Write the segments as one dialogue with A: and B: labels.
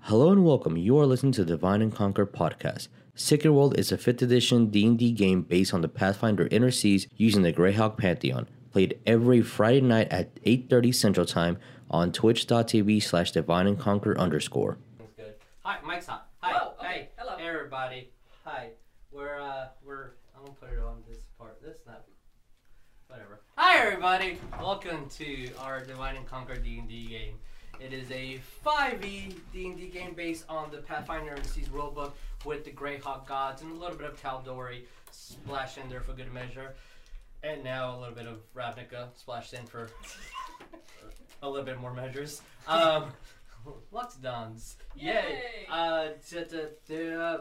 A: Hello and welcome. You are listening to the Divine and Conquer podcast. Secret World is a 5th edition D&D game based on the Pathfinder Inner Seas using the Greyhawk Pantheon. Played every Friday night at 8.30 Central Time on twitch.tv slash divine and conquer underscore.
B: Sounds good. Hi, Mike's hot. Hi.
C: Whoa, Oh, okay,
B: Hey.
C: hello.
B: Hey, everybody. Hi. We're uh we're I'm gonna put it on this part. This not whatever. Hi everybody. Welcome to our Divine and Conquer D and D game. It is a E 5e D&D game based on the Pathfinder and Seas rulebook with the Greyhawk gods and a little bit of Kaldori splashed in there for good measure. And now a little bit of Ravnica splashed in for a little bit more measures. Um, Luxdons.
C: Yay!
B: Uh, the, the, the, uh,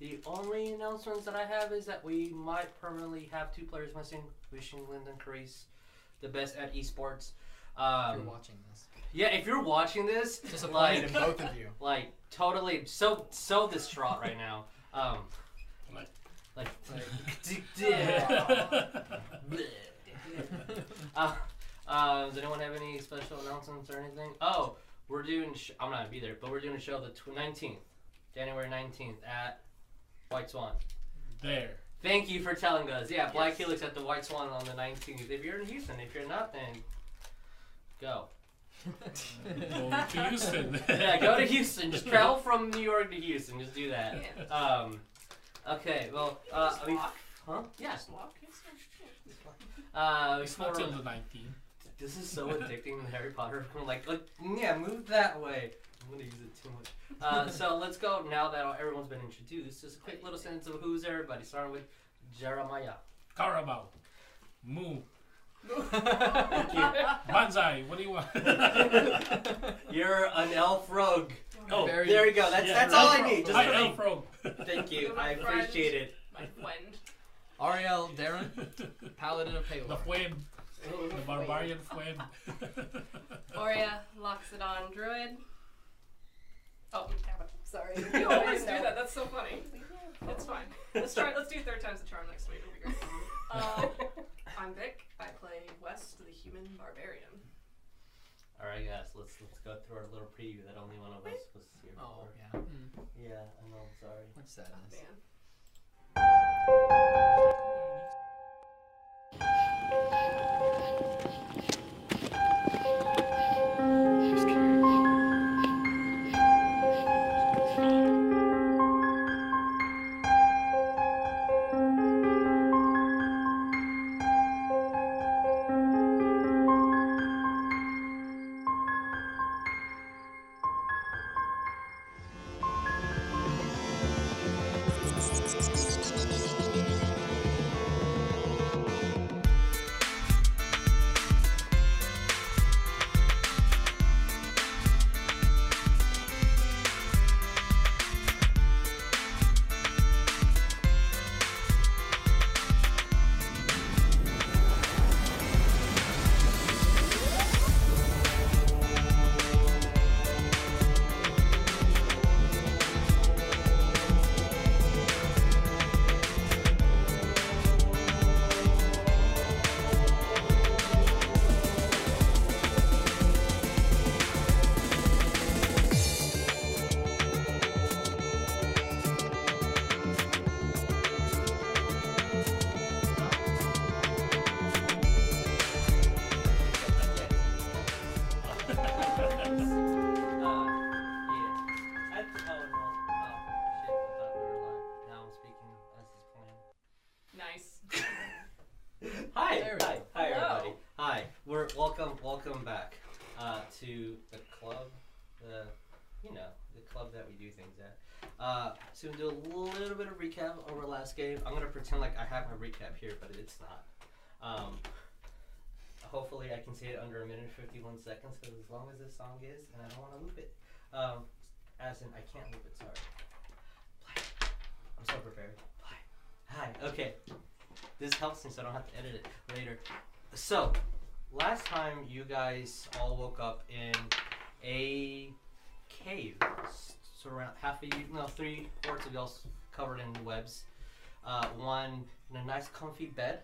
B: the only announcements that I have is that we might permanently have two players missing. Wishing Lyndon Carice the best at esports.
D: If you're
B: Um,
D: watching this.
B: yeah, if you're watching this,
D: Just apply it
B: like,
D: to both of you.
B: like totally so so distraught right now. Um,
E: Like-
B: like, like, d- Uh, uh, does anyone have any special announcements or anything? Oh, we're doing. Sh- I'm not gonna be there, but we're doing a show the tw- 19th, January 19th at White Swan.
E: there.
B: Thank you for telling us. Yeah, Black
C: Yes.
B: Helix at the White Swan on the 19th. If you're in Houston, if you're not, then go.
E: Go to Houston.
B: Yeah, go to Houston. Just travel from New York to Houston. Just do that. Um, okay. Well, uh, I mean, huh? Yeah. Uh,
E: It's not
B: before-
E: till the 19th.
B: This is so addicting in Harry Potter. I'm like, like, yeah, move that way. I'm gonna use it too much. Uh, so let's go now that everyone's been introduced. Just a quick little sentence of who's everybody, starting with Jeremiah.
E: Carabao. Moo.
B: Thank you.
E: Banzai. What do you want?
B: You're an elf rogue. Oh,
D: Very-
B: there you go. That's
E: yeah,
B: that's all I
D: elf
B: need. Just
E: Hi,
B: for me.
E: Elf Rogue.
B: Thank you.
C: You're
B: I
C: my friend.
B: appreciate it.
C: My friend.
D: Ariel Darren,
E: the
D: Paladin of Palor.
E: Fuem. The Barbarian Fuem.
C: Aurea, Loxodon, Druid. Oh, damn it. Sorry.
F: You always do that. That's so funny. It's
C: That's
F: fine. Let's try. Let's do third time's a charm next week. It'll be great. Um, I'm Vic. I play West, the human barbarian.
B: All right, guys. Let's let's go through our little preview that only one of us was here
D: Oh,
B: for.
D: yeah. Mm,
B: Yeah, I know. Sorry.
D: what
F: Oh,
D: sadness.
F: man.
B: Uh, yeah. I th- oh, no. Oh, shit. I thought we were live. Now I'm speaking as is planned.
F: Nice.
B: Hi.
D: There we
B: Hi.
D: go.
B: Hi,
F: Hello.
B: everybody. Hi. We're welcome. Welcome back uh, to the club. The you know the club that we do things at. Uh, so we do a little bit of recap over last game. I'm gonna pretend like I have my recap here, but it's not. Um, hopefully I can say it under a minute and 51 seconds because as long as this song is, and I don't want to loop it. Um, as in, I can't loop it. Sorry. Play. I'm so prepared. Play. Hi. Okay. This helps me so I don't have to edit it later. So, last time you guys all woke up in a cave, s- surround half of you, no, three fourths of y'all s- covered in webs. Uh, one in a nice, comfy bed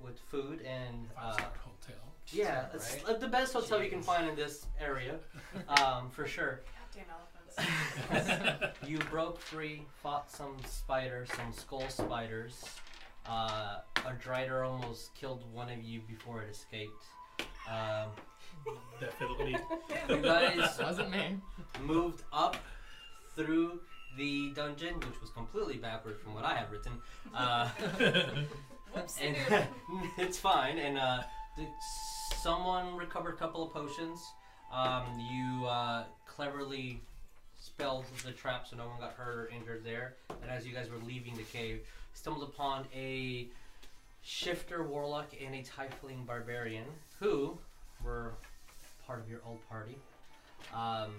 B: with food and
E: Five
B: uh,
E: star hotel.
B: yeah, it's uh, the best hotel you can
D: Jeez.
B: find in this area, um, for sure.
F: Goddamn elephants.
B: you broke free, fought some spiders, some skull spiders. Uh, a drider almost killed one of you before it escaped. Um,
E: Definitely.
B: you guys
D: Wasn't me.
B: moved up through the dungeon, which was completely backward from what I had written. Uh,
F: Whoops.
B: and it's fine. And uh, the, someone recovered a couple of potions. Um, you uh, cleverly spelled the trap so no one got hurt or injured there. And as you guys were leaving the cave, stumbled upon a shifter warlock and a tiefling barbarian who were part of your old party. Um,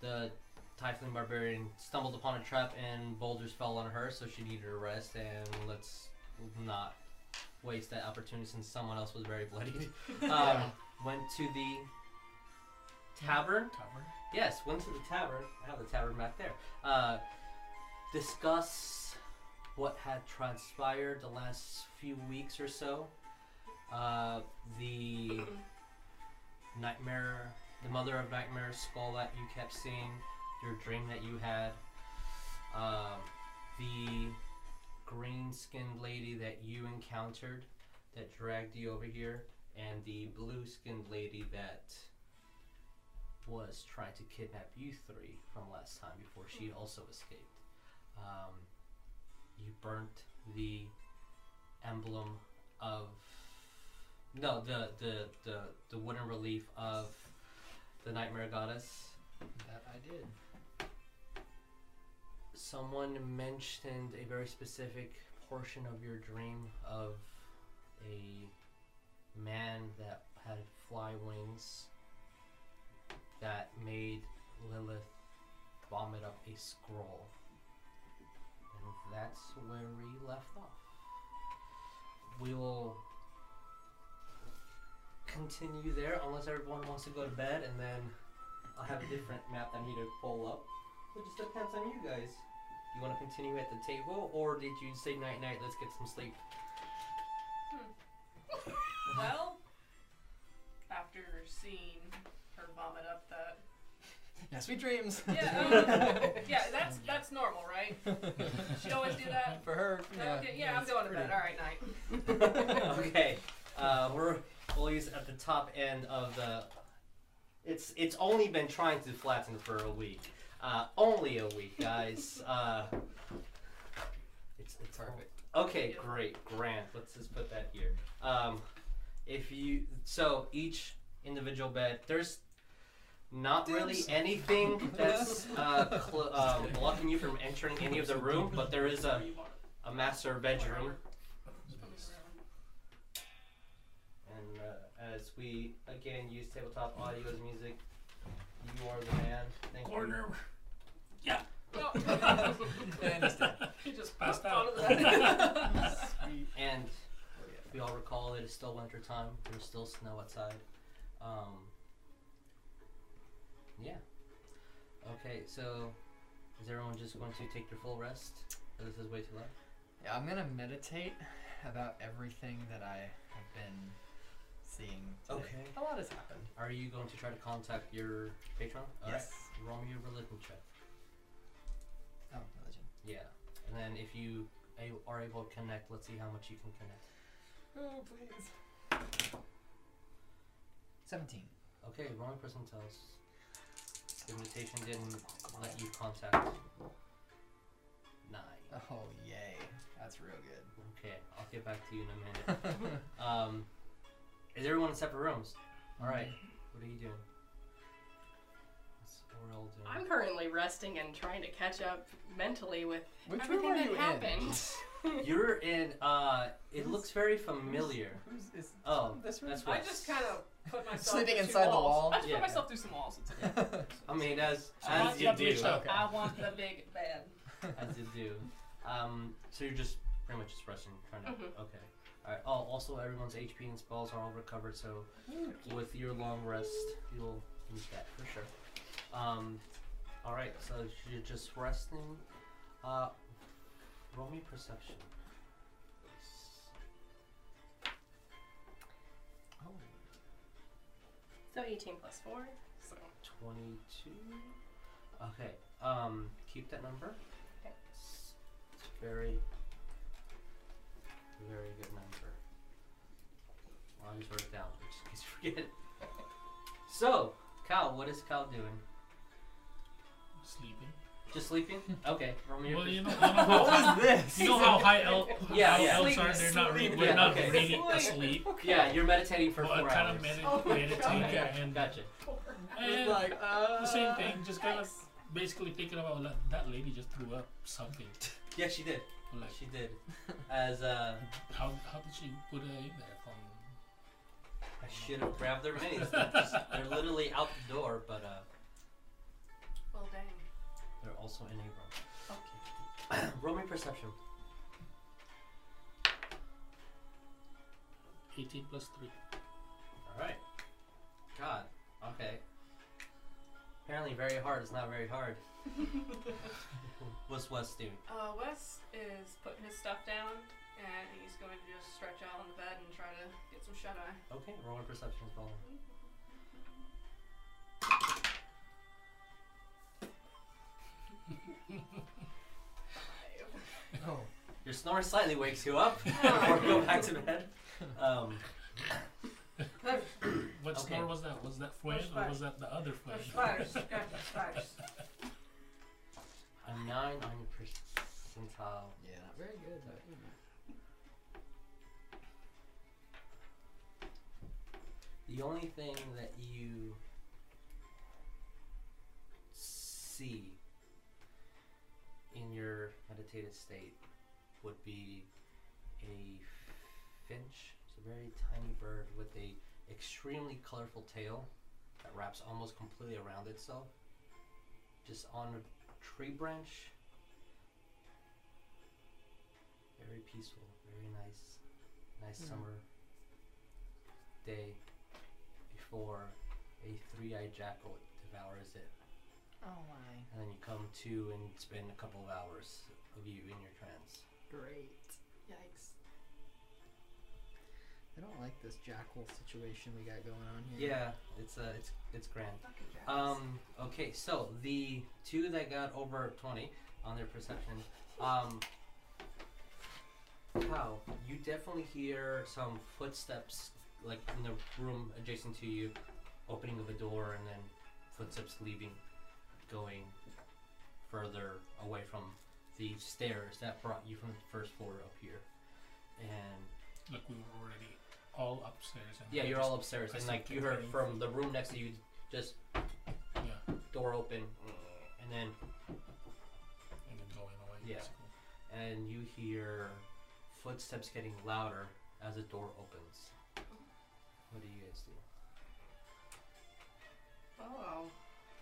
B: the tiefling barbarian stumbled upon a trap and boulders fell on her, so she needed a rest. And let's not waste that opportunity since someone else was very bloodied. Um, went to the tavern.
E: Cover.
B: Yes, went to the tavern. I have the tavern map there. Uh, discuss what had transpired the last few weeks or so. Uh, the nightmare, the mother of nightmares skull that you kept seeing, your dream that you had, uh, the green skinned lady that you encountered that dragged you over here, and the blue skinned lady that was trying to kidnap you three from last time before she
D: Hmm.
B: also escaped. Um, you burnt the emblem of no the the the, the wooden relief of the nightmare goddess.
D: That I did.
B: Someone mentioned a very specific portion of your dream of a man that had fly wings that made Lilith vomit up a scroll. And that's where we left off. We will continue there unless everyone wants to go to bed and then I'll have a different map I need to pull up. It just depends on you guys. You want to continue at the table or did you say night night, let's get some sleep?
F: well, after seeing her vomit up that.
D: Yeah, sweet dreams.
F: Yeah, um, yeah, that's that's normal, right? She always do that.
D: For her. Yeah.
F: okay, yeah, I'm
D: it's
F: going to
D: pretty-
F: bed. All right, night.
B: okay. Uh, we're we'll use it at the top end of the. It's it's only been trying to flatten for a week. Uh, only a week, guys. uh, it's it's
D: Perfect.
B: Okay,
F: Yeah.
B: great, grand. Let's just put that here. Um, if you so each individual bed, there's not really anything that's uh, cl- uh, blocking you from entering any of the room, but there is a,
F: You want it.
B: a master bedroom.
F: Just put me around.
B: And uh, as we again use tabletop audio as music, you are the man. Thank you.
E: Corner.
F: No.
D: I understand.
F: She just
E: Passed
F: passed
E: out.
F: out of that.
B: And we all recall it is still winter time. There's still snow outside. Um, yeah. Okay, so is everyone just going to take their full rest? Or This is way too long.
D: Yeah, I'm gonna meditate about everything that I have been seeing. Today.
B: Okay.
D: A lot has happened.
B: Are you going to try to contact your patron? All right.
D: yes.
B: Roll me a religion check.
D: Oh, religion.
B: Yeah. And then if you a- are able to connect, let's see how much you can connect.
D: Oh, please. Seventeen.
B: Okay, wrong person tells. The mutation didn't let you contact. Nine.
D: Oh, yay. That's real good.
B: Okay, I'll get back to you in a minute. um, is everyone in separate rooms? All right. What are you doing? What's we're all doing?
C: I'm currently resting and trying to catch up mentally with
D: Which
C: everything
D: room are
C: that
D: you in?
C: happened.
B: You're in. Uh, it looks very familiar.
D: Who's is
B: Oh,
D: this room?
B: that's
F: I
B: what.
F: just kind of put myself
D: Sleeping
F: through two
D: inside the
F: walls.
D: wall?
F: I just
B: Yeah.
F: put myself through some walls. It's okay.
B: I mean, as as
E: So how's
B: you
E: that
B: do,
E: reach out?
D: Okay.
F: I want the big bed.
B: as you do. Um, so you're just pretty much just resting, trying to.
C: Mhm.
B: Okay. All right. Oh, also everyone's HP and spells are all recovered, so with your long rest, you'll need that for sure. Um, all right, so you're just resting. Uh, roll me perception.
D: Oh,
C: So 18 plus 4. So
B: Twenty-two. Okay. Um, keep that number.
C: Okay.
B: It's it's very, very good number. I'll just write it down just in case you forget. So, Kyle, what is Kyle doing?
E: Sleeping.
B: Just sleeping? Okay. Roll me your
E: Well, you know,
B: perce-
E: you know how high,
D: this?
E: you know how high elf,
B: Yeah,
E: how
B: yeah.
E: elves are. They're not, re-
B: Sleeping.
E: we're not
B: Yeah, okay.
E: really
F: Sleeping.
E: asleep.
B: Yeah, you're meditating for
E: But
B: four
E: kind
B: hours.
E: of medit-
F: Oh my
E: meditate
F: God.
E: and
B: Gotcha.
E: and
D: uh,
E: the same thing. Just kind of
F: Nice.
E: basically thinking about like, that lady just threw up something.
B: Yeah, she did.
E: Like
B: She did. As uh,
E: how how did she put it in there from?
B: I should have grabbed their minis. They're, just, they're literally out the door, but uh,
F: Well, dang.
B: they're also in a room. Okay. roll me perception.
E: 18 plus 3.
B: All right. God. Okay. Apparently, very hard is not very hard. What's Wes doing?
F: Uh, Wes is putting his stuff down, and he's going to just stretch out on the bed and try to get some shut eye.
B: Okay, roll a perception as well.
D: Oh,
B: Your snore slightly wakes you up before you go back to bed. Um,
E: What
B: Okay.
E: snore was that? Was that Fuen
F: That's
E: or
F: fine.
E: was that the other Fuen?
B: a nine on your percentile.
D: yeah, not very good. But, you know.
B: The only thing that you see in your meditative state would be a finch. It's a very tiny bird with a extremely colorful tail that wraps almost completely around itself, just on a tree branch. Very peaceful, very nice, nice
D: Mm.
B: summer day before a three-eyed jackal devours it,
D: Oh my,
B: and then you come to and it's been a couple of hours of you in your trance.
D: great.
F: Yikes.
D: I don't like this jackal situation we got going on here.
B: Yeah, it's uh, it's it's grand.
F: Fucking jackals.
B: Um. Okay. So the two that got over twenty on their perception, um, Kyle, you definitely hear some footsteps like in the room adjacent to you, opening of a door and then footsteps leaving, going further away from the stairs that brought you from the first floor up here, and
E: Like we were already all upstairs. And
B: yeah,
E: we
B: you're
E: just-
B: all upstairs,
E: I
B: and
E: still
B: like you
E: can't
B: heard
E: hear
B: from the room next to you, just
E: Yeah,
B: door open, and then
E: and then going away.
B: Yeah.
E: basically.
B: and you hear footsteps getting louder as the door opens. What do you guys do?
F: Oh.
C: Well, I'll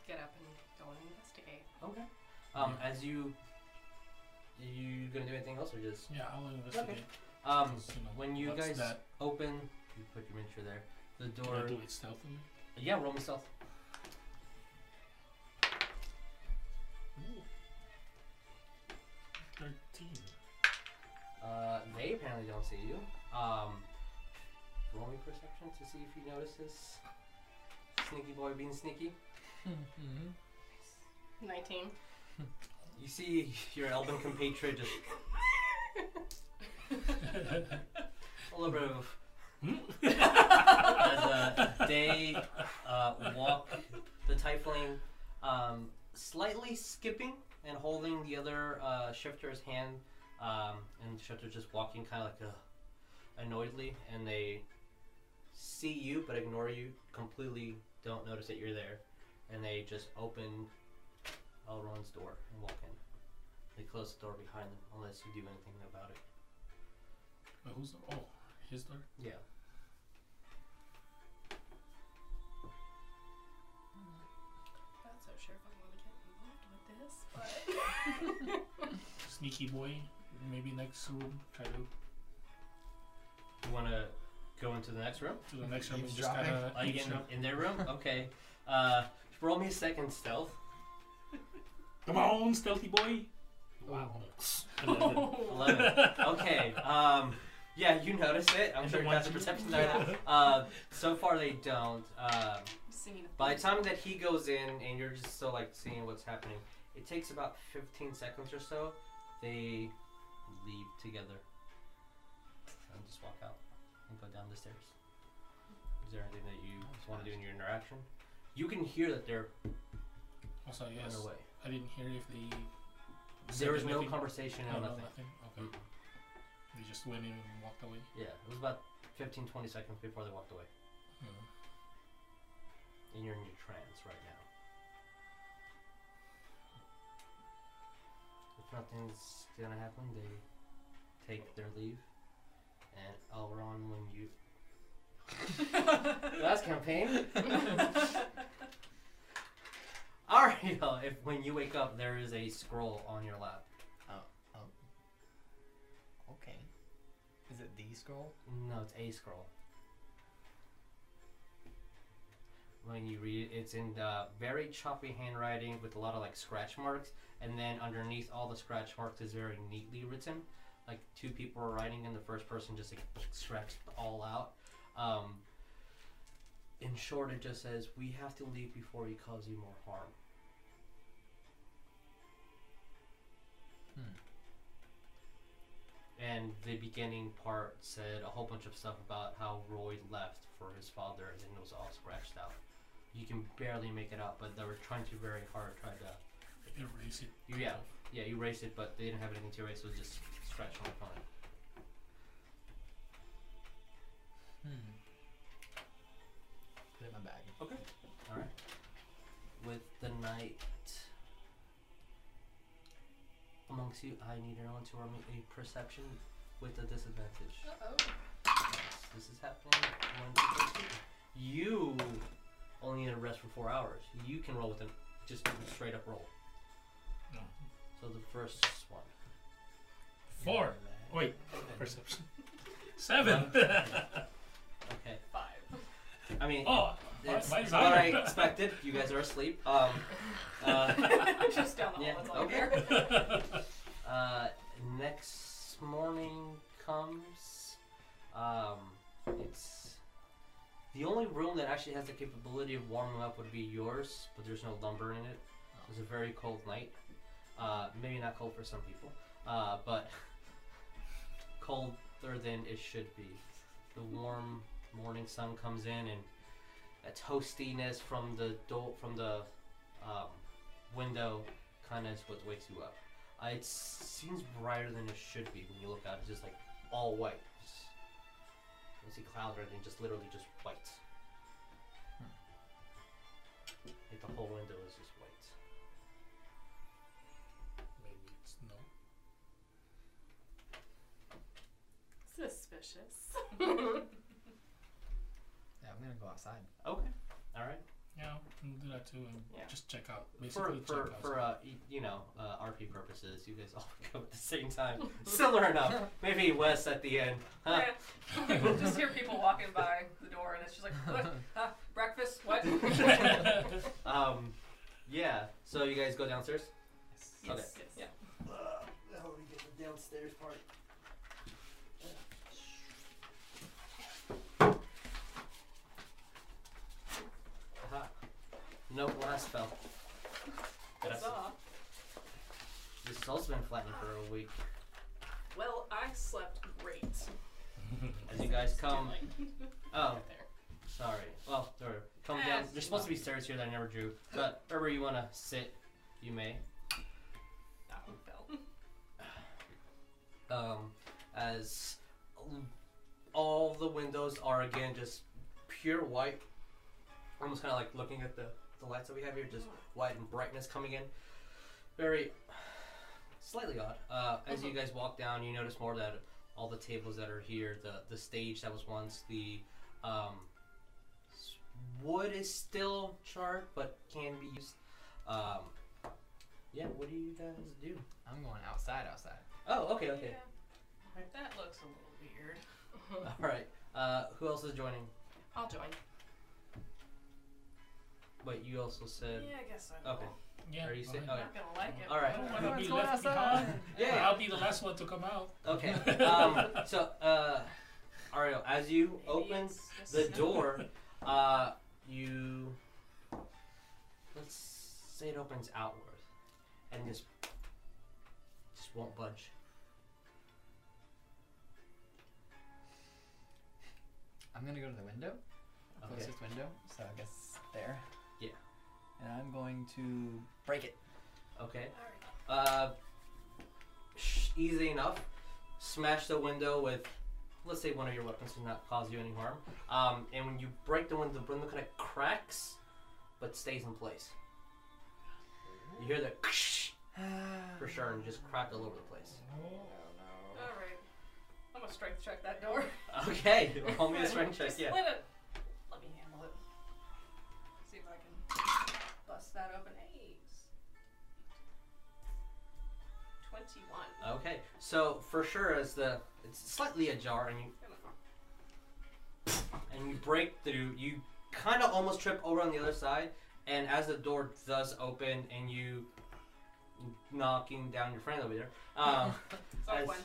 C: get up and go and investigate.
B: Okay. Um, as you, you gonna do anything else or just
E: Yeah, I'll investigate.
B: um,
E: 'cause, you know,
B: when you
E: what's
B: guys
E: That?
B: open, you put your miniature there. The
E: Can I
B: door.
E: do it stealthily?
B: Yeah, roll me stealth.
E: Ooh. 13.
B: Uh, they apparently don't see you. Um, roll me perception to see if you notice this. Sneaky boy being sneaky.
D: Mm-hmm.
C: 19.
B: You see your elven compatriot just
E: Mm-hmm.
B: a little bit of as uh, they uh, walk the tiefling, um, slightly skipping and holding the other uh, shifter's hand, um, and shifter just walking kind of like uh, annoyedly, and they see you but ignore you completely. Don't notice that you're there, and they just open Elrond's door and walk in. They close the door behind them unless you do anything about it.
E: Wait, who's the, oh, his door?
B: Yeah.
C: Not so sure if I want to get involved with this, but
E: Sneaky boy. Maybe next room. Try to
B: You want to go into the next room?
E: to the next room and just
D: Eavesdropping.
E: kind of
B: Like in, in their room? Okay. Uh, roll me a second stealth.
E: Come on, stealthy boy.
D: Wow.
E: Eleven.
B: Eleven. Okay. Um, yeah, you notice it. I'm
E: And
B: sure
E: the
B: you
E: one
B: got the
E: you-
B: perception there. Uh, so far they don't. Um,
C: singing.
B: by the time that he goes in and you're just still like seeing what's happening, It takes about 15 seconds or so. They leave together and just walk out and go down the stairs. Is there anything that you
D: That's
B: want to do
D: fast.
B: in your interaction? You can hear that they're
E: Also, yes.
B: run away.
E: I didn't hear if they.
B: There
E: said
B: was no
E: anything.
B: conversation
E: No,
B: or
E: no,
B: nothing.
E: Okay. They just went in and walked away.
B: Yeah, it was about 15, 20 seconds before they walked away.
E: Mm.
B: And you're in your trance right now. If nothing's gonna happen, they take their leave. And Elron, when you. Last campaign? Alright, y'all, if when you wake up, there is a scroll on your lap.
D: Okay. Is it the scroll?
B: No, it's a scroll. When you read it, it's in the very choppy handwriting with a lot of like scratch marks, and then underneath all the scratch marks is very neatly written. Like two people are writing, and the first person just like, scratched it all out. Um, in short, it just says, "We have to leave before he causes you more harm." and the beginning part said a whole bunch of stuff about how Roy left for his father, and then it was all scratched out. You can barely make it out, but they were trying to very hard try to.
E: Erase it.
B: Yeah, yeah, you erased it, but they didn't have anything to erase, so it was just scratch mark on it.
D: Hmm. Put it in my bag.
B: All right. With the night amongst you, I need everyone to roll me a perception with a disadvantage.
F: Oh,
C: Uh-oh.
B: This is happening when you first meet. you only need to rest for four hours. You can roll with them, just a straight up roll.
E: No.
B: So the first one.
E: Four. Wait. Perception. Seven.
B: Uh-huh. Okay.
F: Five.
B: I mean,
E: oh,
B: it's
E: mine's
B: what I
E: higher.
B: expected. You guys are asleep. Um, uh,
F: Just down the hall.
B: Yeah,
F: That's all
B: okay.
F: there.
B: uh, next morning comes. Um, it's the only room that actually has the capability of warming up would be yours, but there's no lumber in it. It's a very cold night. Uh, maybe not cold for some people, uh, but colder than it should be. The warm morning sun comes in, and a toastiness from the do- from the um, window kind of is what wakes you up. Uh, it seems brighter than it should be when you look out. It's just like all white. Just, you don't see clouds or anything. Just literally just white. Like the whole window is just white.
E: Maybe it's no.
C: Suspicious.
D: Yeah, I'm gonna go outside.
B: Okay. All right.
E: Yeah, we can do that too and
F: Yeah.
E: just check out.
B: For
E: Basically,
B: for
E: check out.
B: for uh, y- you know uh, RP purposes, you guys all wake up at the same time. Similar enough. Maybe Wes at the end. Huh?
F: Yeah. just hear people walking by the door, and it's just like, what? Huh? breakfast? What?
B: Um, yeah. So you guys go downstairs.
C: yes,
B: Okay.
C: yes.
F: Yeah.
B: how do we get the downstairs part? Aha. Nope, last spell.
F: That's all.
B: This has also been flattened for a week.
F: Well, I slept great.
B: As you guys come, oh,
F: there.
B: sorry. Well, or come down. There's supposed to be stairs here that I never drew, but wherever you want to sit, you may.
F: That one fell.
B: um, as all the windows are again just pure white. Almost kind of like looking at the, the lights that we have here, just white and brightness coming in. Very slightly odd. Uh, as you guys walk down, you notice more that all the tables that are here, the, the stage that was once, the um, s- wood is still charred but can be used. Um, yeah, what do you guys do?
D: I'm going outside. Outside.
B: Oh, okay, okay.
F: Yeah. That looks a little weird.
B: All right. Uh, who else is joining?
C: I'll join.
B: But you also said.
F: yeah, I guess so.
B: Okay.
E: yeah.
B: Are you saying?
E: alright.
F: I'm
B: Okay.
F: not gonna like it.
B: All right.
F: I don't
E: I'll
F: wanna
E: be
F: go
E: left
F: outside.
E: behind.
B: Yeah.
E: I'll be the last one to come out.
B: Okay. Um, so, uh, Ariel, as you
F: Maybe
B: open
F: it's just
B: the
F: snow.
B: door, uh, you let's say it opens outward, thing just just won't budge.
D: I'm gonna go to the window,
B: Okay.
D: closest window. So I guess there.
B: Yeah.
D: And I'm going to break it.
B: Okay.
C: Alright.
B: Uh, sh- easy enough. Smash the window with, let's say, one of your weapons to not cause you any harm. Um, and when you break the window, the window kind of cracks, but stays in place. You hear the for sure, and just crack all over the place.
D: Oh
F: Alright. I'm gonna strength check that door.
B: Okay, roll me a strength check.
F: Just
B: Yeah.
F: Let, it, let me handle it. See if I can bust that open. Hey. 21.
B: Okay, so for sure, as the it's slightly ajar, and you and you break through. You kind of almost trip over on the other side, and as the door does open, and you knocking down your friend over there, um,
F: It's
B: As-
F: all one.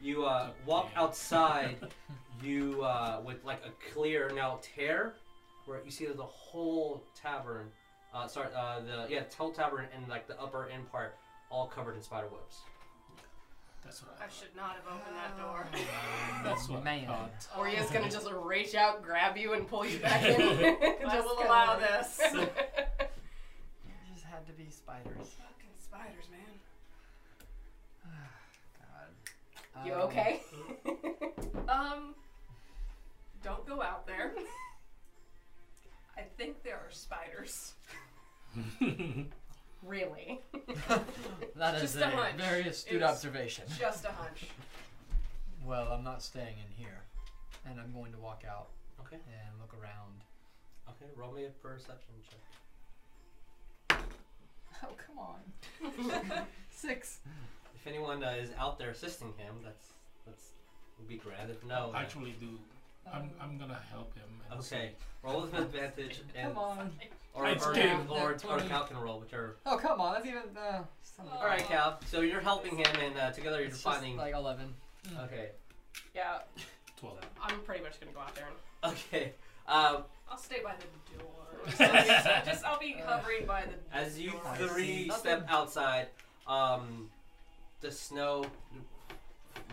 B: you uh, walk outside. You uh, with like a clear now tear, where you see the whole tavern. Uh, sorry, uh, the yeah, the whole tavern and like the upper end part, all covered in spider webs.
E: That's what I,
F: I should not have opened that door.
E: That's what I
D: Man.
E: thought.
C: Or he is gonna just reach out, grab you, and pull you back in.
F: I
C: Just
F: will
C: kinda
F: allow
C: like-
F: this.
D: It just had to be spiders.
F: Fucking spiders, man.
D: God.
C: you
D: Um,
C: okay?
F: Um, don't go out there. I think there are spiders.
C: really?
D: Um, That is
F: Just a
D: a
F: hunch.
D: very astute
F: It's-
D: observation.
F: Just a hunch.
D: Well, I'm not staying in here, and I'm going to walk out
B: Okay,
D: and look around.
B: okay, roll me a perception check.
D: Oh come on. Six.
B: If anyone uh, is out there assisting him, that's that's would be grand. If no, then-
E: Actually, do I'm I'm gonna help him. And
B: okay, roll with advantage and
D: Come on.
B: or
E: It's
B: or,
E: game.
B: or, or
D: That twenty.
B: Cal can roll, whichever.
D: Oh come on. That's even. Uh, son of a-
B: All right, Cal. So you're helping him, and uh, together you're
D: It's just
B: finding.
D: like eleven.
B: Okay,
C: Yeah,
E: Twelve.
C: I'm pretty much gonna go out there and
B: okay. Um,
F: I'll stay by the door. Just I'll be hovering by the.
B: as you
D: Oh, I see
B: three step
D: nothing.
B: outside, um, the snow,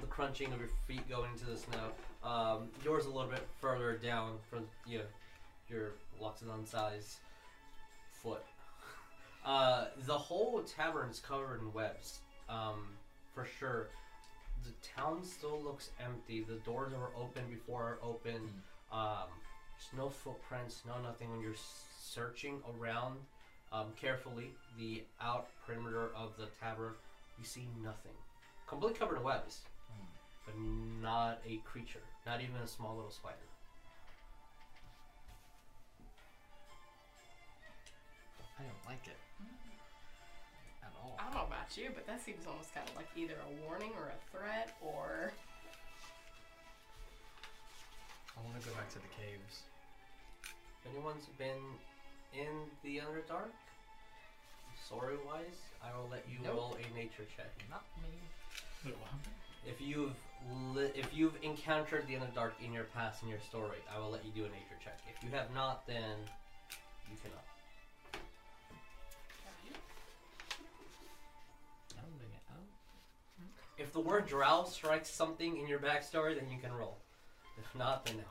B: the crunching of your feet going into the snow. Um, yours a little bit further down from you know, your Loxodon size foot. Uh, the whole tavern's covered in webs, um, for sure. The town still looks empty. The doors were open before are open. Um, there's no footprints, no nothing. When you're s- searching around um, carefully the out perimeter of the tavern, you see nothing. Completely covered in webs, but not a creature, not even a small little spider.
D: I don't like it at all.
C: I don't know about you, but that seems almost kind of like either a warning or a threat or.
D: I want to go back to the caves.
B: If anyone's been in the Underdark, sorry wise, I will let you
D: Nope.
B: roll a nature check.
D: Not me.
E: Wait, what happened?
B: If you've li- if you've encountered the Underdark in your past in your story, I will let you do a nature check. If you have not, then you cannot.
D: I don't think I. Oh.
B: If the word drow strikes something in your backstory, then you can roll. If not, then no.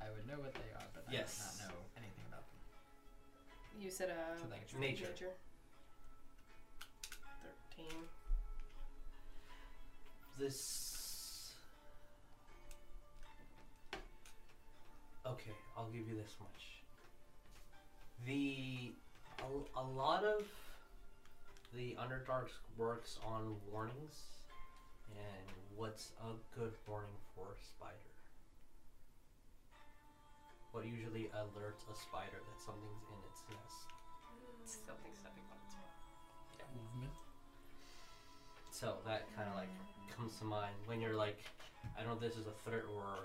D: I would know what they are, but
B: Yes.
D: I would not know anything about them.
C: You said a.
D: So thank you.
B: Nature.
C: Thirteen.
B: This. Okay, I'll give you this much. The. A, a lot of the Underdark's works on warnings and what's a good warning for a spider. What usually alerts a spider that something's in its nest.
C: Something stepping on its
E: Movement.
B: So that kind of like comes to mind when you're like, I don't know if this is a threat or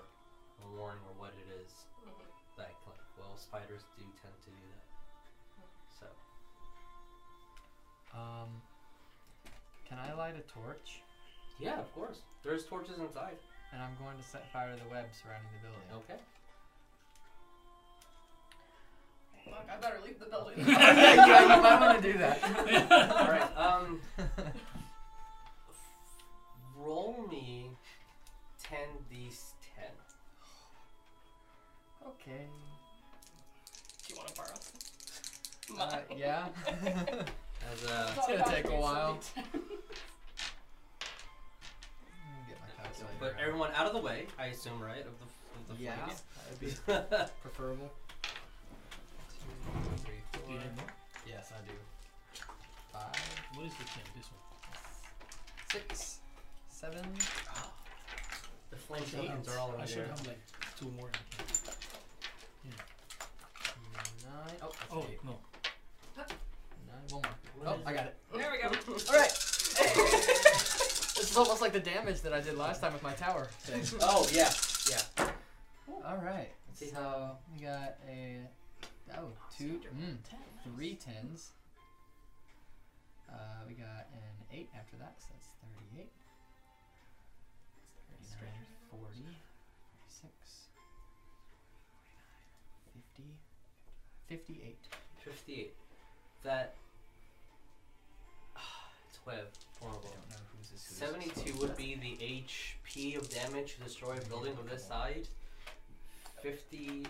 B: a warning or what it is. Like, like well, spiders do tend to do that. So
D: Um, can I light a torch?
B: yeah, of course. There's torches inside.
D: And I'm going to set fire to the web surrounding the building.
B: Okay.
C: Yeah.
F: Fuck, I better leave the building.
D: yeah, yeah, you might want to do that.
B: All right. Um, roll me ten d ten.
D: okay.
F: Do you want to borrow? some?
D: Uh,
F: Mine.
D: yeah.
B: As a
F: Thought
D: gonna
F: about
D: take a
F: doing
D: while.
F: something.
D: Get my calculator
B: but
D: out.
B: everyone out of the way, I assume, right? Of the of the
D: Yeah,
B: flames.
D: that would be preferable. Two, three,
E: Do you
D: four.
E: have more?
D: Yes, I do. Five,
E: What is the ten? This one.
D: six, seven.
B: the flame
E: I should
B: tokens
E: have-
B: are all in
E: I should
B: there.
E: have like two more. than ten.
D: Nine. Oh, that's
E: Oh
D: eight.
E: no.
D: Nine. One more.
B: What
D: Oh,
B: is
D: I
B: it?
D: got it.
F: There we go.
D: All right. this is almost like the damage that I did last time with my tower. thing.
B: Oh yeah.
D: All right.
B: See
D: So we got a oh two mm, three tens. Uh, we got an eight after that, so that's thirty-eight. Thirty-nine, forty, forty-six, fifty, fifty-eight.
B: 58. That. Twelve. Horrible.
D: I don't know who's this. Who's
B: 72 would be the HP of damage to destroy a building on this side. 50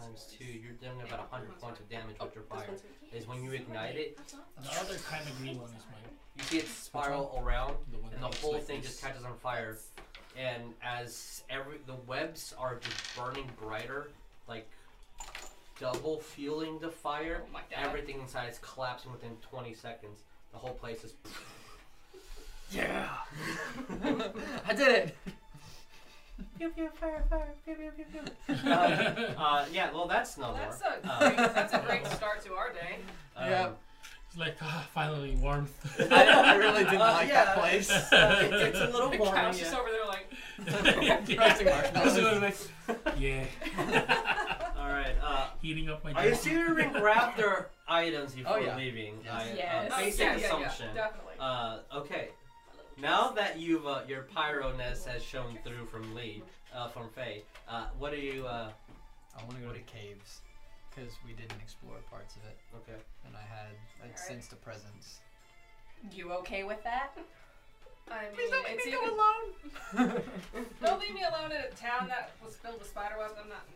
B: times 2, you're doing about 100 points of damage with your fire. Is when you ignite it,
E: The other kind of green one is mine.
B: you see it spiral around,
E: The
B: and
E: one that
B: the
E: looks
B: whole
E: like
B: thing
E: this.
B: just catches on fire. And as every the webs are just burning brighter, like double fueling the
F: Oh
B: fire,
F: my god.
B: everything inside is collapsing within 20 seconds. The whole place is
D: Yeah. I did it.
B: pew pew fire fire pew pew pew pew. uh, uh, yeah, well that's no
F: Well,
B: more.
F: that's a
B: Um,
F: great, that's a great start to our day.
B: um,
D: Yeah.
E: It's like ah, finally warmth.
D: I, I really didn't
B: Uh,
D: like
B: yeah.
D: that place.
B: Uh, it- it's a little
F: The
B: warm.
F: cow's just
B: Yeah.
F: over there like,
D: Roasting marshmallows.
E: yeah,
B: All right. Uh,
E: heating up my.
B: I assuming grab their items before
D: Oh, yeah.
B: leaving.
D: Yes.
B: I,
F: yes.
B: Uh, basic
F: oh, yeah, yeah, yeah,
B: assumption.
F: definitely.
B: Uh, okay. Now that you've uh, your pyroness has shown through from Lee, uh, from Faye, uh, what are you? Uh,
D: I want to go to caves because we didn't explore parts of it,
B: okay.
D: and I had I
F: Alright.
D: sensed a presence.
G: You okay with that?
F: I mean,
D: Please don't make
F: it's
D: me
F: even,
D: go alone.
F: Don't leave me alone in a town that was filled with spider webs. I'm not.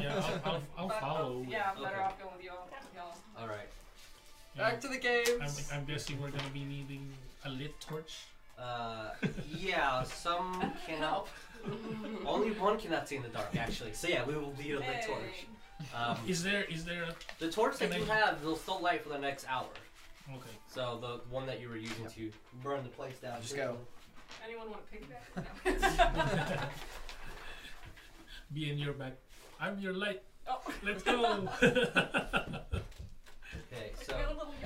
E: Yeah, I'll, I'll, I'll
F: but,
E: follow.
F: yeah, I'm better
B: Okay.
F: off going with y'all. With y'all.
B: All right.
D: Back to the
E: I'm,
D: caves.
E: I'm guessing we're gonna be needing a lit torch.
B: Uh, yeah. Some cannot. Only one cannot see in the dark, actually. So yeah, we will need a lit
F: Hey.
B: torch. Um,
E: Is there is there a
B: the torch that
E: Can
B: you
E: I-
B: have will still light for the next hour.
E: okay?
B: So the one that you were using to burn the place down.
D: Just go.
F: Anyone want to piggyback? No.
E: Be in your back. I'm your light.
F: oh,
E: Let's go.
B: Okay.
F: I
B: So
F: feel a little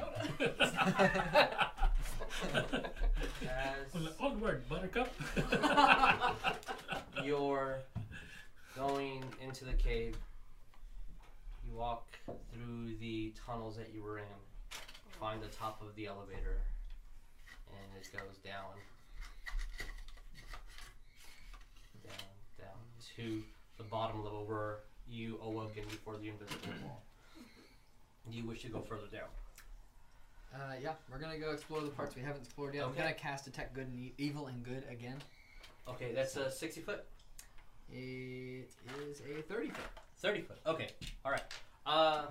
F: Yoda.
B: as
E: Onward, Buttercup.
B: you're going into the cave, you walk through the tunnels that you were in, find the top of the elevator, and it goes down, down, down to the bottom level where you awoken before the invisible wall. Do you wish to go further down?
D: Uh, yeah, we're gonna go explore the parts we haven't explored yet. I'm
B: Okay.
D: gonna cast detect good and e- evil and good again.
B: Okay, that's a 60 foot?
D: It is a thirty foot.
B: 30 foot. Okay. All right. Uh,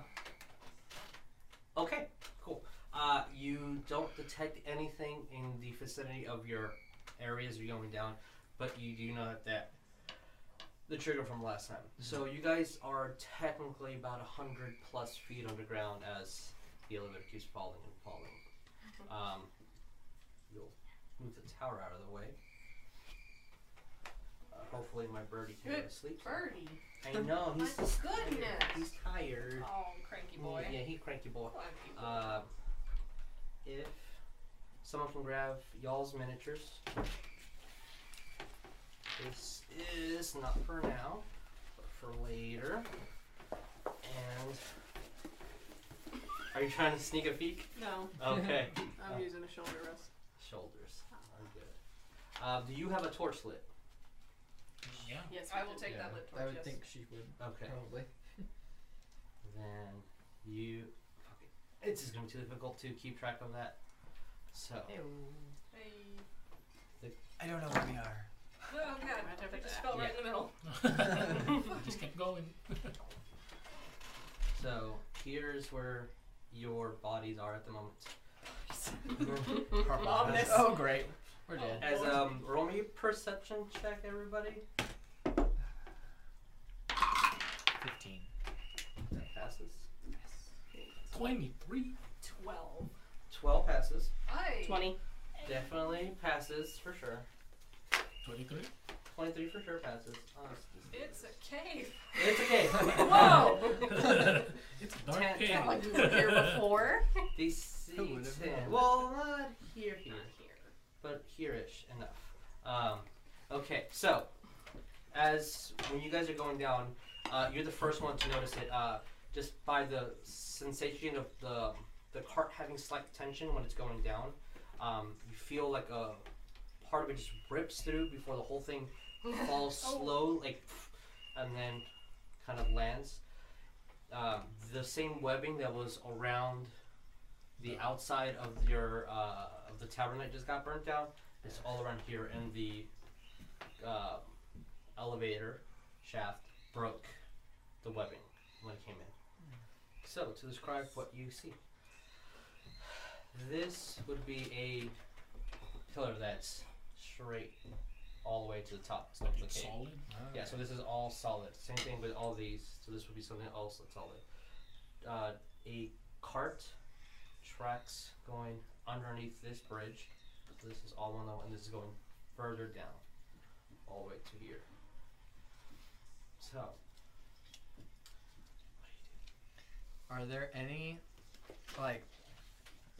B: okay. Cool. Uh, you don't detect anything in the vicinity of your areas you're going down, but you do know that the trigger from last time. So you guys are technically about 100 plus feet underground as the elevator keeps falling and falling. Um, you'll move the tower out of the way. Uh, hopefully my birdie can go to
F: Good
B: sleep.
F: Birdie.
B: I know
F: My
B: he's
F: goodness.
B: He's tired.
F: Oh, cranky boy.
B: Yeah, he cranky boy.
F: Cranky boy.
B: Uh, if someone can grab y'all's miniatures, this is not for now, but for later. And are you trying to sneak a peek?
F: no,
B: Okay,
F: I'm
B: Oh.
F: using a shoulder rest.
B: shoulders. I'm good. Uh, do you have a torch lit?
E: yeah.
F: Yes, I will take
D: Yeah,
F: that lit torch.
D: I would
F: yes.
D: think she would
B: Okay.
D: probably.
B: then you. Fuck it. It's just gonna be too difficult to keep track of that. So
F: Hey.
D: I don't know where we are.
F: Oh god,
C: Right over
F: I just
C: there.
F: fell right in the middle.
E: Just kept going.
B: so here's where your bodies are at the moment.
F: Ominous.
D: Oh, great. We're
F: Oh,
D: dead.
B: As um, roll me a perception check, everybody.
D: 15.
B: That passes.
E: 23.
F: Twelve.
B: Twelve passes.
F: I.
G: Twenty.
B: Definitely passes for sure.
E: 23.
B: Twenty-three for sure passes. Oh,
F: It's a cave.
B: It's okay.
F: Whoa!
E: it's a dark
B: Ten-
E: cave.
G: Not like we were here before.
B: DC
D: Who would've
B: ten.
D: known?
B: Well, not here, here,
F: Not here.
B: but here-ish enough. Um, okay, so as when you guys are going down, uh, you're the first one to notice it. Uh, just by the sensation of the the cart having slight tension when it's going down, um, you feel like a part of it just rips through before the whole thing falls slow, like, and then kind of lands. Um, the same webbing that was around the outside of your uh, of the tavern that just got burnt down is all around here, and the uh, elevator shaft broke the webbing when it came in. So to describe what you see, this would be a pillar that's straight all the way to the top of the
E: It's
B: cave.
E: solid.
B: Yeah, so this is all solid. Same thing with all these. So this would be something also solid. Uh, a cart tracks going underneath this bridge. So this is all one level, and this is going further down, all the way to here. So,
D: Are there any, like,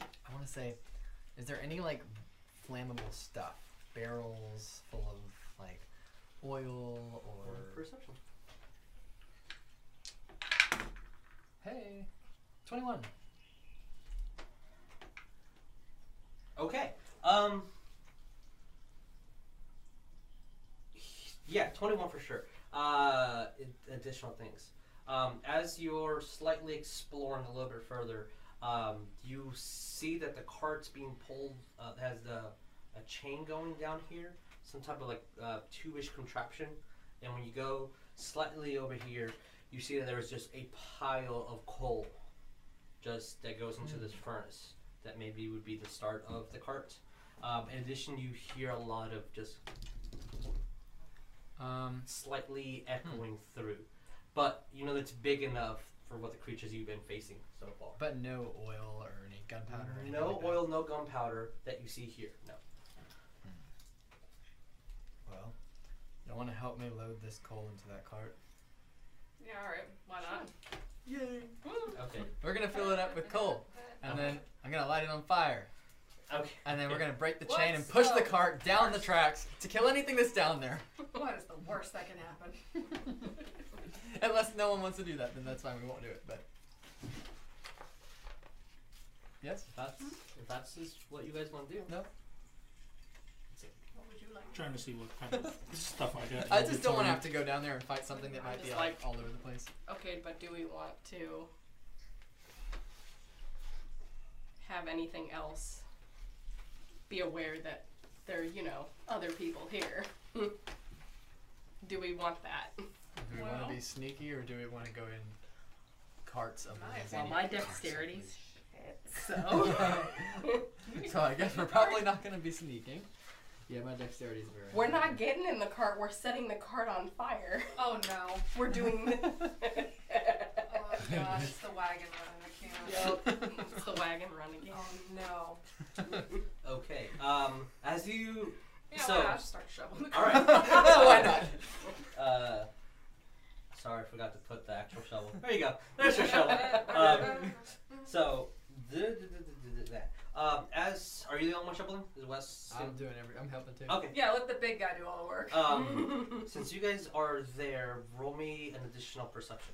D: I want to say, is there any, like, flammable stuff? Barrels full of, like, oil
B: roll
D: or.
B: perception.
D: Hey! 21.
B: Okay. Um. Yeah, twenty-one for sure. Uh, ad- additional things. Um, as you're slightly exploring a little bit further, um, you see that the cart's being pulled uh, has the a chain going down here, some type of like uh, two-ish contraption. And when you go slightly over here, you see that there is just a pile of coal, just that goes into this furnace that maybe would be the start of the cart. Um, in addition, you hear a lot of just
D: Um,
B: slightly echoing through, but you know that's big enough for what the creatures you've been facing so far.
D: but no oil or any gunpowder or anything.
B: No
D: like that.
B: oil, no gunpowder that you see here. No.
D: Well, you want to help me load this coal into that cart?
F: Yeah, alright. Why not?
D: Yay!
F: Woo.
B: Okay.
D: We're gonna fill it up with coal, and then I'm gonna light it on fire,
B: Okay.
D: and then we're gonna break the chain and
F: What's
D: push the
F: the
D: cart down the
F: worst?
D: tracks to kill anything that's down there.
C: What is the worst that can happen?
D: Unless no one wants to do that, then that's fine. We won't do it. But yes,
B: If that's
F: Hmm?
B: if that's just what you guys want to do.
D: no,
C: What would you like?
E: Trying to see what kind of stuff I got.
D: I just don't want to have to go down there and fight something that might be
F: Just
D: like all over the place.
G: Okay, but do we want to have anything else? Be aware that there, are, you know, other people here. do we want that?
D: Do we want
F: Well-
D: to be sneaky or do we want to go in carts of
F: Nice.
D: these
F: Well,
D: many
F: my
D: carts of
G: dexterity's
D: these?
G: So
D: so I guess we're probably not gonna be sneaking. Yeah, my dexterity is very.
G: we're not getting in the cart. We're setting the cart on fire.
F: Oh no.
G: We're doing.
F: Oh god, it's the wagon running the camera.
G: Yup. it's the wagon run again.
F: Oh no.
B: Okay. Um, as you
F: Yeah,
B: So-
F: why not? Just start shoveling the
B: all
F: car.
B: right.
D: Why not?
B: Uh, sorry, I forgot to put the actual shovel. There you go. There's your shovel. Um, So, duh, duh, duh, duh, duh, duh, duh. um, as are you the only one shoveling? Is Wes?
D: I'm doing every. I'm helping too.
B: Okay.
F: yeah, let the big guy do all the work.
B: Um, since you guys are there, roll me an additional perception.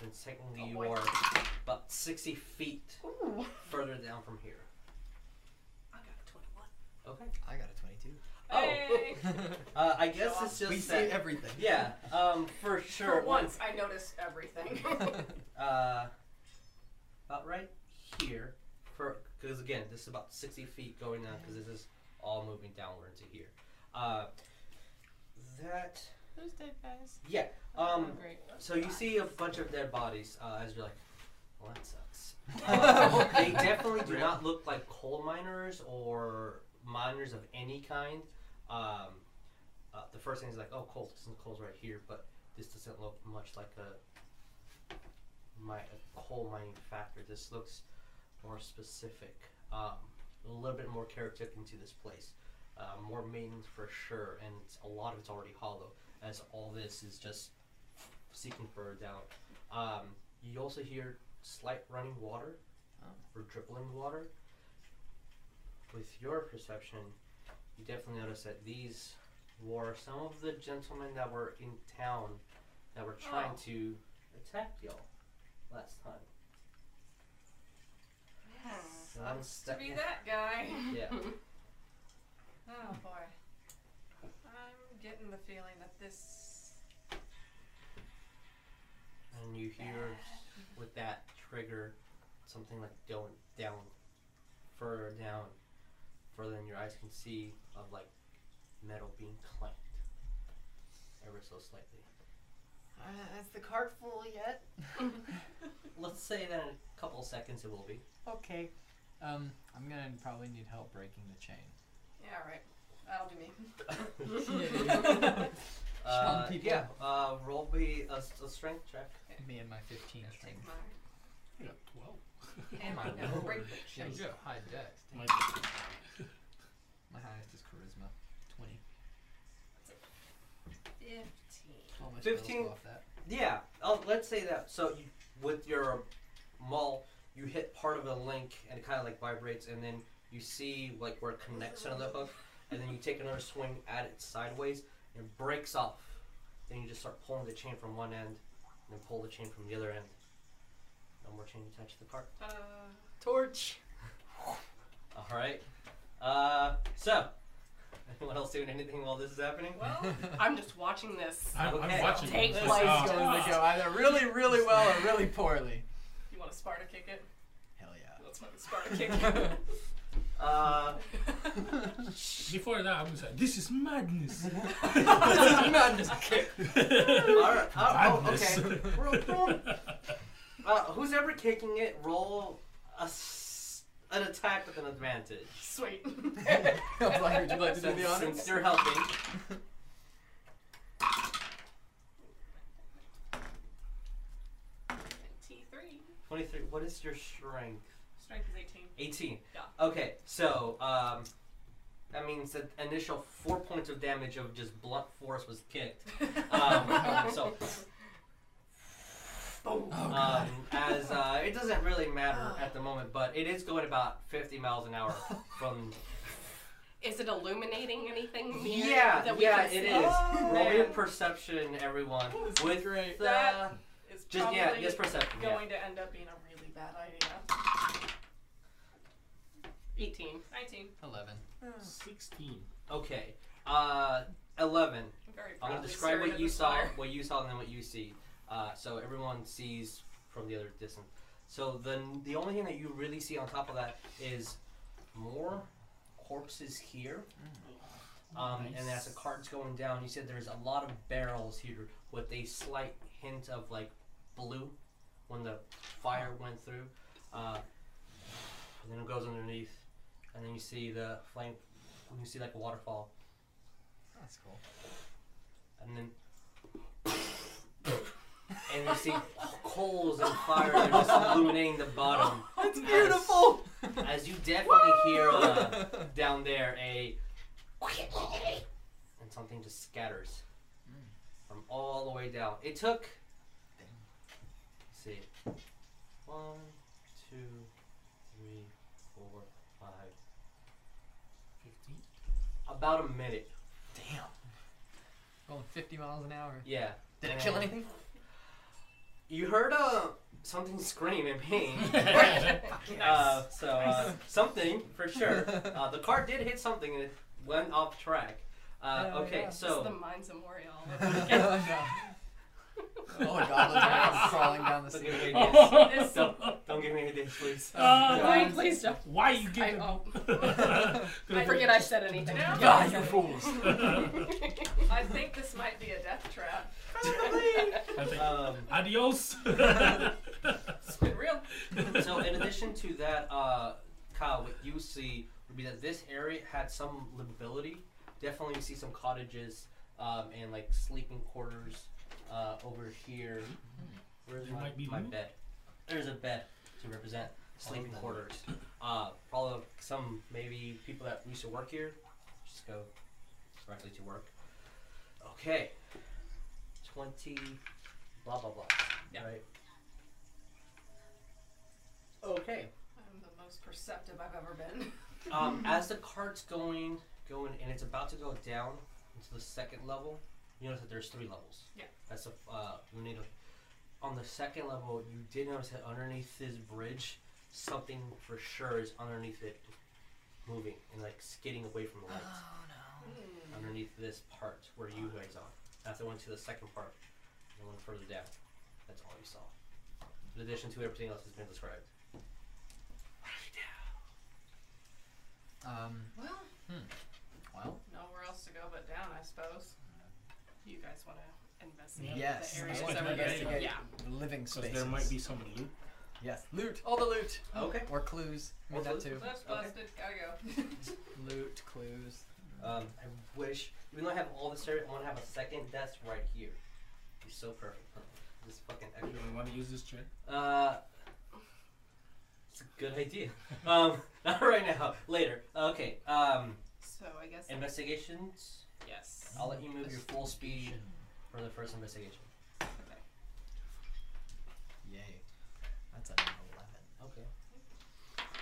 B: Since technically
F: Oh,
B: you
F: boy.
B: are about sixty feet
G: Ooh.
B: further down from here.
F: I got a 21.
B: Okay.
D: I got a 22.
B: Oh.
F: Hey!
B: Uh, I guess it's
D: we
B: just
D: see
B: that.
D: everything.
B: Yeah. Um. For sure.
G: For once, I noticed everything.
B: Uh. About right here, for because again, this is about sixty feet going down because this is all moving downward to here. Uh. That.
G: Those dead guys. Oh,
B: Yeah. Um.
G: Great.
B: So you see a bunch of dead bodies uh, as you're like, well, that sucks. Uh, they definitely do not look like coal miners or miners of any kind. Um, uh, the first thing is like, oh, coal, some coal's right here, but this doesn't look much like a, mi- a coal mining factor. This looks more specific, um, a little bit more characteristic to this place. Uh, more maintenance for sure, and it's, a lot of it's already hollow, as all this is just seeking for down. Um, you also hear slight running water
D: Oh.
B: or dribbling water. With your perception, you definitely notice that these were some of the gentlemen that were in town that were trying
F: Oh.
B: to attack y'all last time. One
F: Sucks to
B: step-
F: be that guy.
B: Yeah.
F: Oh boy. I'm getting the feeling that this.
B: And you hear with that trigger something like going down, further down, further than your eyes can see of like metal being clanked ever so slightly.
D: Uh, is the cart full yet?
B: Let's say that in a couple seconds it will be.
D: Okay. Um, I'm gonna probably need help breaking the chain.
F: Yeah, right. That'll do me.
B: Uh,
D: people.
B: yeah, uh, roll me a, s- a strength check.
D: Me and my 15 string.
F: Take my
E: You got 12.
F: and
D: my
F: my
D: lord.
F: break the
D: She has high dex.
E: My,
D: dang. My highest is charisma. 20.
F: Fifteen.
D: All my spells
B: 15.
D: go off that.
B: Yeah, oh, let's say that. So you, with your maul, you hit part of a link and it kind of like vibrates, and then you see like where it connects another hook, and then you take another swing at it sideways and it breaks off. Then you just start pulling the chain from one end, and then pull the chain from the other end. No more chain attached to the cart.
F: Uh,
G: Torch.
B: All right. Uh, so, anyone else doing anything while this is happening?
F: well,
G: I'm just watching this.
E: I'm,
B: Okay.
E: I'm watching
G: Take
E: this.
G: place,
E: Oh,
D: It's going to go either really, really well or really poorly.
F: you want to Sparta kick it?
D: Hell yeah.
F: Let's fucking Sparta kick it.
B: Uh,
E: Before that, I'm gonna say, this is madness.
B: all right. Oh, oh,
E: Madness.
B: okay. Roll, roll. Uh, who's ever kicking it, roll a s- an attack with an advantage.
F: Sweet.
D: I was like, would you like to do
B: Since,
D: the honors?
B: since you're helping.
F: T three.
B: 23. What is your strength?
F: Strength is eighteen.
B: 18.
F: Yeah.
B: Okay, so um, that means that initial four points of damage of just blunt force was kicked. Um, so.
D: Oh,
B: Boom. um, as uh, it doesn't really matter at the moment, but it is going about 50 miles an hour from.
G: Is it illuminating anything? near
B: Yeah,
G: that we
B: yeah,
G: can
B: it
G: see? Oh.
B: is. Roll your
F: man.
B: perception, everyone.
D: This is
B: With
D: great.
B: the-
F: That It's
B: just
F: probably
B: yeah, just perception. yeah.
F: going to end up being a really bad idea.
G: 18.
F: Nineteen.
D: 11.
E: 16.
B: Okay. Uh, eleven.
F: I'm very
B: I'm
F: proud.
B: gonna describe what you saw, what you saw, and then what you see. Uh, so everyone sees from the other distance. So then the only thing that you really see on top of that is more corpses here. Um, And as the cart's going down, you said there's a lot of barrels here with a slight hint of like blue when the fire went through. Uh, and then it goes underneath, and then you see the flame. And you see like a waterfall,
D: That's cool.
B: and then and you see coals and fire just illuminating the bottom.
D: It's
B: Yes.
D: beautiful!
B: As you definitely hear uh, down there a and something just scatters from all the way down. It took. Let's see, one, two, three, four, five,
E: 15.
B: about a minute.
D: Damn. Going 50 miles an hour.
B: Yeah.
D: Did it kill anything?
B: You heard a something scream at me.
F: Nice.
B: Uh, so uh, something for sure. Uh, the car did hit something and it went off track. Uh,
D: Oh,
B: okay,
D: yeah.
G: It's the
B: so
G: Mines of Moria all over.
D: Oh my god, those guys crawling down the
B: don't give
D: stairs.
B: me ideas.
E: This-
B: Don't, don't give me ideas, please.
D: Oh,
E: Uh,
G: Wait, Um, please don't.
E: Why you
G: I,
E: giving?
G: oh, I
E: Gonna-
G: forget I said anything.
F: No.
D: God, you fools!
F: I think this might be a death trap.
E: I think-
B: Um,
E: Adios.
F: It's been real.
B: so in addition to that, uh, Kyle, what you see would be that this area had some livability. Definitely, you see some cottages um, and like sleeping quarters uh, over here. Where's
E: There
B: my,
E: might be
B: my
E: loot.
B: bed? There's a bed to represent sleeping
D: Oh.
B: quarters. Uh, probably some maybe people that used to work here just go directly to work. Okay, twenty, blah blah blah.
E: Yeah.
B: Right. Okay.
F: I'm the most perceptive I've ever been.
B: Um, as the cart's going, going, and it's about to go down into the second level, you notice that there's three levels.
F: Yeah.
B: That's a uh, you need a- On the second level, you did notice that underneath this bridge, something for sure is underneath it, moving and like skidding away from the light. Underneath this part where you guys are. After I went to the second part, and went further down. That's all you saw. In addition to everything else that's been described.
D: Um,
F: Well,
D: well,
F: nowhere else to go but down, I suppose.
G: You guys want to investigate
D: yes.
G: the
D: I
G: areas
E: want
D: want
E: to
D: to
G: over there?
E: investigate.
G: Yeah.
D: living
E: Because
D: spaces.
E: there might be some loot.
D: Yes, loot. All the loot.
B: Okay.
D: Or clues.
B: Or
D: Or that
B: clues.
D: too.
F: That's
B: Okay.
F: busted. Gotta go.
D: Loot clues.
B: Um, I wish, even though I have all this area, I want to have a second desk right here. You're so perfect. This fucking
E: You
B: extra.
E: want to use this chair?
B: Uh, it's a good idea. Um, not right now. Later. Okay. Um,
G: So I guess.
B: investigations.
G: Yes.
B: I'll let you move your full speed for the first investigation.
D: Yay. That's an 11.
B: Okay.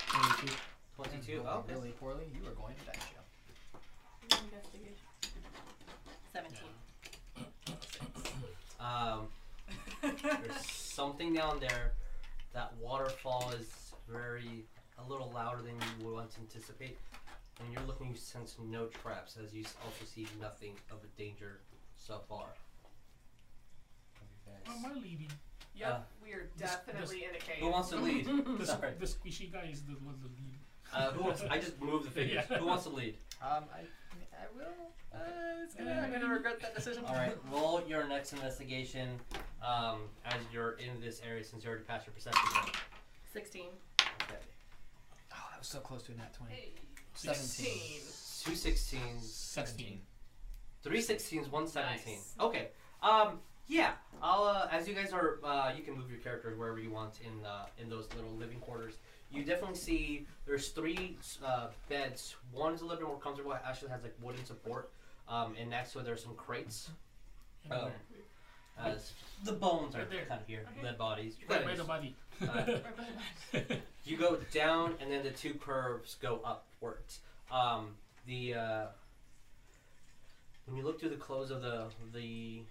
E: Twenty-two.
B: Twenty-two.
D: Rolling
B: Okay.
D: Really poorly. You are going to die, Joe.
G: Investigation. 17.
B: Um, there's something down there. That waterfall is very a little louder than you would want to anticipate. When you're looking, you sense no traps, as you s- also see nothing of a danger so far.
E: Oh, my lady.
F: Yep,
B: Uh,
F: we are
E: this-
F: definitely in a cave.
B: Who wants to lead?
E: The, s-
B: Hmm. Sorry.
E: the squishy guy is the one the lead.
B: Uh, who wants? I just moved the figures.
E: Yeah.
B: Who wants to lead?
D: Um, I, I will. Uh, it's gonna, I'm going to regret that decision.
B: All right, roll your next investigation um, as you're in this area since you already passed your perception. check.
G: 16.
B: Okay.
D: Oh, that was so close to a nat 20.
F: Hey,
D: 17.
B: Two 16s.
E: Sixteen.
B: Three sixteens, one seventeen.
G: Nice.
B: Okay. Um. Yeah. I'll. Uh, as you guys are, uh, you can move your characters wherever you want in uh, in those little living quarters. You definitely see there's three uh, beds. One's a little bit more comfortable. It actually has like wooden support. Um, and next to it there's some crates.
E: And
B: Um,
E: where?
B: as the bones are
E: Right there.
B: kind of here,
F: Okay.
B: dead bodies.
E: Right by the body.
B: Alright. You go down, and then the two curves go upwards. Um, the uh, when you look through the clothes of the the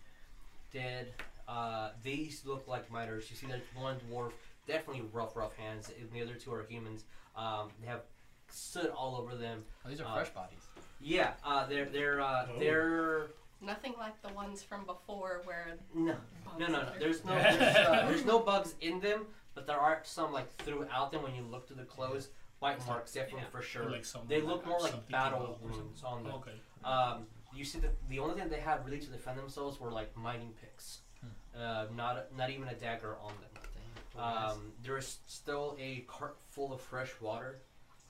B: dead, uh, these look like miters. You see that one dwarf, definitely rough, rough hands, and the other two are humans. Um, they have soot all over them.
D: Oh, these are
B: Uh,
D: fresh bodies.
B: Yeah, uh, they're they're uh,
E: Oh.
B: they're
G: Nothing like the ones from before where.
B: no no no no. There's no
E: Yeah.
B: there's, uh, there's no bugs in them, but there are some like throughout them when you look through the clothes. White marks, definitely
F: Yeah.
B: for
E: Or
B: sure.
E: like some-
B: They look more like
E: something
B: battle
E: developed or
B: wounds on them.
E: something. Okay.
B: Um, you see that the only thing they had really to defend themselves were like mining picks, uh, not not even a dagger on them.
D: Oh,
B: Um, there's still a cart full of fresh water.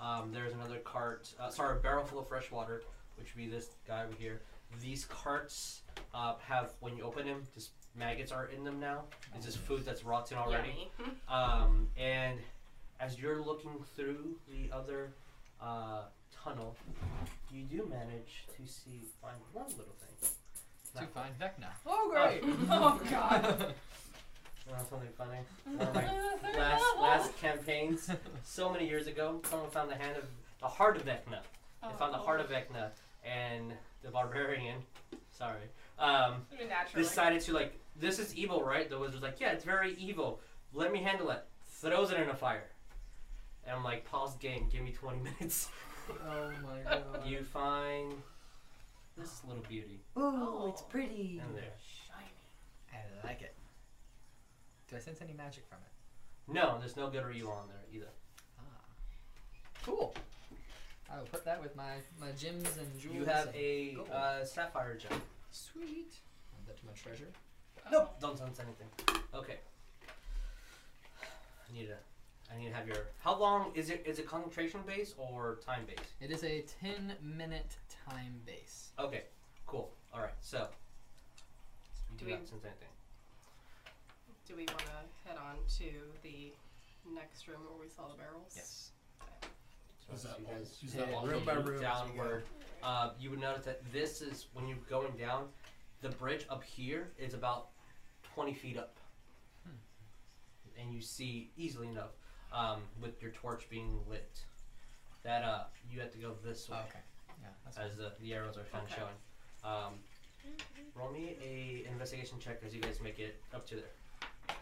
B: Um, there's another cart, uh, sorry, a barrel full of fresh water, which would be this guy over here. These carts uh, have, when you open them, just maggots are in them now. It's just food that's rotten already.
G: Yummy.
B: Um, and as you're looking through the other uh, tunnel, you do manage to see find one little thing.
D: Two fine deck now.
F: Oh, great. oh, God.
B: Uh, something funny. One of my last last campaigns, so many years ago, someone found the hand of the heart of Vecna. They found the heart of Vecna, and the barbarian, sorry, um,
F: I mean, naturally.
B: decided to like this is evil, right? The wizard's like, yeah, it's very evil. Let me handle it. Throws it in a fire. And I'm like, pause game. Give me 20 minutes.
D: Oh my god.
B: you find this little beauty.
F: Oh, it's
B: in
H: pretty.
B: there.
D: I like it. Do I sense any magic from it? Ah.
B: No, there's no good or evil on there either.
D: Cool. I will put that with my my gems and jewels.
B: You have
D: and
B: a
D: gold.
B: uh, sapphire gem.
D: sweet. Add that to my treasure.
B: Nope. Don't sense anything. Okay. I need to. I need to have your. How long is it? Is it concentration based or time based?
D: It is a ten minute time base.
B: Okay. Cool. All right. So. You
G: Do
B: do,
G: we-
B: not sense anything.
G: Do we want to head on to the next room where we saw the barrels?
D: Yes.
B: So
E: Is that
B: you
E: all-
B: guys
E: is that
D: Yeah,
E: all
D: room
E: you
D: by
E: do?
D: room. as we
B: downward. Uh, you would notice that this is when you're going down. The bridge up here is about 20 feet up,
D: Hmm.
B: and you see easily enough um, with your torch being lit that uh, you have to go this way
D: Okay. Yeah. That's
B: as the, the arrows are kind
G: Okay.
B: of showing. Um, roll me a investigation check as you guys make it up to there.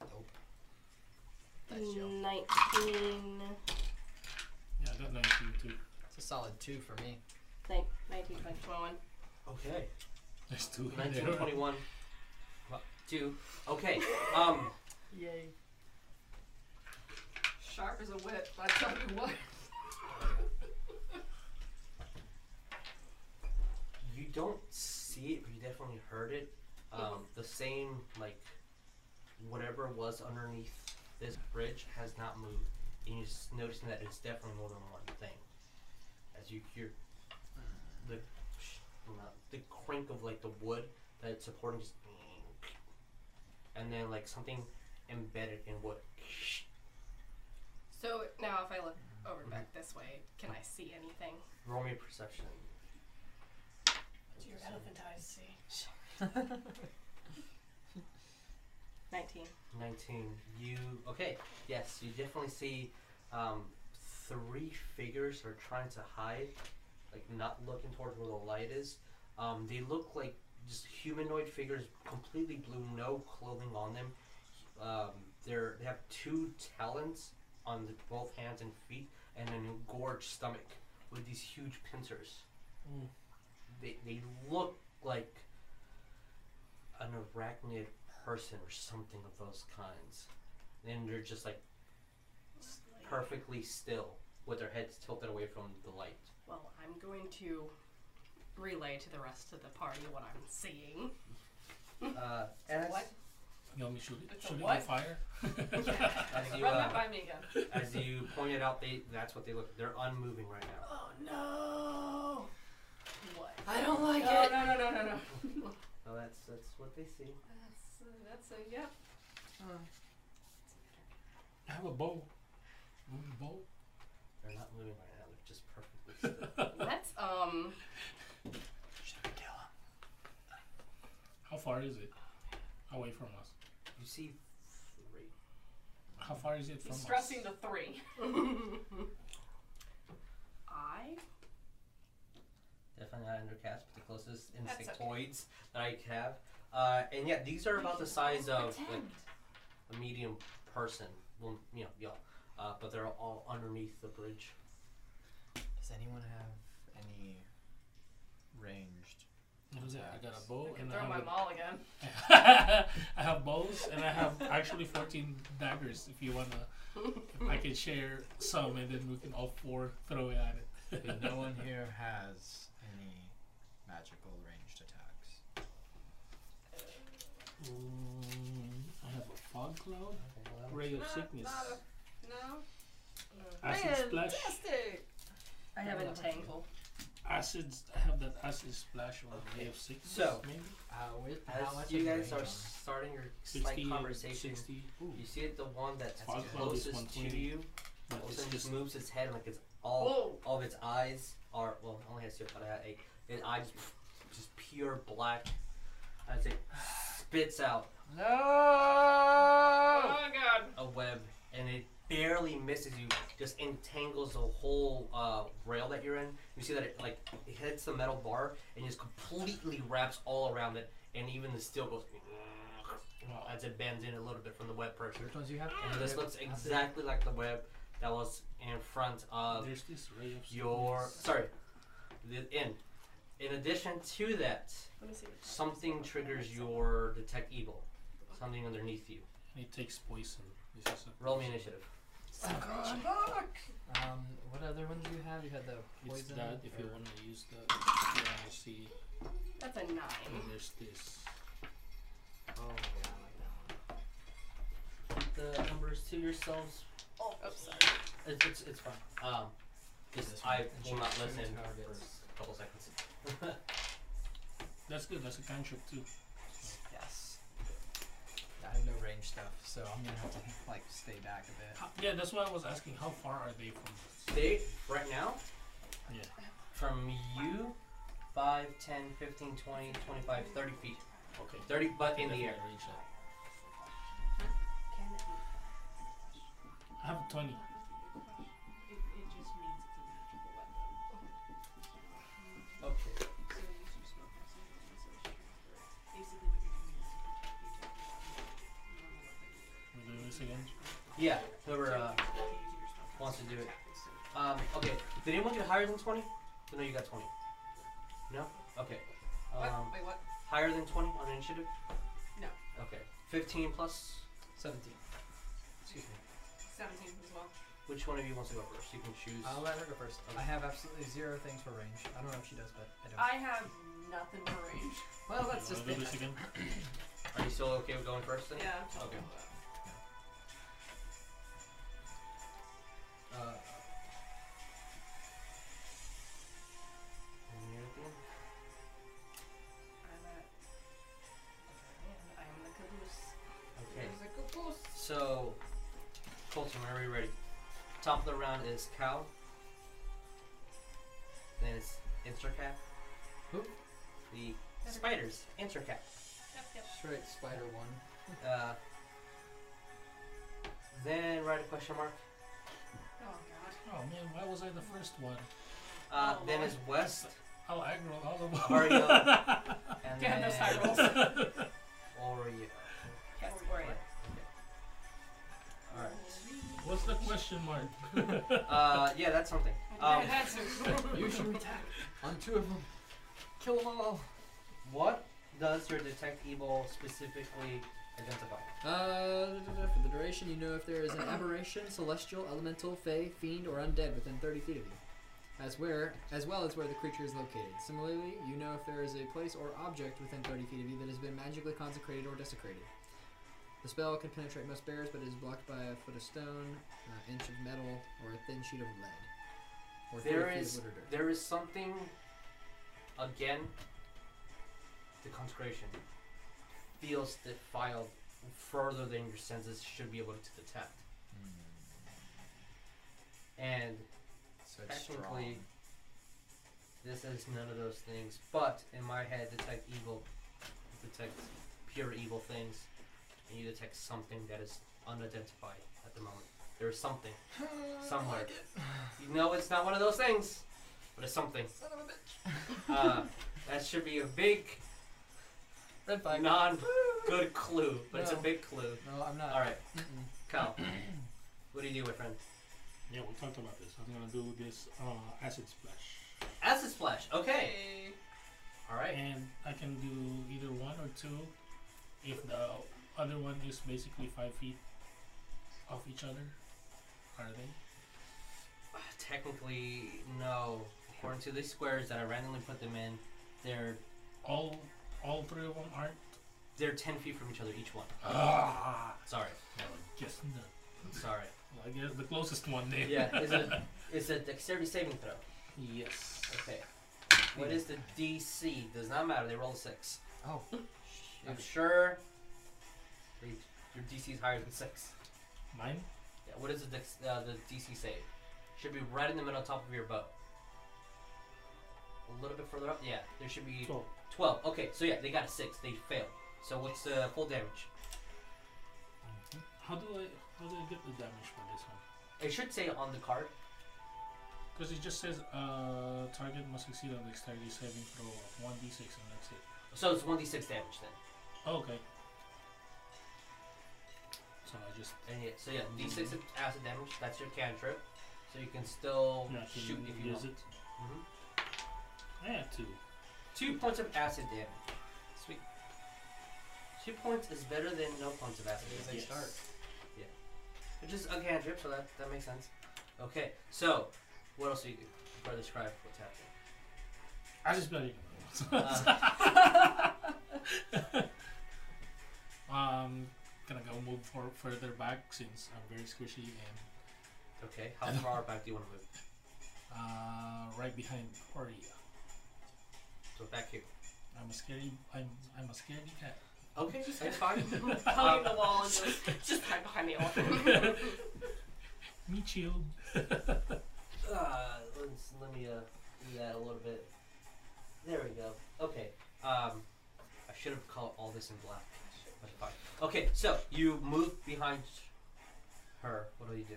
D: dope. Nice job.
G: 19.
E: Yeah, I got 19 too.
D: It's a solid two for me.
G: Nine, 19, 20, 21.
B: Okay.
E: There's two in there.
B: 1921. Well, Two. Okay. Um.
D: Yay.
F: Sharp as a whip, I tell you what.
B: You don't see it, but you definitely heard it. Um, the same, like, whatever was underneath this bridge has not moved. And you're just noticing that it's definitely more than one thing. As you hear the, sh- not, the crank of, like, the wood that it's supporting just. And then, like, something embedded in wood.
G: So now if I look over back this way, can I see anything?
B: Roll me a perception.
C: Do your elephant eyes see?
G: 19.
B: 19. You. Okay. Yes, you definitely see um, three figures are trying to hide, like not looking towards where the light is. Um, they look like just humanoid figures, completely blue, no clothing on them. Um, they're, they have two talons on the, both hands and feet, and an engorged stomach with these huge pincers.
E: Mm.
B: They, they look like an arachnid person or something of those kinds. And they're just like s- perfectly still with their heads tilted away from the light.
G: Well, I'm going to relay to the rest of the party what I'm seeing.
B: Uh, as,
F: What?
E: You want me to shoot it?
F: It's a
E: Shoot it on
F: what?
E: fire?
B: as you
F: Run that
B: uh,
F: by me again.
B: as you pointed out, they that's what they look. They're unmoving right now.
F: Oh no!
G: What?
F: I don't like
G: it.
F: No, no, no, no, no.
B: Oh, that's that's what they see.
F: That's uh, that's a yep.
E: I have a bow. Move the bow.
B: They're not moving right now. They're just perfectly still.
G: Let's, um,
E: How far is it away from us?
B: you see three.
E: How far is it from
F: He's
E: us?
F: stressing the three.
G: I
B: Definitely not undercast, but the closest
F: That's okay.
B: insectoids that I have. Uh, and yeah, these are about the size of like, a medium person. Well, you know, yeah. Uh, but they're all underneath the bridge.
D: Does anyone have any ranged?
E: What is it? I got a bow
F: I can
E: and
F: throw
E: I
F: my
E: have
F: maul again.
E: a, I have bows and I have actually 14 daggers if you wanna. If I can share some and then we can all four throw it at it.
D: no one here has any magical ranged attacks.
E: Mm, I have a fog cloud. Ray of
F: Not-
E: sickness.
F: not a- No.
E: Acid splash.
F: Fantastic.
G: I have
F: Another
G: entangle.
E: Acid. I have that acid splash or ray of sickness.
B: So,
E: maybe
D: Uh, with
B: As
D: how much
B: you
D: is
B: guys
D: range
B: are
D: on-
B: starting your
E: 60,
B: slight conversation,
E: 60. Ooh,
B: you see it, the one that's
E: That's good.
B: closest to
E: 120.
B: you,
E: but
B: all of a
E: it's
B: sudden
E: just
B: just moves its head like it's all
F: Whoa.
B: all of its eyes are well, it only has two, but I had eight. Its eyes just pure black as it spits out
F: Oh, god.
B: a web and it barely misses you, just entangles the whole uh, rail that you're in. You see that it like it hits the metal bar and just completely wraps all around it, and even the steel goes
E: Wow.
B: as it bends in a little bit from the web pressure.
D: Which ones you have?
B: And this looks exactly like the web that was in front of
E: There's this ray of
B: your.
E: sweetness.
B: Sorry, the in. In addition to that,
C: Let me see.
B: something triggers your detect evil. Something underneath you.
E: And it takes poison. This is a
B: Roll me initiative.
D: Um, what other ones do you have? You had the
E: It's
D: poison.
E: that if you
D: or-
E: want to use the. You want to see.
G: That's a nine.
E: And there's this.
D: Oh, yeah, I like that one.
B: The numbers to yourselves.
F: Oh, oops, sorry.
B: It's it's, it's fine. Um, just-
D: This
B: I
D: one. And
B: will
D: she-
B: not
D: she
B: listen
D: knows how it
B: for
D: is.
B: a couple seconds.
E: That's good. That's a cantrip too.
D: Yes. I have no range stuff, so I'm gonna have to like stay back a bit.
E: How- Yeah, that's why I was asking. How far are they from? us?
B: they right now
E: Yeah.
B: from you 5 10 15 20 25 30 feet
E: Okay.
B: 30 but in the
E: Definitely
B: air
E: range that. I have twenty.
H: It, it just means it's a magical weapon.
B: okay
H: So you should smoke that something and so she transfer it. Basically what you're doing is you protect you take your body normal weapon.
E: We're doing this again.
B: yeah whoever uh,
H: You can use your smoke
B: wants to do it
H: weapon. So
B: um okay did anyone get higher than 20 no you got 20 no okay
F: What?
B: um,
F: Wait, what?
B: higher than 20 on initiative
F: No.
B: okay 15 plus
D: Seventeen.
B: excuse me
F: 17 as well.
B: which one of you wants to go first you can choose
D: I'll let her go first. I have absolutely zero things for range. I don't know if she does, but I don't.
F: I have nothing for range.
E: You
D: well, Oh, that's just
E: wanna do this
D: it.
E: again.
B: are you still okay with going first then
F: Yeah.
B: okay
D: Uh,
B: And you're at the end.
F: I'm at. Man, I'm the caboose.
B: okay
F: There's a caboose.
B: So, Colton, whenever you're ready. Top of the round is cow. Then it's Intercat.
D: Who?
B: The spiders. Intercat.
F: Yep, yep.
D: straight spider one.
B: Uh, then write a question mark.
F: Oh, God.
E: Oh man, why was I the first one?
B: Uh,
F: Oh,
B: then
F: Lord.
B: is West.
E: I'll aggro all of them.
B: Ario. and
F: Damn,
B: then
F: those high rolls.
B: Oreo.
F: Yes,
B: What?
F: Oreo.
B: Okay. Alright.
E: What's the question mark?
B: Uh, yeah, that's something. Um,
F: That's a-
D: You should attack on two of them. Kill them all.
B: what does your detect evil specifically identify?
D: Uh, for the duration, you know if there is an aberration, celestial, elemental, fey, fiend, or undead within 30 feet of you, as where, as well as where the creature is located. Similarly, you know if there is a place or object within 30 feet of you that has been magically consecrated or desecrated. The spell can penetrate most barriers, but it is blocked by a foot of stone, an inch of metal, or a thin sheet of lead. Or 30
B: There
D: feet of
B: is
D: wood or dirt.
B: there is something again the consecration feels defiled further than your senses should be able to detect. And
D: Hmm. So
B: technically this is none of those things. But in my head detect evil detect pure evil things and you detect something that is unidentified at the moment. There is something somewhere. You know it's not one of those things, but it's something.
D: Son of a bitch.
B: Uh, that should be a big,
D: Red flag.
B: non good clue, but it's a
D: No.
B: big clue.
D: No, I'm not.
B: Alright,
D: Mm-mm.
B: Kyle, what do you do, my friend?
E: yeah, we talked about this. I'm gonna do this uh, acid splash,
B: Acid Splash, okay.
F: Hey.
B: Alright.
E: and I can do either one or two. If the other one is basically five feet off each other, are they?
B: Uh, Technically, no. According to these squares that I randomly put them in, they're
E: All, all three of them aren't.
B: they're 10 feet from each other, each one.
E: Ah,
B: Sorry,
E: just the.
B: sorry.
E: I guess the closest one there.
B: Yeah, it's a, it's a dexterity saving throw.
E: Yes.
B: Okay. What is the DC? Does not matter, they roll a 6.
D: Oh.
B: I'm
D: Shoot.
B: sure your your DC is higher than 6.
E: Mine.
B: Yeah, what is the dex- uh, the DC save? Should be right in the middle top of your bow. A little bit further up. Yeah, there should be
E: Twelve.
B: 12. Okay, so yeah, they got a 6. They failed. So what's the full damage?
E: How do I how do I get the damage for this one?
B: It should say on the card.
E: Because it just says uh, target must succeed on dexterity saving throw of 1d6 and that's it.
B: So it's 1d6 damage then.
E: Okay. Oh, so I just
B: And yeah, so yeah, d6 of acid damage. That's your cantrip. So you can still
E: yeah, I can
B: Oh, shoot if you
E: use
B: want. Mm-hmm.
E: it.
B: Mhm.
E: I have two.
B: Two points of acid damage. Sweet. Two points is better than no points of acid damage.
D: They
E: Yes.
D: start.
B: Which is a cantrip, so that, that makes sense. Okay, so what else do you do? Further describe what's happening.
E: I just barely. um, gonna go move for, further back since I'm very squishy and
B: Okay, how far back do you want to move?
E: uh, right behind Oreo.
B: So back here.
E: I'm a scary. I'm I'm a scaredy cat.
B: Okay, that's fine. um,
G: Hugging the wall and just, just hide behind the elephant.
E: Me chill.
B: Uh, let's, let me uh, do that a little bit. There we go. Okay. Um, I should have called all this in black. But fine. Okay, so you move behind her. What do you do?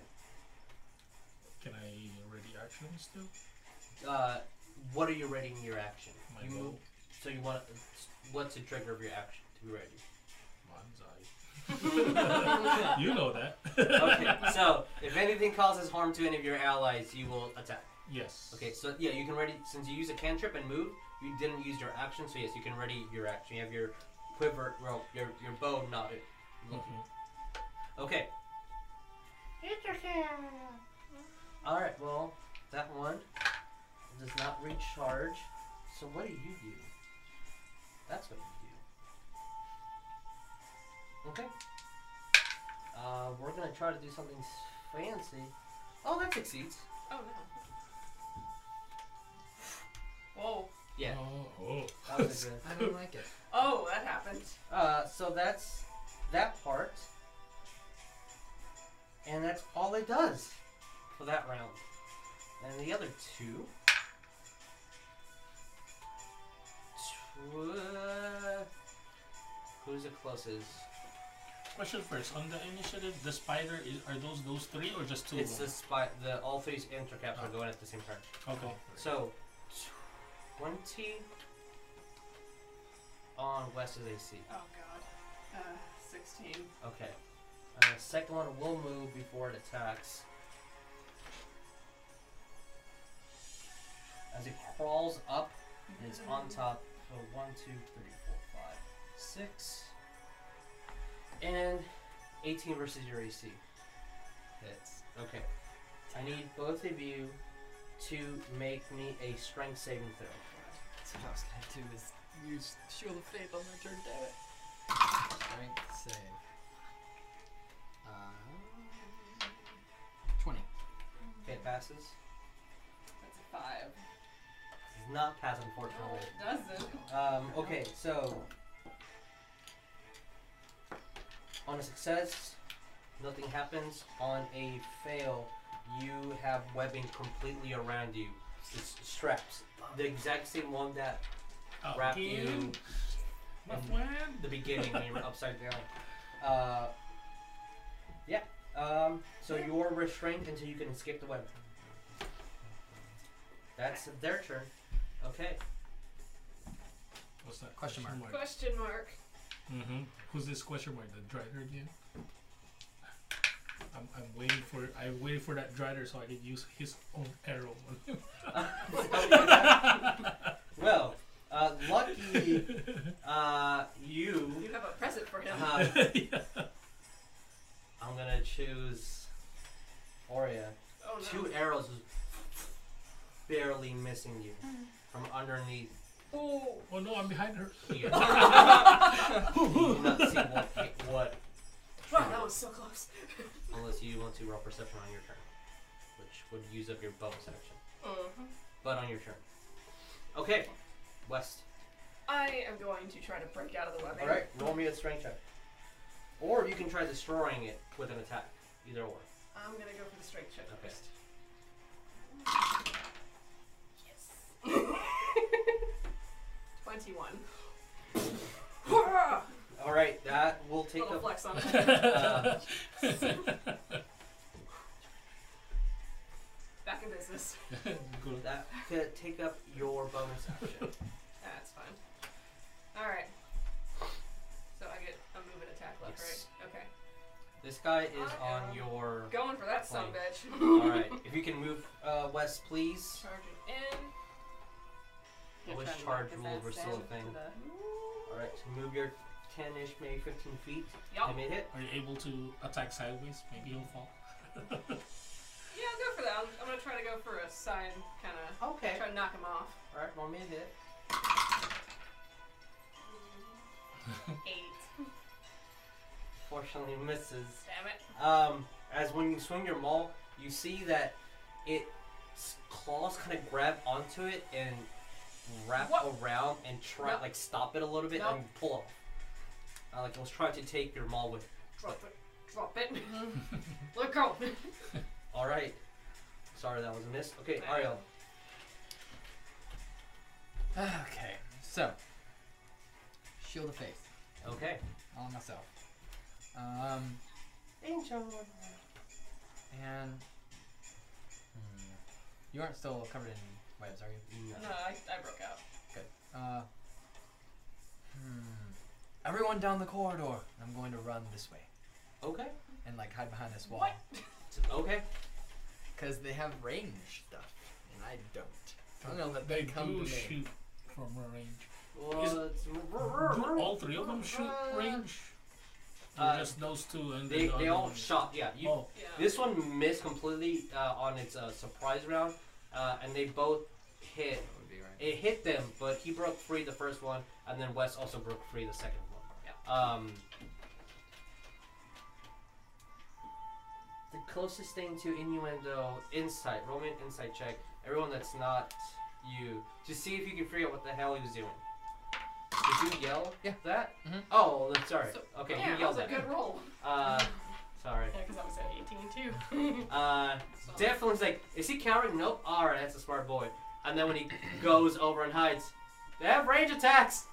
E: Can I ready action still?
B: Uh, what are you rating your action?
E: My
B: you
E: goal.
B: move. So you want. What's the trigger of your action to be ready?
E: Manzai. you know that.
B: Okay. so if anything causes harm to any of your allies, you will attack.
E: Yes.
B: Okay, so yeah, you can ready since you use a cantrip and move. You didn't use your action, so yes, you can ready your action. You have your quiver, well, your your bow knotted.
E: Mhm.
B: Okay. All right. Well, that one does not recharge. So what do you do? That's what you do. Okay. Uh, we're gonna try to do something s- fancy. Oh, that succeeds.
F: Oh no.
G: Whoa.
B: Yeah.
E: Oh.
B: That was a good.
D: I don't like it.
F: Oh, that happened.
B: Uh, so that's that part. And that's all it does for that round. And the other two. Tw- who's the closest?
E: Question first on the initiative. The spider is, are those those three or just two?
B: It's
E: of
B: the
E: them? Oh.
B: spy. The all three enter caps are going at the same time.
E: Okay.
B: So, twenty on West's AC.
F: Oh god. Uh, 16.
B: Okay. Uh, second one will move before it attacks. As it crawls up and it's on top. So one, two, three, four, five, six, And 18 versus your AC. Hits. Okay. I need both of you to make me a strength saving throw.
D: That's what I was gonna do is use shield of faith on my turn. Damn it. Strength save. Uh, Twenty.
B: Okay, it passes.
F: That's a 5.
B: Does not pass, unfortunately.
F: Doesn't.
B: Um, okay, so on a success, nothing happens. On a fail, you have webbing completely around you. It's straps, the exact same one that wrapped you
E: Again? uh, My friend.
B: at the beginning when you were upside down. Uh, yeah. Um, so you're restrained until you can escape the web. That's their turn. Okay.
E: What's that
D: Question mark.
F: Question mark.
E: Mm-hmm. Who's this question mark? The drider again? I'm, I'm waiting for I waited for that drider so I could use his own arrow on him.
B: Well, uh, lucky uh, you.
F: You have a present for him.
B: Uh, I'm gonna choose Oria.
F: Oh no.
B: Two arrows was barely missing you from underneath
F: Oh.
E: oh no, I'm behind her.
B: here. you do not see what, what
F: Wow, that was so close.
B: unless you want to roll perception on your turn, which would use up your bonus action, Uh-huh.
F: Mm-hmm.
B: but on your turn. Okay, West.
F: I am going to try to break out of the webbing.
B: All right, roll me a strength check, or you can try destroying it with an attack. Either or.
F: I'm gonna go for the strength check
B: Okay.
F: first. Twenty-one. Little
B: All right, that will take the
F: flex on it.
B: Uh,
F: Back in business.
E: Good.
B: That could take up your bonus action.
F: That's fine. All right. So I get a move and attack left,
B: Yes.
F: right? Okay.
B: This guy is on your.
F: Going for that son, bitch.
B: Alright, if you can move uh, west, please.
F: Charging in.
G: You're
B: Which
G: trying to
B: charge
G: knock his
B: rule
G: ass
B: versus
G: down
B: the thing?
G: to the-
B: Alright, so move your 10 ish, maybe 15 feet. I
F: Yup.
B: made it.
E: Are you able to attack sideways? Maybe you'll fall.
F: Yeah, I'll go for that. I'm, I'm gonna try to go for a sign, kind of
B: Okay.
F: try to knock him off.
B: Alright, roll me a hit.
F: Eight.
B: Fortunately, misses.
F: Damn it.
B: Um, as when you swing your maul, you see that its claws kind of grab onto it and wrap
F: What?
B: around and try
F: Nope.
B: like stop it a little bit
F: Nope.
B: and pull off. Uh, like it was trying to take your maul with.
F: Drop it. Drop it. Let go.
B: All right. Sorry, that was a miss. Okay, Ariel.
D: Okay, so shield of faith
B: Okay.
D: on myself. Um,
B: Angel.
D: and hmm, you aren't still covered in webs, are you?
F: No, I, I broke out.
D: Uh, hmm. Everyone down the corridor. and I'm going to run this way
B: Okay.
D: and like hide behind this wall
F: What?
B: Okay.
D: because they have range stuff and I don't. I'm gonna let
E: They
D: them come to
E: do
D: me.
E: shoot from range.
B: Well,
E: Is-
B: it's-
E: Do all three of them shoot range? Or
B: Uh,
E: just those two and
B: They,
E: the
B: they
E: other
B: all
E: one?
B: shot. Yeah. You,
E: Oh,
F: Yeah.
B: This one missed completely uh, on its uh, surprise round, uh, and they both hit.
D: That would be right.
B: It hit them, but he broke free the first one, and then Wes also broke free the second one.
F: Yeah.
B: Um, the closest thing to innuendo insight. Roll me an insight check. Everyone that's not you, to see if you can figure out what the hell he was doing. Did you yell
D: Yeah.
B: that?
D: Mhm.
B: Oh, that's- sorry.
G: So-
B: okay,
F: yeah,
B: you
F: that was
B: yelled
F: a
B: at me.
F: good roll.
B: Uh, sorry.
G: Yeah, because I was at 18 too.
B: Uh,
F: So-
B: Deflin's like, is he countering? Nope. All right, that's a smart boy. And then when he goes over and hides, they have range attacks.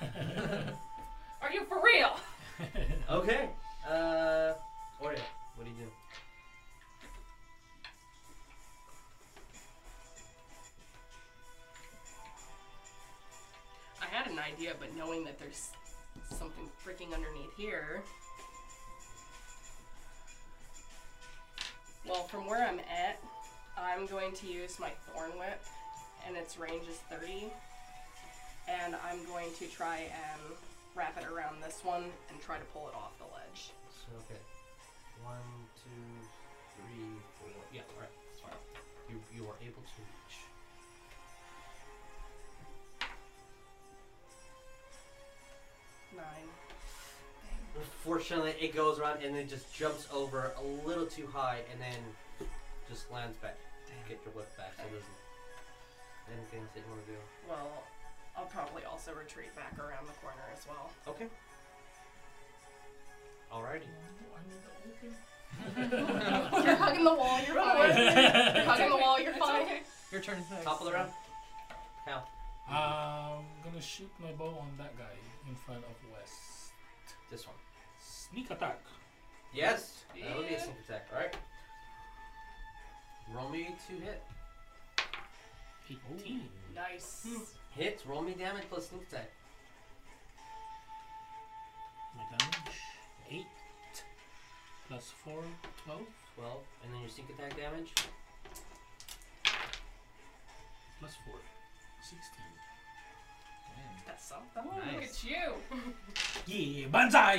F: Are you for real?
B: Okay. Uh, Oreo, what do you do?
G: I had an idea, but knowing that there's something freaking underneath here. Well, from where I'm at, I'm going to use my Thorn Whip, and its range is 30. And I'm going to try and wrap it around this one and try to pull it off the ledge.
B: So, okay. One, two, three, four. Yeah, all right. That's fine. You, you are able to reach.
G: Nine.
B: Unfortunately, it goes around and then just jumps over a little too high and then just lands back. Get your whip back. So there's anything else that you want to do.
G: Well, I'll probably also retreat back around the corner as well.
B: Okay. Alrighty.
G: you're hugging the wall, you're fine. You're hugging the wall, you're fine.
D: Your turn is next.
B: Top of the round. Cal.
E: I'm gonna shoot my bow on that guy in front of Wes.
B: This one.
E: Sneak attack.
B: Yes. That would be a
F: Yeah.
B: sneak attack. Alright. Roll me to hit.
E: 18.
G: Nice.
B: Hits. Roll me damage plus sneak attack.
E: My damage. 8. Plus 4, 12.
B: 12. And then your sneak attack damage.
E: Plus 4. 16.
G: That's something.
F: Look
B: Nice.
F: at you.
E: Yeah, banzai!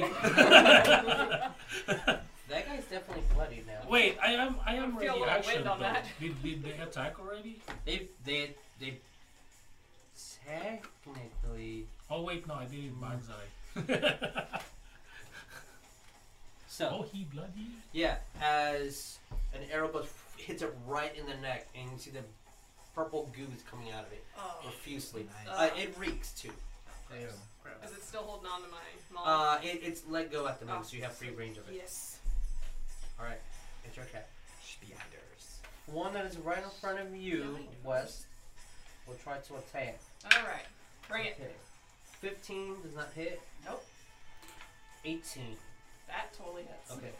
B: That guy's definitely bloody now.
E: Wait, I am I am
F: I feel a
E: ready.
F: little
E: action,
F: wind on
E: though.
F: that.
E: Did, did they attack already?
B: They they they technically
E: Oh wait, no, I didn't banzai.
B: so
E: oh, he bloody.
B: Yeah, as an arrow goes, hits it right in the neck, and you see the purple goo is coming out of it
F: Oh.
B: profusely.
D: Nice.
B: Uh, it reeks too.
D: Ew.
F: Is it still holding on to my maul?
B: Uh, it, it's let go at the moment,
F: Oh,
B: so you have free range of it.
F: Yes.
B: All right, it's your cat.
D: Spiders.
B: One that is right in front of you, West, will try to attack.
F: All right. Bring it.
B: Okay. Fifteen does not hit.
F: Nope.
B: Eighteen.
F: That totally hits.
B: Okay.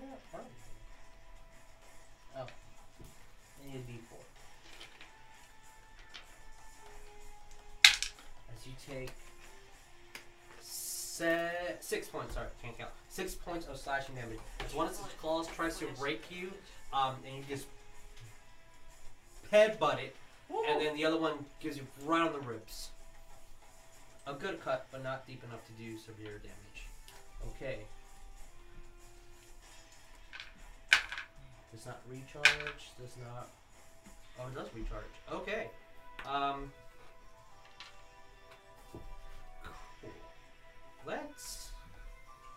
B: Yeah, pardon. Oh. I need a d4. As you take. Se- six points. Sorry, can't count. Six points of slashing damage. As one of its claws tries to rake you, um, and you just head butt it, and then the other one gives you right on the ribs. A good cut, but not deep enough to do severe damage. Okay. Does not recharge. Does not. Oh, it does recharge. Okay. Um. Cool. Let's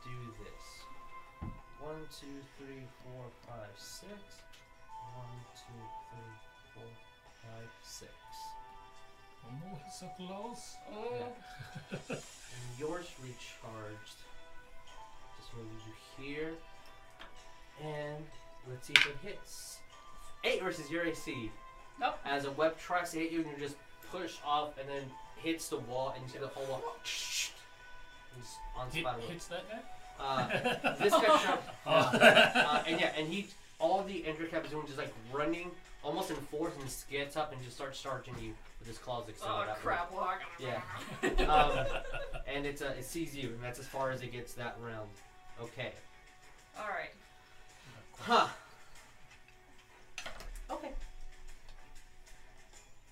B: do this. One, two, three, four, five, six. One, two, three, four, five, six.
E: Oh, he's so close.
G: Oh,
B: And yours recharged. Just move you here. And let's see if it hits. Eight versus your AC.
G: Nope.
B: As a web tries to hit you, and you just push off, and then hits the wall, and you see the whole wall. He's on
E: Hit,
B: spiral.
E: hits that guy?
B: Uh, this guy shot.
E: Oh.
B: Uh, and yeah, and he, all the injured cap is doing just like running, almost in force, and just gets up and just starts charging you with his claws
F: Oh,
B: extended out.
F: crap, well, I gotta
B: Yeah. Um, and it's uh, it sees you, and that's as far as it gets that round. Okay.
F: Alright.
B: Huh. Okay.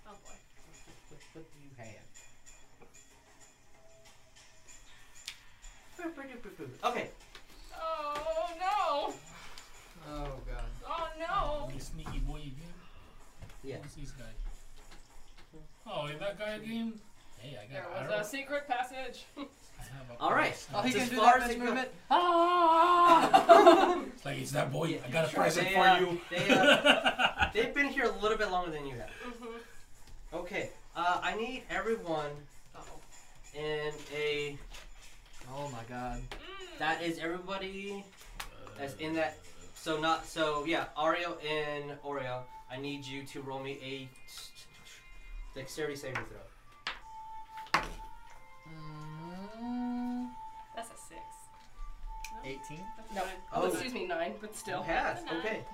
F: Oh boy.
B: What, what do you have? Okay.
F: Oh no!
D: Oh god.
F: Oh no!
E: The sneaky boy again.
B: Yeah.
E: Who's this guy? Oh, and that guy again? Hey, I
F: There
E: got
F: was
E: arrow.
F: a secret passage.
E: I have a
B: All right.
E: prize.
D: Oh, he
B: It's
D: can
B: as
D: do
B: far as
D: that
B: it
D: best
B: go-
D: movement.
E: It's like, it's that boy. I got a
B: Sure,
E: present
B: they,
E: for
B: uh,
E: you.
B: They, uh, they've been here a little bit longer than you have. Okay. Uh, I need everyone
F: Uh-oh.
B: in a.
D: Oh my god.
B: That is everybody that's in that. So not so yeah. Ario and Oreo. I need you to roll me a dexterity saving throw.
D: Mm,
G: that's a six.
D: 18.
G: No.
F: Nine.
G: Oh,
B: Oh.
G: excuse me, nine, but still.
B: You have.
F: Nine.
B: Okay.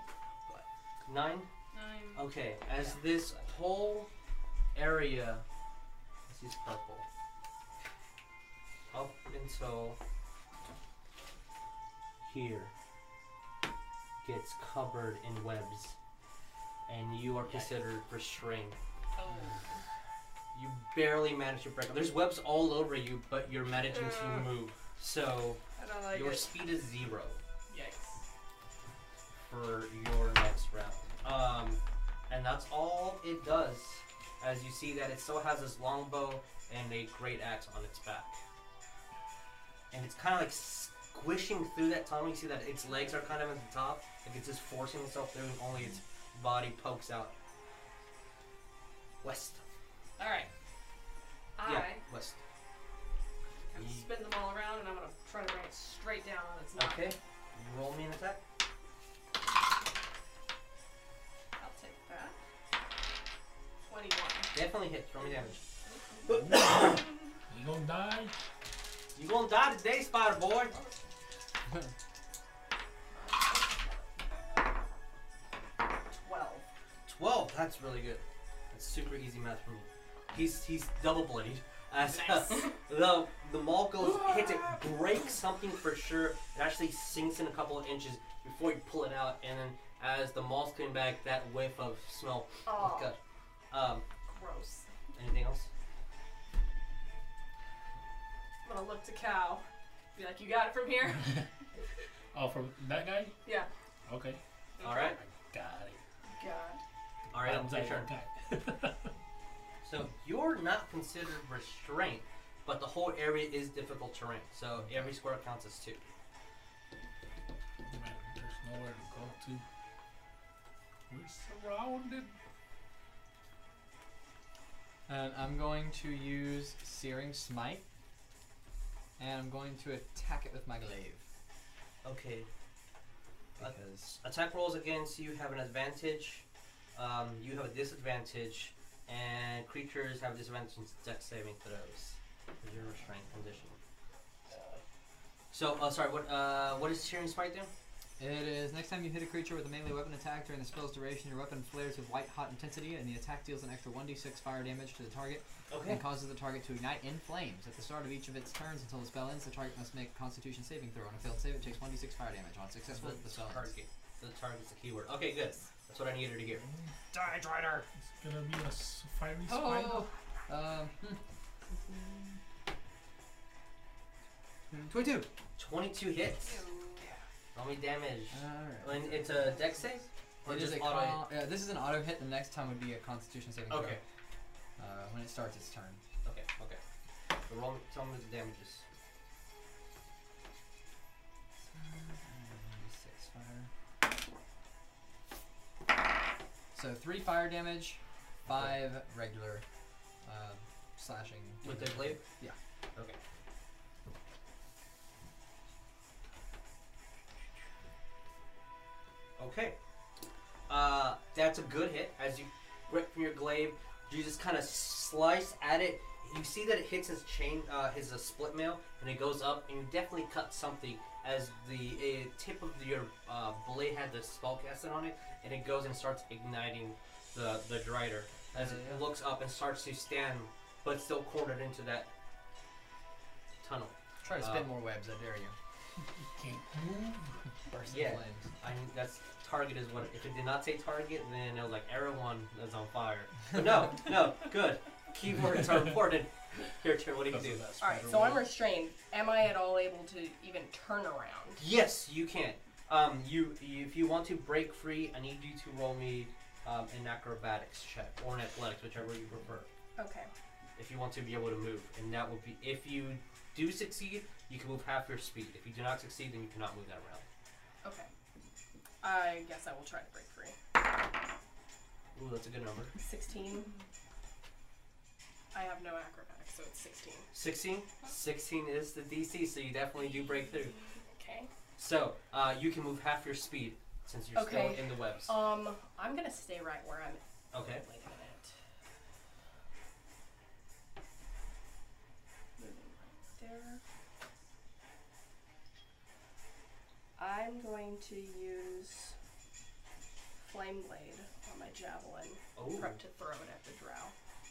B: Nine.
F: Nine.
B: Okay. As this whole area, this is purple. Up until here gets covered in webs, and you are considered restrained.
F: Oh.
B: You barely manage to break. There's webs all over you, but you're managing to move. So
F: I don't like
B: your
F: it.
B: speed is zero
F: Yikes.
B: for your next round. Um, and that's all it does. As you see that it still has this longbow and a great axe on its back, and it's kind of like squishing through that tunnel. You see that its legs are kind of at the top, like it's just forcing itself through, and only its body pokes out. West,
F: Alright. I
B: yeah, west.
F: am gonna
B: Ye-
F: spin them all around and I'm gonna try to bring it straight down on its knob.
B: Okay, roll me an attack.
F: I'll take that. 21.
B: Definitely hit. Throw me damage.
E: You gonna die?
B: You gonna die today, Spider Boy?
F: Twelve.
B: Twelve. That's really good. That's super easy math for me. He's he's double blooded. As uh,
F: Nice.
B: the the maul goes hits it, breaks something for sure. It actually sinks in a couple of inches before you pull it out, and then as the maul's coming back, that whiff of smell.
F: Oh,
B: God. Um,
F: gross.
B: anything else?
F: I'm gonna look to Cow. Be like, you got it from here?
E: Oh, from that guy?
F: Yeah.
E: Okay.
B: All right.
E: Got it.
F: God.
B: All right.
E: I'm
B: I'm
E: that
B: sure.
E: guy.
B: So you're not considered restrained, but the whole area is difficult terrain. So every square counts as two.
E: Man, there's nowhere to go to. We're surrounded.
D: And I'm going to use Searing Smite. And I'm going to attack it with my glaive.
B: Okay. Uh,
D: Because.
B: attack rolls against you have an advantage. Um, you have a disadvantage, and creatures have disadvantage in dex saving throws. Is your restraint condition? So, uh, sorry. What uh, what is Searing Smite do?
D: It is next time you hit a creature with a melee weapon attack during the spell's duration, your weapon flares with white hot intensity, and the attack deals an extra 1d6 fire damage to the target and causes the target to ignite in flames. At the start of each of its turns until the spell ends, the target must make a Constitution saving throw. On a failed save, it takes 1d6 fire damage. On successful, the
B: The
D: spell ends.
B: target. The target's the keyword. Okay, good. That's what I needed to hear.
D: Die, Drider!
E: It's gonna be a s- fiery spider.
D: Oh. Um. hmm. Twenty-two.
B: 22 hits. How many damage?
D: All right.
B: And it's a dex save? Or
D: Uh, It is
B: just
D: a
B: auto hit?
D: con- yeah, this is an auto hit. The next time would be a Constitution saving throw.
B: Okay.
D: Uh, when it starts its turn.
B: Okay, okay. So roll, tell me the damages.
D: Six fire. So three fire damage, five regular, um, slashing.
B: With the blade?
D: Yeah.
B: Okay. Okay. Uh, that's a good hit. As you grip from your glaive, you just kind of slice at it. You see that it hits his chain, uh, his uh, split mail, and it goes up, and you definitely cut something as the uh, tip of your uh, blade had the spell casting on it, and it goes and starts igniting the the drider as it
D: Yeah.
B: looks up and starts to stand, but still cornered into that tunnel.
D: Try to spin
B: Uh,
D: more webs. I dare you.
E: Can't move.
D: Burst
B: yeah.
D: into flames.
B: I mean, that's target is what. If it did not say target, then it was like everyone is on fire. But no, no, good. Keywords are important. Your turn. What do you do?
G: All right, so I'm restrained. Am I at all able to even turn around?
B: Yes, you can. Um, you, you if you want to break free, I need you to roll me um, an acrobatics check or an athletics, whichever you prefer.
G: Okay.
B: If you want to be able to move, and that will be if you do succeed, you can move half your speed. If you do not succeed, then you cannot move that round.
G: Okay. I guess I will try to break free.
B: Ooh, that's a good number.
G: 16.
F: Mm-hmm.
G: I have no acrobatics, so it's 16.
B: 16? 16 is the DC, so you definitely do break through.
G: Okay.
B: So, uh, you can move half your speed since you're
G: Okay.
B: still in the webs.
G: Um, I'm gonna stay right where I'm.
B: okay.
G: Wait a minute. Moving right there. I'm going to use flame blade on my javelin,
B: Oh.
G: prep to throw it at the drow,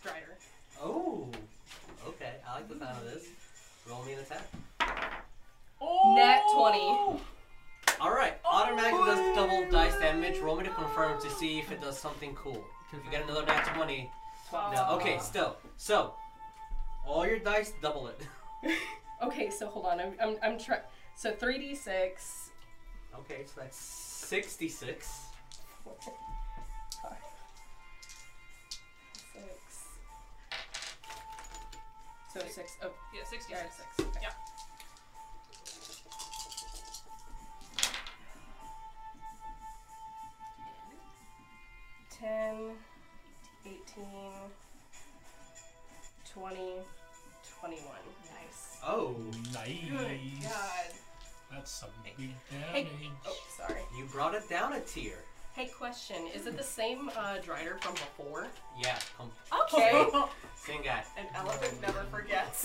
G: drider.
B: Oh. Okay. I like the sound of this. Roll me an attack.
F: Oh!
G: Nat 20.
B: All right.
G: Oh,
B: Automatically does double dice damage. Roll me to confirm to see if it does something cool. If you get another nat 20, no. Okay.
G: Ah.
B: Still. So, all your dice double it.
G: Okay, so hold on. I'm I'm, I'm trying. So 3d6.
B: okay. So that's 66.
G: Six. So six. Oh,
F: Yeah,
G: yeah,
F: 66.
G: six. Okay.
F: Yeah.
G: Ten, eighteen, twenty, twenty-one. Nice.
B: Oh.
E: Nice.
F: God.
E: That's some big
G: Hey.
E: damage.
G: Oh, sorry.
B: You brought it down a tier.
G: Hey, question. Is it the same uh, Drider from before?
B: Yeah. Com-
G: Okay.
B: same guy.
F: An elephant never forgets.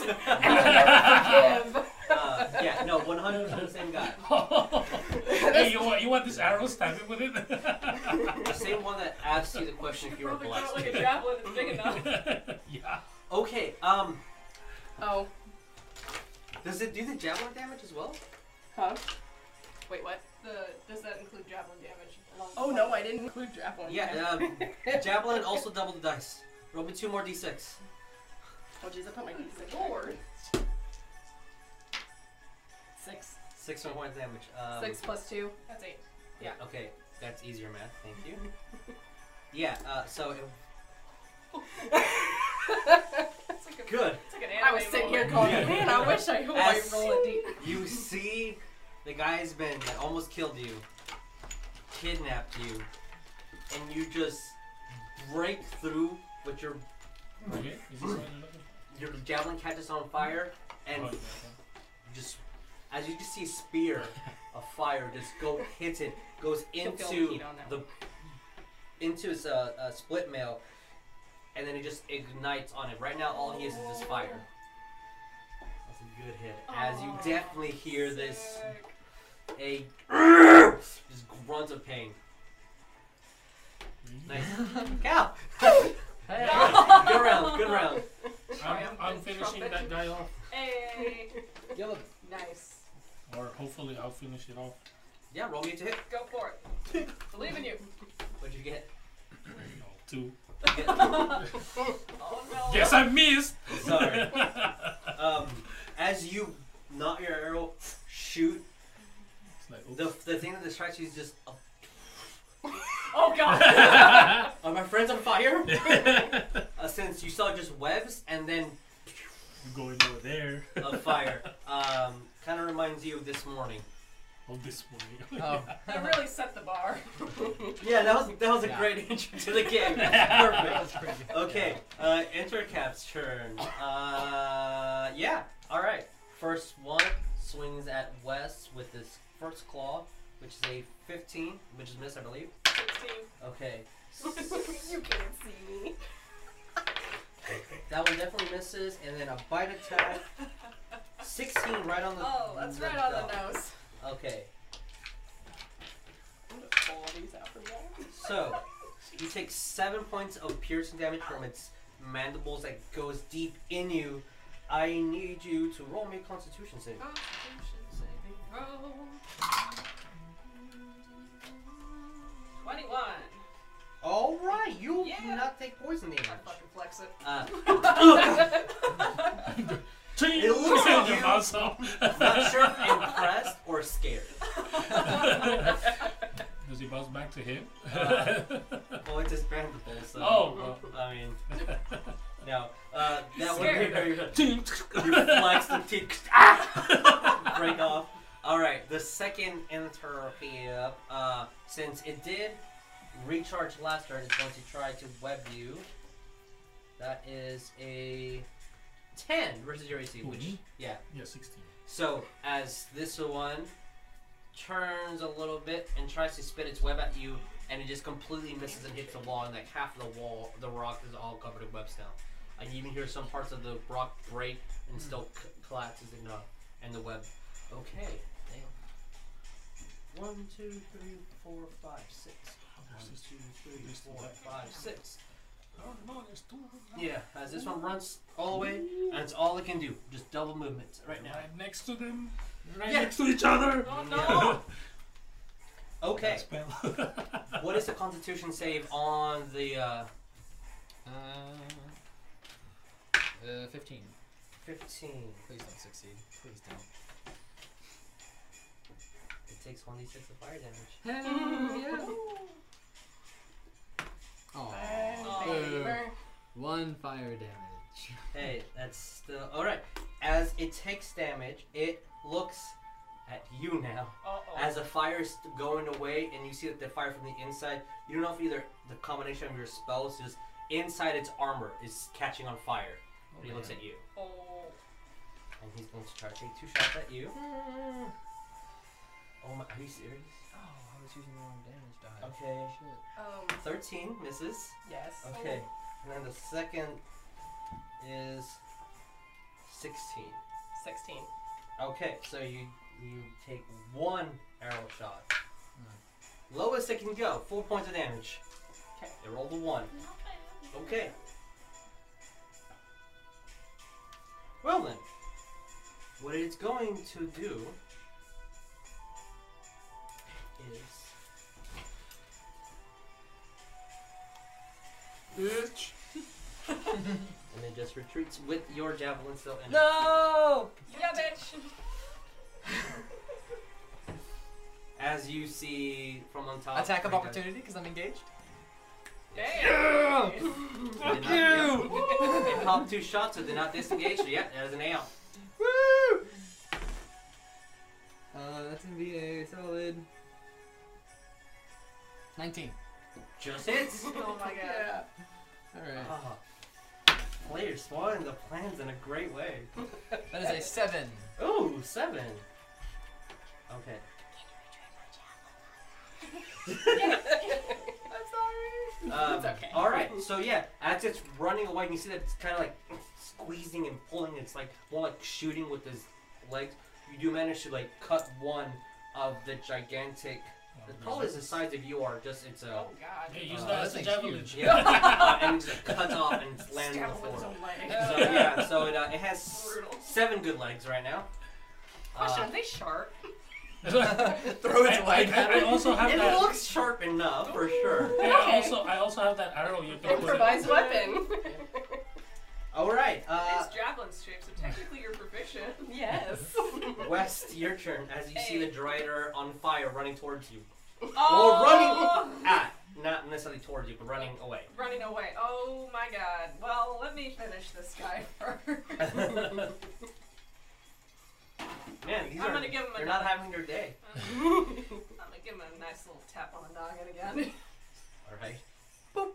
B: Uh, yeah, no, 100% the same guy.
E: hey, you want you want this arrow stabbing with it?
B: The same one that asked you the question if you were
F: Probably got
B: blessed.
F: like a javelin that's big enough.
E: yeah.
B: Okay, um,
G: oh.
B: does it do the javelin damage as well?
G: Huh? Wait, what?
F: The, does that include javelin damage? Along
G: Oh
F: the
G: no, I didn't include javelin.
B: Yeah, um, javelin also double the dice. Roll me two more d6.
G: Oh jeez, I put my D6.
F: Lord.
G: Six.
B: Six more points damage. Um,
G: Six plus two.
F: That's eight.
B: Yeah, okay, that's easier math, thank you. Yeah, uh, so, it,
F: That's like a,
B: good.
F: It's like an anime
G: I was sitting here
F: moment.
G: going, man, I wish I hope I
B: As-
G: roll a D.
B: You see the guy's been that almost killed you, kidnapped you, and you just break through with your
E: Okay. Is this what you're looking
B: your javelin catches on fire and
E: for? Oh,
B: just as you just see a spear of fire just go hits it goes
G: You'll feel the
B: into
G: heat on that
B: the into his uh, uh, split mail and then it just ignites on it right now all he is is just fire that's a good hit as you
F: Aw,
B: definitely hear this
F: sick.
B: a Just grunts of pain. Nice. Cow!
D: Hey.
B: good round, good round.
E: I'm, I'm
F: Triumphant
E: finishing that
F: trumpet.
E: guy off,
F: Hey,
B: Yellow.
F: nice.
E: or hopefully I'll finish it off.
B: Yeah, roll me to hit.
F: Go for it. Believe in you.
B: What'd you get?
E: You know, two.
B: You get-
F: Oh no.
E: Yes, I missed.
B: Sorry. Um, as you knot your arrow, shoot,
E: It's like,
B: the,
E: oops.
B: the thing that distracts you is just, oh,
F: Oh god.
B: are my friends on fire? uh, since you saw just webs and then
E: I'm going over there.
B: of fire. Um, kind of reminds you of this morning.
E: Oh, this way.
D: Oh.
F: I really set the bar.
B: Yeah, that was that was a
D: Yeah.
B: great intro to the game. Perfect.
D: That's pretty good.
B: Okay, uh, Intercap's turn. Uh, yeah, all right. First one swings at Wes with his first claw, which is a 15, which is miss, I believe.
F: 16.
B: Okay,
G: you can't see me.
B: that one definitely misses, and then a bite attack. 16 right on the.
F: Oh, that's right on the
B: dot.
F: nose.
B: Okay,
G: I'm gonna pull all these out from you.
B: so you take seven points of piercing damage from its mandibles that goes deep in you. I need you to roll me a Constitution save.
F: Oh, Constitution saving throw. 21.
B: All right, you
F: Yeah.
B: do not take poison damage.
F: I fucking flex it.
B: Uh,
E: It
B: looks at you. not
E: Not
B: sure if impressed or scared.
E: Does he bounce back to him?
B: Uh, Well, it's just mandible, so.
E: oh.
B: I mean, no. Uh, that would be
F: Scared.
B: very good.
E: Ding.
B: You flex the teeth. ah! Break off. Alright, the second entropy up. Uh, since it did recharge last turn, it's going to try to web you. That is a 10 versus your AC, which,
E: Mhm.
B: yeah.
E: yeah, 16.
B: So as this one turns a little bit and tries to spin its web at you, and it just completely misses and hits the wall, and like half of the wall, the rock is all covered in webs now. And you even hear some parts of the rock break and still c- collapses in the uh, and the web. Okay, damn. One, two, three, four, five, six. One, two, three, four, five, six. Yeah, as this one runs all the way, and it's all it can do. Just double movements right now.
E: Right next to them. Right
B: Yeah.
E: next to each other.
F: Oh no!
B: Okay.
E: Spell.
B: What is the Constitution save on the uh,
D: Uh, uh, 15.
B: 15?
D: Please don't succeed. Please don't.
B: It takes 1d6 of fire damage.
D: Aw. Boo.
F: Favor.
D: One fire damage.
B: Hey, that's still alright. As it takes damage, it looks at you now.
F: Uh-oh.
B: As the fire is going away, and you see that the fire from the inside, you don't know if either the combination of your spells, just inside its armor, is catching on fire. And he looks at you.
F: Oh.
B: And he's going to try to take two shots at you. Oh my, are you serious?
D: Oh, I was using the wrong damage die.
B: Okay.
D: Shit.
F: Um,
B: 13 misses.
F: yes.
B: Okay, and then the second is 16.
F: 16.
B: Okay, so you you take one arrow shot. Lowest it can go, four points of damage.
F: Okay.
B: It rolled a one. Okay. Well then, what it's going to do is
E: Bitch.
B: and it just retreats with your javelin still in. it.
F: No! Yeah, bitch!
B: As you see from on top.
D: Attack of
B: right there.
D: opportunity because I'm engaged.
F: Damn!
B: Fuck you! They popped two shots, so they're not disengaged. So yeah, there's an ale.
D: Woo! Uh, that's gonna be a solid 19.
B: Just hits.
F: Oh my god.
D: Alright.
B: Oh. Players spawning Uh-huh. the plans in a great way.
D: That is a 7.
B: Ooh, seven. Okay. I'm sorry. Um,
F: It's okay.
B: All right. So yeah, as it's running away, and you see that it's kind of like squeezing and pulling. It's like more like shooting with his legs. You do manage to like cut one of the gigantic It's probably the size of you are, just it's a.
F: Oh god.
E: Hey, use
B: Uh,
E: that
D: that
E: as a
D: thing's
E: javelin.
D: huge.
B: Yeah, uh, and it just cuts off and it's landing on the
F: Stab with
B: floor.
F: some leg.
B: So, yeah, so it, uh, it has s-
F: Brutal.
B: seven good legs right now.
F: Question,
B: Uh,
F: are they sharp?
B: throw
E: I,
B: its
E: I,
B: leg at
E: I, I
B: it.
E: also have
B: It
E: that.
B: looks sharp enough for sure.
E: Hey,
F: Okay.
E: I also I also have that arrow you can put. it-
G: Improvised weapon.
B: All right, uh,
F: it's javelin shape, so technically you're proficient.
G: yes.
B: West, your turn. As you see the Drider on fire running towards you.
F: Oh,
B: At, not necessarily towards you, but running away.
F: running away. Oh my god. Well, let me finish this guy first.
B: Man, these
F: I'm
B: are.
F: gonna give him a
B: they're not having their day.
F: I'm gonna give him a nice little tap on the noggin again.
B: All right.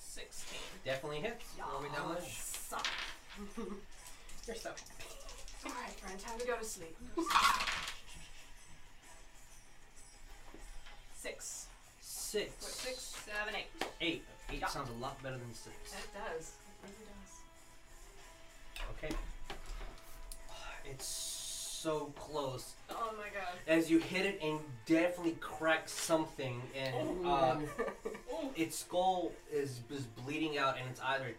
F: Sixteen.
B: Definitely hits. Roll me
F: Y'all
B: damage.
F: suck.
G: You're so.
F: All right, friend, time to go to sleep. Six.
B: Six.
F: Wait, six, seven, eight.
B: Eight. Eight
F: Yeah.
B: sounds a lot better than six.
F: That does. It really does.
B: Okay. It's so close.
F: Oh my god.
B: As you hit it and definitely crack something, and uh,
F: Oh,
B: its skull is, is bleeding out, and it's either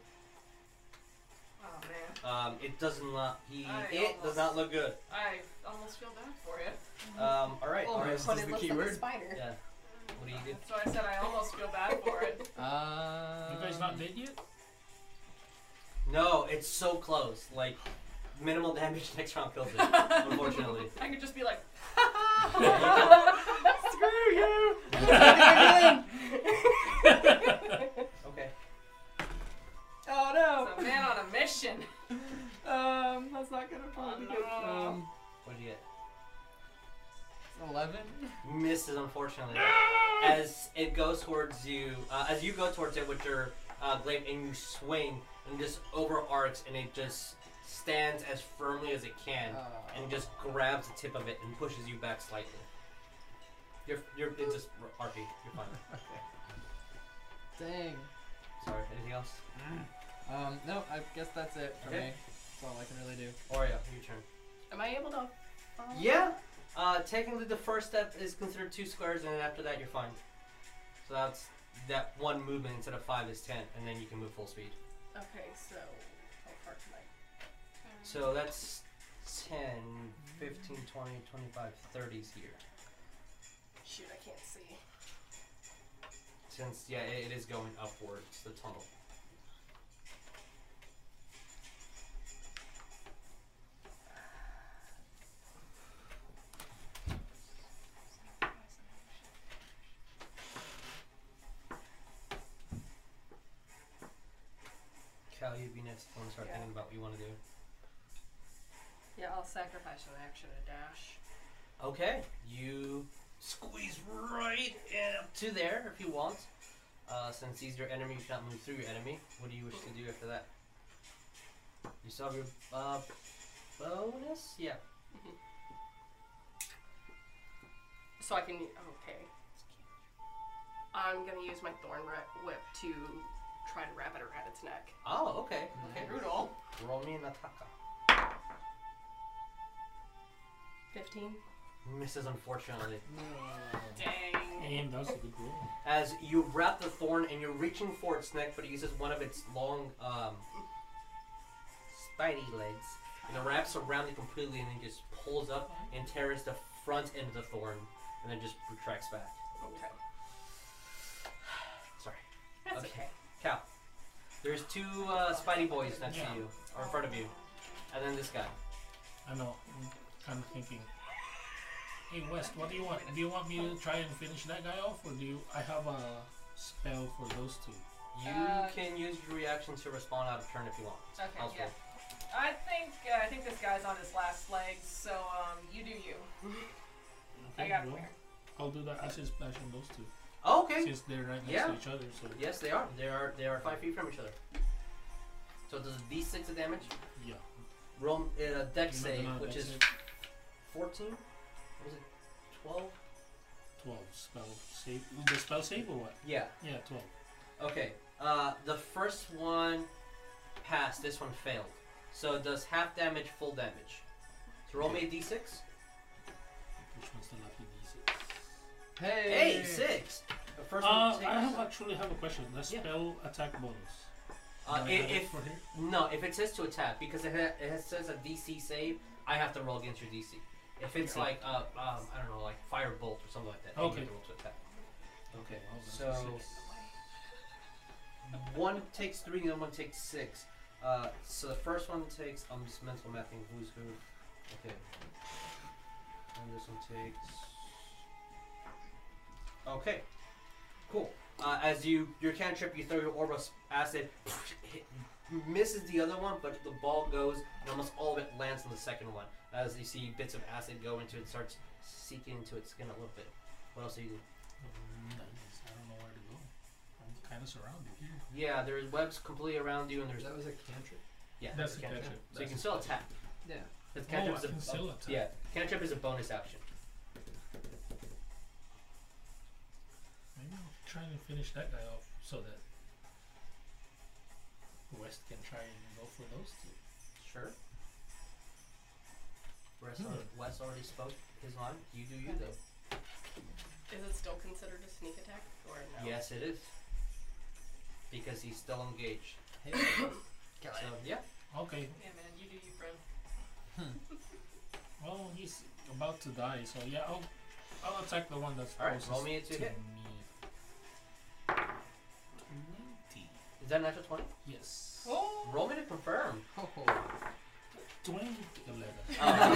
F: oh man.
B: Um, it does not. He,
F: I
B: it does
F: almost-
B: not look good.
F: I almost feel bad for you.
B: Um, all right.
G: Oh.
B: all right.
D: Almost is the
G: looks
D: key
G: like a
D: word.
G: spider.
B: Yeah. What do you do?
F: That's why I said I almost feel bad for it.
D: Um,
E: You guys not dead yet?
B: No, it's so close. Like minimal damage next round kills it. Unfortunately.
F: I could just be like,
G: Screw you.
B: okay.
G: Oh
F: it's a man on a mission.
G: no. Um, that's not gonna
F: probably
G: be
F: good.
D: Um,
B: What do you get?
D: eleven.
B: Misses unfortunately. As it goes towards you, uh, as you go towards it with your uh, glaive and you swing and just over arcs and it just stands as firmly as it can
D: Oh. Uh,
B: and just grabs the tip of it and pushes you back slightly. You're, you're it's just RP. You're fine.
D: Dang.
B: Sorry. Anything else?
D: Um, no, I guess that's it for
B: Okay.
D: me. That's all I can really do.
B: Oreo, Oh, your turn.
G: Am I able to? follow?
B: Yeah. Uh, technically, the first step is considered two squares, and then after that, you're fine. So that's that one movement instead of five is ten, and then you can move full speed.
G: Okay, so how far can I?
B: So that's 10, 15, 20, 25, 30's here.
G: Shoot, I can't see.
B: Since, yeah, it, it is going upwards, the tunnel. Cal, you'd be next one. Start
G: Yeah.
B: thinking about what you want to do.
G: Yeah, I'll sacrifice an action to dash.
B: Okay, you squeeze right in up to there if you want. Uh, since he's your enemy, you cannot move through your enemy. What do you wish to do after that? You still have your uh, bonus? Yeah.
G: So I can. Okay. I'm gonna use my thorn ri- whip to try to wrap it around its neck.
B: Oh, okay. Okay.
G: Brutal.
B: Roll me an attack.
G: 15.
B: Misses, unfortunately.
F: Dang.
E: Damn, that was a good roll.
B: As you wrap the thorn and you're reaching for its neck, but it uses one of its long, um, spiny legs and it wraps around it completely and then just pulls up and tears the front end of the thorn and then just retracts back.
G: Okay.
B: Sorry.
G: That's okay.
B: Okay. Cal, there's two uh, spiny boys next
E: Yeah.
B: to you, or in front of you, and then this guy.
E: I know. I'm kind of thinking. Hey West, what do you want? Do you want me to try and finish that guy off, or do you? I have a spell for those two.
B: You
F: Uh,
B: can use your reaction to respond out of turn if you want.
F: Okay,
B: How's
F: yeah.
B: it?
F: I think uh, I think this guy's on his last legs, so um, you do you. I got him
E: well,
F: there.
E: I'll do that acid splash on those two
B: Oh, okay.
E: since they're right next
B: Yeah.
E: to each other. So
B: Yes, they are. They are. They are five feet from each other. So it does d6 of damage.
E: yeah.
B: Roll uh, deck
E: You know the
B: save,
E: amount of
B: which is
E: dex save?
B: 14. What was it? 12.
E: twelve spell save. The spell save or what?
B: Yeah.
E: Yeah, twelve.
B: Okay. Uh, the first one passed. This one failed. So it does half damage, full damage. So roll me a d6.
E: Which one's the lucky D6?
D: Hey.
B: Hey, six. The first
E: Uh,
B: one takes.
E: I have actually have a question. The
B: Yeah.
E: spell attack bonus.
B: uh,
E: Do I have
B: if,
E: it
B: if
E: for here?
B: no, if it says to attack because it, ha- it has- says a DC save, I have to roll against your DC. If it's
E: Okay.
B: like uh, um, I don't know, like firebolt or something like that, then
E: Okay.
B: you have to roll to attack.
E: Okay, well, Oh, that's a
B: So
E: six.
B: one takes three, and the other one takes six. Uh, so the first one takes. I'm just mental mapping who's who. Okay. And this one takes. Okay. Cool. Uh, as you your cantrip, you throw your orb of s- acid, hit, misses the other one, but the ball goes, and almost all of it lands on the second one. As you see bits of acid go into it, starts seeking into its skin a little bit. What else do you do?
E: Um, nice. I don't know where to go. I'm kind of surrounded here.
B: Yeah, there's webs completely around you, and there's
D: That was a cantrip.
B: yeah.
E: That's
B: there's
E: a cantrip.
B: So you
E: That's
B: can
E: a
B: still attack.
D: Yeah.
B: Because
E: Oh,
B: cantrip
E: I
B: is a,
E: can
B: a-
E: still attack.
B: Yeah, cantrip is a bonus action.
E: Maybe I'll try and finish that guy off so that West can try and go for those two.
B: Sure. Wes,
E: Hmm.
B: already, Wes already spoke his line. You do you though.
G: Is it still considered a sneak attack or no?
B: Yes, it is. Because he's still engaged.
D: Hey. Got
B: So
D: it.
B: yeah.
E: Okay,
F: Yeah, man, you do you, friend.
E: well, he's about to die, so yeah, I'll, I'll attack the one that's
B: All right,
E: closest
B: roll me a two
E: to
B: hit.
E: me. 90.
B: Is that a natural twenty?
E: Yes.
B: Roll me to confirm. Oh.
D: Oh.
E: 20. 11.
B: damn!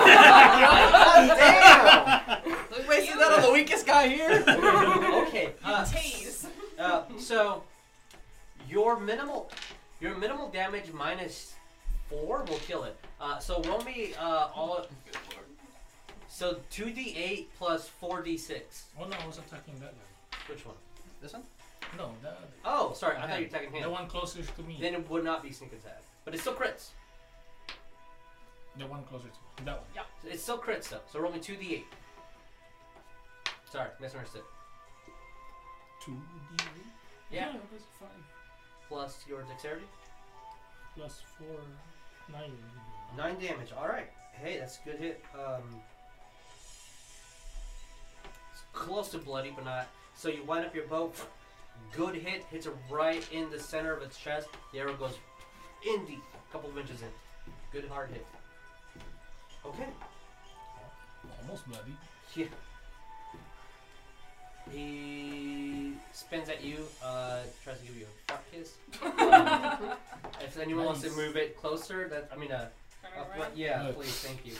D: Wasted that on the weakest guy here.
B: okay. Uh,
F: Tase!
B: uh, so your minimal, your minimal damage minus four will kill it. Uh, so roll me uh, all. So two d eight plus four d six.
E: Oh no, I was attacking that guy.
B: Which one?
D: this one?
E: No, the other.
B: Oh, sorry. I
D: Hand.
B: thought you were attacking
E: The
B: him.
E: one closest to me.
B: Then it would not be sneak attack, but it's still crits.
E: The one closer to me. That one.
B: It's still crits though. So roll me two d eight. Sorry, misunderstood.
E: 2d8?
B: Yeah.
E: that's fine.
B: Plus your dexterity.
E: Plus 4, 9.
B: Nine damage. All right. Hey, that's a good hit. Um, it's close to bloody, but not. So you wind up your bow. Good hit. Hits it right in the center of its chest. The arrow goes in deep, a couple of inches in. Good hard hit. Okay.
E: Almost bloody.
B: Yeah. He spins at you. Uh, tries to give you a fuck kiss. Um, if anyone wants to
E: Nice.
B: move it closer, that I mean, uh,
F: Turn
B: uh,
F: around.
B: yeah,
E: No.
B: please, thank you.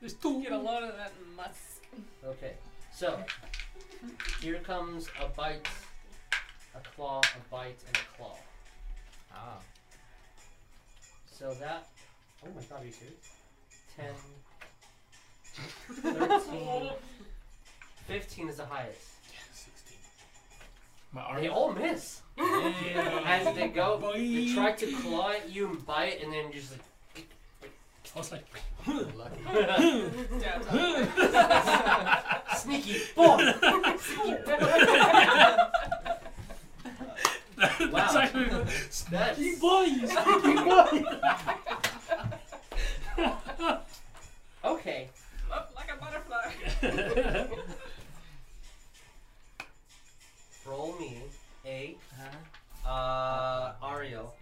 E: There's two.
F: Get a load of that musk.
B: Okay, so here comes a bite, a claw, a bite, and a claw.
D: Ah.
B: So that. Oh my god, are you serious? 10, 13, 15 is the highest.
E: 16. My
B: They
E: arm.
B: all miss. As they go, they try to claw at you and bite, and then you're just
E: I was like,
D: Lucky.
B: like,
F: Yeah, totally.
B: sneaky boy! Sneaky
F: Oh,
B: boy!
E: that's
B: wow,
E: actually the
B: that's.
E: sneaky boys. Sneaky
B: Okay,
F: Up like a butterfly.
E: boy.
B: roll me a
D: Huh?
B: Uh, Ariel.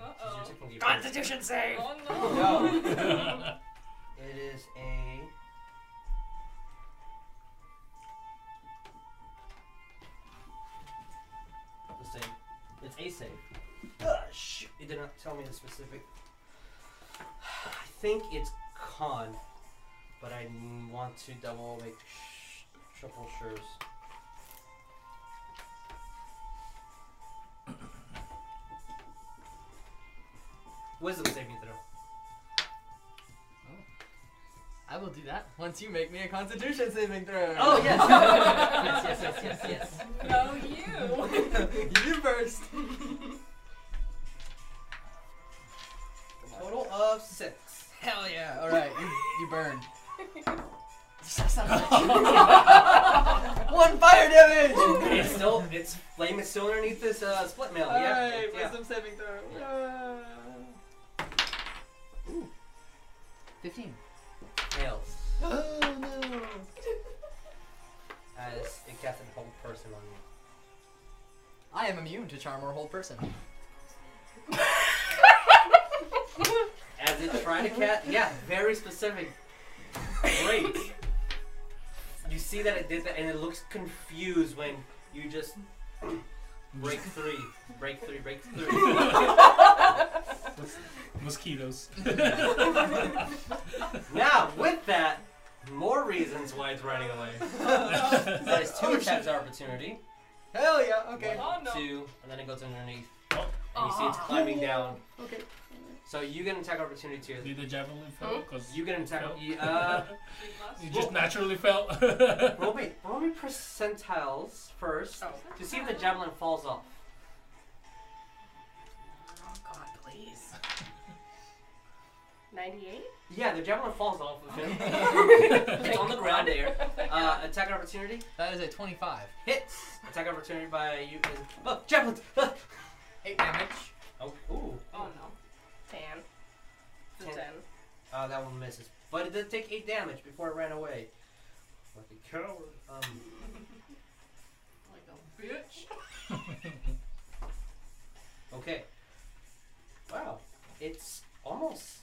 D: Uh-huh.
F: Uh
D: It's tired.
B: Is your
F: oh.
B: technically-
G: save.
F: Oh
B: No.
F: no.
B: It is a. Let's say it's a save. Ah, shoot. It did not tell me the specific. I think it's con, but I n- want to double make sh- triple sures. Wisdom saving throw.
D: I will do that once you make me a Constitution saving throw.
B: Oh yes. yes, yes, yes, yes, yes.
F: No, you.
D: you first.
B: Total of six.
D: Hell yeah! All right, you, you burn. One fire damage.
B: it's still, its flame is still underneath this uh, split mail.
D: All
B: yeah.
D: right,
B: yeah.
D: wisdom saving throw. Ooh. Fifteen.
B: Fails.
D: Oh no.
B: As it casts a whole person on you.
D: I am immune to charm or hold person.
B: As it tried to cast. Yeah, very specific. Great. You see that it did that, and it looks confused when you just break three, break three, break three.
E: Mosquitoes.
B: now, with that, more reasons why it's running away. That is two attacks opportunity.
D: Hell yeah. Okay.
F: Oh, no.
B: Two, and then it goes underneath.
E: Oh.
B: And you see it's climbing down.
D: Okay.
B: So you get an attack opportunity too.
E: Did the javelin fail? Because
B: You
E: you,
B: get an attack. You, uh,
E: just naturally fell.
B: roll me, roll me percentiles first
G: Oh.
B: to see if the javelin falls off.
G: Oh God, please. Ninety-eight.
B: Yeah, the javelin falls off of him. it's on the ground there. Uh, attack opportunity
D: That is a twenty-five.
B: hits. Attack opportunity by you. Is, oh, javelin! Ah!
D: Eight damage.
B: Oh, ooh.
F: Oh no.
G: Ten. It's a
B: Ten.
G: Ten.
B: Uh, that one misses. But it did take 8 damage before it ran away. Like a coward. Um,
F: Like a bitch.
B: okay. Wow. It's almost.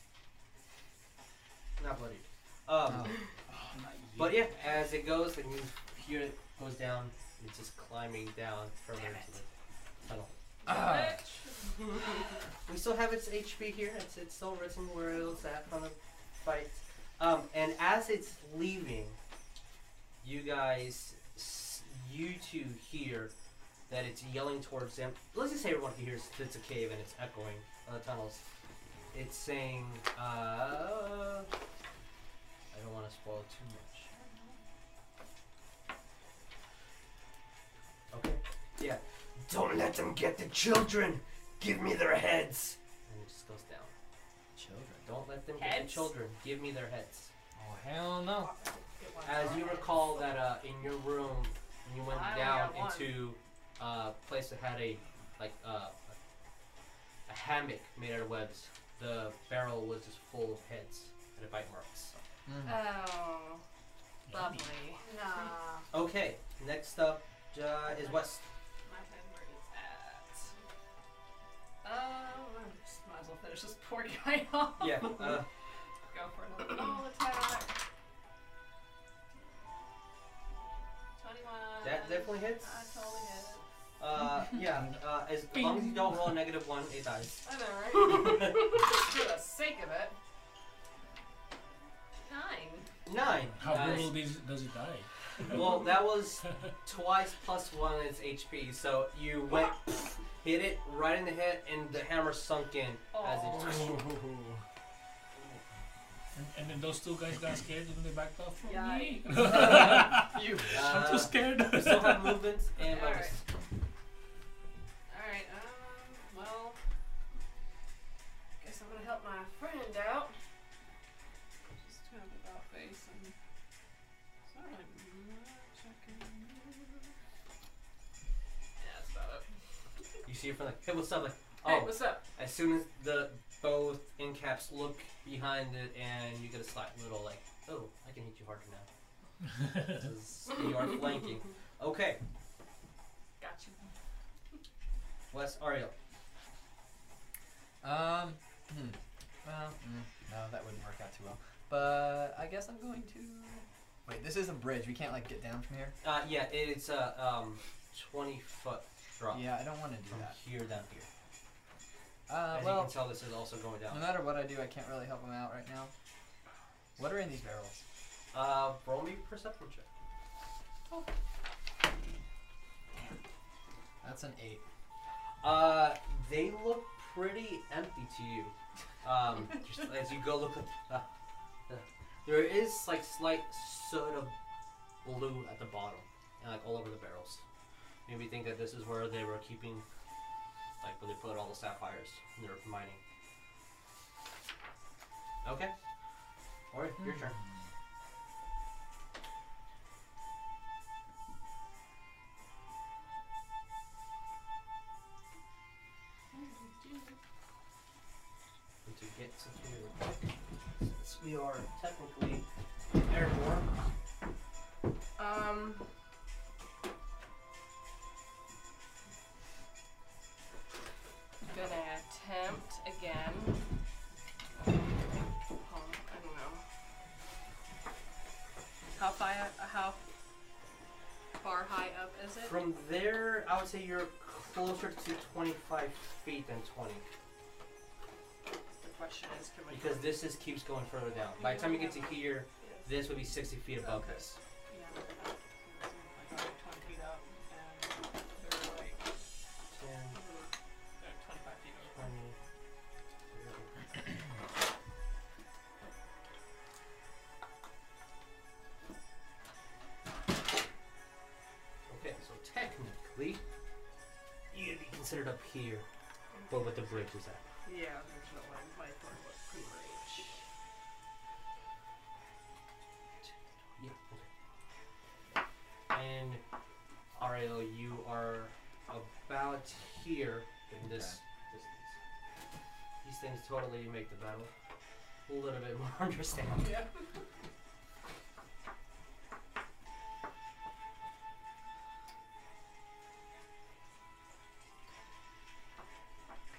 B: Not bloodied. Um,
D: Oh.
B: But yeah, as it goes, and you hear it goes down, it's just climbing down further into the tunnel.
D: Ah.
F: Bitch.
B: We still have its HP here. It's, it's still written where it's at from the fight. Um, and as it's leaving, you guys, s- you two hear that it's yelling towards them. Let's just say everyone hears it's a cave and it's echoing on the tunnels. It's saying, uh, I don't want to spoil too much. Okay. Yeah. Don't let them get the children. Give me their heads. And it just goes down.
D: Children.
B: Don't let them get the
G: Heads?
B: children. Give me their heads.
D: Oh hell no.
B: As you recall that uh, in your room, when you went
F: I only
B: down
F: got one.
B: into a uh, place that had a like uh, a hammock made out of webs, the barrel was just full of heads and bite marks.
D: Mm.
G: Oh, lovely.
F: Nah.
B: Okay, next up uh, is West.
F: My turn where it's at. Um, I just might as well finish this poor guy off.
B: Yeah, uh,
F: Go for another ball attack. 21.
B: that definitely hits.
F: I totally hit.
B: Uh, yeah, uh, as long as you don't roll a negative one, it dies.
F: I know, right? for the sake of it. Nine.
B: Nine.
E: How
B: Uh,
E: brutal does, does it die?
B: Well, that was twice plus one is HP, so you went, hit it right in the head, and the hammer sunk in as
F: Oh.
B: it.
E: And, and then those two guys got scared and they backed off from
F: Yeah.
E: me.
D: You.
E: I'm
B: Uh,
E: too scared.
B: you still have movements and
F: All
B: bonus.
F: Alright, um, well. Guess I'm gonna help my friend out. Just to have about face and. It's not really much I can do. Yeah, that's about it.
B: You see it from like, hey, what's up? Like,
F: Hey,
B: oh,
F: what's up?
B: as soon as the both in caps look behind it, and you get a slight little like, oh, I can hit you harder now. 'Cause you are flanking. Okay,
F: Got you.
B: Wes Ariel.
D: Um. Hmm. Well. Mm, no, that wouldn't work out too well. But I guess I'm going to. Wait, this is a bridge. We can't like get down from here.
B: Uh, yeah, it's a um, twenty foot drop
D: Yeah, I don't want to do
B: from
D: that.
B: here down here.
D: Uh,
B: Oh. As you
D: well,
B: can tell, this is also going down.
D: no matter what I do, I can't really help him out right now. What are in these barrels?
B: Uh, roll me perception check.
D: That's an eight.
B: Uh, they look pretty empty to you. Um, just as you go look, uh, uh, there is like slight sort of blue at the bottom, and like all over the barrels. Made me think that this is where they were keeping, like where they put all the sapphires and they're mining. Okay. All right,
D: Hmm.
B: your turn. And to get to here, since we are
G: Um. Gonna attempt again. Oh, I don't know. How high?
F: Uh,
G: How far high up is it?
B: From there, I would say you're closer to 25 feet than 20
G: the question is, can we?
B: because this is keeps going further down. By the time you get to here, this would be 60 feet above this.
F: Yeah. Like, I'm twenty feet up, and they're like
B: 10,
F: they're twenty-five feet up.
B: 20, 30. Okay, so technically, you'd be considered up here, but with the bridge is that.
F: Yeah, there's no way my thorn was pretty rich.
B: Yeah. okay. And Ariel, you are about here in this distance. These things totally make the battle a little bit more understandable.
F: Yeah.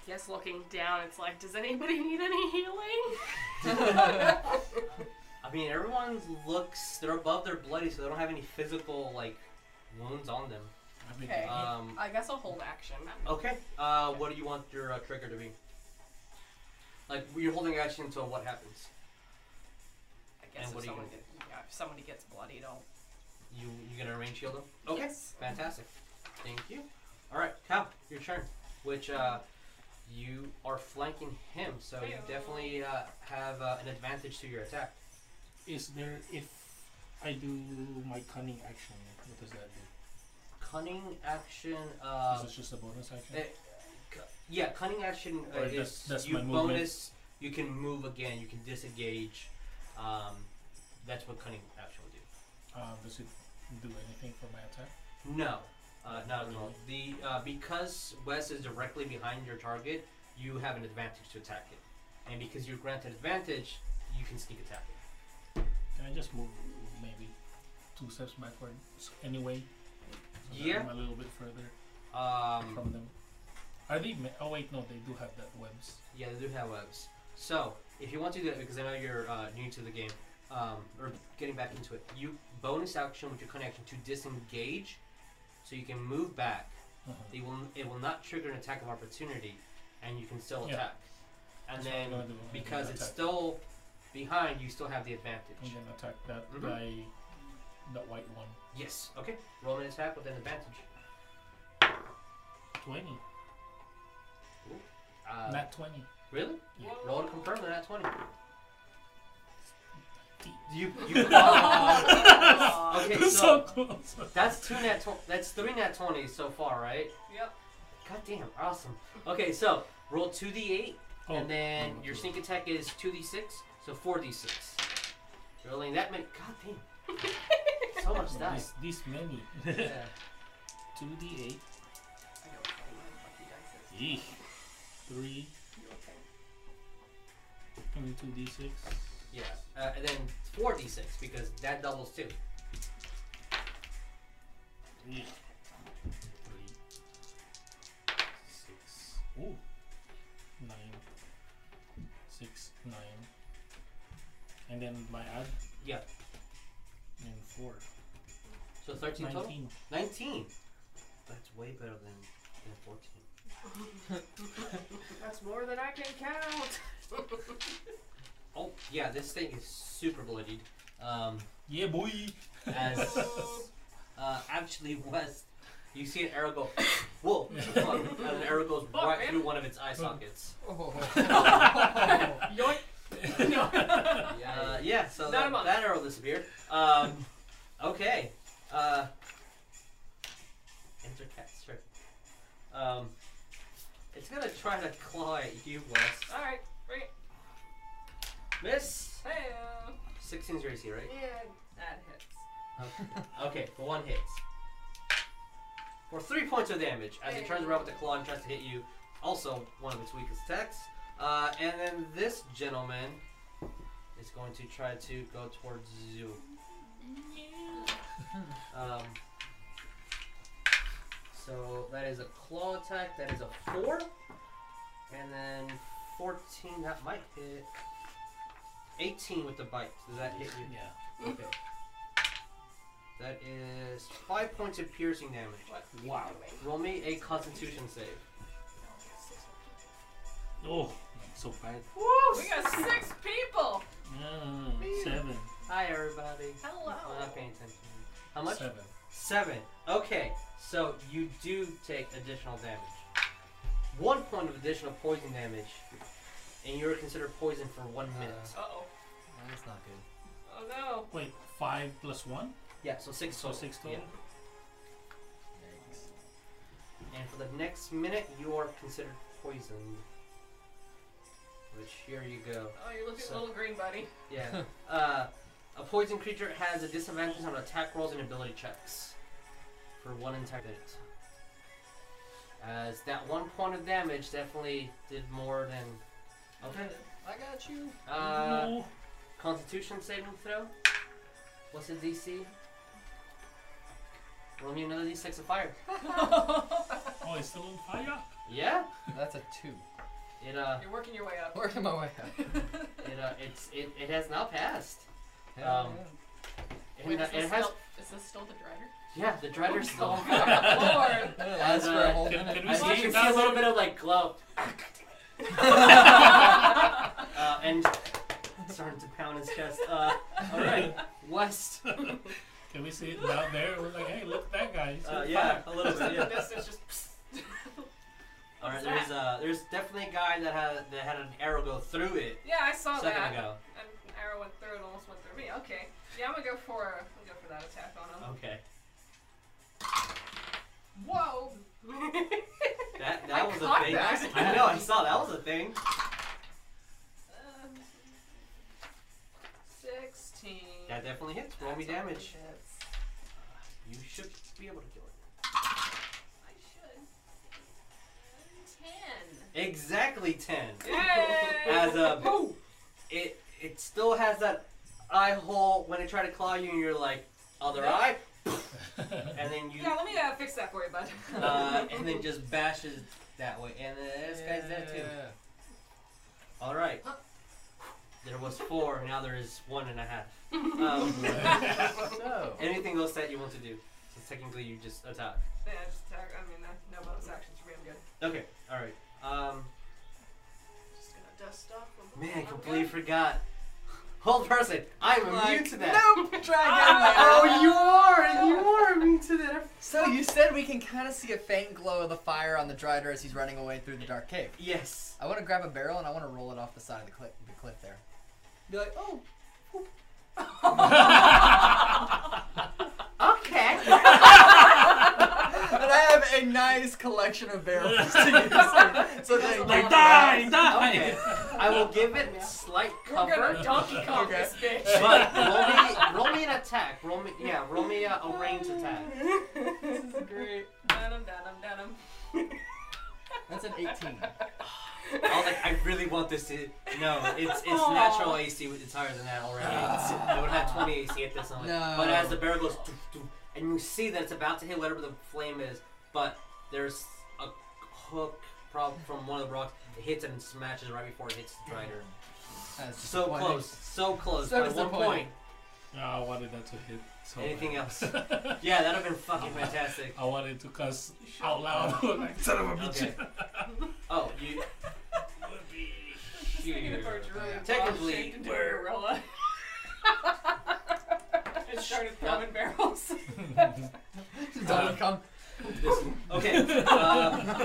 G: Yes, looking down, it's like, does anybody need any healing?
B: I mean, everyone looks, they're above their bloody, so they don't have any physical, like, wounds on them.
E: I mean,
G: Okay.
B: Um,
G: I guess I'll hold action.
B: okay, uh, what do you want your uh, trigger to be? Like, you're holding action until what happens?
G: I guess
B: And what
G: if
B: do you
G: someone,
B: gonna
G: get, yeah, if somebody gets bloodied, I'll.
B: You you gonna range shield him? Okay.
G: Yes.
B: Fantastic. Thank you. All right, Cal, your turn. Which uh, you are flanking him, so you
G: Heyo.
B: definitely uh, have uh, an advantage to your attack.
E: is there if I do my cunning action? What does that do?
B: Cunning action. Uh,
E: is it just a bonus action?
B: it- cu- yeah, cunning action uh,
E: Or
B: is
E: that's- that's
B: you
E: my movement.
B: bonus. You can move again. You can disengage. Um, that's what cunning action will do.
E: Um, does it do anything for my attack?
B: No, uh, not at all. The uh, because Wes is directly behind your target, you have an advantage to attack it, and because you're granted advantage, you can sneak attack it.
E: Can I just move maybe two steps backward s- anyway? So that
B: Yeah.
E: I'm a little bit further
B: Um,
E: from them. Are they? Ma- oh wait, no, they do have that webs.
B: yeah, they do have webs. So if you want to do that, because I know you're uh, new to the game um, or getting back into it, you bonus action with your cunning action to disengage, so you can move back.
E: Uh-huh.
B: It will it will not trigger an attack of opportunity, and you can still
E: Yeah.
B: attack. And
E: That's what I'm
B: then
E: gonna do. I'm gonna
B: because it's
E: attack.
B: still behind, you still have the advantage.
E: and then attack that
B: Mhm.
E: guy, that white one.
B: Yes. Okay. Roll an attack with an advantage.
E: Twenty,
B: Uh,
E: not twenty.
B: Really?
E: Yeah.
B: Roll to confirm the nat twenty.
E: Deep.
B: You. you uh, okay. So,
E: so close.
B: that's two nat. Tw- that's three nat twenties so far, right?
G: Yep.
B: God damn. Awesome. Okay. So roll two d eight,
E: Oh,
B: and then
E: oh,
B: your
E: okay.
B: sneak attack is two d six, so four d six. Rolling that many. God damn. so much
E: Oh,
B: dice.
E: This, this many.
B: Yeah.
E: Two d eight.
G: I know it's only nine fucking dice. it's-
E: Yeesh. Three.
G: You okay?
E: And two d six.
B: Yeah. Uh, and then four d six because that doubles too.
E: Three. Six. Ooh. Nine. Six. Nine. And then my add
B: Yeah.
E: and four.
B: So thirteen total. 19.
E: Nineteen.
B: That's way better than, than 14.
F: That's more than I can count.
B: Oh, yeah, this thing is super bloodied. Um,
E: Yeah, boy.
B: as uh, actually, West, you see an arrow go, whoa, fuck, and an arrow goes right through one of its eye sockets.
D: Oh.
G: Yoink.
B: Uh, yeah, so
G: Not
B: that,
G: among-
B: that arrow disappeared. Um, okay. Uh, enter cat, sure. Um, it's gonna try to claw at you, West.
G: Alright, bring it.
B: Miss!
G: Hey,
B: 16's your AC, right?
G: Yeah, that hits.
B: Okay, for one hits. For three points of damage, as it turns around with the claw and tries to hit you, also one of its weakest attacks. Uh, and then this gentleman is going to try to go towards you. Um, so that is a claw attack. That is a four, and then fourteen. That might hit. Eighteen with the bite. Does that hit you?
E: Yeah.
B: Okay. That is five points of piercing damage.
E: Wow.
B: Roll me a Constitution save.
E: Oh, so bad.
F: Woo! We got six people.
E: No, seven.
B: Hi, everybody.
F: Hello.
B: I'm not paying attention. How much?
E: Seven.
B: Seven. Okay, so you do take additional damage. One point of additional poison damage, and you're considered poisoned for one minute.
F: Uh oh.
D: That's not good.
F: Oh no.
E: Wait, five plus one?
B: yeah, so six
E: So
B: total.
E: six
B: Yeah.
E: total?
D: Yikes.
B: And for the next minute, you are considered poisoned. Which, here you go.
F: Oh, you're looking
B: So-
F: a little green, buddy.
B: Yeah. uh, a poison creature has a disadvantage on attack rolls and ability checks for one entire minute. As that one point of damage definitely did more than. Okay.
D: I got you.
B: Uh,
E: no.
B: Constitution saving throw. What's the DC? Roll me another D6 of fire.
E: Oh, it's still on fire?
B: Yeah.
D: That's a two.
B: It uh,
F: You're working your way up.
D: Working my way
B: Um,
D: up.
B: it uh, it's it, it has not passed.
D: Hell
B: Um,
D: yeah.
B: It,
F: Wait,
B: uh,
F: is, this
B: it has.
F: still, is this still the driver?
B: Yeah, the dreader's still on fire.
F: Lord.
D: It lasts for a whole
E: Can-
D: minute.
E: can we
B: I
E: see
B: think you
E: if
B: see a
E: that's-
B: little bit of like glow. uh, and starting to pound his chest. Uh, all right, West.
E: Can we see it down there? We're like, hey, look at that guy. He's
B: Uh,
E: on
B: yeah,
E: fire.
B: a little bit. Yeah.
F: This is just.
B: All right, there's uh, there's definitely a guy that had that had an arrow go through it
F: Yeah, I saw
B: a
F: Oh, that.
B: second ago.
F: And an arrow went through and almost went through me. Okay. Yeah, I'm gonna go for I'm gonna go for that attack on him.
B: Okay,
F: Whoa!
B: that
F: I
B: that was
F: caught
B: a thing.
F: that.
B: I know, I saw that was a thing.
F: Um, Sixteen.
B: That definitely hits. Roll me
F: That's all
B: damage.
F: it
B: You
F: is.
B: should be able to kill it.
F: I should. Ten.
B: Exactly ten.
F: Yay!
B: As a it it still has that eye hole when it try to claw you, and you're like other eye, and then you
F: yeah, let me uh, fix that for you, bud.
B: uh, and then just bashes that way. And then this guy's dead too. All right. There was four. Now there is one and a half. Um,
D: So,
B: anything else that you want to do? Since technically you just attack.
F: yeah, just attack. I mean, uh, no bonus actions for me. I'm good.
B: Okay. All right. Um,
F: Just gonna dust off. and-
B: man, I
F: I'm
B: completely
F: good.
B: forgot. Whole person, I'm immune to that.
D: nope. Try again.
B: Oh, you are, and you are immune to that.
D: So you said we can kind of see a faint glow of the fire on the drider as he's running away through the dark cave.
B: Yes.
D: I want to grab a barrel and I want to roll it off the side of the, cli- the cliff there. Be like, oh,
B: Okay.
D: and I have a nice collection of barrels to use. So they
E: like, die, die!
B: Okay. I will give it slight
F: We're
B: cover.
F: gonna Donkey Kong
D: Okay.
F: this bitch.
B: But roll me, roll me an attack. Roll me, yeah, roll me a, a range attack.
F: this is great. Dunham, dunham, dunham.
D: That's an
B: I
D: 18.
B: was like, I really want this to. No, it's it's
F: Aw.
B: natural AC. with- It's higher than that already. I would have 20 AC at this moment.
D: Ah. No.
B: But as the barrel goes, doof, doof, and you see that it's about to hit whatever the flame is, but there's a hook prob- from one of the rocks. It hits it and smashes right before it hits the drider.
D: That's
B: So
D: disappointing.
B: close, so close.
D: So
B: By one point.
D: disappointing.
E: No, I wanted that to hit. So
B: Anything
E: bad.
B: else? Yeah, that'd have been fucking fantastic.
E: I wanted to cuss out loud. like, son of a bitch.
B: Okay. Oh, you.
F: Speaking of our
B: Here.
F: druid, Bob
B: Technically,
F: shaped into a
B: we're-
F: gorilla. it started throwing barrels.
B: Uh,
D: Donkey Kong.
B: Okay. Uh,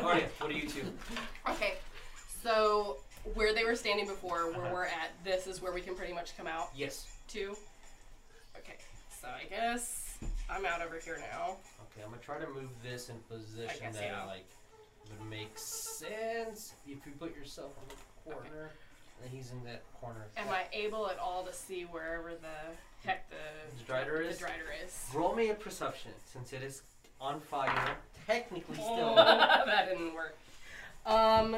B: Arya, what are you two?
G: Okay, so where they were standing before,
B: Uh-huh.
G: where we're at, this is where we can pretty much come out
B: Yes.
G: to. Okay, so I guess I'm out over here now.
B: Okay, I'm gonna try to move this in a position
G: guess,
B: that
G: yeah.
B: like would make sense if you put yourself in the corner. And he's in that corner.
G: Am I able at all to see wherever the heck the
B: The drider
G: the
B: is?
G: drider is?
B: Roll me a perception since it is on fire, technically still.
G: that didn't work. Um,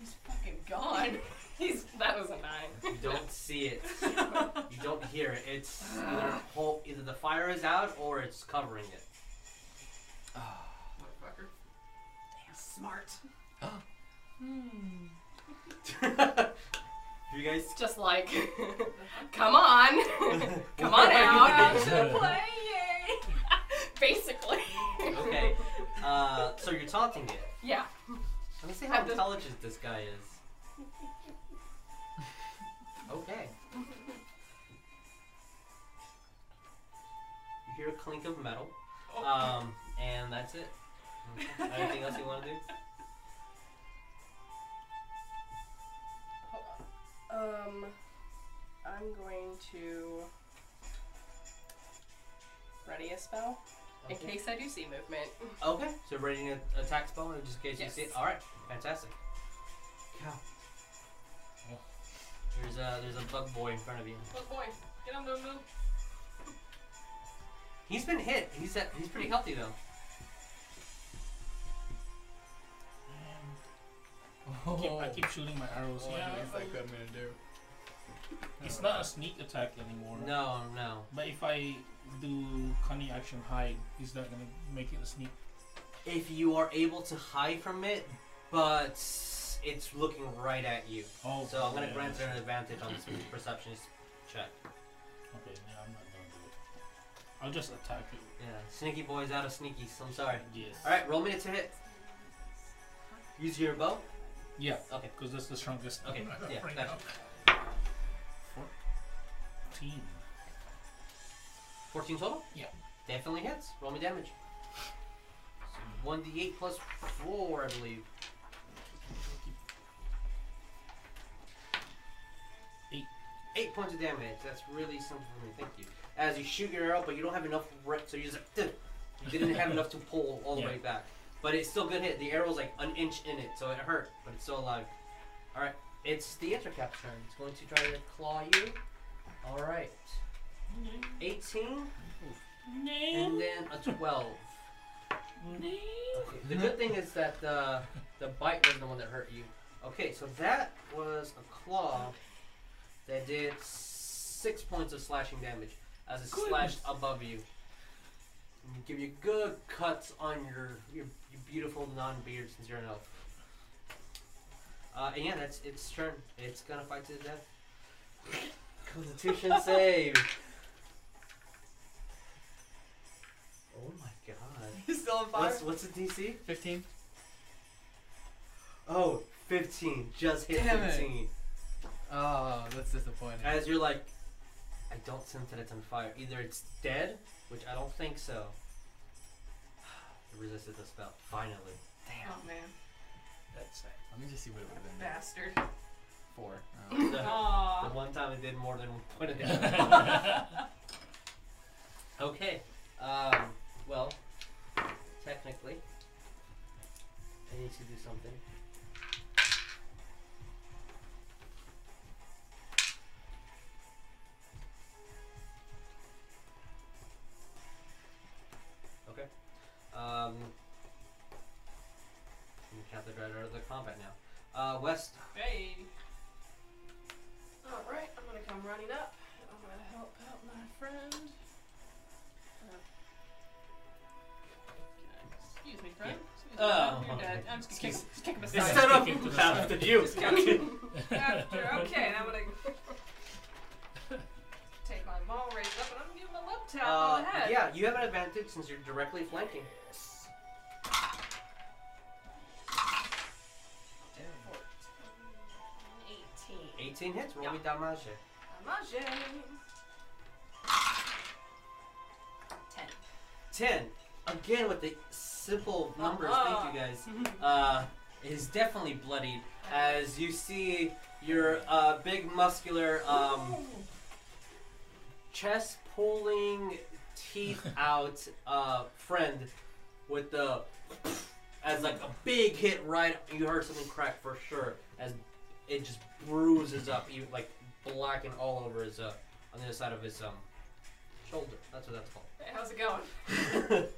G: he's fucking gone. He's that was a nine.
B: You don't see it. You don't hear it. It's either whole, either the fire is out or it's covering it.
F: Motherfucker. Damn. Smart.
B: you guys.
G: Just like, come on, come on
B: Uh,
G: out, play. Basically.
B: Okay. Uh, so you're taunting it.
G: Yeah.
B: Let me see how
G: At the-
B: intelligent this guy is. Okay. You hear a clink of metal,
G: Oh.
B: um, and that's it. Anything else you want to do?
G: Um, I'm going to ready a spell in
B: Okay.
G: case I do see movement.
B: Okay, so ready an attack spell in just in case
G: Yes.
B: you see it. All right, fantastic. Cow. There's a there's a bug boy in front of you.
F: Look, boy. Get on, boom, boom.
B: He's been hit. He's at, he's pretty healthy though.
E: I keep, I keep shooting my arrows. yeah,
D: like I'm gonna do.
E: it's not a sneak attack anymore.
B: No, no.
E: But if I do cunning action hide, is that gonna make it a sneak?
B: If you are able to hide from it, but it's looking right at you.
E: Oh,
B: So I'm gonna
E: yeah.
B: grant an advantage on this perception check.
E: Okay, yeah, I'm not gonna do it. I'll just attack it.
B: Yeah, sneaky boy's out of sneaky. So I'm sorry.
E: Yes.
B: All right, roll me to hit. Use your bow.
E: Yeah.
B: Okay.
E: Because that's the strongest.
B: Okay,
E: number
B: yeah,
E: right
B: gotcha.
E: now. Fourteen.
B: 14 total?
E: Yeah.
B: Definitely hits. Roll me damage. 1d8 plus 4, I believe.
E: Eight.
B: 8 points of damage. That's really something for me. Thank you. As you shoot your arrow, but you don't have enough rip, so you just like, "Duh." you didn't have enough to pull all the
E: Yeah.
B: way back. But it's still good hit. The arrow's like an inch in it, so it hurt, but it's still alive. Alright, it's the intercap's turn. It's going to try to claw you. Alright. 18 and
E: Name.
B: then a 12.
E: Name.
B: Okay, The good thing is that the the bite was the one that hurt you. Okay, so that was a claw that did six points of slashing damage as it slashed above you. And Give you good cuts on your your, your beautiful non-beard since you're an elf. Uh, and yeah, that's its turn. It's gonna fight to the death. Constitution save. Oh my god.
D: He's still on fire.
B: What's, what's the DC?
D: Fifteen.
B: Oh, 15. Just hit
D: Damn it.
B: 15.
D: Oh, that's disappointing.
B: As you're like, I don't sense that it's on fire. Either it's dead, which I don't think so. It resisted the spell, finally.
F: Oh, man.
E: That's it.
D: Let me just see what it would have been.
F: Bastard.
D: Four.
B: The,
D: Oh.
B: the
F: Aww.
B: one time it did more than one point of damage. okay. Um, well, technically, I need to do something. Okay. Um, let me count the dread out of the combat now. Uh, West.
F: Hey. Alright, I'm gonna come running up. and I'm gonna help out my friend. Uh, Excuse me, friend. Excuse me,
B: Oh.
F: friend. You're dead. I'm just gonna kick, just kick him
E: It's
F: aside.
E: set up after
B: you.
F: After, okay, and I'm gonna take my maul raised up and I'm gonna give him a lip tap on
B: Uh,
F: the head.
B: yeah, you have an advantage since you're directly flanking.
G: 18.
B: 18 hits, roll
F: Yeah.
B: me damage.
F: Imagine.
G: 10.
B: 10. Again with the simple numbers, thank you guys.
F: Mhm.
B: Uh, is definitely bloodied as you see your uh, big muscular um, chest pulling teeth out uh, friend with the as like a big hit right you heard something crack for sure as it just bruises up you like black and all over his uh on the other side of his um shoulder that's what that's
F: Hey, how's it going?
B: called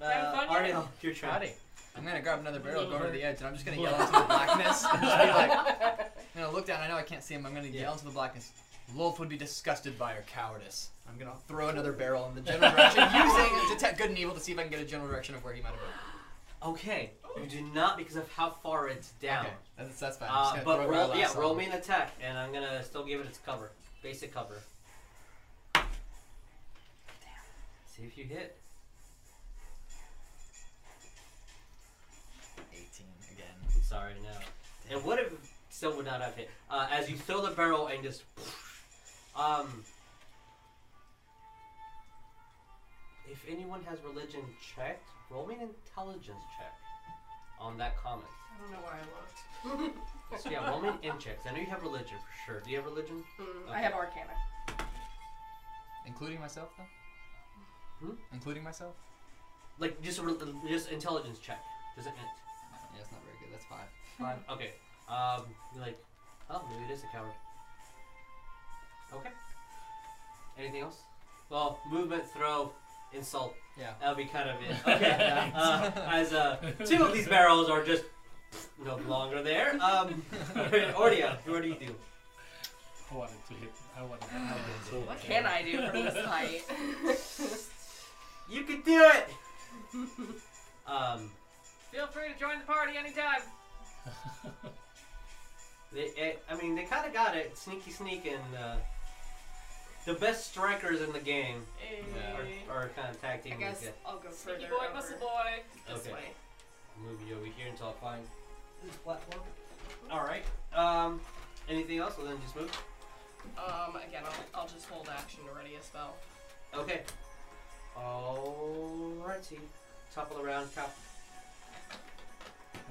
F: Having
B: uh,
F: fun
B: Ariel,
F: yet?
B: your turn
D: Howdy. I'm gonna grab another barrel, go over the edge, and I'm just gonna
E: Blood.
D: yell into the blackness and just be like, I'm gonna look down. I know I can't see him. I'm gonna yell into the blackness. Lolf would be disgusted by your cowardice. I'm gonna throw another barrel in the general direction, using detect good and evil to see if I can get a general direction of where he might have been.
B: Okay, you do not because of how far it's down.
D: Okay, that's, that's fine. I'm
B: Uh,
D: just gonna
B: but
D: throw it where I
B: roll, yeah,
D: last saw
B: roll
D: him.
B: me an attack, and I'm gonna still give it its cover, basic cover. See if you hit.
D: 18 again.
B: I'm sorry, no. It would have still would not have hit. Uh, as you throw the barrel and just, um, if anyone has religion checked, roll me an intelligence check on that comment.
F: I don't know why I looked.
B: So yeah, roll me an in check. 'cause I know you have religion for sure. Do you have religion?
G: Mm, I have
B: Okay.
G: Arcana.
D: Including myself, though?
B: Hmm?
D: Including myself?
B: Like just a, rel- just intelligence check. Does it hit?
D: Yeah, that's not very good. That's five.
B: Five. Okay. Um, you're like, oh, maybe it is a coward. Okay. Anything else? Well, movement, throw, insult.
D: Yeah.
B: That'll be kind of it. Okay. uh, as uh, two of these barrels are just no longer there. Um, Ordia, what do you do?
E: I wanted to hit. I wanted to hit so
G: What
E: bad.
G: can I do from this height?
B: You can do it. um,
G: Feel free to join the party anytime.
B: they, eh, I mean, they kind of got it. Sneaky sneak and uh, the best strikers in the game
F: Hey.
B: are, are kind of tag teaming.
F: Mm-hmm. I guess
B: together.
F: I'll go further
G: Sneaky boy,
F: over
G: muscle boy.
F: this
B: Okay.
F: way.
B: move you over here until I find this platform.
F: Mm-hmm.
B: All right. Um, anything else? Well, then just move.
G: Um, again, I'll, I'll just hold action to ready a spell.
B: Okay. All righty. Topple around, top.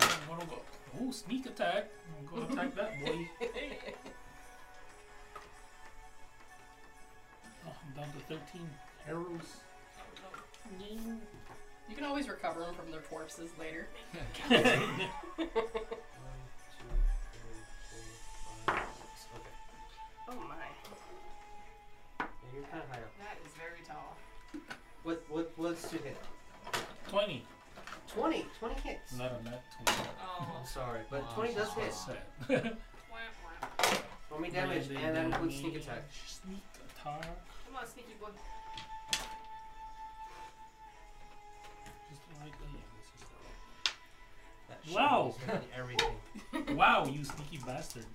E: I'm gonna go. Oh, sneak attack! I'm gonna attack that boy. Oh, I'm down to 13 arrows.
G: You can always recover them from their corpses later.
B: One, two, three, four, five, six. Okay.
G: Oh my,
B: Yeah, you're kind of high up.
G: that is very tall.
B: What? What? What's to hit?
E: 20.
B: 20. 20 hits.
E: Not a net 20.
F: Oh,
B: I'm sorry, but 20 does hit.
E: Sad.
B: Roll me damage,
E: Blinding
B: and then with sneak
E: damage,
B: attack.
E: Sneak attack.
F: Come on, sneaky boy.
E: Just right there.
B: That shit
E: Wow.
B: is hitting Everything.
E: Wow, you sneaky bastard.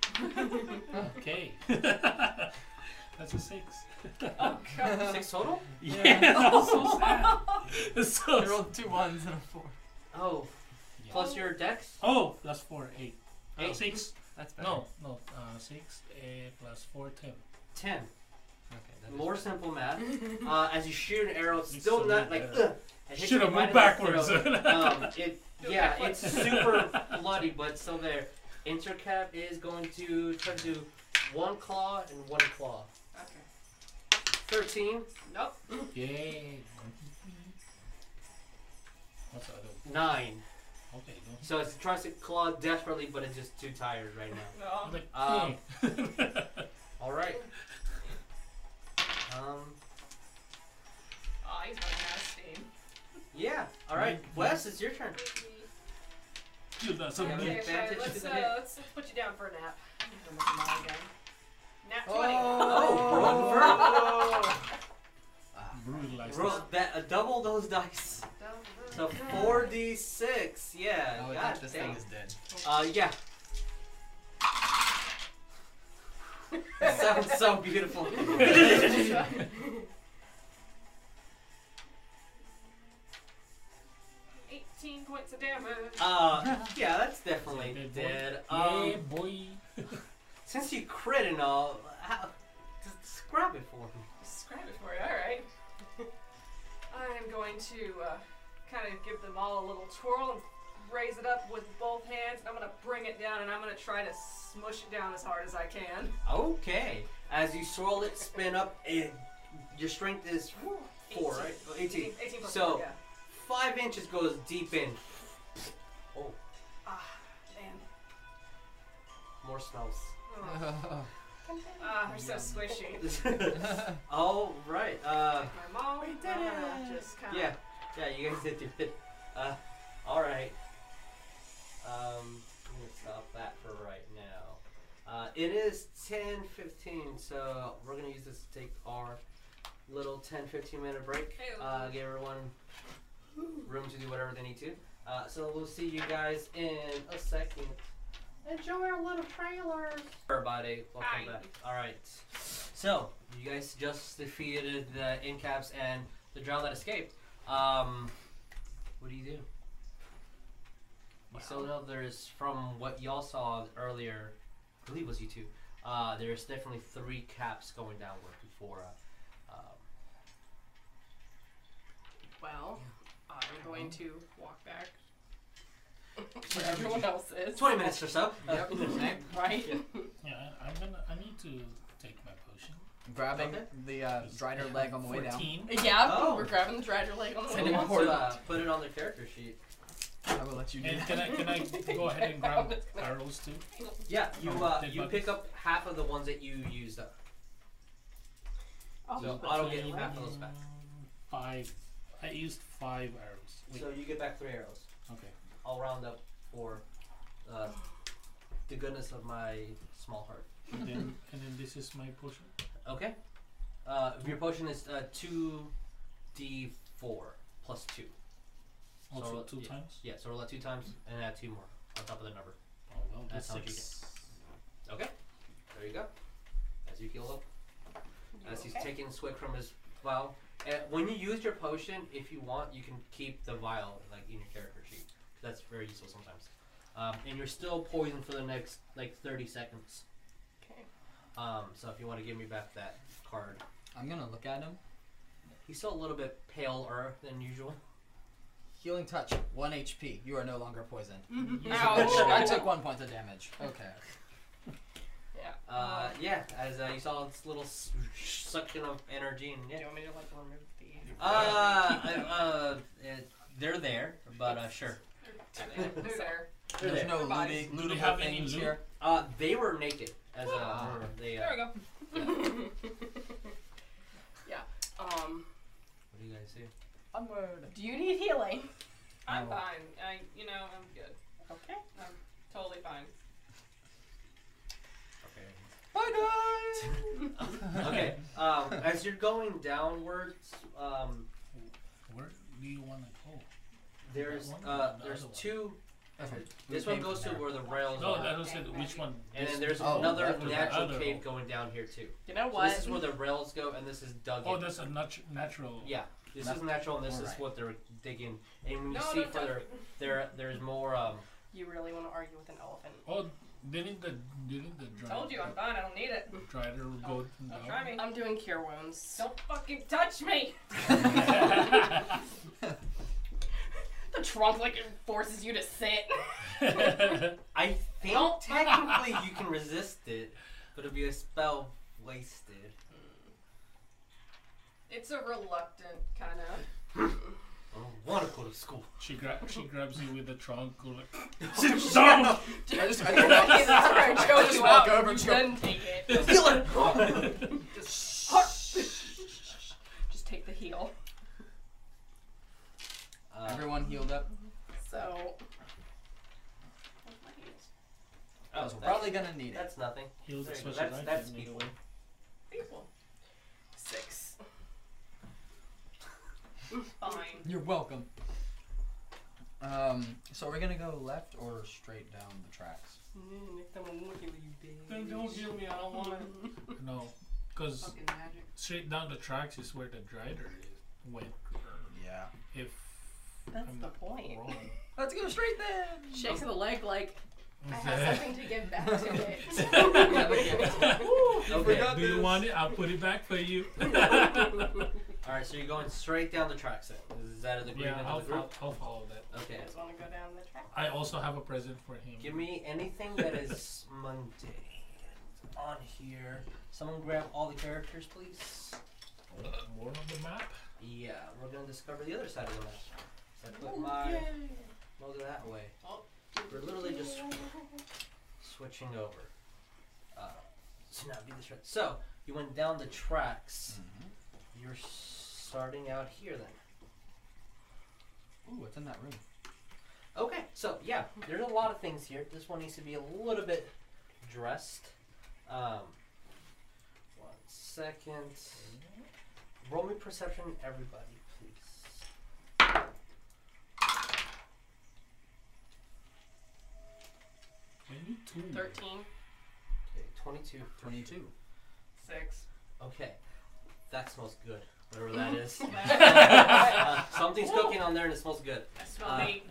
E: okay. That's a six.
B: Six total?
E: Yeah, that's so sad. That's so
D: I rolled two ones and a four.
B: Oh.
E: Yeah.
B: Plus your dex.
E: Oh, plus four, eight. Uh,
B: Eight.
E: six.
D: That's better.
E: No, no. Uh, six, eight, plus four, ten.
B: 10.
D: Okay, that is-
B: More simple math. Uh, as you shoot an arrow, it's
E: It's
B: still
E: so
B: not like.
E: weird, yeah.
B: Ugh, it hits
E: Should have
B: you right
E: moved
B: in the
E: backwards.
B: throat. um, it,
G: Do a
B: yeah,
G: backflip.
B: it's super bloody, but it's still there. Intercap is going to try to do one claw and one claw.
G: Okay.
B: Thirteen,
G: Nope.
E: Yay. What's the other?
B: nine.
E: Okay, no.
B: So it's trying to claw desperately, but it's just too tired right now.
G: No.
E: I'm like,
B: Um,
E: hey.
B: All right. Um.
F: oh,
G: Aw, he's running out of steam.
B: Yeah. All right, Wes, it's your turn.
E: you got some
B: Yeah,
E: new-
B: okay.
F: Okay, Shai,
B: advantage to
F: let's,
B: the
F: uh,
B: hit.
F: let's, let's put you down for a nap. I'm gonna look at mine again. Nat 20.
B: Oh,
E: brutalized.
B: Roll that, uh, double those dice.
F: Down the
B: So
F: road.
B: 4d6, yeah.
D: Oh, I
B: God
D: think this
B: dang.
D: thing is dead.
B: Uh, yeah. that sounds so beautiful.
F: Eighteen points of damage.
B: uh, yeah, that's definitely
E: Dead boy.
B: dead.
E: Yay,
B: Um,
E: boy.
B: since you crit and all, how, just describe it for me.
F: Describe it for you. All right. I'm going to uh, kind of give them all a little twirl and raise it up with both hands. I'm gonna bring it down and I'm gonna try to smush it down as hard as I can.
B: Okay. As you swirl it, spin up, and your strength is 4, right? Oh, 18.
F: 18, 18 plus
B: So-
F: four, yeah.
B: 5 inches goes deep in. Oh,
F: Man.
B: more smells.
F: Oh. Ah, they're so squishy.
B: all right. Uh,
F: My mom.
B: We did
F: uh,
B: it.
F: Just kind of.
B: Yeah, yeah, you guys did do it. Uh, all right. Um, I'm gonna stop that for right now. Uh, it is 10.15, so we're going to use this to take our little 10-15 minute break.
F: Hey-o.
B: Uh, give everyone room to do whatever they need to. Uh, so we'll see you guys in a second. Enjoy our little trailers. Everybody, welcome
F: Hi.
B: back. All right. So you guys just defeated the incaps and the drow that escaped. Um, what do you do? You still know there's from what y'all saw earlier. I believe it was you two. Uh, there's definitely three caps going downward before. Uh, um,
G: Well, I'm going to walk back where
B: Yeah.
G: everyone else is.
B: 20 minutes or so.
D: Yep. Okay.
G: Right?
E: Yeah, I- I'm gonna. I need to take my potion.
D: Grabbing
B: Okay.
D: the uh, dried her leg on the way down.
E: 14.
G: Uh, Yeah,
B: Oh.
G: we're grabbing the dried leg on the
B: Someone
G: way down.
B: wants to, uh, put it on their character sheet.
D: I will let you do
E: And
D: that.
E: can I can I go ahead and grab arrows too?
B: Yeah, you
E: Oh,
B: uh,
E: big
B: you
E: buckets.
B: pick up half of the ones that you used up.
G: Oh,
B: So
G: but-
B: I don't get half of those back.
E: Five. I used five arrows. Wait.
B: So you get back three arrows.
E: okay.
B: I'll round up for uh, the goodness of my small heart.
E: And then and then this is my potion.
B: Okay. Uh, your potion is uh, two d four plus two. So
E: Also
B: I'll-
E: two
B: yeah.
E: times.
B: Yeah, so roll that two times and add two more on top of the number.
E: Oh well,
B: That's
E: that's
B: how much you
E: six.
B: Okay. There you go. As you heal up. as he's
G: okay?
B: taking a swig from his vial. And when you use your potion, if you want, you can keep the vial like in your character sheet. 'cause That's very useful sometimes. Um, and you're still poisoned for the next like 30 seconds.
G: Okay.
B: Um, so if you want to give me back that card,
D: I'm gonna look at him.
B: he's still a little bit paler than usual.
D: Healing touch, one HP. You are no longer poisoned.
F: Mm-hmm.
G: Ouch.
D: I took one point of damage. Okay.
G: Yeah.
B: Uh, yeah, as uh, you saw this little s- suction of energy and
G: Do
B: yeah.
G: you want me to like remove the?
B: Uh, uh, uh, they're there, but uh, sure.
G: Okay,
B: They're
G: there.
B: They're
D: There's
B: there.
D: no
G: Bodies.
D: looting,
E: Do we have
D: lootable
E: any
D: things
E: loot?
D: here.
B: Uh, they were naked as uh,
D: Ah.
B: they. Uh,
G: There we go. yeah. Um.
B: What do you guys do?
D: Onward.
G: Do you need healing?
F: I'm
D: Oh.
F: fine. I, you know, I'm good.
G: Okay.
F: I'm totally fine.
B: Okay.
D: Bye guys.
B: okay. Um, as you're going downwards, um,
E: Where do you want to go?
B: there's
E: That one?
B: uh,
E: The
B: there's
E: other one.
B: two.
D: Okay.
B: This
D: We
B: one
D: came
B: goes to
D: from there.
B: where the rails
E: No,
B: are,
E: that was it. Which one?
B: and then
E: This-
B: there's
D: Oh,
B: another
D: that was the
B: natural
E: other
B: cave
E: one.
B: going down here too.
G: You know
B: So
G: what?
B: this is where the rails go, and this is dug
E: Oh,
B: in.
E: that's a nat- natural.
B: yeah. This
D: Left.
B: is natural, and this is
D: Alright.
B: what they're digging. And when you
F: No,
B: see
F: no,
B: further, there there's more. Um,
G: you really want to argue with an elephant?
E: Oh, didn't the didn't the dry
F: Told you, I'm fine. I don't need it.
E: drider
B: Oh,
E: go
F: Don't
E: down?
F: try me.
G: I'm doing cure wounds.
F: Don't fucking touch me.
G: The trunk like it forces you to sit.
B: I think
G: Don't-
B: technically you can resist it, but it'll be a spell wasted.
F: It's a reluctant kind of.
B: I don't want to Oh, go to school.
E: she gra- she grabs you with the trunk. go Like,
D: I just, I
G: You're
D: just,
G: lucky that's where I chose you
D: walk
G: out.
D: over
G: you
D: to
G: then take it. Just, just take the heel.
B: Uh,
D: everyone healed up.
G: So
B: oh,
D: Because we're
B: that's-
D: probably gonna need it.
B: That's nothing.
E: Heal the
B: There you go.
E: special
B: That's-
E: life
B: that's
E: in
B: people.
E: way.
G: people. Six.
F: Fine.
D: You're welcome. Um, so are we gonna go left or straight down the tracks?
E: Then don't heal me. I don't want it. No, because
H: Fucking magic.
E: straight down the tracks is where the drider is, went.
D: Yeah.
E: If
G: That's
E: I'm
G: the
E: not
G: point.
E: wrong.
D: Let's go straight then.
G: Shakes the leg like I have something to give back to it.
B: Okay.
D: forgot
E: Do you
D: this.
E: want it? I'll put it back for you.
B: All right, so you're going straight down the tracks. Then is that an agreement
E: yeah, I'll,
B: of the group?
E: fo- I'll follow that.
B: Okay.
G: You guys want to go down the track?
E: I also have a present for him.
B: Give me anything that is mundane on here. Someone grab all the characters, please.
E: more on the map.
B: Yeah, uh, we're gonna discover the other side of the map. So I put
G: Ooh,
B: my
G: yay. Oh.
B: motor that way. We're literally just switching over. Uh, so now be this right. So you went down the tracks.
G: Mm-hmm.
B: You're starting out here then.
D: Ooh, what's in that room?
B: Okay, so yeah, there's a lot of things here. This one needs to be a little bit dressed. Um, one second.
G: Mm-hmm.
B: Roll me perception, everybody, please.
E: Twenty-two.
G: 13.
B: Okay, 22.
D: Twenty-two.
G: 6.
B: Okay, that smells good. Whatever that is.
G: I
B: Uh, something's cooking on there and it smells good.
G: smell
B: Uh,
G: meat.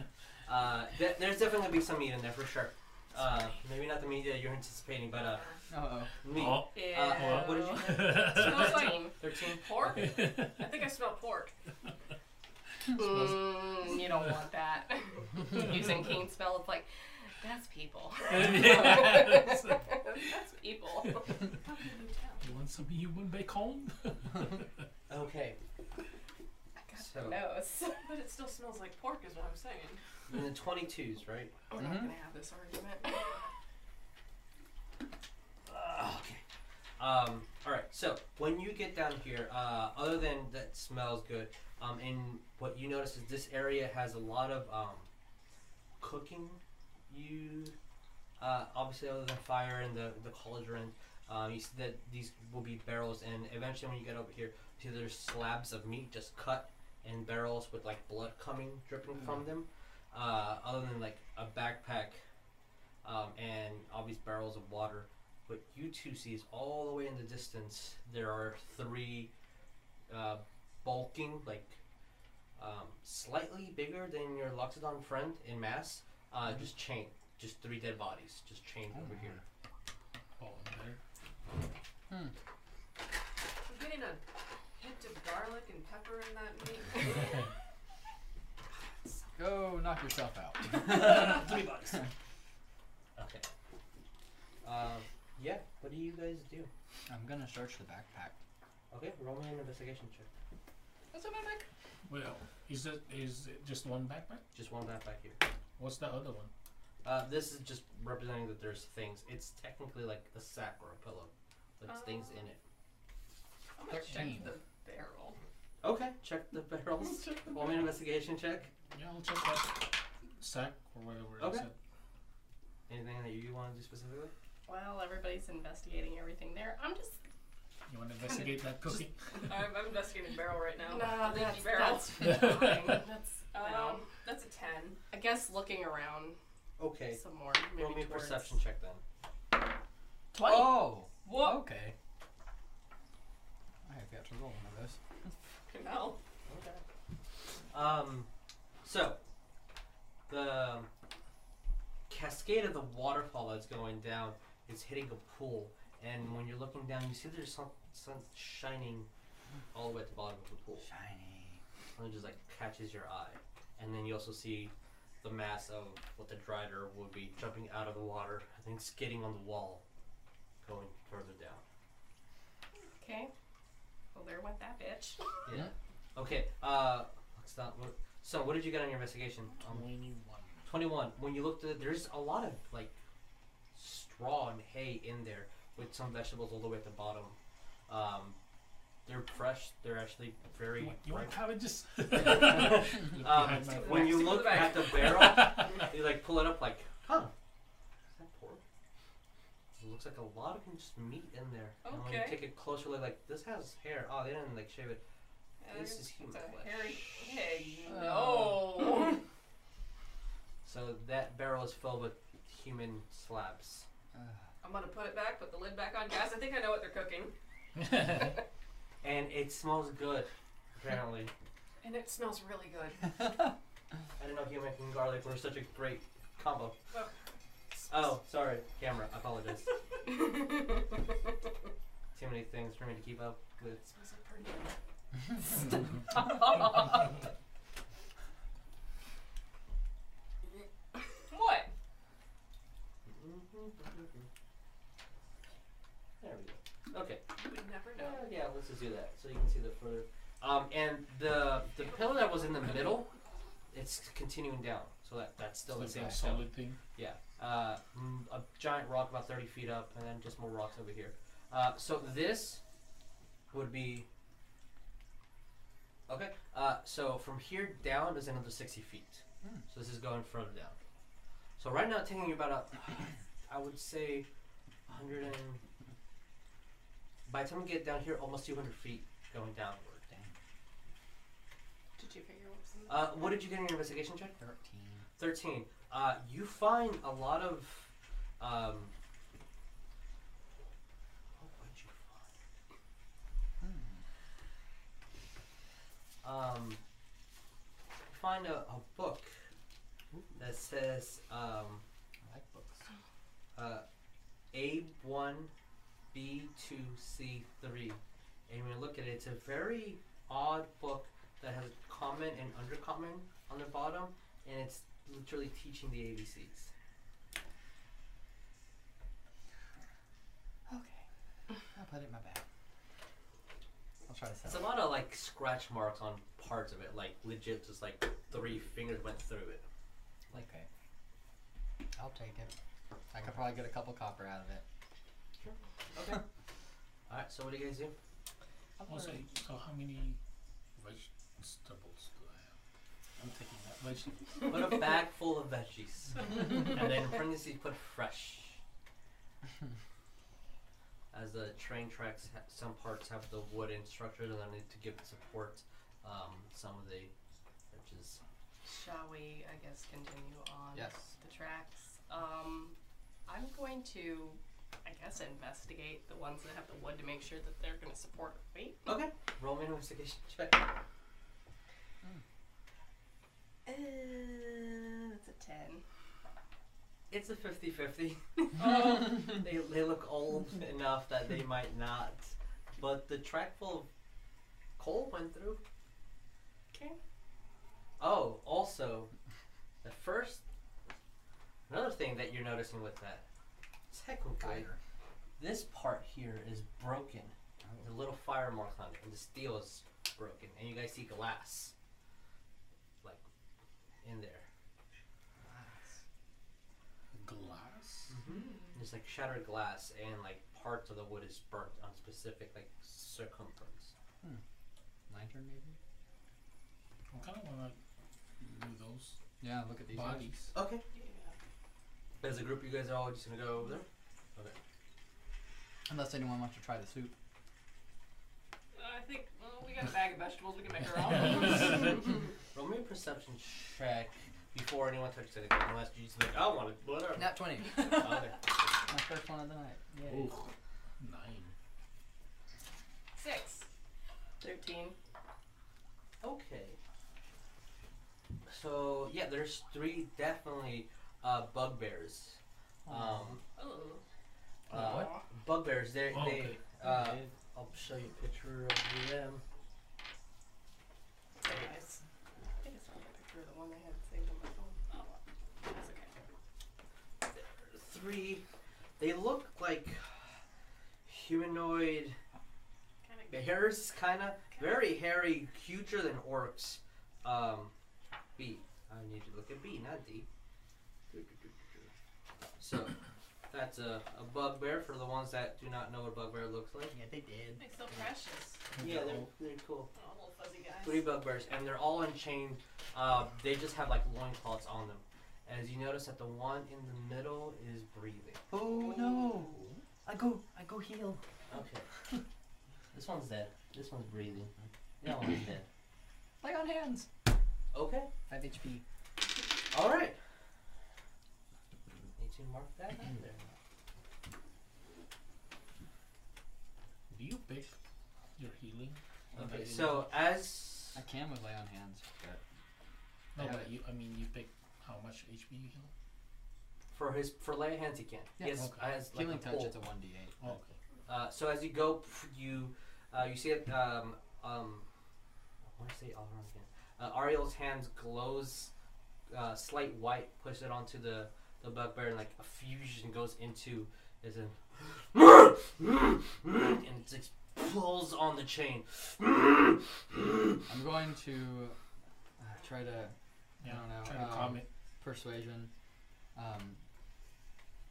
B: Uh, th- there's definitely gonna be some meat in there for sure. Uh, maybe not the meat that you're anticipating, but uh,
D: Oh,
B: meat.
E: Oh.
B: uh, what did you-
G: Smells
F: 13.
G: like
B: Thirteen.
F: Pork? I think I smell pork.
G: Mm, you don't want that. Using keen spell, it's like, that's people.
E: Yes.
G: that's people.
E: You want some human bacon?
B: Okay.
G: God
B: So
G: knows.
F: But it still smells like pork, is what I'm saying.
B: in the 22s, right?
G: We're not
B: Mm-hmm.
G: gonna have this argument.
B: Uh, okay. Um, all right. So when you get down here, uh, other than that smells good, um, and what you notice is this area has a lot of um, cooking. You uh, obviously other than fire and the the cauldron, uh, you see that these will be barrels, and eventually when you get over here, you see there's slabs of meat just cut in barrels with like blood coming dripping from them. Uh, other than like a backpack um, and all these barrels of water what you two see is all the way in the distance there are three uh, bulking like um, slightly bigger than your loxodon friend in mass uh, just chained just three dead bodies just chained over here
E: Oh, there.
F: I'm getting a hint of garlic and pepper in that meat.
D: go knock yourself out.
B: three bodies okay Um yeah what do you guys do
D: I'm gonna search the backpack.
B: okay roll me an investigation check
F: What's up, my mic?
E: Well, is it is it just one backpack?
B: just one map back here
E: What's the other one?
B: uh, this is just representing that there's things it's technically like a sack or a pillow there's things in it
F: I'm gonna
D: Thirteen.
F: check the barrel.
B: Okay, check the barrels.
F: Check the
B: Want me an investigation check?
E: Yeah, I'll check that sack or whatever
B: Okay.
E: it said.
B: Anything that you want to do specifically?
G: Well, everybody's investigating everything there. I'm just
E: You want to investigate that cookie?
F: I'm, I'm investigating barrel right now.
G: nah,
F: Leaky
G: that's
F: barrel.
G: that's fine. That's um,
F: Um, that's a ten.
G: I guess looking around
B: Okay.
G: some more.
B: Roll me
G: Maybe
B: a
G: towards-
B: perception check then.
D: Oh,
F: What?
D: okay. I have got to roll one of those.
F: No.
B: Okay. Um, so the cascade of the waterfall that's going down is hitting a pool, and when you're looking down, you see there's some sun shining all the way at the bottom of the pool,
D: Shiny.
B: and it just like catches your eye. And then you also see the mass of what the drider would be jumping out of the water, I think skidding on the wall, going further down.
G: Okay. Well, there went that bitch.
B: Yeah. Okay. Uh, let's not. What, so, what did you get on your investigation? Um,
E: Twenty-one.
B: Twenty-one. When you looked, at, there's a lot of like straw and hay in there with some vegetables all the way at the bottom. Um, they're fresh. They're actually very.
E: You, you want
B: ripe.
E: to have it just
B: Um,
E: behind my
B: when
E: back.
B: you
F: Stick to
B: look
F: the
B: at
F: back.
B: the barrel, you like pull it up, like, huh? Is that pork? It looks like a lot of just meat in there. And when you
F: Okay.
B: take a closer look, like this has hair. Oh, they didn't like shave it. This is
F: It's
B: human flesh.
F: a hairy pig. No.
B: So that barrel is filled with human slabs.
F: I'm gonna put it back. Put the lid back on, guys. I think I know what they're cooking.
B: And it smells good, apparently.
F: And it smells really good.
B: I didn't know human and garlic were such a great combo.
F: Oh.
B: Oh, sorry, camera. I apologize. Too many things for me to keep up with.
F: smells so pretty. What?
B: There we go. Okay.
F: You would never
B: Uh,
F: know.
B: yeah, let's just do that so you can see the further. Um, and the the pillow that was in the middle, it's continuing down. So that that's still the
E: Like
B: same
E: a
B: stone.
E: solid thing.
B: Yeah, uh, mm, a giant rock about 30 feet up, and then just more rocks over here. Uh, so this would be. Okay, uh, so from here down is another 60 feet. So this is going further down. So right now, it's taking you about, a, I would say, 100 and By the time we get down here, almost 200 feet going downward.
G: Did you figure what's in
B: Uh, what did you get in your investigation check?
D: Thirteen.
B: 13. Uh, you find a lot of. Um, what would you find? Um, you find a, a book that says um,
D: I like books.
B: uh, A1, B2, C3. And when you look at it, it's a very odd book that has common and undercommon on the bottom, and it's literally teaching the ABCs.
D: Okay. I'll put it in my bag. I'll try to
B: It's
D: sell
B: a
D: it.
B: lot of like scratch marks on parts of it, like legit, just like three fingers went through it.
D: Like pay. I'll take it. I could probably get a couple copper out of it.
B: Okay. All right. So what do you guys do?
E: Also, so how many vegetables do I have? I'm taking that vegetable.
B: Put a bag full of veggies, and then in parentheses put fresh. As the train tracks, ha- some parts have the wooden structures underneath to give it support. Um, some of the, which is
G: Shall we, I guess, continue on
D: Yes.
G: the tracks? Um, I'm going to, I guess, investigate the ones that have the wood to make sure that they're going to support weight.
B: okay. Roll me an investigation check.
G: Uh, that's a 10.
B: It's a 50-50. they, they look old enough that they might not, but the track full of coal went through.
G: Okay.
B: Oh, also, the first another thing that you're noticing with that technically,
D: Fire.
B: this part here is broken. The little fire mark on it, and the steel is broken, and you guys see glass, like in there.
E: Glass?
B: There's like shattered glass and like parts of the wood is burnt on specific like circumference.
D: Lantern
E: I
D: maybe?
E: kind of want to do those
D: Yeah, look at these. guys.
E: bodies.
B: Okay. As a group, you guys are all just gonna go over there.
D: Unless anyone wants to try the soup.
F: I think well, we got a bag of vegetables. We can make our own.
B: Roll me a perception check before anyone touches anything, unless you just like I want it, whatever.
D: Nat 20.
B: Oh, okay.
D: My first one of the night. Yay.
E: Ooh, nine.
F: Six.
G: 13.
B: Okay. So yeah, there's three definitely uh, bugbears. Um,
F: Oh.
B: uh,
D: What?
B: Bugbears. They
E: Oh,
B: they.
E: okay.
B: Uh, I'll show you a picture of them.
G: Anyways, I think it's not a picture of the one I had saved on my phone. Oh, well. That's okay.
B: three. They look like humanoid bears, kind of very hairy, cuter than orcs. Um, B. I need to look at B, not D. So that's a, a bugbear for the ones that do not know what bugbear looks like.
D: Yeah, they did.
F: It's so precious.
B: Yeah, they're, they're cool.
F: Oh, little fuzzy guys.
B: Three bugbears, and they're all unchained. Uh, they just have like loincloths on them. As you notice that the one in the middle is breathing.
D: Oh no! I go, I go heal.
B: Okay. this one's dead. This one's breathing. That one's dead.
D: Play on hands.
B: Okay.
D: 5 HP.
B: All right. Need to mark that up there.
E: Do you pick your healing?
B: Okay. So as
D: I can with lay on hands. But I
E: No,
D: have
E: but
D: it.
E: you, I mean, you pick how much HP you heal?
B: for his for lay of hands, he can.
D: Yeah,
B: yes.
D: okay.
B: As like
D: Healing
B: a
D: touch,
B: pull.
D: it's a 1d8.
E: Oh,
D: but-
E: okay.
B: Uh, so as you go, pff, you uh, you see it. Um, um, Oh, I want to say Alvaron's hand. Uh, Ariel's hands glows uh, slight white. Push it onto the the bugbear, and like a fusion goes into as in, and it just pulls on the chain.
D: I'm going to uh, try to
E: Yeah,
D: don't know,
E: Trying to
D: um,
E: calm it.
D: persuasion. Um,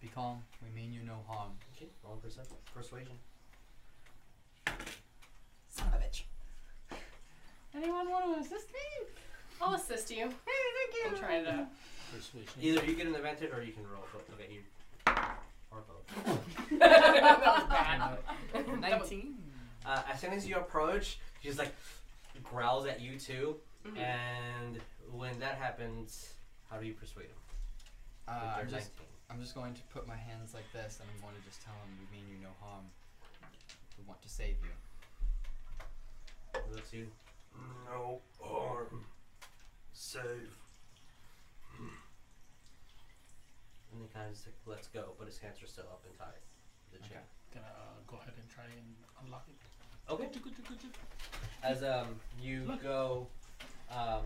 D: be calm. We mean you no harm.
B: Okay, one percent persuasion.
D: Son of a bitch.
G: Anyone want to assist me? I'll assist you. Hey, thank you. I'm trying to.
E: Persuasion.
B: Either you get an advantage or you can roll. But okay, you. or both.
G: that
F: Oh,
G: was bad.
D: Nineteen.
B: Uh, as soon as you approach, she just like growls at you too.
G: Mhm.
B: And when that happens, how do you persuade him?
D: Uh,
B: If
D: I'm
B: they're 19.
D: just I'm just going to put my hands like this, and I'm going to just tell him we mean you no harm. We want to save you.
B: He looks at you. No harm. Save. And he kind of just like, let's go, but his hands are still up and tied. to The chain.
E: Gonna uh, go ahead and try and unlock it.
B: Okay. As um you go, um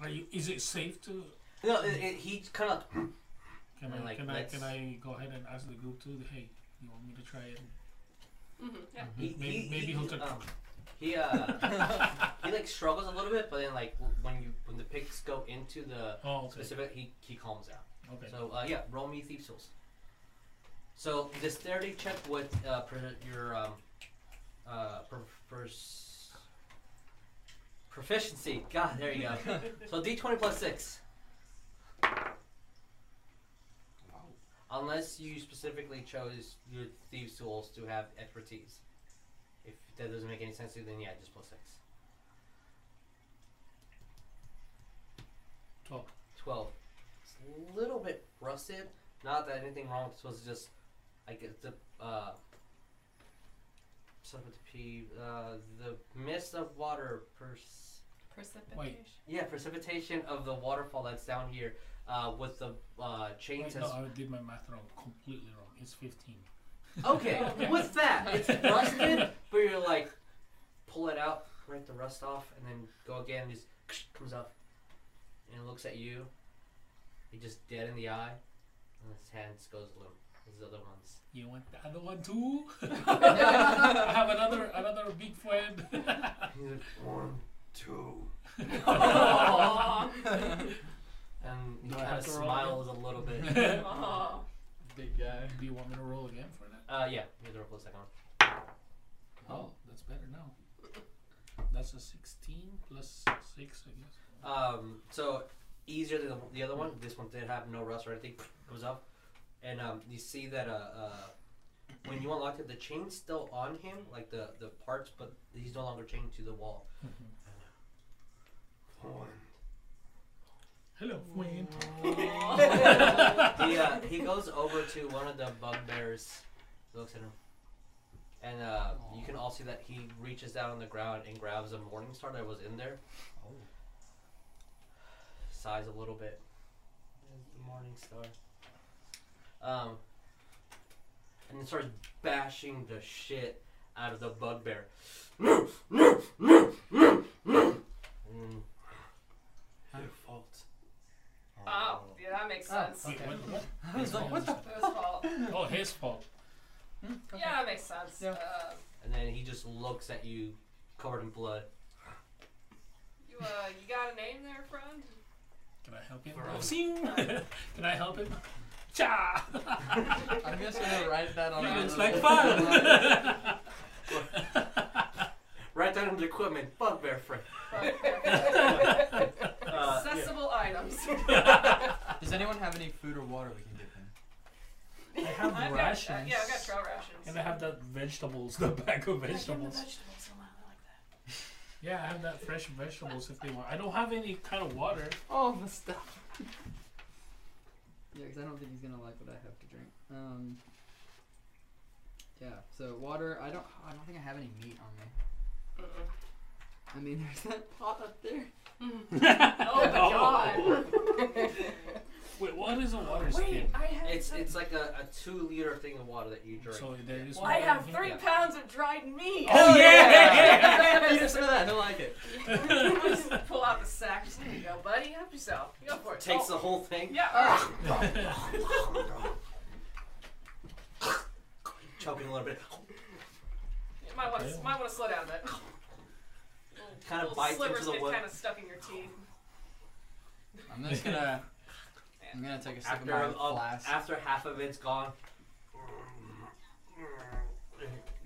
E: Are you? Is it safe to?
B: no, it, it, he kind of
E: Can
B: Or
E: I?
B: like,
E: can I? Can
B: let's-
E: I go ahead and ask the group to? Hey, you want me to try it?
G: Mhm, yeah.
B: he,
E: Maybe,
B: he,
E: maybe
B: he,
E: he'll take.
B: um, he uh he like struggles a little bit, but then like w- when you when the pigs go into the
E: oh, okay.
B: specific, he he calms down.
E: Okay.
B: So uh, yeah, roll me thieves tools. So this dexterity check with uh, per, your um, uh, per, pers- proficiency. God, there you go. so D twenty plus six. Unless you specifically chose your thieves tools to have expertise. If that doesn't make any sense to you, then yeah, just plus six.
E: Twelve.
B: 12. It's a little bit rusted. Not that anything wrong. This was just, I guess, the, uh, something to pee, uh, the mist of water, pers-
G: Precipitation.
B: yeah, precipitation of the waterfall that's down here, uh, with the, uh, chains
E: Wait,
B: has,
E: no, I did my math wrong. Completely wrong. It's fifteen.
B: okay, what's that? It's rusted, but you're like, pull it out, rip the rust off, and then go again, just comes off, and it looks at you, you just dead in the eye, and his hands goes limp, his other ones.
E: You want the other one too? I have another another big friend.
B: One, two.
G: Oh, Aw.
B: And he
E: Do I
B: kind
E: have
B: of
E: to roll
B: smiles a little bit.
G: Aw.
D: Big guy.
E: Do you want me to roll again for that?
B: Uh, yeah, you have to roll for the second one.
E: Oh, that's better now. That's a sixteen plus six, I guess.
B: Um, so easier than the, the other one. This one did have no rust or anything. Goes up, and um, you see that uh, uh, when you unlocked it, the chain's still on him, like the the parts, but he's no longer chained to the wall.
E: Hello, friend.
B: he uh, he goes over to one of the bugbears, looks at him, and uh, you can all see that he reaches down on the ground and grabs a morning star that was in there.
D: Oh.
B: Sighs a little bit. There's the morning star. Um, and then starts bashing the shit out of the bugbear. No, no, no, no, no. Mm. Your fault.
G: Oh, yeah, that makes
D: Oh,
G: sense.
E: Wait,
D: Okay.
E: what, what?
D: I was like, what the?
G: It was fault.
E: Oh, his fault.
G: Yeah, that makes sense.
D: Yeah.
G: Uh,
B: And then he just looks at you, covered in blood.
G: you, uh, you got a name there, friend?
E: Can I help him?
B: For all-
E: Sing. Can I help him? Cha!
D: I'm just gonna write that on.
E: He
D: our
E: looks like
D: little-
E: fun.
B: Right down on the equipment, bugbear friend. Uh, yeah.
G: Accessible items.
D: Does anyone have any food or water we can give him?
E: I have
G: I've got,
E: rations.
G: uh, yeah, I've got trail rations.
E: And I have that vegetables, the bag of vegetables. Yeah, I have that fresh vegetables if they want. I don't have any kind of water.
D: All the stuff. yeah, because I don't think he's gonna like what I have to drink. Um. Yeah. So water. I don't. I don't think I have any meat on me. I mean, there's that pot up there.
G: Oh my god!
E: Wait, what is a water
G: Wait,
E: skin?
G: I have.
B: It's it's like a, a two liter thing of water that you drink.
E: So there is
G: I
E: water
G: have
E: in
G: three
E: here?
G: pounds of dried meat.
E: Oh
D: yeah! Eat some of that. He'll like it.
G: Just pull out the sack. Just, Here you go, buddy. Help yourself. Go for it.
B: Takes
G: oh.
B: the whole thing,
G: Yeah. Uh,
B: choking a little bit,
G: you might want to
E: Yeah.
G: might want to slow down a bit.
B: kind of
G: Little
B: bites into
G: slivers
B: the
G: get
B: wood.
G: kind of stuck in your teeth.
D: I'm just gonna. I'm gonna take a sip
B: After
D: of
B: a-
D: my
B: a-
D: flask.
B: after half of it's gone,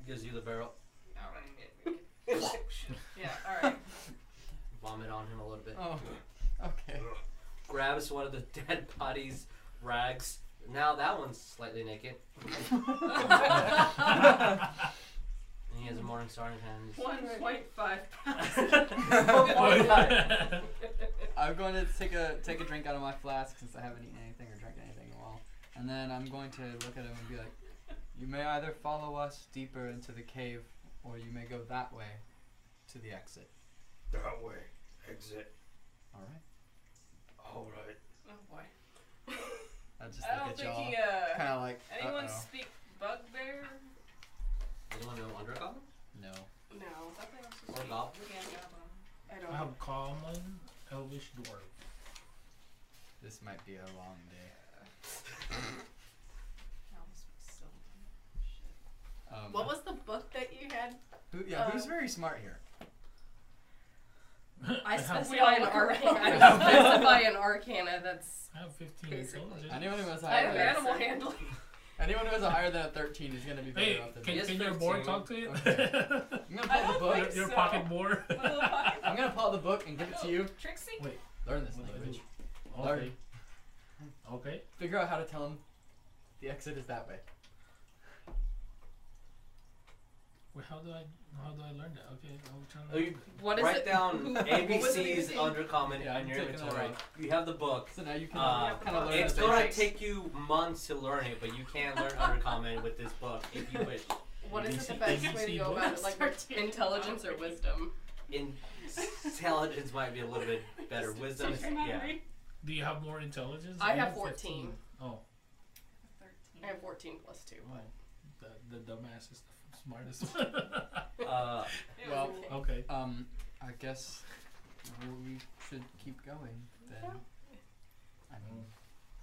B: gives you the barrel.
G: All right. yeah. All right.
B: Vomit on him a little bit.
D: Oh. Okay.
B: Grabs one of the dead body's rags, Now that one's slightly naked. And he has a morning star in his hand.
F: One point five
E: Why?
D: I'm going to take a take a drink out of my flask since I haven't eaten anything or drank anything in a while, and then I'm going to look at him and be like, "You may either follow us deeper into the cave, or you may go that way, to the exit."
I: That way. Exit.
D: All right.
I: All right.
F: Oh boy.
D: I just
F: I don't
D: look at
F: think
D: y'all,
F: he uh
D: kind of like,
F: anyone
D: "Uh-oh."
F: speak bugbear?
B: Anyone know Undercommon?
D: No.
G: No,
F: Something else to
B: Or
F: speak.
B: Goblin?
F: Yeah, goblin.
G: I
E: I
G: don't know.
E: have common elvish dwarf.
D: This might be a long day.
F: No, this one's still-
D: Um,
G: What was the book that you had?
D: Who, yeah, who's
G: uh,
D: very smart here?
G: I
F: we
E: have-
G: specify
F: all
G: an
F: look
G: arcana.
F: around.
G: I specify an arcana that's.
E: I have 15 years old.
G: Basically.
E: isn't it?
D: Anyone who has a
F: I
D: higher
F: have
D: than,
F: animal handling.
D: anyone who has a higher than a thirteen is gonna be better
E: Hey,
D: off than
E: can,
D: me.
B: Yes,
E: can your board
B: 15.
E: talk to it?
D: I'm gonna
F: I
D: pull the
F: don't
D: book.
F: think
E: your your
F: so.
E: pocket board.
F: A little pocket-
D: I'm gonna pull out the book and give it to you.
F: Trixie?
D: Learn this
E: What do I do?
D: language. Larry.
E: Okay. Okay.
D: Figure out how to tell him the exit is that way.
E: Well, how do I how do I learn that? Okay, I'll try to.
B: Oh, you
G: What is
B: write
G: it?
B: down
D: was it
B: ABC's
D: again?
B: Undercommon
D: Yeah,
B: on
D: I'm
B: your
D: taking that
B: inventory.
D: out.
B: You have the book.
D: So now you can
B: Uh,
D: kind of learn
B: It's
D: the
B: gonna
D: basics.
B: take you months to learn it, but you can learn Undercommon with this book if you wish.
G: What is it the
E: ABC
G: best way to go about it?
E: books.
G: Like with intelligence or wisdom?
B: Intelligence might be a little bit better. Wisdom, is, yeah.
E: Do you have more intelligence?
G: I have
E: 15. Oh,
G: I have 14 plus 2.
E: well, the the dumbass is the smartest one.
B: Uh,
D: Well,
E: okay.
B: Oh.
D: um, I guess we should keep going then. I mean,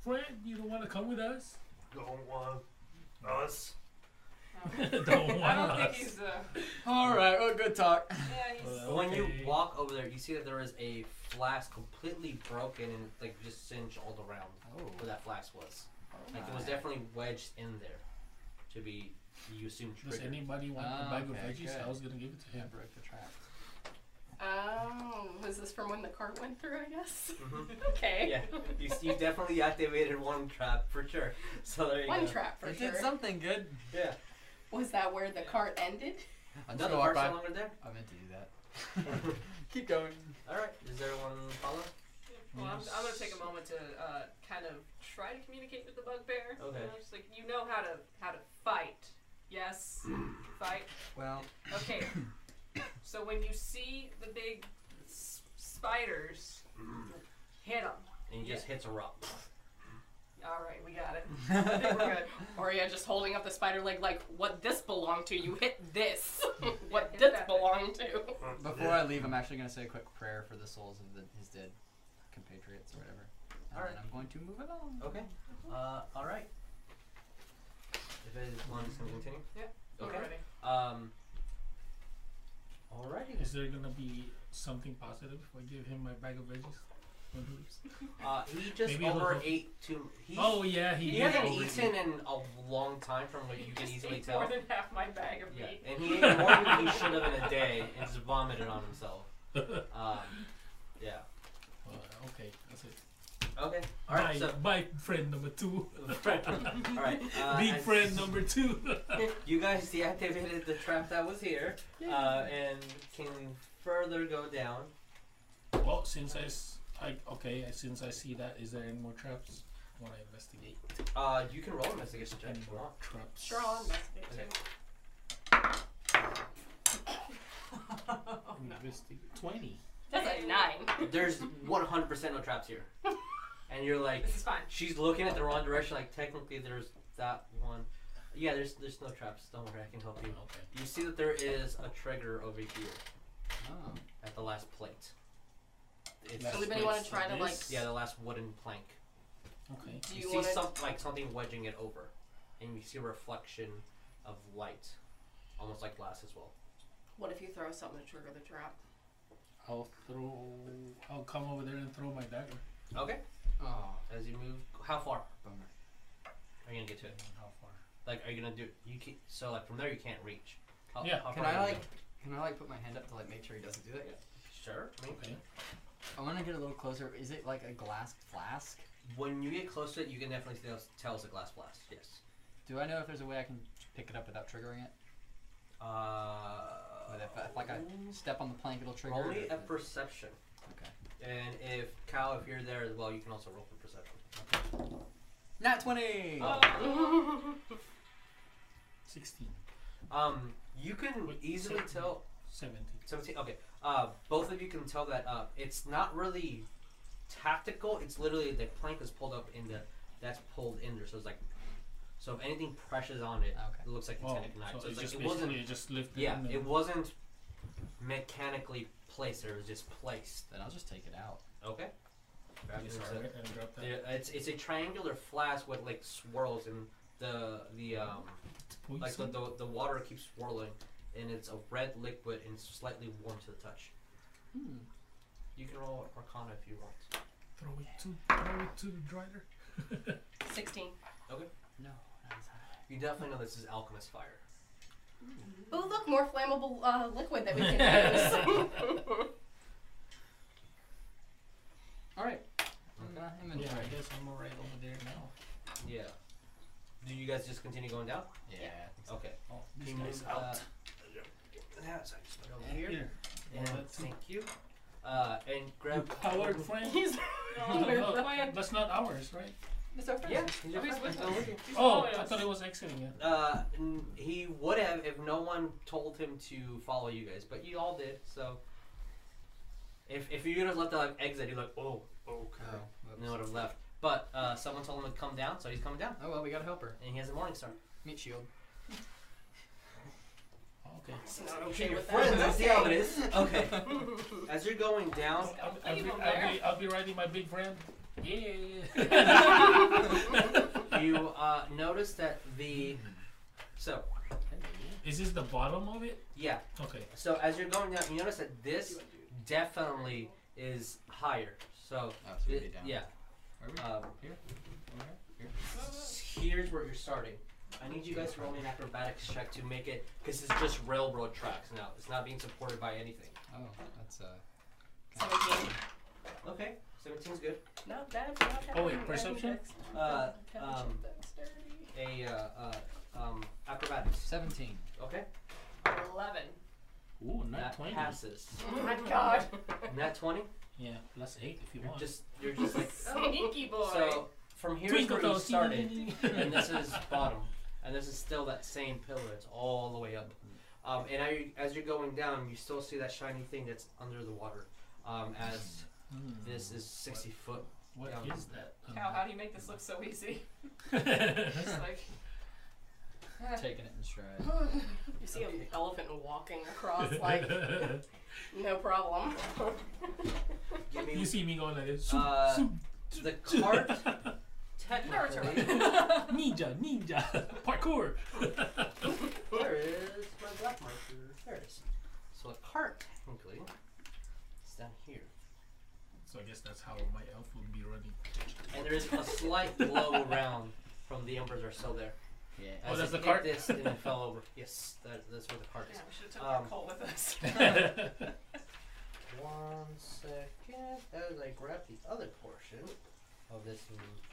E: Fred, you don't want to come with us?
I: Don't want us.
E: don't want
F: I don't think
E: us.
F: he's uh
D: all right. Well, good talk.
F: yeah, he's
E: Well,
B: When you
E: okay.
B: walk over there, you see that there is a flask completely broken and like just singed all around
D: Oh,
B: where that flask was. Like it was
D: Alright.
B: definitely wedged in there to be, you assume,
E: Does
B: triggered.
E: anybody want
D: Ah,
E: a bag
D: okay,
E: of veggies?
D: good.
E: I was gonna give it to
D: I
E: him.
D: broke the trap.
G: Oh, was this from when the cart went through, I guess?
B: Mhm.
G: Okay.
B: Yeah, you, you definitely activated one trap for sure. So there you
G: One
B: go.
G: trap for
D: it
G: sure.
D: did something good.
B: Yeah.
G: Was that where the cart ended?
D: I'm
B: Another
D: just gonna walk
B: part's
D: by.
B: no longer there.
D: I meant to do that. keep going.
B: All right. Is there one follow?
F: Well, I'm, I'm gonna take a moment to uh, kind of try to communicate with the bugbear.
B: Okay.
F: You know, just like you know how to how to fight. Yes, fight.
D: Well,
F: Okay. so when you see the big s- spiders, hit them.
B: And he just hits a rock.
F: All right, we got it. I think we're good.
G: Or yeah, just holding up the spider leg like, what this belonged to, you hit this. what
F: hit
G: this
F: that thing.
G: belonged to.
D: before I leave, I'm actually gonna say a quick prayer for the souls of the, his dead compatriots or whatever. And
B: All right.
D: then I'm going to move along.
B: Okay. Uh, all right. If anyone is going to continue.
F: Yep,
B: Okay.
F: We're ready.
B: Um. Alrighty.
E: Is there gonna be something positive if I give him my bag of veggies when he leaves?
B: Uh, he just
E: Maybe he'll
B: over
E: go-
B: ate too. He,
E: Oh yeah,
B: he,
E: he, did
B: hasn't
E: already.
B: eaten in a long time, from what you can
F: Just
B: easily
F: ate
B: tell.
F: more than half my bag of
B: yeah,
F: meat.
B: and he ate more than he should have in a day, and just vomited on himself. Um, yeah.
E: Uh, okay, that's it.
B: Okay. All right.
E: bye,
B: So,
E: bye, friend number two.
B: all right. Uh,
E: Big
B: as
E: friend number two.
B: You guys deactivated the trap that was here, uh, and can further go down.
E: well, since I, s- I- okay, I- since I see that, is there any more traps? Want to investigate
B: Uh, you can roll investigation check
E: any
B: if you
E: more
B: want.
E: traps?
G: Sure, I'll investigate too.
E: Investigate twenty.
G: That's a nine.
B: There's 100% no traps here, and you're like,
F: This is fine.
B: She's looking at the wrong direction. Like technically, there's that one. Yeah, there's there's no traps. Don't worry, I can help you.
E: Okay.
B: You see that there is a trigger over here
D: Oh.
B: at the last plate. It's,
E: Last
G: So we've been
E: place
G: wanting to try
E: like
G: to, like,
E: this?
B: yeah, the last wooden plank.
E: Okay.
G: Do
B: You,
G: you,
B: see
G: want to
B: some like something wedging it over, and you see a reflection of light, almost like glass as well.
G: What if you throw something to trigger the trap?
E: I'll throw. I'll come over there and throw my dagger.
B: Okay.
D: Oh,
B: As you move, how far
D: bummer.
B: are you gonna get to
E: I
B: it?
E: don't know How far?
B: Like, are you gonna do? You can, so like from there you can't reach. How,
E: Yeah.
B: How
D: Can
B: far
D: I
B: are you
D: like?
B: gonna go?
D: Can I like put my hand up to like make sure he doesn't do that?
B: Sure. Maybe.
E: Okay.
D: I want to get a little closer. Is it like a glass flask?
B: When you get close to it, you can definitely tell, tell it's a glass blast. Yes.
D: Do I know if there's a way I can pick it up without triggering it?
B: Uh,
D: But if, if like I step on the plank, it'll trigger.
B: only
D: it?
B: a perception.
D: Okay.
B: And if Kyle, if you're there as well, you can also roll for perception.
D: Not twenty.
B: Oh.
E: Sixteen.
B: Um, you can
E: Wait,
B: easily
E: seventeen.
B: tell.
E: Seventeen.
B: 17. Okay. Uh, both of you can tell that uh, it's not really tactical. It's literally the plank is pulled up in the that's pulled in there. So it's like, so if anything presses on it,
D: Okay.
B: it looks like it's
E: Wow.
B: gonna ignite. So,
E: Oh, So,
B: it's
E: it's
B: like
E: just
B: it wasn't.
E: basically just lifted.
B: Yeah,
E: and then-
B: it wasn't mechanically placed. It was just placed.
D: Then I'll just take it out.
B: Okay. Grab
E: Yes,
B: yourself.
E: sorry, and drop that.
B: There- It's it's a triangular flask with like swirls and the the um like the,
E: Poison?
B: the the water keeps swirling and it's a red liquid and slightly warm to the touch.
D: Hmm.
B: You can roll Arcana if you want.
E: Throw it to throw it to the dryer.
G: 16.
D: No, not as high.
B: You definitely know this is alchemist fire.
G: Oh, look, more flammable uh, liquid that we can use.
D: All right. I'm gonna
E: Yeah,
D: inventory.
E: I guess I'm alright over there now.
B: Yeah. Do you guys just continue going down?
D: Yeah.
B: Okay.
E: Oh,
B: He
E: this
B: moves,
E: guy's
B: uh,
E: out.
B: yeah, so I just put it over here.
D: Here.
E: Here.
B: And
E: Well, that's-
B: thank you. Uh, and
E: You
B: grab
E: coward friend.
G: He's
E: No, no,
G: we're fine.
E: that's not ours, right?
G: It's our friend.
B: Yeah, he's your
G: He's
B: friend.
G: with
B: Don't look at-
E: Oh,
G: following
E: I
G: us.
E: thought it was exiting it.
B: Uh, n- he would have if no one told him to follow you guys, but you all did. So if if you would have left the like, exit, he'd like, oh, okay,
D: Oh, whoops.
B: and they would have left. But uh, someone told him to come down, so he's coming down,
D: oh well, we gotta help her.
B: and he has a morning star.
D: Meat shield.
E: Okay.
G: not okay with
B: Friends,
G: that.
B: I see how it is. Okay. As you're going down,
E: I'll, I'll,
G: leave
E: be,
G: him
E: I'll,
G: there.
E: be, I'll be riding my big friend. Yeah.
B: you uh, notice that the so
E: Is this the bottom of it?
B: yeah.
E: Okay.
B: So as you're going down, you notice that this definitely is higher. So
D: Oh, so we
B: thi-
D: be down.
B: yeah.
D: Where are we?
B: Um,
D: Here?
B: Here's where you're starting. I need you guys to roll me an acrobatics check to make it, because it's just railroad tracks now. It's not being supported by anything.
D: Oh, that's uh.
G: 17.
B: Okay, 17's good.
G: Not bad. Not bad.
E: Oh, wait, perception?
B: Uh, um,
C: Um, that's dirty.
B: a uh, uh, um, acrobatics.
D: Seventeen.
B: Okay,
G: 11.
E: Ooh, not
B: that
E: twenty.
B: passes.
G: Oh my god.
B: Nat 20.
E: Yeah, plus eight if you
B: You're
E: want.
B: just you're just like
G: Sneaky boy.
B: so. From here is
E: Twinkle
B: where you
E: toes.
B: started, and this is bottom, and this is still that same pillar. It's all the way up. Um, and as you- as you're going down, you still see that shiny thing that's under the water. Um, as
E: Hmm,
B: this is 60 foot
E: What
B: Yeah.
E: is that?
F: Cow, how do you make this look so easy? Just like
D: Taking it in stride. Oh,
G: you see an elephant walking across, like, no problem.
B: Give me
E: you see me going like this.
B: Uh, the cart. Technically,
G: Naruto.
E: ninja, ninja, parkour.
B: where is my black marker? There it is. So a cart technically is down here,
E: so I guess that's how my elf would be running.
B: and there is a slight glow around from the embers are still there.
D: Yeah.
E: Oh,
B: As
E: that's
B: it
E: the
B: hit
E: cart?
B: This and it fell over. Yes, that, that's where the cart is.
F: yeah, we should have taken our
B: Um,
F: coal with us.
B: One second, as I grab the other portion of this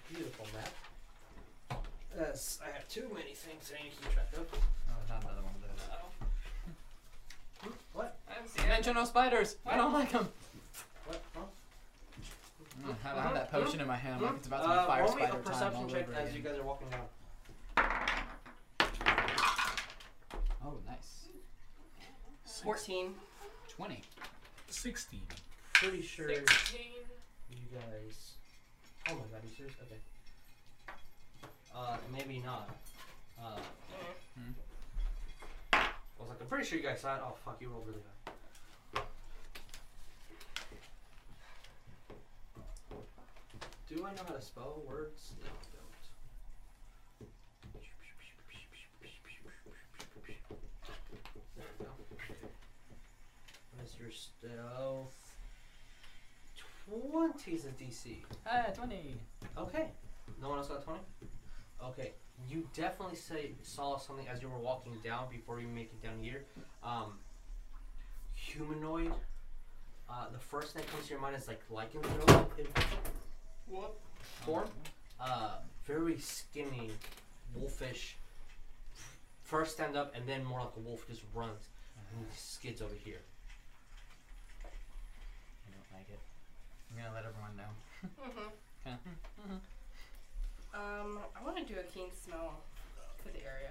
B: beautiful map. Yes, I have too many things I need to keep track of.
D: Oh, not another one of those.
F: Uh-oh.
B: Hmm, What?
F: I'm scared.
D: Dimensional spiders. I don't like them.
B: What? Huh?
D: I have that potion in my hand like it's about to be
B: Uh,
D: fire
B: roll me
D: spider
B: a
D: time all
B: perception
D: over
B: check as
D: again.
B: you guys are walking down.
D: Oh, nice.
G: 14.
D: Twenty.
E: Sixteen.
B: Pretty sure you
F: Sixteen.
B: guys. Oh my god, are you serious? Okay. Uh, maybe not. Uh,
D: Hmm.
B: I was like, I'm pretty sure you guys saw it. Oh fuck, you rolled really high. Do I know how to spell words? No, I don't. There we go. What is your stealth? 20's a DC.
D: Ah, twenty.
B: Okay. No one else got 20? Okay. You definitely say, saw something as you were walking down before you make it down here. Um, humanoid. Uh, the first thing that comes to your mind is like lycanthrope. What? Form? Uh, very skinny, wolfish. First stand up and then more like a wolf just runs and skids over here.
D: I don't like it. I'm gonna let everyone know.
G: Mm-hmm.
D: Yeah.
G: Um, I want to do a keen smell for the area.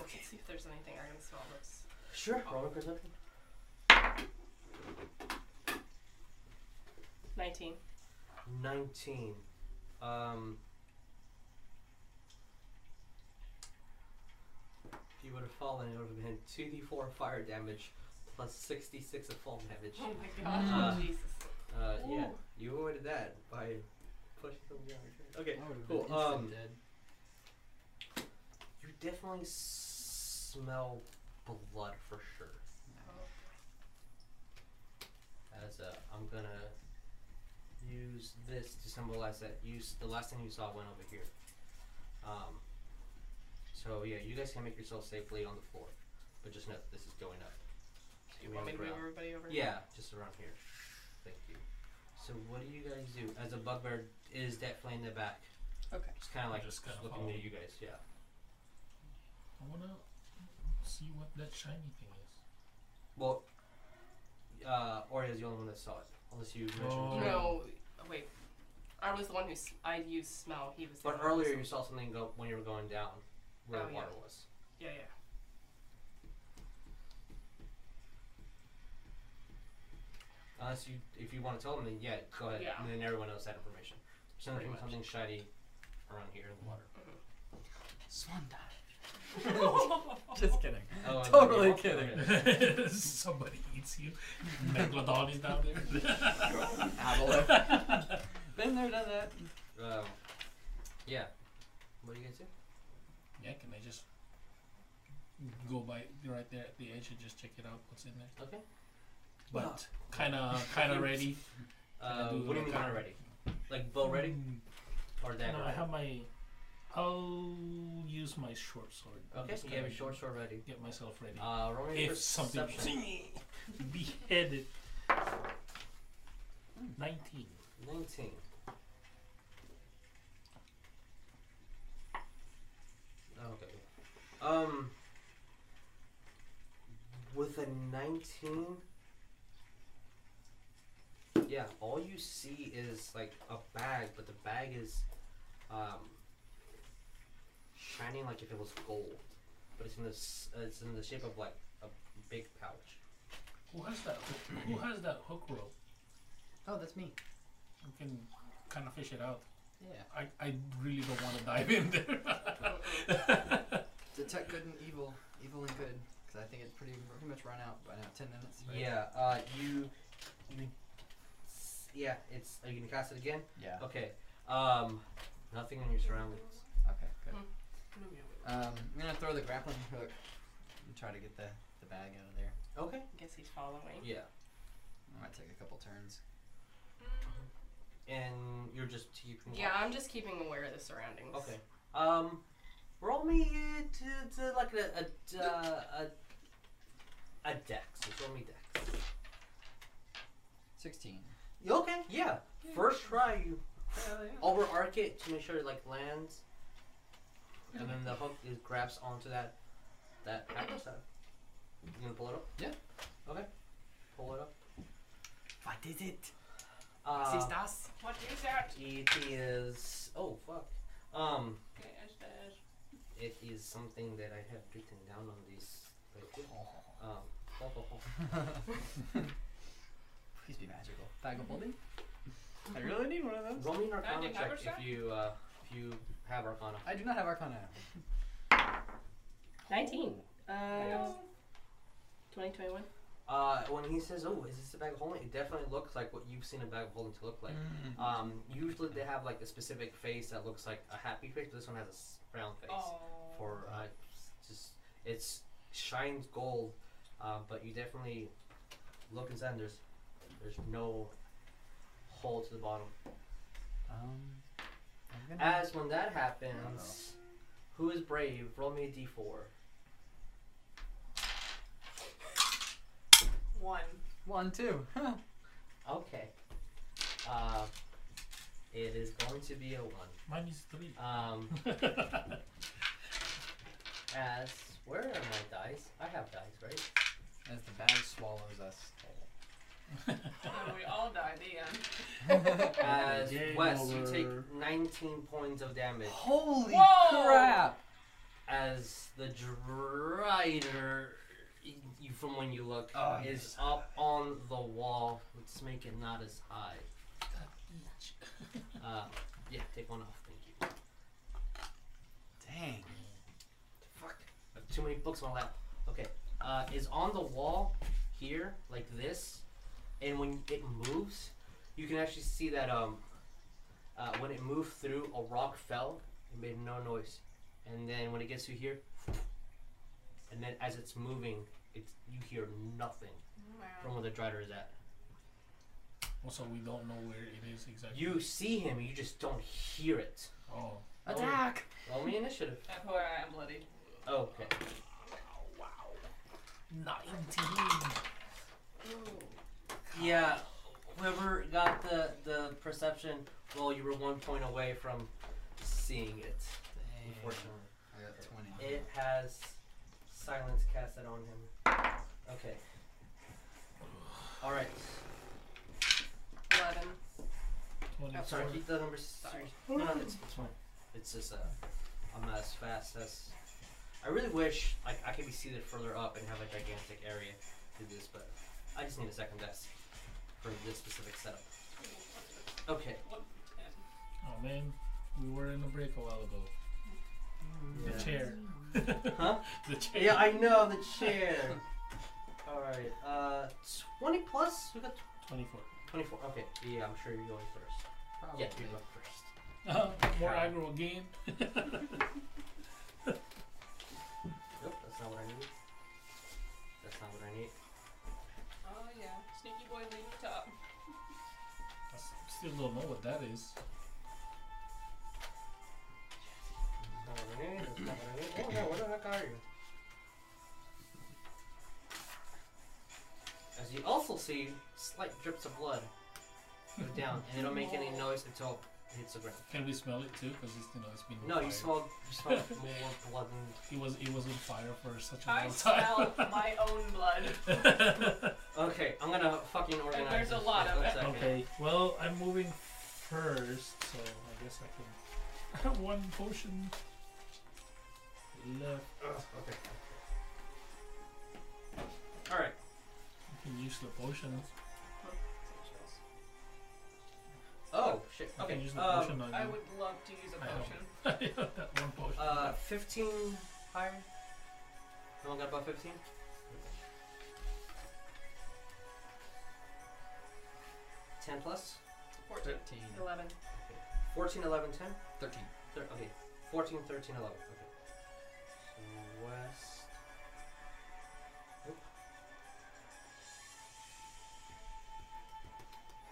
B: Okay.
G: See if there's anything I can smell that's
B: Sure. Roll a perception.
G: 19.
B: 19. Um, if you would have fallen, it would have been 2d4 fire damage plus 66 of fall damage.
F: Oh my
G: Gosh,
F: gosh.
B: Uh,
G: Jesus.
B: Uh, yeah,
F: Ooh.
B: you avoided that by pushing them down. Okay,
D: I would've been
B: cool.
D: instant
B: Um,
D: dead.
B: you definitely smell blood for sure. As uh, I'm gonna use this to symbolize that you s- the last thing you saw went over here. Um, so yeah, you guys can make yourselves safely on the floor, but just know that this is going up. It's
G: You
B: gonna
G: want me
B: be
G: to
B: on the
G: move
B: ground.
G: everybody over?
B: Yeah, just around here. Thank you. So what do you guys do? As a bugbear is definitely in the back.
G: Okay.
B: It's kind of like
E: Just
B: just,
E: kinda
B: looking
E: follow.
B: at you guys. Yeah.
E: I wanna see what that shiny thing is.
B: Well, uh, Oria's the only one that saw it, unless you mentioned.
E: Oh.
G: No, wait. I was the one who s- I used smell. He was. the
B: But
G: one who
B: earlier you
G: smelled.
B: saw something go when you were going down where
G: Oh,
B: the
G: yeah.
B: water was.
G: Yeah, yeah.
B: Unless you, if you want to tell them, then yeah, go ahead.
G: Yeah.
B: And then everyone knows that information. Something,
G: Pretty much.
B: something shiny around here in the water.
D: Swan dive. Just kidding.
B: Oh, I'm
D: Totally
B: okay.
D: kidding.
B: Okay.
E: Somebody eats you. Megalodon is down there.
D: Avalon. been there, done that.
B: Um, yeah. What do you guys do?
E: yeah, can I just go by right there at the edge and just check it out? What's in there?
B: Okay.
E: But kind of, kind of ready. I
B: Uh,
E: do
B: what do you
E: like
B: mean kind
E: a-
B: of ready? Like bow ready or dagger?
E: No, Mm, I
B: ready?
E: have my. I'll use my short sword.
B: okay,
E: Just
B: so you have your
E: kinda
B: short sword ready.
E: Get myself ready.
B: Uh, roll me a
E: if something
B: perception.
E: beheaded. Hmm. Nineteen.
B: Nineteen. Oh, Okay. Um. With a nineteen. Yeah, all you see is like a bag, but the bag is, um, shining like if it was gold, but it's in this. Uh, it's in the shape of like a big pouch.
E: Who has that? hook- Who has that hook rope?
D: Oh, that's me.
E: We can kind of fish it out.
D: Yeah.
E: I, I really don't want to dive in there.
D: Detect good and evil, evil and good, because I think it's pretty pretty much run out by now. Ten minutes. right?
B: Yeah, uh, you, you, s- yeah, it's, are you gonna cast it again?
D: Yeah.
B: Okay, um, nothing in your surroundings.
D: Okay. Good.
F: Move your way.
D: Um, I'm gonna throw the grappling hook and try to get the, the bag out of there.
B: Okay.
G: I guess he's following.
B: Yeah,
D: It might take a couple turns.
B: and you're just keeping.
G: Yeah, I'm just keeping aware of the surroundings.
B: Okay, um, roll me uh, to, to like a, a, uh, a, a dex, just roll me dex.
D: Sixteen.
B: You okay? Yeah, first try, you over arc it to make sure it like lands, and then the hook is grabs onto that, that apple side. You gonna pull it up?
D: Yeah.
B: Okay, pull it up.
D: What is it?
B: Uh,
D: das?
F: What is that?
B: It is. Oh fuck. Um,
F: Okay, I said.
B: it is something that I have written down on this. Like, um,
D: Please be magical. Bag of holding. I really need one of those.
B: roll me an Arcana
F: Magic number,
B: check
F: sir?
B: if you uh, if you have Arcana.
D: I do not have Arcana.
G: 19.
D: guess.
G: Uh, 2021.
B: Uh, when he says, "Oh, is this a bag of holding?" It definitely looks like what you've seen a bag of holding to
D: Mm.
B: look like. Um, usually they have like a specific face that looks like a happy face, but this one has a s- round face.
F: Oh.
B: For uh, s- just it's shines gold, uh, but you definitely look inside. And there's there's no hole to the bottom.
D: Um, I'm gonna.
B: As when that happens, who is brave? Roll me a d4.
F: One.
D: one, two. Huh.
B: Okay. Uh, going to be a one.
E: Mine is three.
B: Um, as where are my dice? I have dice, right?
D: As the bag swallows us whole.
F: So we all die then.
B: As
E: Game
B: Wes, you
E: over.
B: take 19 points of damage.
D: Holy
F: Whoa!
D: crap!
B: As the drider, y- you from when you look,
D: Oh, I
B: is
D: just
B: up on the wall, let's make it not as high. Uh, yeah, take one off, thank you.
D: Dang.
B: Fuck. I have too many books on my lap. Okay. Uh, is on the wall here, like this, and when it moves, you can actually see that um, uh, when it moved through, a rock fell and made no noise. And then when it gets to here, and then as it's moving, it's, you hear nothing from where the driver is at.
E: Also, we don't know where it is exactly.
B: You see him, you just don't hear it.
E: Oh.
D: Attack!
B: Roll me initiative.
F: FYI, I'm bloody.
B: Okay.
E: 19.
B: Yeah, whoever got the the perception, well, you were one point away from seeing it. Unfortunately,
D: I got 20.
B: it has silence casted on him. Okay. All right.
F: Eleven.
E: 20.
B: I'm sorry. Keep the numbers.
F: Sorry.
B: No, no, it's, it's fine. It's just uh, I'm not as fast as. I really wish like I could be seated further up and have a gigantic area to do this, but I just need a second desk for this specific setup. Okay.
E: Oh man, we were in a break a while ago.
B: Yeah.
E: The chair.
B: Huh?
E: The chair.
B: Yeah, I know the chair. All right, uh, twenty plus. We got
E: 24.
B: twenty-four. Okay, yeah, I'm sure you're going first.
D: Probably.
B: Yeah, you go first.
E: more aggro again.
B: Nope, that's not what I need. That's not what I need.
F: Oh yeah. Sneaky boy leading the top.
E: I s- still don't know what that is.
B: That's not what I need. That's not what I need. Oh no, where the heck are you? As you also see slight drips of blood go down, and they don't make any noise until it hits the ground.
E: Can we smell it too? Because you know it's been. on
B: No, you
E: fire.
B: smell you smell more blood than
E: It was it was on fire for such a
F: I
E: long
F: smell
E: time.
F: my own blood.
B: Okay, I'm gonna fucking organize.
F: there's a
B: this.
F: lot
B: Just
F: of
B: one
F: it.
B: second.
E: okay. Well, I'm moving first, so I guess I can. One potion left.
B: Ugh, okay. All right.
E: I can use the potion.
B: Oh shit.
E: I can
B: Okay.
E: use the
B: Um,
E: potion on
F: I
E: you.
F: would love to use a
E: I know.
F: potion.
E: that one potion.
B: uh, fifteen higher. No one got above fifteen. Ten plus.
F: 14.
D: 13.
F: 11.
B: 14, 11, 10?
D: 13.
B: Thir- okay. 14, 13, 11. Okay. So west. Oop.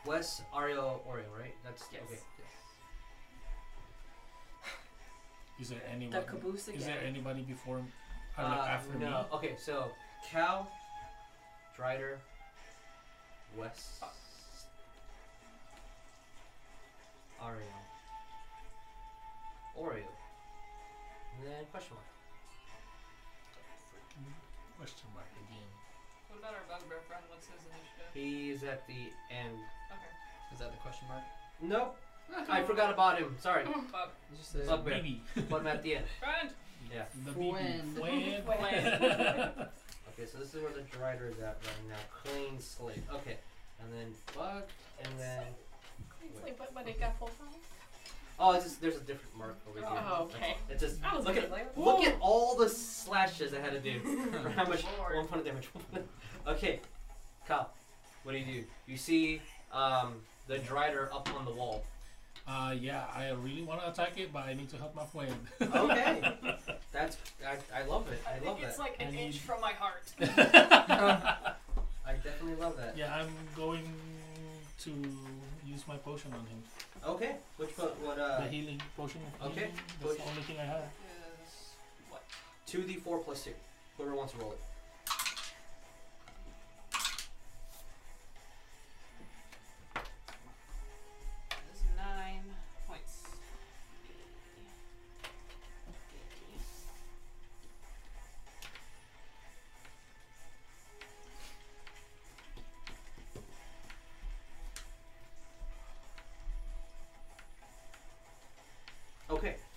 B: West, Ariel, Oriel, right? That's
F: Yes.
B: okay.
E: is there anyone?
F: The caboose again.
E: Is there anybody before? m- or, like,
B: Uh,
E: after
B: no.
E: me?
B: Okay, so Cal, Drider, West, Ariel, Oreo, and then question mark.
E: Question mark again.
F: What about our bugbear friend? What's his initiative?
B: He's at the end.
F: Okay.
D: Is that the question mark?
B: Nope,
F: Uh-huh.
B: I forgot about him. Sorry,
F: Bug.
D: You just said.
B: Bugbear.
E: Baby.
B: but I'm at the end.
F: Friend!
B: Yeah.
E: The baby.
C: When.
E: When.
F: When.
B: Okay, so this is where the Drider is at right now. Clean slate. Okay, and then Bug, and then
C: It's like, but, but it got full size?
B: oh, it's just, there's a different mark over here.
F: Oh, okay.
B: It's just
F: I was
B: look at
F: like,
B: Look at all the slashes I had to do. for how much?
F: Lord.
B: One point of damage. okay, Kyle, what do you do? You see um, the Drider up on the wall.
E: Uh, yeah, I really want to attack it, but I need to help my friend.
B: Okay. That's I, I love it.
F: I,
B: I,
F: think
B: love
F: it's
B: that.
F: like an
E: I need-
F: inch from my heart.
B: I definitely love that.
E: yeah, I'm going to use my potion on him.
B: Okay, which po- what uh
E: the healing potion. of
B: okay,
E: healing, That's
B: potion.
E: the only thing I have.
F: Is what?
B: two d four plus two. Whoever wants to roll it.
F: Is nine points.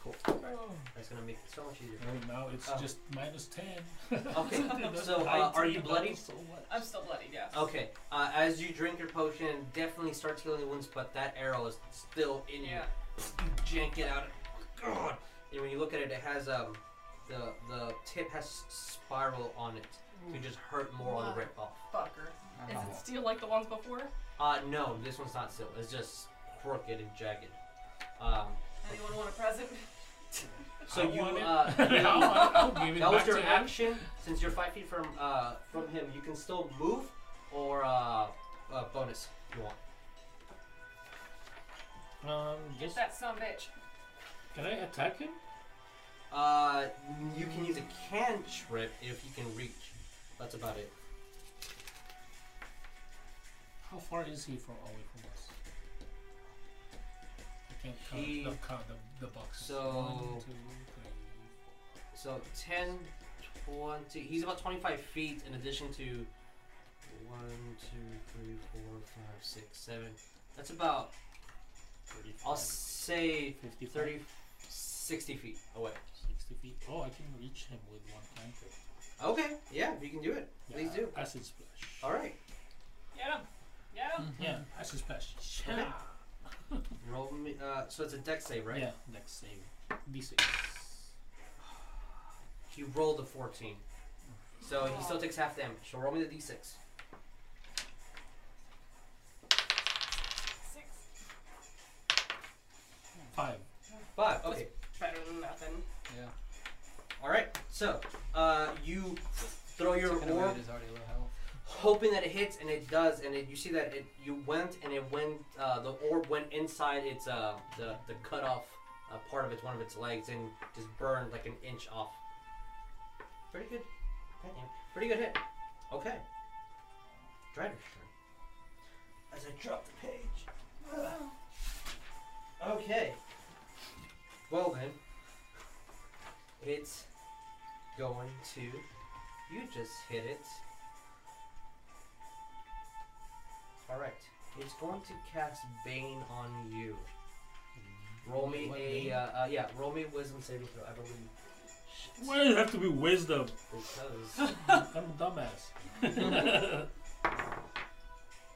B: gonna make it so much easier.
E: Well, now it's
B: Oh.
E: just minus 10.
B: Okay,
E: It doesn't
B: so, uh,
E: hide
B: are
E: ten
B: you
E: buttons
B: bloody?
E: So what?
G: I'm still bloody, yes.
B: Okay, uh, as you drink your potion, definitely starts healing the wounds, but that arrow is still in you.
G: Yeah.
B: You jank it out. God! And when you look at it, it has um, the the tip has spiral on it to just hurt more on the rip off.
G: Fucker. Is
D: Oh.
G: it steel like the ones before?
B: Uh, no, this one's not silver. It's just crooked and jagged. Um,
F: Anyone want a present?
B: so
E: I
B: you
E: want it.
B: uh, you-
E: I'll, I'll- I'll give it
B: that was
E: back
B: your
E: to him.
B: action. Since you're five feet from uh from him, you can still move or uh, uh bonus if you want.
D: Um,
G: Get that son of a bitch.
E: Can I attack him?
B: Uh, you can use a cantrip if you can reach. That's about it.
E: How far is he from away from us? I can't count,
B: He-
E: the, count the, the boxes.
B: so-
E: One, two, three.
B: So 10, 20. He's about 25 feet in addition to 1, 2, 3, 4, 5, 6, 7. That's about, I'll say
E: 50
B: 30, 60 feet away.
E: 60 feet. Oh, I can reach him with one cantrip.
B: Okay, yeah, you can do it. Please
E: Yeah,
B: do.
E: Acid splash.
B: Alright,
G: Get him. Get him.
E: Yeah, acid splash.
B: Okay.
E: Yeah.
B: roll me. Uh, so it's a deck save, right?
E: Yeah, next save. D6.
B: He rolled a 14. So he still takes half damage. So roll me the d6.
D: Hmm.
F: Six.
E: Five.
B: 5. Okay.
G: Better than nothing.
D: yeah.
B: Alright, so uh, you throw your
D: Taking away
B: orb
D: his already low health.
B: hoping that it hits, and it does, and it, you see that it you went and it went uh, the orb went inside its uh, the the cut off uh, part of its one of its legs and just burned like an inch off. Pretty good, pretty good hit. Okay, Drider's turn. As I drop the page. Okay. Well then, it's going to. You just hit it. Alright. It's going to cast Bane on you. Roll me
D: What
B: a
D: bane?
B: uh, uh, yeah. Roll me a Wisdom saving throw. I believe
E: Why does it have to be wisdom?
B: because
E: I'm a dumbass.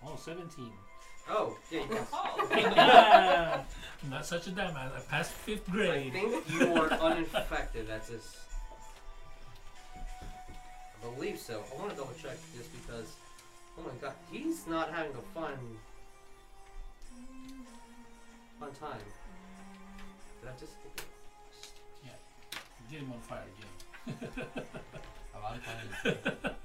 E: oh, 17.
B: oh yeah. You passed.
E: Not such a dumbass. I passed fifth
B: I
E: grade.
B: think you are uninfected. That's just. I believe so. I want to double check just because. Oh my god, he's not having a fun. Fun time. Did I just?
E: Get him on fire again.
D: Oh, I'm fine.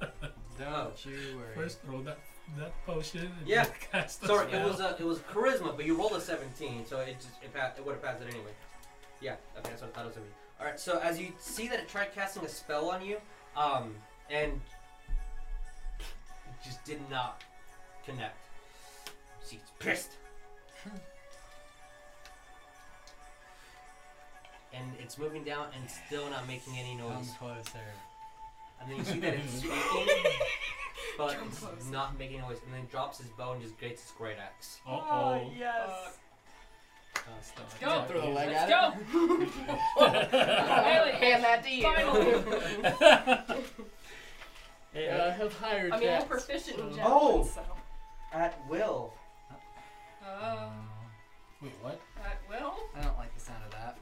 B: Oh.
D: Don't you worry.
E: First, roll that, that potion and
B: Yeah.
E: then cast a
B: Sorry, it
E: spell.
B: was uh, it was charisma, but you rolled a 17, so it just it, pa- it would have passed it anyway. Yeah, okay, that's what I thought it was gonna be. All right, so as you see that it tried casting a spell on you, um, and it just did not connect. She's pissed, and it's moving down and still not making any
D: Come
B: noise.
D: closer.
B: And then you see that it's speaking, but it's not making noise. And then drops his bow and just grates his great axe.
E: Uh-oh.
F: yes.
D: Oh,
E: Let's
G: go.
D: Throw the leg
G: Let's
D: at
G: go. Finally.
F: Hand that to you.
G: Finally.
D: Hey, uh, have higher
G: I mean, I'm proficient in javelin,
B: Oh.
G: so.
B: At will.
G: Uh,
E: Wait, what?
G: that will.
D: I don't like the sound of that.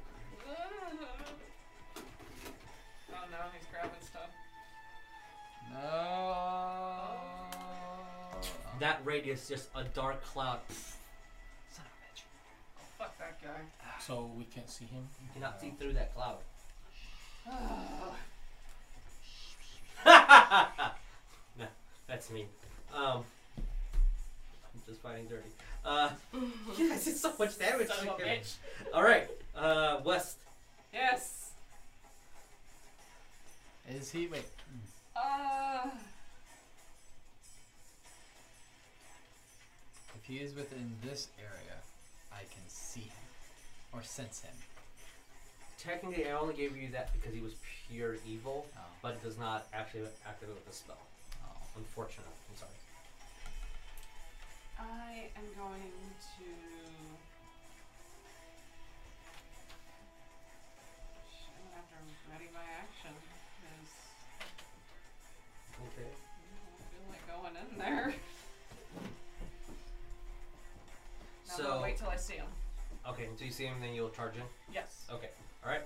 F: oh no, he's grabbing stuff.
D: No.
B: That radius, just a dark cloud.
D: Son of a bitch.
F: Oh, fuck that guy.
E: So we can't see him?
B: You cannot see through that cloud. no, that's me. Um, I'm just fighting dirty. Uh, you guys did so much damage.
G: Son of a bitch.
B: All right, uh, West.
F: Yes.
D: Is he? Wait.
G: Uh,
D: If he is within this area, I can see him or sense him.
B: Technically, I only gave you that because he was pure evil,
D: Oh.
B: but it does not actually activate with the spell.
D: oh.
B: Unfortunately, I'm sorry.
F: I am going to. Shit, I'm gonna have
B: So-
F: gonna wait till I see him.
B: Okay, until you see him, then you'll charge in.
F: Yes.
B: Okay, alright.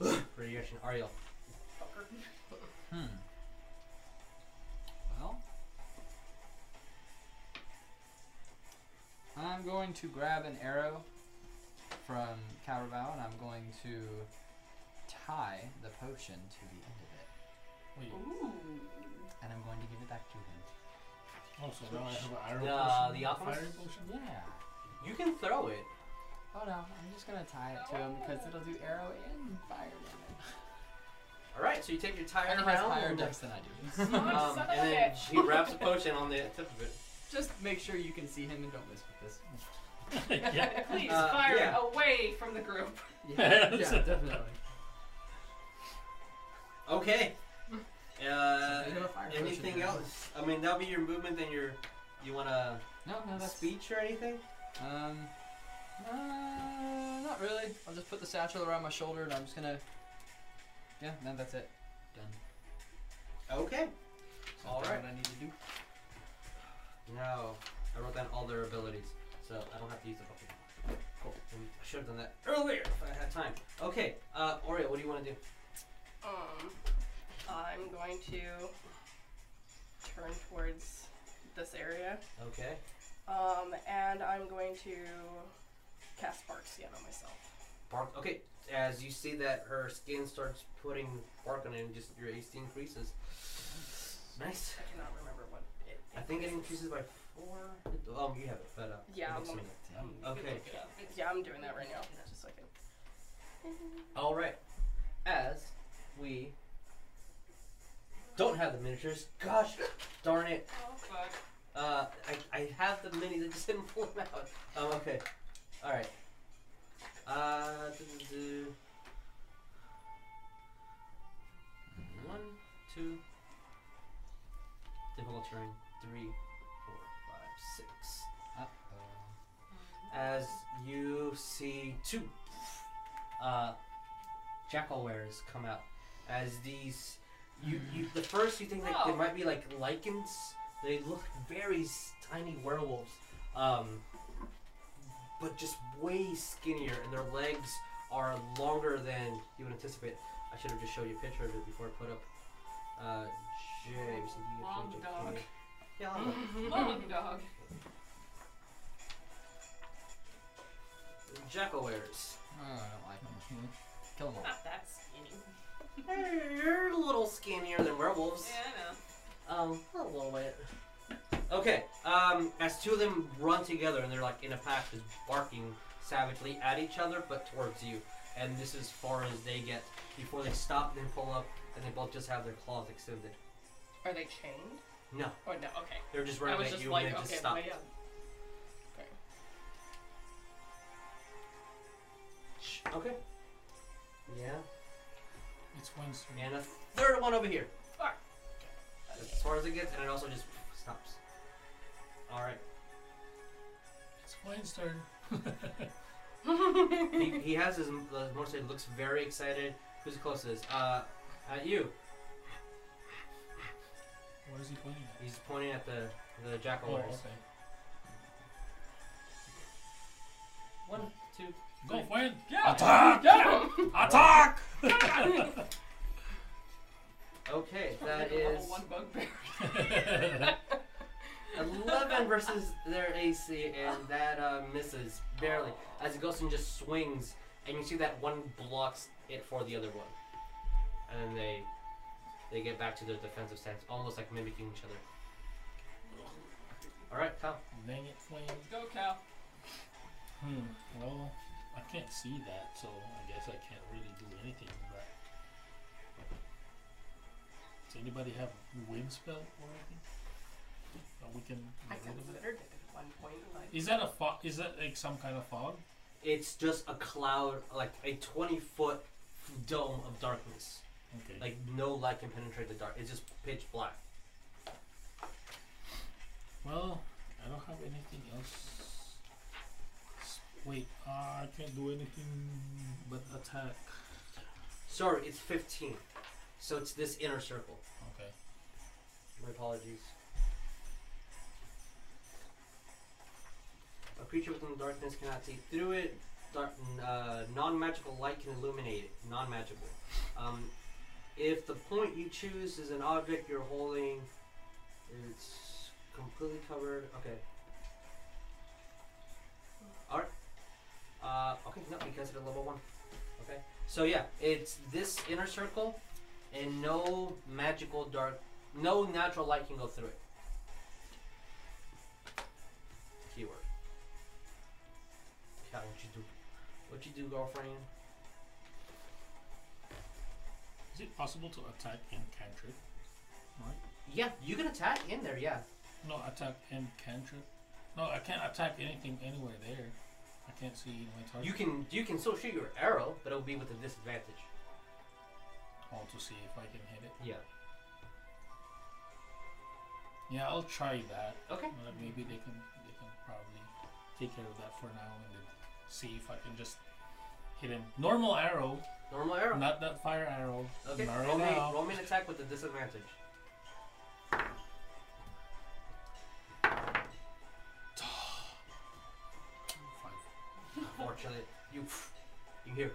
B: Pretty action. Ariel.
F: Fucker.
D: Hmm. Well, I'm going to grab an arrow from Caraval and I'm going to tie the potion to the end of it,
E: Wait,
F: Ooh.
D: and I'm going to give it back to him.
E: oh, so now I have an iron
B: The-
E: potion,
B: the
E: a
B: alchemist?
E: fire potion?
D: Yeah.
B: You can throw it.
D: Oh no, I'm just gonna tie it to him because it'll do arrow and fire damage.
B: Alright, so you take your tire
D: And he
B: down.
D: has higher dex than I do.
F: Smart
B: um,
F: Oh, son of
B: and
F: a
B: then
F: bitch.
B: he wraps a potion on the tip of it.
D: Just make sure you can see him and don't miss with this.
E: yeah.
F: Please
B: Uh,
F: fire
B: yeah.
F: away from the group.
D: Yeah, yeah definitely.
B: Okay. Uh,
D: Something about fire potion.
B: anything else? I mean, that'll be your movement and your. You want to
D: No, no, that's
B: speech or anything?
D: Um, uh, not really. I'll just put the satchel around my shoulder and I'm just gonna. Yeah, no, that's it. Done.
B: Okay.
D: So
B: All
D: that's
B: right.
D: What I need to do.
B: No, I wrote down all their abilities, so I don't have to use the bucket. Cool. And I should have done that earlier if I had time. Okay, uh, Oreo, what do you want to do?
G: Um, I'm going to turn towards this area,
B: Okay.
G: um, and I'm going to cast Bark Skin on myself.
B: Bark. Okay. As you see that her skin starts putting bark on it, and just your AC increases. Nice.
G: I cannot remember what it.
B: I think it increases by four. Oh, you have it, but uh,
G: Yeah,
B: next
G: I'm-
B: minute.
D: Dang.
B: Okay.
G: Yeah, I'm doing that right now. Just so I can.
B: All right. As we don't have the miniatures, gosh darn it.
F: Oh fuck.
B: Uh, I, I have the mini that just didn't pull them out. Um, okay. All right. Uh, do, do, do. one, two. Difficult terrain. Three, four, five, six.
D: Uh,
B: As you see two uh, jackal wares come out, as these you, you the first you think that they
F: Oh.
B: might be like lichens. They look very s- tiny werewolves, um, but just way skinnier, and their legs are longer than you would anticipate. I should have just showed you a picture of it before I put up. Uh, James, if you get
F: Long
B: James,
F: dog.
B: Yeah, I'll look.
F: Long dog.
B: jackal wares.
D: oh, I don't like him. Kill him all.
F: Not that skinny.
B: They're a little skinnier than werewolves.
F: Yeah,
B: Um, a little bit. Okay, um, as two of them run together and they're like in a pack just barking savagely at each other but towards you. And this is as far as they get before they stop and pull up and they both just have their claws extended.
G: Are they chained?
B: No,
G: Oh no. Okay.
B: they're just
G: I
B: running
G: was
B: at
G: just
B: you
G: like,
B: and then
G: okay,
B: just stop.
G: my, uh,
B: Shh, Okay. Yeah.
E: It's Wednesday.
B: And a third one over here.
F: Fuck.
B: As far as it gets, and it also just stops. Alright.
E: It's Wednesday.
B: he, he has his the motorcycle. Looks very excited. Who's the closest? Uh, at you.
E: What is he pointing at?
B: He's pointing at the the jackal
E: Oh,
B: wares.
E: okay.
B: One, two.
E: Go for it.
F: Yeah.
E: Attack!
F: Yeah.
E: Attack!
B: Okay, that
F: Level
B: is
F: one bugbear.
B: eleven versus their AC, and that uh, misses barely as it goes and just swings, and you see that one blocks it for the other one, and then they they get back to their defensive stance, almost like mimicking each other. All right, Kyle.
E: Dang it, Flame.
F: Go cow.
E: Hmm. Well, I can't see that, so I guess I can't really do anything. But does anybody have wind spell or anything that we can
G: I
E: get rid of it?
G: considered it at one point. Like,
E: Is that a fog? Is that like some kind of fog?
B: It's just a cloud, like a twenty foot dome of darkness.
E: Okay.
B: Like no light can penetrate the dark. It's just pitch black.
E: well, I don't have anything else. S- Wait, uh, I can't do anything but attack.
B: Sorry, it's 15. So it's this inner circle.
E: Okay.
B: My apologies. A creature within the darkness cannot see through it. Dark, uh, non-magical light can illuminate it. Non-magical. Um, if the point you choose is an object you're holding, it's completely covered. Okay. Alright. Uh, okay, no, because it's a level one. Okay. So yeah, it's this inner circle, and no magical dark, no natural light can go through it. Keyword. God, what you do? What you do, girlfriend?
E: Is it possible to attack and cantrip?
B: Yeah, you can attack in there. Yeah.
E: No, attack and cantrip. No, I can't attack anything anywhere there. I can't see my target.
B: You can you can still shoot your arrow, but it'll be with a disadvantage.
E: all to see if I can hit it.
B: Yeah.
E: Yeah, I'll try that.
B: Okay.
E: Uh, maybe they can they can probably take care of that for now and then see if I can just hit him. Normal arrow,
B: Normal arrow.
E: not that fire arrow.
B: Okay.
E: Narrow
B: Roll me,
E: now.
B: roll me an attack with a disadvantage.
E: Five.
B: Unfortunately, you you hear.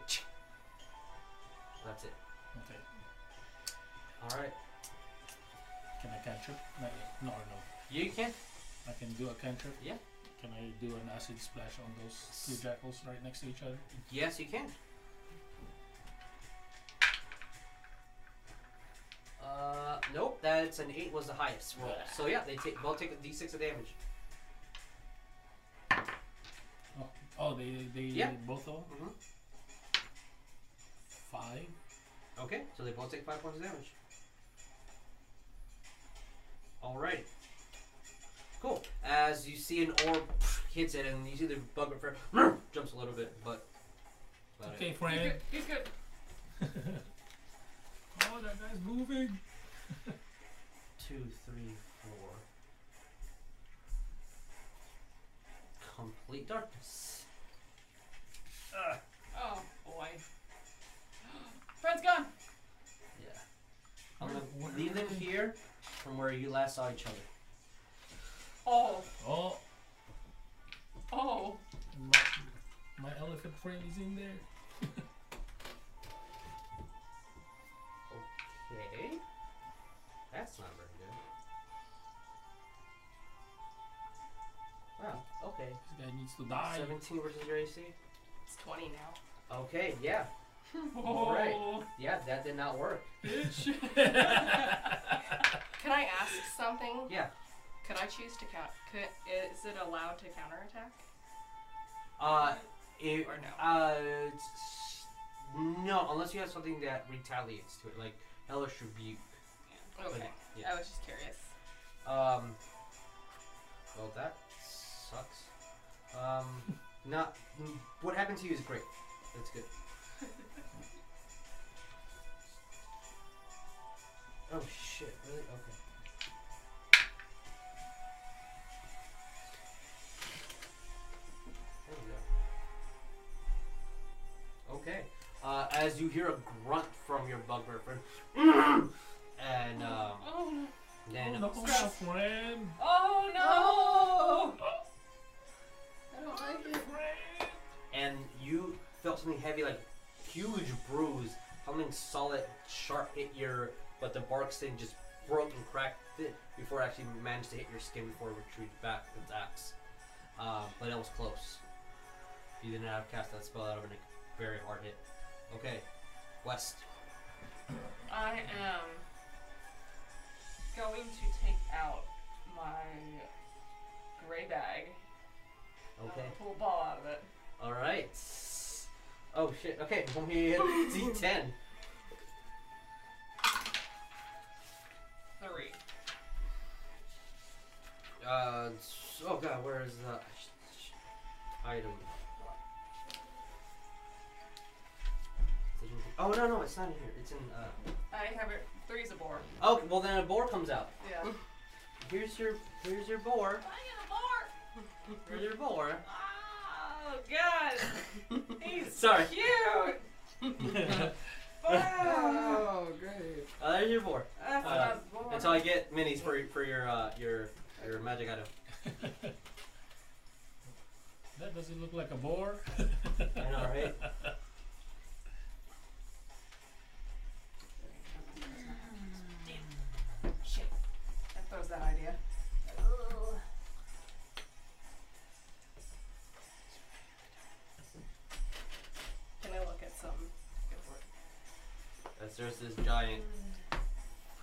B: That's it.
E: Okay.
B: All right.
E: Can I cantrip? Not yet. No, no.
B: You can.
E: I can do a cantrip.
B: Yeah.
E: Can I do an acid splash on those two jackals right next to each other?
B: Yes, you can. Uh, nope. That's an eight was the highest roll. So yeah, they take both take a d6 of damage.
E: Oh, oh they they
B: Yeah.
E: both of them?
B: Mhm.
E: Five.
B: Okay, so they both take five points of damage. Alright. Cool. As you see an orb hits it, and you see the bug for jumps a little bit, but. about it.
E: Okay,
F: He's
E: friend.
F: good. He's good.
E: Oh, that guy's moving.
B: Two, three, four. Complete darkness.
F: Oh boy. Fred's gone.
B: Yeah. I'm gonna
E: Where- where
B: leave
E: are
B: them
E: they?
B: here from where you last saw each other.
F: Oh.
E: Oh,
F: Oh.
E: my, my elephant friend is in there.
B: Okay. That's not very good. Wow, okay.
E: This guy needs to die.
B: 17 versus your AC?
G: It's 20 now.
B: Okay, yeah.
F: Oh.
B: Alright. Yeah, that did not work.
G: Can I ask something?
B: Yeah.
G: Could I choose to count? Could, is it allowed to counterattack?
B: Uh, it,
G: Or no?
B: uh, it's- no, unless you have something that retaliates to it, like Hellish Rebuke.
G: Okay.
B: yeah.
G: I was just curious.
B: Um, well, that sucks. Um, not, mm, what happened to you is great. That's good. oh shit, really? Okay. There we go. Okay. Uh, as you hear a grunt from your bugbear friend, and um,
F: Oh no.
B: then
E: Look, my friend.
F: Oh no. I don't like it.
B: and you felt something heavy, like huge bruise, something solid, sharp hit your, but the bark sting just broke and cracked it before it actually managed to hit your skin before it retreated back its axe. Uh, but it was close. You did not have cast that spell out of a very hard hit. Okay, West.
F: I am going to take out my gray bag. I'm
B: Okay,
F: gonna pull a ball out of it.
B: all right. Oh shit. Okay, roll me a D10.
F: Three.
B: Uh, s- oh god, where is the sh- sh- item? Oh no no, it's not in here. It's in. Uh...
F: I have it. Three's a board.
B: Oh well, then a boar comes out.
F: Yeah. I
B: Here's your here's your boar.
F: get a board.
B: Here's your boar.
F: Oh God. He's
B: Sorry.
F: cute. Wow.
D: Oh, great.
B: Uh, there's your boar.
F: That's what I was born.
B: Until I get minis for for your uh, your your magic item.
E: Does it look like a boar?
B: I know, right?
G: That throws that idea. Can I look at some? Go for it.
B: As there's this giant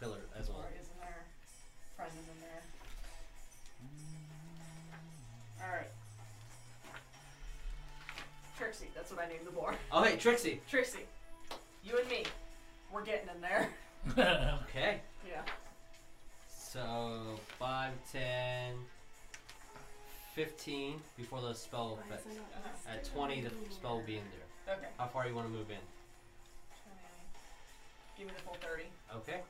B: pillar as well.
G: Or is in there? Friend is in there. Alright. Trixie, that's what I named the boar.
B: Oh, hey, Trixie.
G: Trixie, you and me, we're getting in there.
B: Okay.
G: Yeah.
B: So, 5, 10, 15 before the spell effect. At 20, the spell will be in there.
G: Okay.
B: How far you want to move in?
G: Give me the full 30.
B: Okay.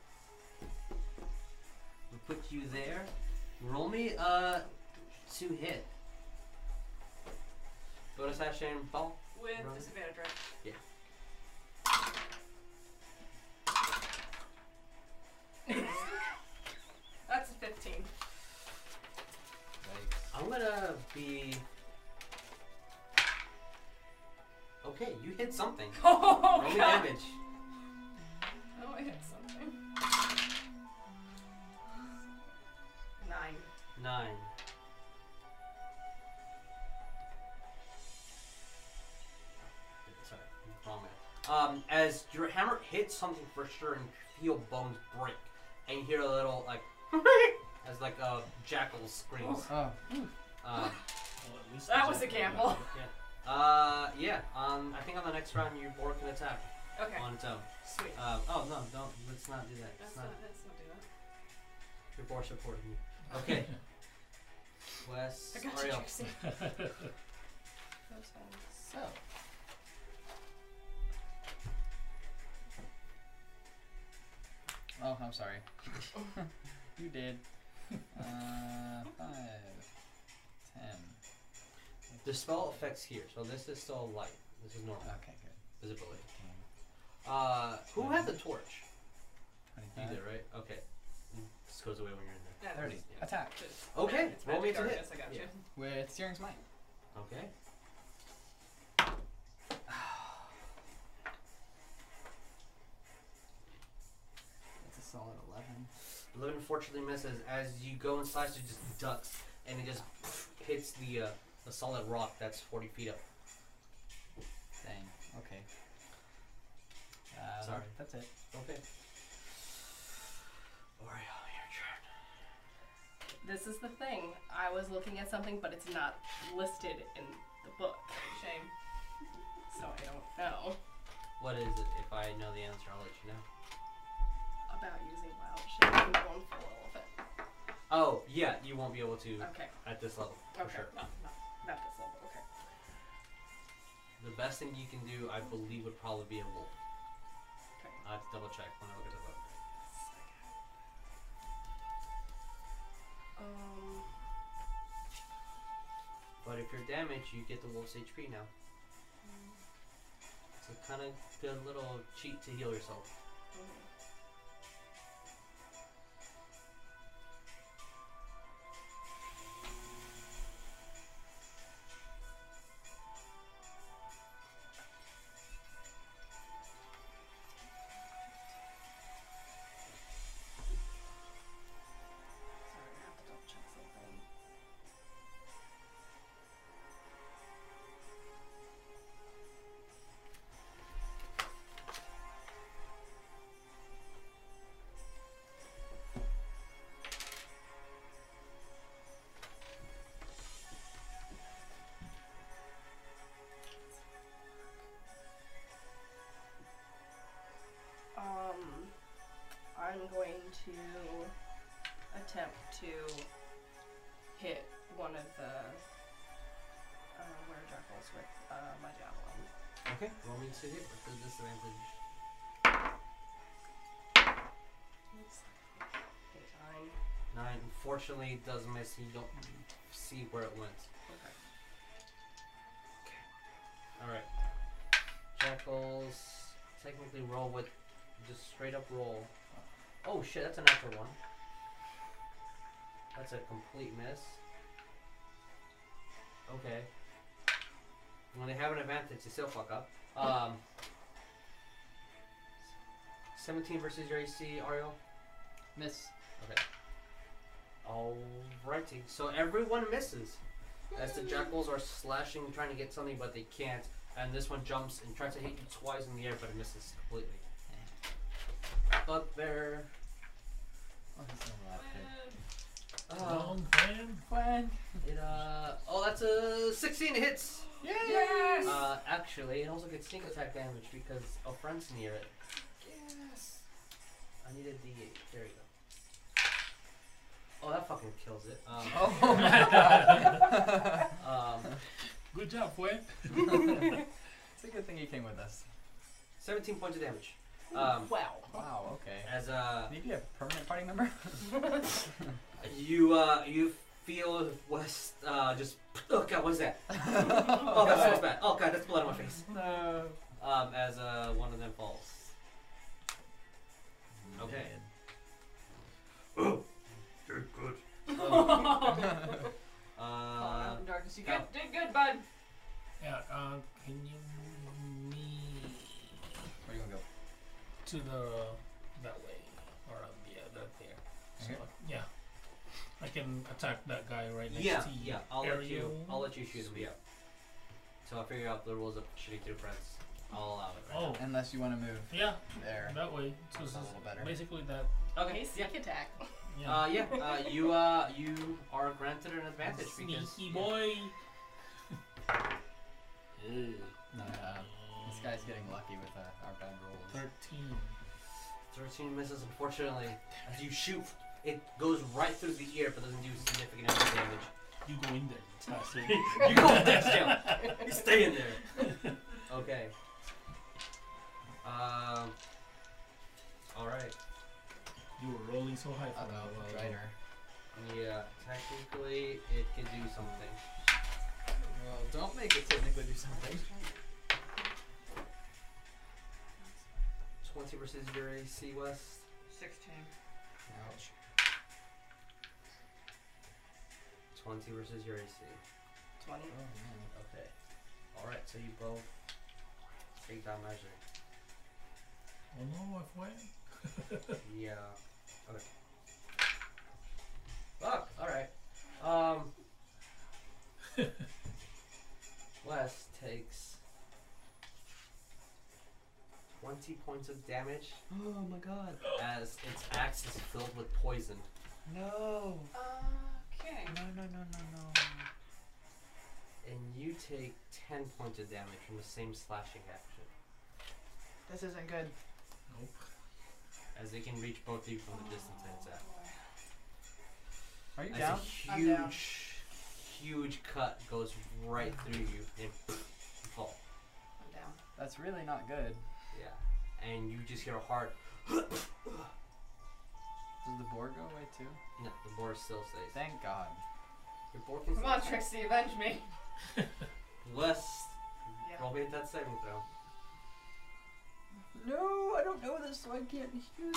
B: We'll put you there. Roll me uh, to hit. Bonus action, ball.
F: With
B: Right.
F: disadvantage, right?
G: That's a 15.
B: I'm gonna be. Okay, you hit something.
G: Oh,
B: Roll me
G: God.
B: damage.
G: Oh, I hit something. Nine.
B: Nine. Sorry, wrong way. Um, as your hammer hits something for sure, and you feel bones break, and you hear a little like as like a jackal screams.
D: Oh,
B: Uh,
E: Well, at least
G: That
E: it's
G: was a
E: okay.
G: gamble.
B: yeah. Uh, yeah. Um, I think on the next round your board can attack
G: Okay.
B: on its own.
G: Sweet.
B: Um, oh no, don't. Let's not do that.
F: That's
B: It's not,
F: not, that's not do that.
B: your board supporting you. Okay. Wes,
G: I got you,
B: Ariel.
G: Trixie.
D: so Oh, I'm sorry. you did. Uh, five, ten.
B: The spell affects here, so this is still light. This is normal
D: Okay, good.
B: visibility.
D: Damn.
B: Uh, who had the torch? You
D: Twenty-five.
B: did, right? Okay. Uh, mm, This goes away when you're in
F: That
D: Thirty.
F: was- yeah.
D: Attack
F: Just-
B: Okay,
F: It's
B: roll me
F: magic
B: to hit.
F: darkness, I got you.
D: with Searing's Might.
B: there. Okay.
D: That's a solid eleven.
B: Eleven fortunately misses. As you go inside, it just ducks and it just hits the uh, the solid rock that's forty feet up.
D: Dang. Okay. Uh,
B: Sorry.
D: That's it.
B: Okay. Oriole, your
G: This is the thing. I was looking at something, but it's not listed in the book.
F: Shame.
G: So I don't know
B: turn. What is it? If I know the answer, I'll let you know.
G: about using wild shit. I'm going full elephant.
B: Oh yeah, you won't be able to
G: Okay.
B: at this level for
G: Okay.
B: sure.
G: No, no, not this level. Okay.
B: The best thing you can do, I believe, would probably be a wolf.
G: Okay.
B: I have to double check when I look at the book.
G: Um,
B: But if you're damaged, you get the wolf's HP now. It's a kind of good little cheat to heal yourself.
G: sorry, I have to double check something. Um, I'm going to attempt to hit one of the uh, were jackals with uh, my javelin.
B: Okay. Roll me to hit with the disadvantage.
G: Eight, nine.
B: Nine. Unfortunately, it does miss. You don't see where it went.
G: Okay.
B: All right. Jackals technically roll with just straight up roll. Oh shit, that's a natural one. That's a complete miss. Okay. When they have an advantage, they still fuck up. Um, 17 versus your AC, Ariel.
D: Miss.
B: Alrighty. So everyone misses. As the jackals are slashing, trying to get something, but they can't. And this one jumps and tries to hit you twice in the air, but it misses completely. Bugbear.
D: Oh, he's not allowed to.
B: Oh,
E: Long plan.
B: it, uh, oh, that's a 16 hits.
F: Yes!
B: Uh, actually, it also gets sneak attack damage because a friend's near it.
F: yes!
B: I need a D8. There you go. Oh, that fucking kills it. Um,
D: Oh my god.
B: um,
E: Good job, Fue.
D: it's a good thing you came with us.
B: 17 points of damage. Um,
G: Wow.
D: Wow, okay.
B: as uh,
D: Maybe a permanent party member?
B: you uh, you feel West uh, just oh god, what is that? Oh, that smells bad. Oh god, that's blood on my face.
D: No.
B: Um, as uh, one of them falls. Okay.
I: Oh, you're good.
B: Um, Uh,
F: Darkness, you
B: yeah.
F: get, did good, bud.
E: Yeah. Uh, can you move me
D: Where you gonna go?
E: to the that way or uh, yeah, that there? So,
D: Okay.
E: yeah. I can attack that guy right next
B: yeah,
E: to you.
B: yeah. I'll let you.
E: Ariel.
B: I'll let you shoot me up. So I'll figure out the rules of shooting through friends. I'll allow it.
E: Oh.
D: Unless you want to move
E: Yeah,
D: there.
E: that way. So it's
D: That's a little better.
E: basically that.
B: Okay. Yeah.
G: sneak attack.
E: Yeah.
B: Uh, yeah. Uh, you uh, you are granted an advantage because
E: Sneaky boy.
D: Nah, uh, this guy's getting lucky with uh, our bad rolls.
E: Thirteen.
B: Thirteen misses, unfortunately. As you shoot, it goes right through the ear, but doesn't do significant amount of damage.
E: You go in there. That's it.
B: You go in there still. You stay in there. Okay. Um. All right.
E: You were rolling so high for
D: About
E: that.
D: Drider.
B: Yeah. Technically, it could do something.
D: Well, don't make it technically do something.
B: Twenty versus your AC West.
F: 16.
D: Ouch.
B: Twenty versus your AC.
G: Twenty.
D: Oh, man.
B: Okay. All right. So you both take that measure.
E: Oh no, I've went.
B: Yeah. Okay. Fuck. All right. Um. Wes takes twenty points of damage
D: Oh my god.
B: as its axe is filled with poison.
D: No.
F: Okay.
D: No, no, no, no, no.
B: And you take ten points of damage from the same slashing action,
D: This isn't good.
E: Nope.
B: as it can reach both of you from the distance that it's at.
D: Are you
B: As
D: down?
B: a
F: I'm down.
B: huge, huge cut goes right through you and you fall.
F: I'm down.
D: That's really not good.
B: Yeah. And you just hear a hard.
D: Does the board go away too?
B: No, the boar still stays.
D: Thank god.
B: Your boar can
F: Come
B: still
F: on,
B: stay.
F: Trixie, avenge me.
B: Less.
F: Yeah.
B: Roll me at that saving throw.
D: No, I don't know this, so I can't hear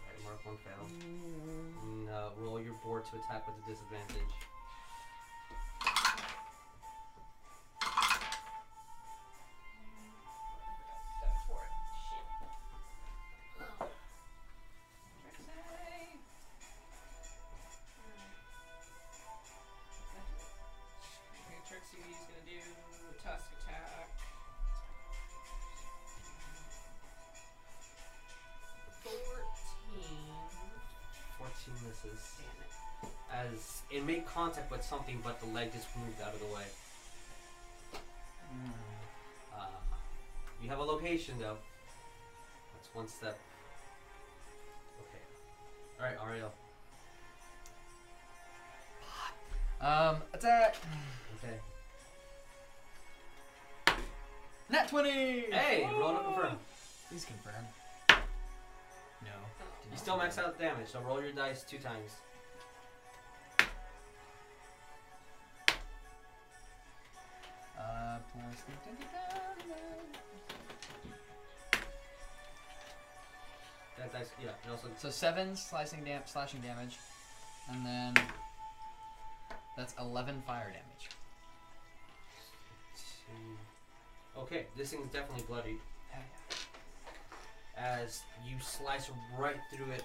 B: Alright, mark one fail.
F: Mm.
B: And, uh, roll your boar to attack with a disadvantage.
F: Trixie's gonna do tusk attack. Fourteen.
B: 14 misses.
F: Damn it.
B: As it made contact with something, but the leg just moved out of the way. Uh, you have a location though. That's one step. Okay. Alright, Ariel.
D: Um, attack!
B: Okay.
D: Nat 20!
B: Hey, roll to confirm.
D: Please confirm. No.
B: You still max out the damage, so roll your dice two times.
D: Uh, plus the damage.
B: That dice, yeah. And also,
D: So seven slicing dam- slashing damage, and then That's 11 fire damage.
B: Two. Okay, this thing's definitely bloodied.
D: Hell
B: As you slice right through it,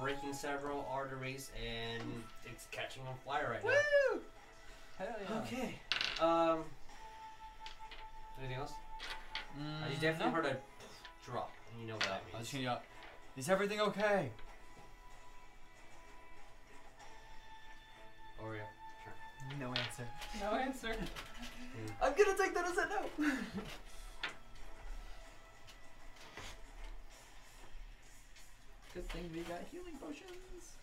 B: breaking several arteries, and it's catching on fire right now.
D: Woo! Hell
B: Okay. Um. Anything else? Uh, you definitely heard a drop, and you know what that
D: I
B: means.
D: was Mm, just gonna yell, Is everything okay?
B: Oreo.
D: No answer.
F: No answer.
D: I'm gonna take that as a no. Good thing we got healing potions.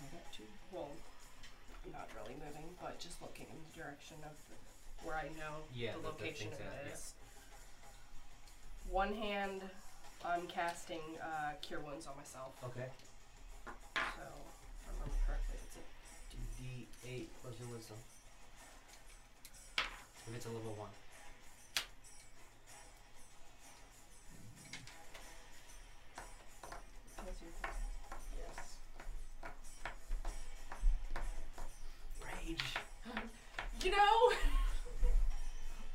D: I got two.
G: Well, I'm not really moving, but just looking in the direction of the, where I know
B: Yeah, that-
G: the
B: that
G: location
B: thing's
G: of
B: at, yeah.
G: it is. One hand, I'm casting uh, Cure Wounds on myself.
B: Okay.
G: So, if I remember correctly, it's a
B: D8 plus your wisdom. If it's a level 1.
G: yes.
B: Rage.
G: You know.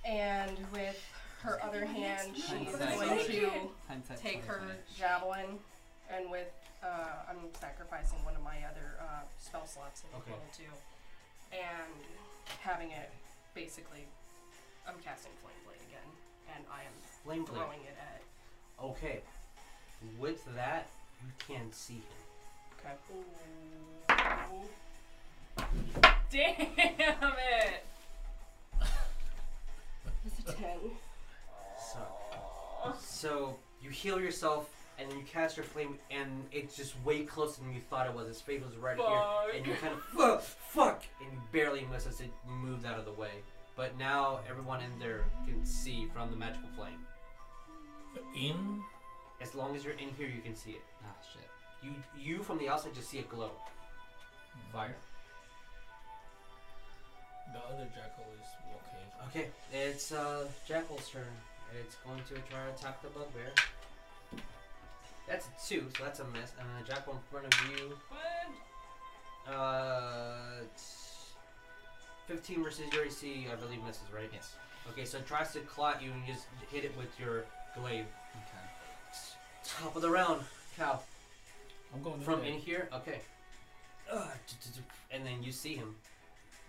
G: and with her other hand, she's
D: move.
G: going
D: Nice.
G: to
D: Hindsight's
G: take her
D: 20.
G: javelin, and with uh, I'm sacrificing one of my other uh, spell slots in
B: Okay.
G: level two, and having it basically, I'm casting flame blade again, and I am
B: Flame blade.
G: throwing it at.
B: Okay. With that, you can see him.
G: Okay.
F: Damn it!
G: It's a ten.
B: So, so you heal yourself, and then you cast your flame, and it's just way closer than you thought it was. Its fate was right here, and you kind of fuck, fuck, and you barely miss as it moved out of the way. But now everyone in there can see from the magical flame.
E: In?
B: As long as you're in here, you can see it.
D: Ah, shit.
B: You, you from the outside just see it glow. Fire.
E: The other jackal is walking.
B: Okay, it's uh, Jackal's turn. It's going to try to attack the bugbear. That's a two, so that's a miss. And then the jackal in front of you.
F: What?
B: Uh, it's 15 versus your AC, I believe misses, right?
D: Yes.
B: Okay, so it tries to clot you and you just hit it with your glaive.
D: Okay.
B: Top of the round, cow.
E: I'm going
B: From
E: in.
B: in
E: there.
B: here, okay. Ugh, t- t- t- And then you see him.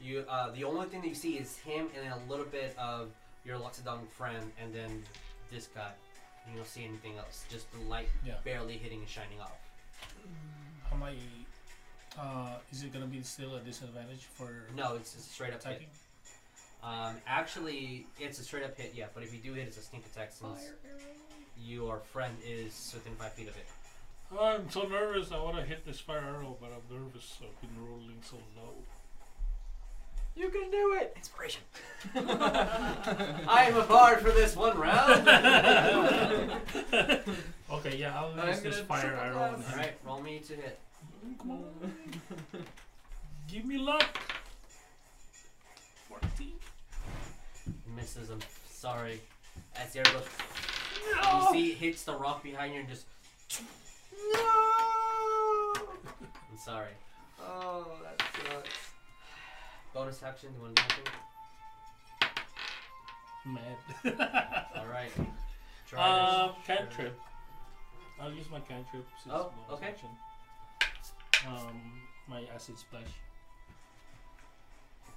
B: You uh, the only thing that you see is him, and then a little bit of your Loxodon friend, and then this guy. You don't see anything else. Just the light
E: Yeah.
B: barely hitting and shining off.
E: Am I? Uh, is it gonna be still a disadvantage for
B: No, it's a straight up hit.
E: attacking?
B: Um, actually, it's a straight up hit, yeah. But if you do hit, it's a sneak attack since your friend is within five feet of it.
E: I'm so nervous. I want to hit this fire arrow, but I'm nervous. I've been rolling so low.
D: You can do it! Inspiration.
B: I am a bard for this one round.
E: Okay, yeah, I'll
D: I'm
E: use this
D: gonna
E: fire
D: triple
E: arrow. on
D: blast.
E: him.
B: All right, roll me to hit.
E: Come on. Give me luck. Fourteen.
B: Misses him. Sorry. As the arrow goes, you see it hits the rock behind you and just. No. I'm sorry.
D: Oh, that sucks.
B: Bonus action. You want to do anything?
E: Mad.
B: All right.
E: Um,
B: Try
E: cantrip. I'll use my cantrip. Since
B: Oh,
E: bonus
B: okay.
E: Action. Um, my acid splash.
B: this.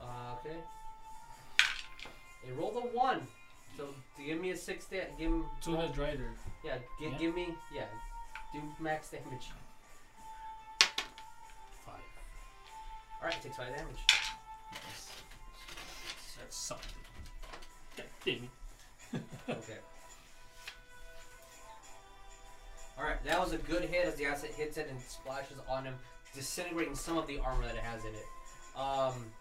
B: Uh, okay. It rolled a one. So give me a six. Da- give him
E: To the rider.
B: Yeah, gi-
E: Yeah.
B: give me. Yeah, do max damage.
E: Five.
B: Alright, it takes 5 damage.
E: That's something. God damn it.
B: Okay. Alright, that was a good hit as the asset hits it and splashes on him, disintegrating some of the armor that it has in it. Um,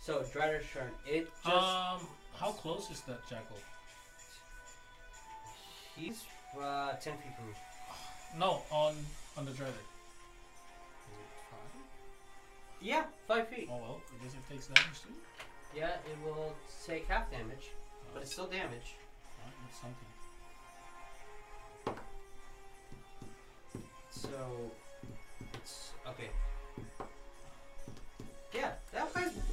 B: so, Dryder's turn. It just.
E: Um, how close is that jackal?
B: he's uh, 10 feet from you.
E: No, on on the driver.
B: Yeah, 5 feet.
E: Oh well, I guess it takes damage too.
B: Yeah, it will take half damage, but it's still damage.
E: Alright, that's Uh, something.
B: So, it's. Okay.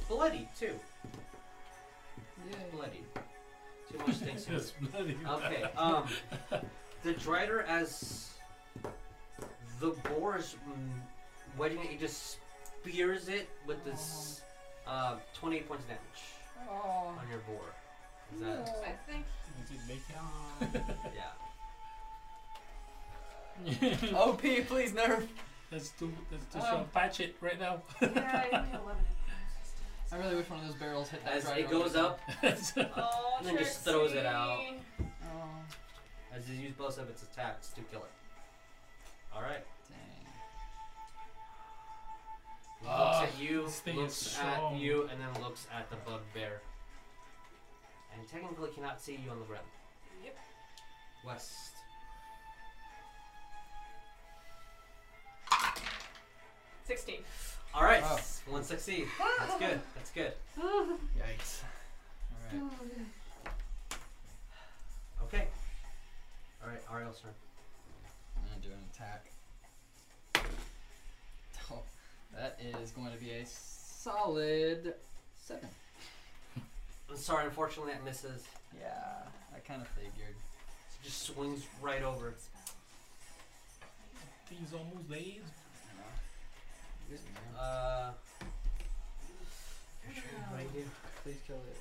B: bloody too.
D: Yay.
B: Bloody. Too much things. to
E: It's bloody.
B: Okay. Um, the drider as the boar is mm, wedging it, he just spears it with this uh, 28 points of damage
G: Oh.
B: on your boar. Is that?
F: I think
E: Did you make it?
B: Yeah.
D: OP, please nerf.
E: That's too. That's too
G: Um,
E: strong. Patch it right now.
F: yeah, I need eleven.
D: I really wish one of those barrels hit that
B: As
D: driver.
B: it goes up,
F: Oh,
B: And then just throws it out.
F: Trixie.
D: Oh,
B: as you use both of its attacks to kill it. All right.
D: dang.
B: Looks
E: Ah,
B: at you,
E: this thing is
B: looks at
E: strong.
B: you, and then looks at the bugbear. And technically cannot see you on the ground.
F: Yep.
B: West.
F: Sixteen.
B: All right.
D: Wow.
B: One succeed. That's good. That's good.
D: Yikes. All right.
B: Okay. All right, Ariel's turn.
D: I'm gonna do an attack. Oh, that is going to be a solid seven.
B: I'm sorry, unfortunately that misses.
D: Yeah, I kind of figured.
B: So just swings right over.
E: Things almost days.
D: You know. Good, man.
B: Uh.
D: Uh,
B: What do you do?
D: Please kill it.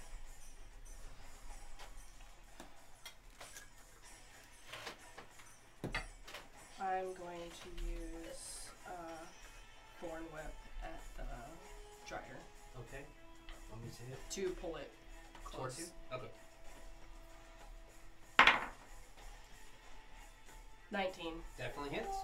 G: I'm going to use uh, corn whip at the dryer
B: Okay. Let me see it.
G: to pull it
B: Towards you?
G: close.
B: Okay.
G: 19.
B: Definitely hits.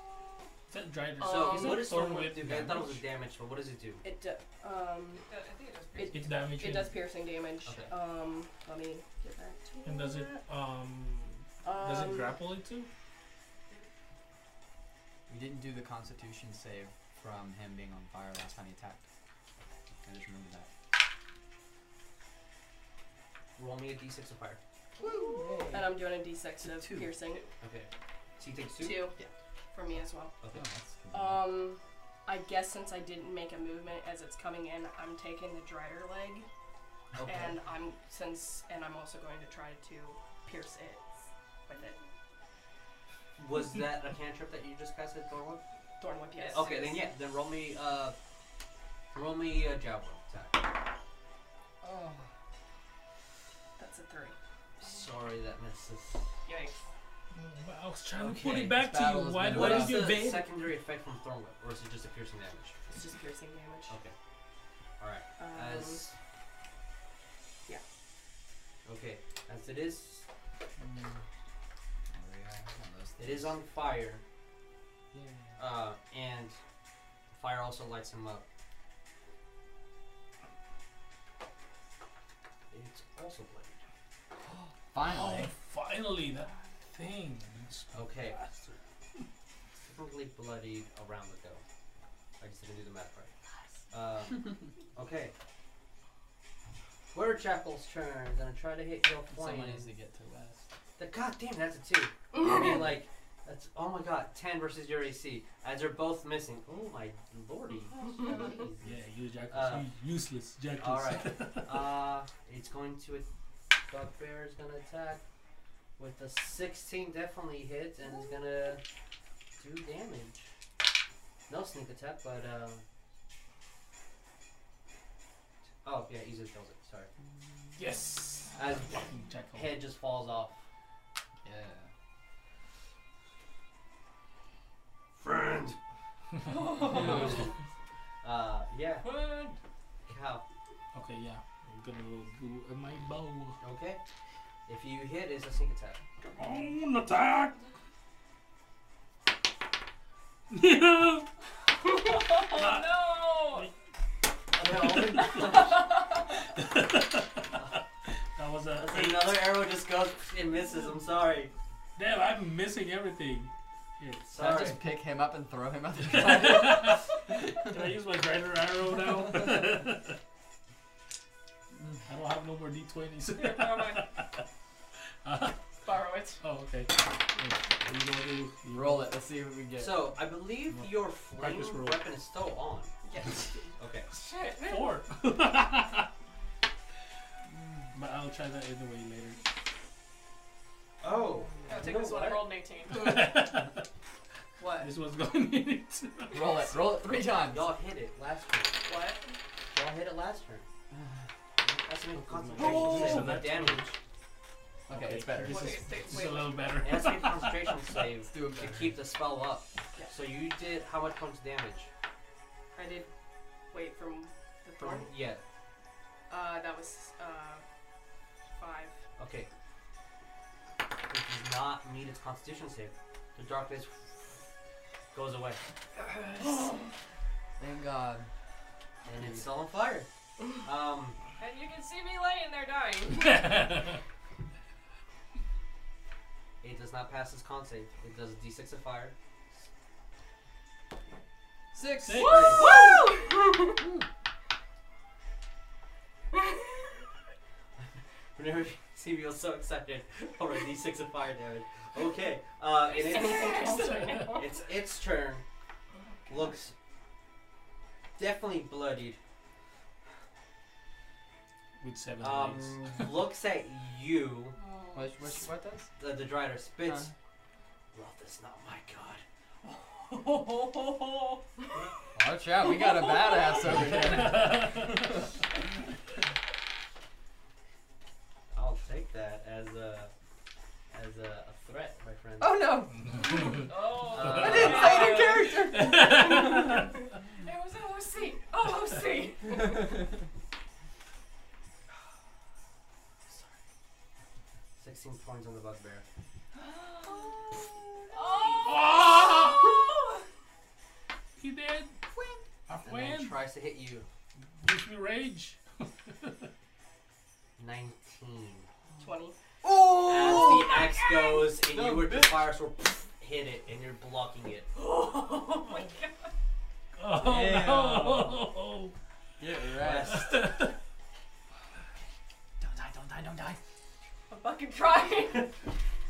E: Is that drider?
B: So,
G: Um,
E: is
G: Is
E: it
B: what does
E: thorn
B: Storm
E: whip
B: do? I thought it was
E: damage?
B: damage, but what does it do?
G: It do-
F: Uh,
G: um
F: I think it does.
G: it,
E: It damage.
G: it
E: and-
G: does piercing damage.
B: Okay.
G: Um let me get back to
E: And does it um? Does it
G: Um,
E: grapple it too?
D: We didn't do the Constitution save from him being on fire last time he attacked. I just remember that.
B: Roll me a d6 of fire.
G: And I'm doing a d6 of
D: Two.
G: piercing.
B: Okay. So he takes two?
G: Two.
D: Yeah.
G: For me as well.
D: Oh,
B: Okay.
D: that's convenient.
G: Um I guess since I didn't make a movement as it's coming in, I'm taking the dryer leg
B: Okay.
G: and I'm since and I'm also going to try to pierce it with it.
B: Was that a cantrip that you just passed at Thornwood?
G: Thorn whip, yes.
B: Okay, then yeah. Then roll me, uh. Roll me a javelin attack.
D: oh,
G: That's a three.
B: Sorry that misses.
G: Yikes.
E: Well, I was trying to put
D: Okay,
E: it back
D: this
E: to you.
D: battle has
E: Why
D: been
E: do I
B: What
E: use
B: is
E: your
B: the
E: bait?
B: secondary effect from Thorn Whip, or is it just a piercing damage?
G: It's just piercing damage.
B: Okay. All right.
G: Um,
B: Oh, As.
G: yeah.
B: Okay. As it is,
D: mm. There we are. One of those
B: it is
D: things.
B: on fire,
D: Yeah.
B: uh, and fire also lights him up. It's also bloody.
E: Oh,
D: Finally.
E: finally that thing.
B: Okay. Probably bloodied around the go. I just didn't do the math right. Uh, okay. Where Chapel's turn? Gonna try to hit your
D: Someone
B: flank.
D: needs to get to West.
B: The god damn, that's a two. I mean, like, that's oh my god, ten versus your AC. As they're both missing. Oh my lordy.
E: Yeah,
B: Jesus.
E: you jackals.
B: Uh,
E: you useless jackals.
B: all right. Uh, it's going to. at- Bugbear is gonna attack with the 16. Definitely hit and it's gonna do damage. No sneak attack, but um. Oh yeah, easily kills it. Sorry.
E: yes.
B: As
E: Fucking jackal.
B: head just falls off.
D: Yeah.
I: Friend!
B: Uh, yeah.
E: Run.
B: Cow.
E: Okay, yeah. I'm gonna do uh, my bow.
B: Okay. If you hit, it's a sneak attack.
E: Come on, attack! Yeah.
B: No.
E: That was a.
B: That's another arrow just goes and misses. I'm sorry.
E: Damn, I'm missing everything. Here.
D: Can I
B: Sorry.
D: just pick him up and throw him out the window?
E: Can I use my greater arrow now? I don't have no more d20s.
F: Borrow it.
E: oh, okay. Are you gonna do? you-
D: Roll it. Let's see what we get.
B: So I believe your flame
E: Practice roll.
B: weapon is still on.
F: Yes.
B: Okay.
F: Shit. Man.
E: Four. Mm, try that either way later.
B: Oh.
F: I'll
B: you
F: take
B: know
F: this one. I
B: what?
F: rolled an 18. what?
E: This one's going in it.
D: Roll it. Roll it three times.
B: Y'all hit it last turn.
F: What?
B: Y'all hit it last turn. That's an concentration
E: Oh.
B: save.
E: So
B: for
E: that's-
B: damage.
D: Okay, it's better.
E: This
F: Wait,
E: is,
F: wait,
E: this is
F: wait,
E: a
F: wait.
E: little better.
B: And that's a concentration save
D: Let's do it
B: to
D: better.
B: keep the spell up.
F: Yeah.
B: So you did how much points damage?
G: I did wait from the
B: From
G: thorn.
B: yeah.
G: Uh, that was uh, five.
B: Okay. It does not meet its constitution save. The darkness goes away.
D: Thank God.
B: And it's still on fire. Um
F: And you can see me laying there dying.
B: it does not pass its con save. It does D six of fire.
D: Six.
E: Six.
B: Whenever you see me, I'm so excited over D six of fire damage. Okay. Uh and it's It's its turn. Looks definitely bloodied.
E: With seven
B: Um,
E: legs.
B: looks at you.
D: What, what, what does?
B: The, the Drider spits.
D: Huh?
B: Love is not my god.
D: Watch out, we got a badass over here.
B: I'll take that as a as a, a threat, my friend.
D: Oh no!
F: Oh,
B: Uh,
D: I didn't say it in character!
F: It was OOC. OOC.
B: Sixteen points on the bugbear.
E: Oh! he did. I
B: And then
E: win.
B: tries to hit you.
E: Gives me rage.
B: Nineteen.
G: Twenty.
B: As the axe goes and
D: Oh, No,
B: you were the
D: bitch.
B: fire sword pff, hit it and you're blocking it.
F: Oh my god.
E: Oh
D: Damn.
E: no!
D: Get
B: Rest.
D: Don't die, don't die, don't die.
F: I'm fucking trying.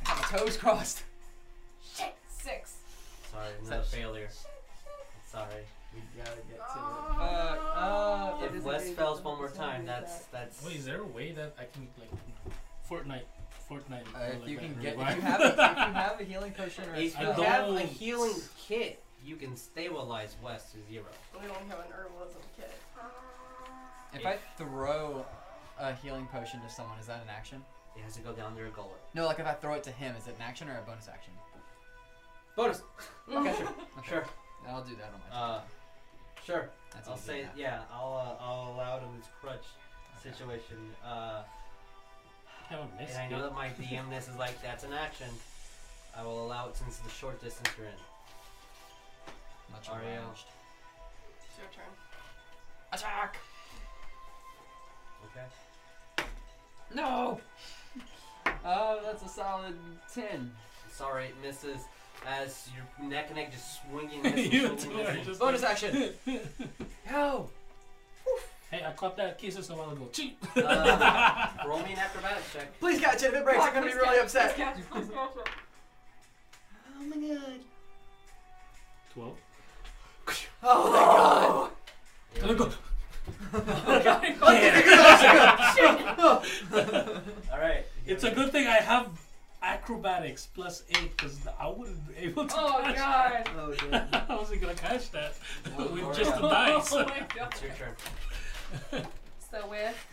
D: My toes crossed.
F: Shit. Six.
B: Sorry, another
D: Such-
B: failure. Sorry.
D: We gotta get
B: Uh,
D: to it. Uh,
B: If Wes fails one more time, that's that's.
E: Wait, is there a way that I can like Fortnite, Fortnite?
D: Uh,
E: or,
D: if
E: like,
D: you
E: that
D: can get, if
E: revive?
D: you have, a, if you have a healing potion or a
B: If you
E: I
D: spell,
B: have a
E: don't.
B: healing kit, you can stabilize Wes to zero.
G: We don't have an herbalism kit.
D: if I throw a healing potion to someone, is that an action?
B: It has to go down their gullet.
D: No, like if I throw it to him, is it an action or a bonus action?
B: Bonus.
D: Okay, sure.
B: Sure.
D: I'll do that on my turn.
B: Uh, sure.
D: That's
B: I'll
D: easy
B: say
D: enough.
B: yeah. I'll uh, I'll allow it in this crutch
D: Okay.
B: situation. Uh,
E: I haven't
B: and
E: missed
B: I know
E: it.
B: that my DM this is like that's an action. I will allow it since the short distance you're in.
D: Much
B: Ariel.
D: obliged.
G: It's your turn.
D: Attack!
B: Okay.
D: No! Oh, that's a solid 10.
B: Sorry, it misses. As your neck and neck just swinging, missing, swinging,
E: You two are
B: missing.
E: just
D: Bonus
E: like,
D: action! Go!
E: Hey, I caught that kisses a while ago. Cheat.
B: Uh, roll me an acrobatics check.
D: Please catch it if it breaks, I'm gonna be really upset. Oh my god.
E: Twelve.
D: Oh my god!
E: And I go.
B: All right.
E: It's a good thing I have acrobatics plus eight because I wouldn't be able to.
F: Oh
E: catch
F: god.
D: Oh, dude.
E: That. I wasn't gonna catch that
D: Oh,
B: Well,
E: with
B: alright.
E: just the dice.
F: Oh my god.
B: It's your turn.
G: So with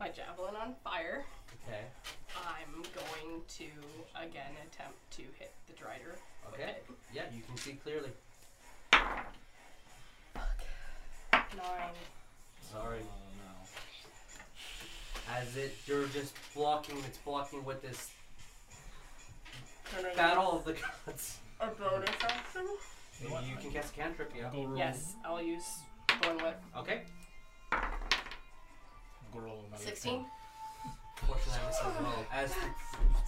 G: my javelin on fire,
B: Okay.
G: I'm going to again attempt to hit the drider.
B: Okay. Yeah, you can see clearly.
G: Nine.
B: Sorry.
D: Oh,
B: As it, you're just blocking. It's blocking with this
G: Can I
B: battle of the gods.
G: use A bonus action?
B: You you can cast a cantrip. Yeah.
E: Go roll.
G: Yes, I'll use one whip.
B: Okay.
E: Go roll another
G: Sixteen.
B: Fortunately, I missed as well. As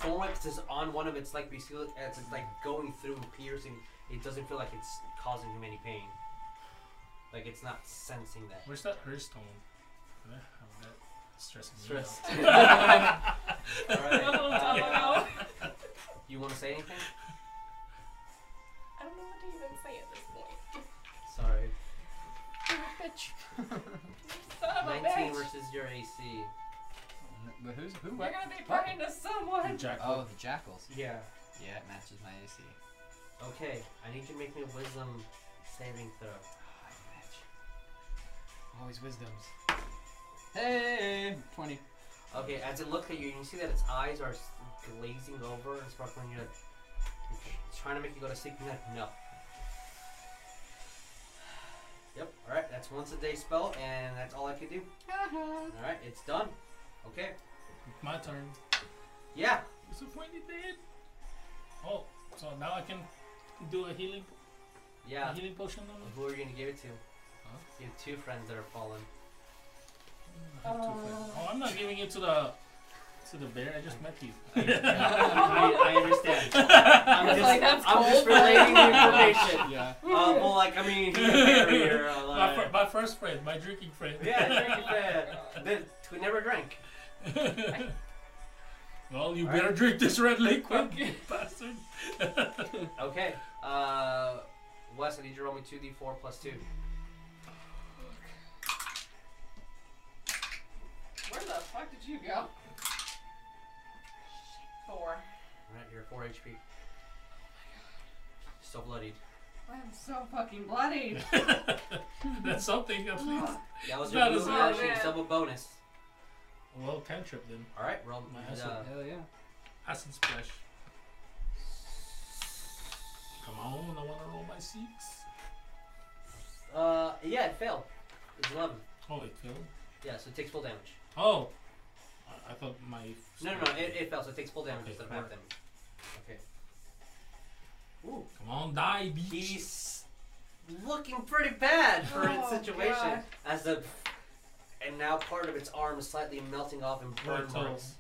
B: the Thornwix is on one of its like basically, as it's like going through and piercing. It doesn't feel like it's causing him any pain. Like it's not sensing that.
E: Where's that Hearthstone? Can I have that? Stressing me out.
B: Stress. Alright, uh, you want to say anything?
G: I don't know what to even say at this point.
B: Sorry.
G: You're a bitch. son of a
B: 19
G: bitch.
B: versus your AC.
D: But who's who?
G: You're
D: What?
G: gonna be
D: What?
G: praying to someone.
E: Jackal.
D: Oh, the jackals.
B: Yeah.
D: Yeah, it matches my AC.
B: Okay, I need you to make me a wisdom saving throw.
D: Ah, I match. Always Oh, wisdoms. Hey, twenty.
B: Okay, as it looks at you, you can see that its eyes are s- glazing over and sparkling. You're like, it's trying to make you go to sleep. You're like, no. Yep, alright, that's once a day spell, and that's all I can do. Alright, it's done. Okay,
E: My turn.
B: yeah,
E: Disappointed, dead. Oh, so now I can do a healing,
B: yeah.
E: a healing potion on
B: Who are you gonna give it to?
E: Huh?
B: You have two friends that are fallen.
E: them? I have two friends. Oh, I'm not giving it to the to the bear. I just met you.
B: I, I understand. I'm just,
G: like, that's
B: I'm just relating the information.
E: yeah.
B: Uh, well, like, I mean, he's a barrier, uh,
E: My,
B: like,
E: fir- my first friend, my drinking friend.
B: yeah, drink it bad. Then we uh, never drank.
E: well, you
B: All
E: better
B: right.
E: drink this red liquid, you bastard.
B: Okay. Uh, Wes, I need you to roll me 2d4 plus 2.
F: Where the fuck did you go?
G: Four.
B: Alright, you're 4 HP. Still bloodied.
F: I am so fucking bloody.
E: That's something at least.
B: That was your
E: That is
B: move
F: not
B: action,
F: bad.
B: double bonus.
E: Well, cantrip then.
B: Alright, roll.
E: My
B: and,
E: acid.
B: uh,
D: Oh, Hell yeah.
E: Acid splash. Come on, I want to roll my six.
B: uh, yeah, it failed. It's 11.
E: Oh, it failed.
B: Yeah, so it takes full damage.
E: Oh, I, I thought my.
B: No, no, no, it, it fell, so it takes full damage
E: Okay,
B: instead of half
E: alright.
B: damage. Okay. Ooh,
E: Come on, die, bitch.
B: he's looking pretty bad for its
F: Oh,
B: situation.
F: God.
B: As the. And now part of its arm is slightly melting off and burn
E: Right, so-
B: marks.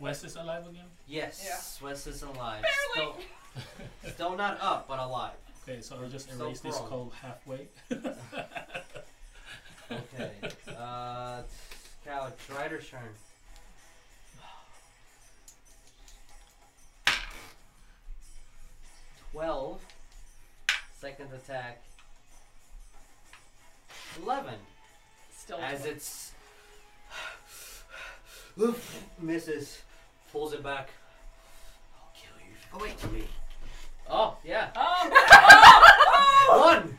E: Wes is alive again.
B: Yes, Wes is alive.
G: Barely.
B: Still, still not up, but alive.
E: Okay, so I'll just
B: So
E: erase this
B: wrong.
E: call halfway.
B: Okay. Uh, Cal, it's Ryder's turn. Twelve. Second attack. Eleven.
G: Still.
B: As
G: twelve.
B: it's misses, pulls it back. I'll kill you. Oh wait, kill me. Oh yeah. Oh.
G: Oh,
F: Oh.
B: One.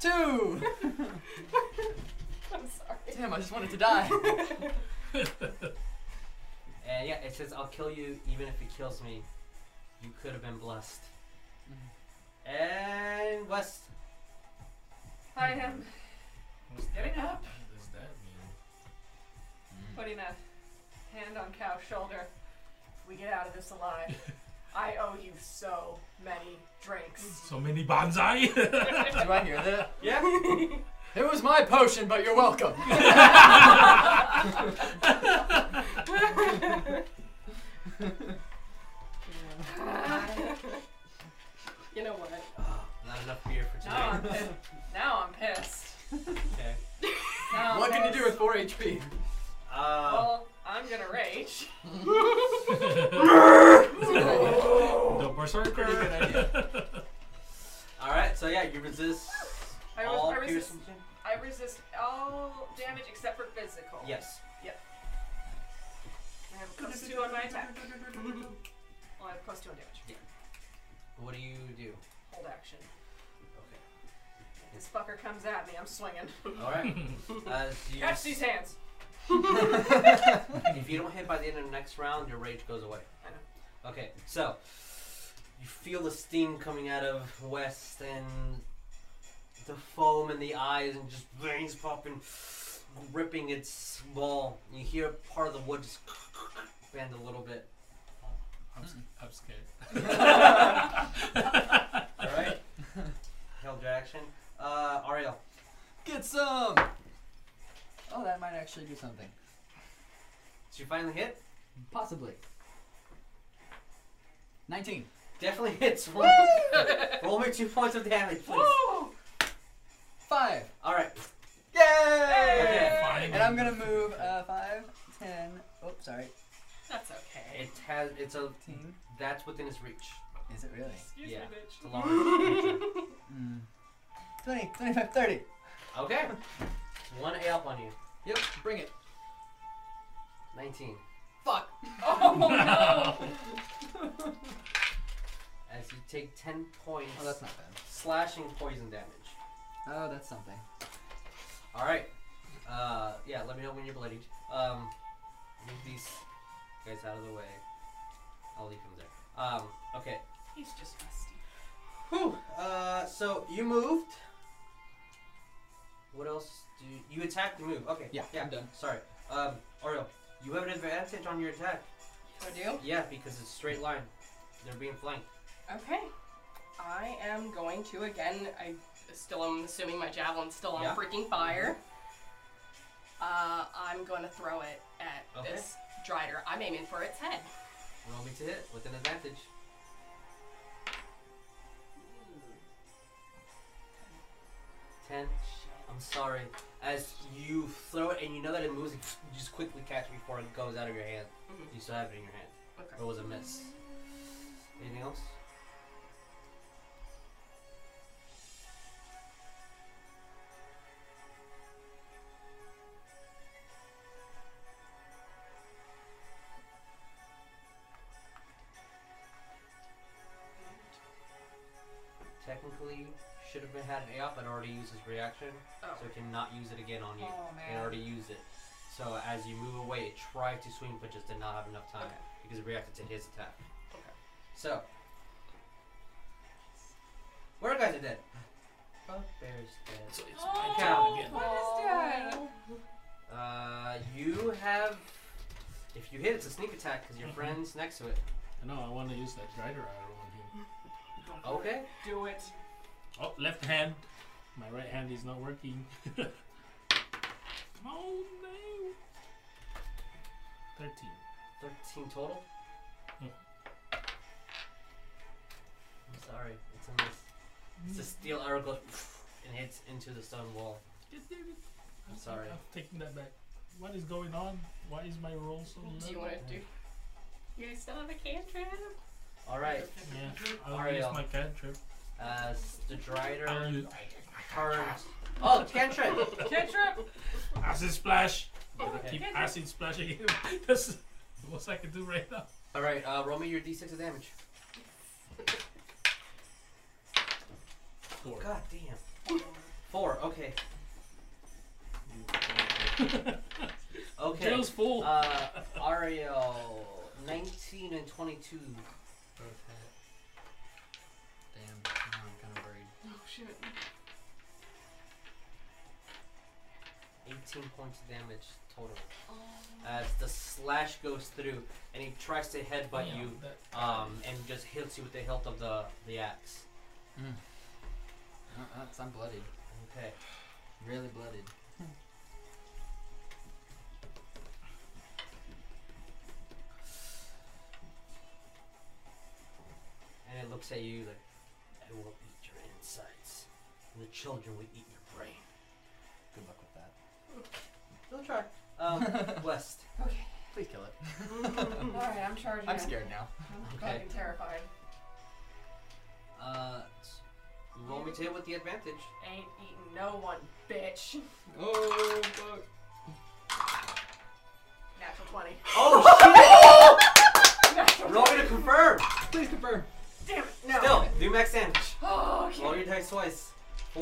D: Two.
G: I'm sorry.
D: Damn, I just wanted to die.
B: And yeah, it says, I'll kill you even if it kills me. You could have been blessed. And West.
F: I am
E: What's
F: getting up,
E: What does that mean?
F: putting a hand on Cow's shoulder. If we get out of this alive, I owe you so many drinks.
E: So many bonsai.
D: Do I hear that?
B: Yeah.
D: It was my potion, but you're welcome.
G: You know what?
B: not enough beer for
F: Now I'm
B: tonight.
F: pissed. Now I'm pissed.
B: okay.
F: Now I'm
D: what can you
F: pissed.
D: do with four HP?
B: Uh,
F: Well, I'm gonna rage.
E: the berserker.
B: good idea. all right. So yeah, you resist
F: I res-
B: all
F: I resist-
B: piercing.
F: I resist all damage except for physical.
B: Yes.
F: I have a plus two on my attack. Well, I have plus two on damage.
B: What do you do?
F: Hold action.
B: Okay.
F: This fucker comes at me. I'm swinging.
B: All right. Uh, so you
F: Catch these hands.
B: If you don't hit by the end of the next round, your rage goes away.
F: I
B: Okay, so you feel the steam coming out of West and the foam in the eyes and just veins popping, gripping its ball. You hear part of the wood just bend a little bit.
E: I'm, s- I'm scared.
B: All right, held your action. Uh, Ariel.
D: Get some. Oh, that might actually do something.
B: Did you finally hit?
D: Possibly. Nineteen.
B: Definitely hits. Roll, roll me two points of damage, please.
F: Woo!
D: Five.
B: All right.
D: Yay!
B: Okay.
E: Fine.
D: And I'm gonna move uh, five, ten. Oh, sorry.
G: That's okay.
B: It has. It's a.
D: Team.
B: That's within its reach.
D: Is it really? Hmm.
G: Excuse
B: Yeah.
G: me,
B: It's
G: bitch.
B: a long. reach.
D: Mm. 20, 25, 30.
B: Okay. One A up on you.
D: Yep, bring it.
B: 19.
D: Fuck.
F: Oh no!
B: As you take 10 points
D: Oh, that's not bad.
B: slashing poison damage.
D: Oh, that's something.
B: Alright. Uh, yeah, let me know when you're bloodied. Um, move these guys out of the way. I'll leave him there. Um, okay.
F: He's just rusty.
B: Whew. Uh, so you moved. What else do you, you attacked the move? Okay.
D: Yeah,
B: Yeah.
D: I'm done.
B: Sorry. Um, Oriel, you have an advantage on your attack.
G: I do?
B: Yeah, because it's straight line. They're being flanked.
G: Okay. I am going to again. I still am assuming my javelin's still on
B: Yeah.
G: freaking fire. Uh, I'm going to throw it at
B: Okay.
G: this drider. I'm aiming for its head.
B: Roll me to hit with an advantage. Ten. I'm sorry. As you throw it and you know that it moves, you just quickly catch it before it goes out of your hand.
G: Mhm.
B: You still have it in your hand.
G: Okay.
B: It was a miss. Anything else? Technically, should have been had an AOP, but already used his reaction,
G: Oh.
B: so it cannot use it again on you.
G: Oh,
B: It
G: man.
B: already used it. So as you move away, it tried to swing, but just did not have enough time
G: Okay.
B: because it reacted to his attack.
G: Okay.
B: So, where guys are dead? Bugbear's dead.
E: So it's
F: Oh,
E: my turn again.
F: what is that?
B: Uh, you have. If you hit, it's a sneak attack because your
F: Mm-hmm.
E: Mhm.
B: friend's next to it.
E: No, I want to use that drider arrow on him.
B: Okay.
F: Do it.
E: Oh, left hand. My right hand is not working. oh no. Thirteen.
B: 13 total.
E: Yeah.
B: I'm sorry. It's a miss. It's a steel arrow goes and hits into the stone wall.
E: God damn it.
B: I'm sorry.
E: I'm taking that back. What is going on? Why is my roll so low?
G: Do you want to do? You still have a cantrip?
B: Alright.
E: Yeah, I'll use
B: Ariel.
E: my cantrip.
B: As Uh, the
F: Um,
E: I'll
B: Drider
E: use
B: turns. Oh, cantrip!
F: Cantrip.
E: acid splash.
B: Okay.
E: Keep acid splashing him. That's the most I can do right now.
B: Alright, uh, roll me your d6 of damage.
E: Four.
B: God damn. Four, okay. Okay.
E: Jail's full.
B: Uh, Ariel, 19 and 22.
D: Both hit. Damn. Now I'm kind of worried.
F: Oh shit.
B: 18 points of damage total. As the slash goes through, and he tries to headbutt
E: Yeah,
B: you,
E: that-
B: um, and just hits you with the hilt of the, the axe.
D: Uh, That's, I'm bloodied.
B: Okay.
D: Really bloodied.
B: And it looks at you like, I will eat your insides, and the children will eat your brain.
D: Good luck with that.
B: Don't try. Um, blessed.
F: Okay.
D: Please kill it.
F: All right, I'm charging.
D: I'm
F: in.
D: scared now.
F: I'm
B: Okay.
F: fucking terrified.
B: Uh, s- roll me to hit with the advantage.
F: Ain't eating no one, bitch.
D: Oh fuck.
F: Natural twenty.
B: Oh shit!
F: Natural.
B: roll me to confirm.
D: Please confirm.
F: Damn it. No.
B: Still, do max damage.
F: Oh, I
B: Roll
F: can't.
B: your dice twice. 4d6.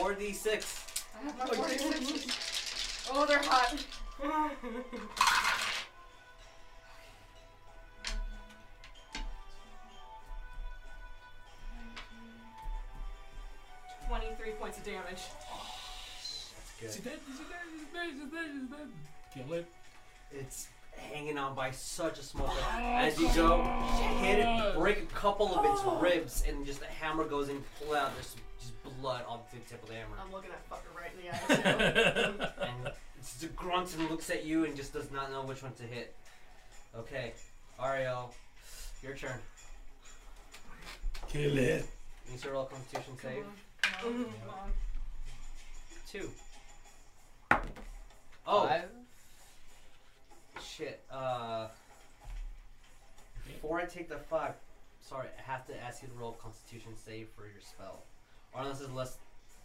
F: I have my 46. Oh, they're hot. Twenty-three points of damage.
B: That's
E: Is he
B: good.
E: dead? Is he dead? Is he dead? Is he dead? Is he dead? Kill it.
B: It's hanging on by such a small bit. As you go, hit it, break a couple of its ribs, and just the hammer goes in, you pull out. There's just blood off the tip of the hammer.
F: I'm looking at fucker right in the eye.
B: And it's- it grunts and looks at you and just does not know which one to hit. Okay, Ariel, your turn.
E: Kill it.
B: You need to roll a Constitution save.
F: Come on, come on.
B: Two. Oh
D: Five.
B: shit. Uh, before I take the five, sorry, I have to ask you to roll a Constitution save for your spell, or unless it's less.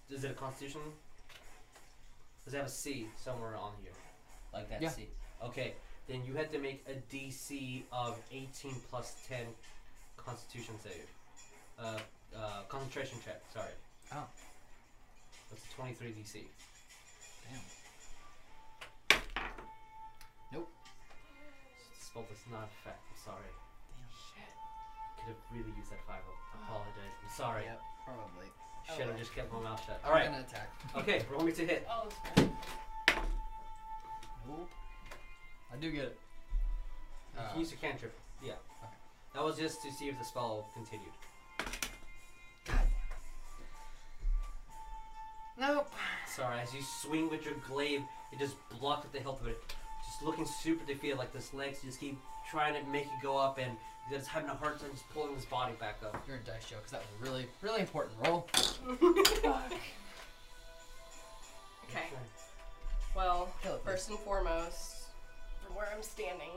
B: Is it a Constitution? Does it have a C somewhere on here? Like that
D: Yeah.
B: C. Okay. Then you had to make a DC of 18 plus 10 Constitution save. Uh, uh, concentration check, sorry.
D: Oh.
B: That's a 23 DC.
D: Damn. Nope.
B: Spell does not affect. I'm sorry. Could have really used that 5 I apologize. I'm sorry.
D: Ah. Yep, probably. Oh,
B: Should
D: well.
B: have just kept my mouth shut.
D: I'm
B: Alright.
D: gonna attack.
B: Okay, roll me to hit.
F: Oh, it's fine.
D: Nope. I do get it.
B: You
D: Uh,
B: can use your cantrip. Yeah. That was just to see if the spell continued.
D: nope.
B: Sorry, as you swing with your glaive, it just blocked at the hilt of it. Just looking super defeated, like this legs just keep trying to make it go up, and he's just having a hard time just pulling his body back up.
D: You're in dice show because that was a really, really important roll.
G: Okay. Well,
D: Kill it, please.
G: first and foremost, from where I'm standing,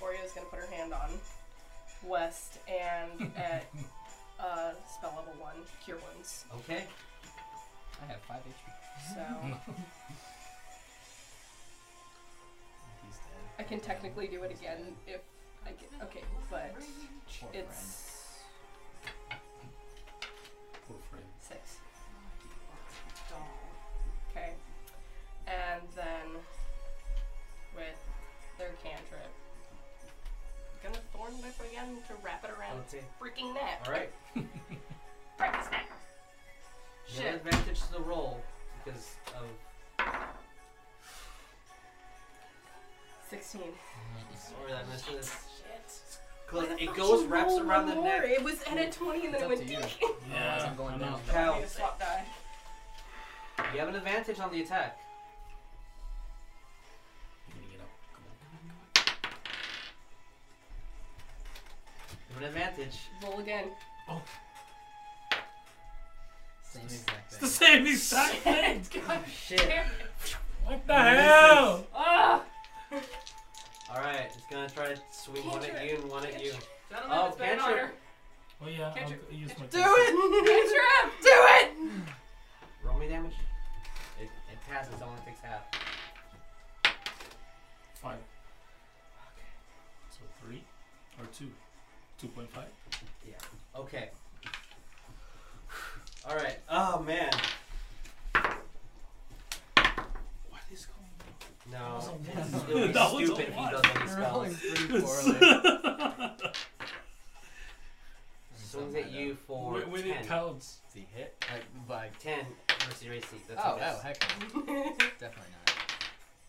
G: Orio's gonna put her hand on West and at uh, spell level one, cure wounds.
B: Okay.
D: I have five HP.
G: So
D: He's dead.
G: I can technically do it again if I get okay, but
D: Poor friend.
G: it's
E: Poor friend.
G: six. Okay. And then with their cantrip. Gonna thorn whip again to wrap it around its
B: Okay.
G: freaking neck.
B: Alright.
G: Break its neck.
B: You have
G: Shit.
B: advantage to the roll because of.
G: 16.
B: Sorry, that missed this.
G: Shit.
B: 'Cause
G: Why the
B: it
G: fuck
B: goes,
G: you
B: wraps
G: roll
B: around
G: one
B: the
G: more?
B: neck.
G: It was at a 20 and
D: It's
G: then it
D: up
G: went
D: to you.
G: dink.
D: Otherwise I'm going
E: I know.
D: down.
B: Cow,
G: Need a swap die.
B: you have an advantage on the attack.
E: I'm gonna get up. Come
B: You have an advantage.
G: Roll again.
D: Same exact
E: It's the
D: thing.
E: same exact thing.
B: Shit.
E: What the hell?
G: Ah!
B: Alright, it's gonna try to swing one at you and one at you.
F: Gentlemen,
B: Oh,
F: it's been an
B: cantrip.
F: honor.
E: Oh yeah.
F: Can't
E: I'll
F: you-
E: g- use my
F: Do
E: cantrip.
F: Cantrip!
G: Do it!
B: Roll me damage. It, it passes, it only takes half.
E: Five. So three or two. Two point five.
B: Okay. All right. Oh man.
E: What is going
B: No.
E: That was a
B: It would be
E: That was a
B: stupid if he
E: one.
B: does any
D: You're rolling
B: spells.
D: pretty poorly.
E: on?
B: Swings at you for
E: when, when it
B: 10.
E: counts.
D: Does he hit? Like, by
B: 10 versus your AC. That's
D: oh,
B: a
D: oh,
B: miss.
D: heck no. Definitely not.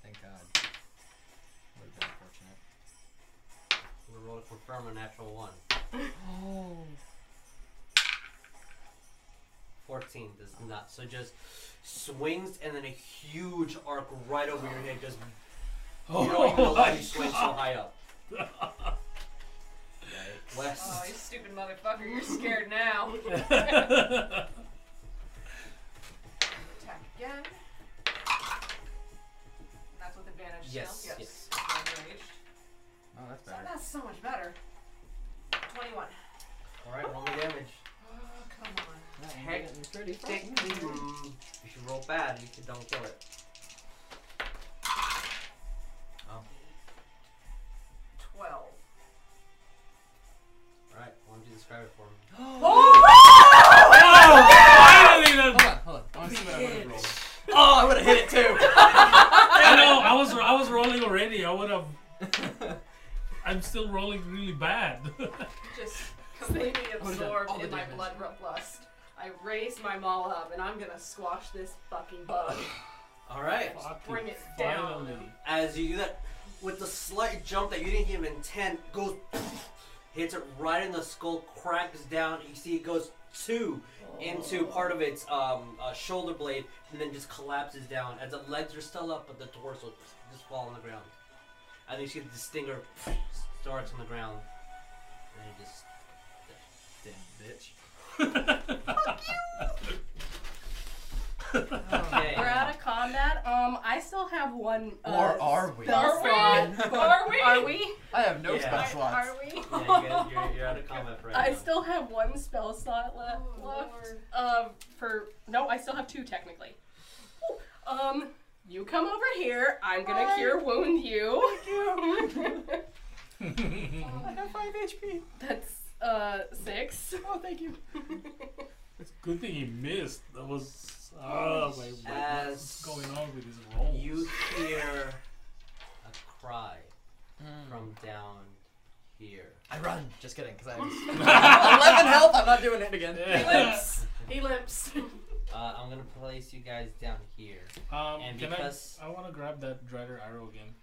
D: Thank God. Would have been unfortunate.
B: We'll roll to confirm a natural 1.
D: Oh.
B: 14 does not. So just swings and then a huge arc right over your head. Just
D: Oh
B: you don't even know why you swing so high up. West.
F: Oh, you stupid motherfucker, you're scared now.
H: Attack again.
F: And That's with advantage
B: Yes,
F: still?
B: yes.
F: Enraged.
D: Oh, that's
H: So
D: better.
H: that's so much better. 21.
B: All right, roll me damage.
H: Oh, come on.
D: That ain't
B: heck-
D: getting pretty
B: Technically, mm, if you roll bad, you could don't kill it. Oh.
H: 12.
B: Alright, why don't you describe it for me?
E: Oh, finally
D: Hold
E: that-
D: on, hold on. I want to see what I would have rolled.
B: Oh, I would have hit it too!
E: I know. I was I was rolling already. I would have. I'm still rolling really bad.
F: Just completely absorbed
D: all the
F: in my
D: damage.
F: blood ru- lust. I raise my maul up and I'm gonna squash this fucking bug.
B: Alright,
F: Bring it down.
E: Finally.
B: as you do that, with the slight jump that you didn't even intend, goes hits it right in the skull, cracks down, you see it goes two
G: Oh.
B: into part of its um, uh, shoulder blade, and then just collapses down as the legs are still up, but the torso just fall on the ground. And you see the stinger starts on the ground, and it just
D: Damn bitch.
B: okay.
G: We're out of combat. Um, I still have one. Uh,
D: Or are we?
G: spell
D: Are we?
G: slot.
F: Are we?
G: Are we?
D: I have no
B: Yeah.
D: spell
B: Alright,
D: slots.
G: Are
B: Yeah,
G: we?
B: you guys, you're, you're out of combat right
G: I
B: now.
G: still have one spell slot le-
F: Oh,
G: left. uh,
F: Lord.
G: Um, for no, I still have two technically. Ooh, Um, You come over here. I'm gonna cure wound you.
D: I got five HP.
G: That's uh six.
D: Oh, thank you.
E: It's good thing he missed. That was. Oh my god.
B: As
E: What's going on with his rolls?
B: You hear a cry from down here.
D: I run. Just kidding, because I have 11 health. I'm not doing it again.
E: Yeah.
F: He limps.
G: Oh,
B: Uh, I'm gonna place you guys down here.
E: Um,
B: And
E: can
B: because-
E: I? I want to grab that drider arrow again.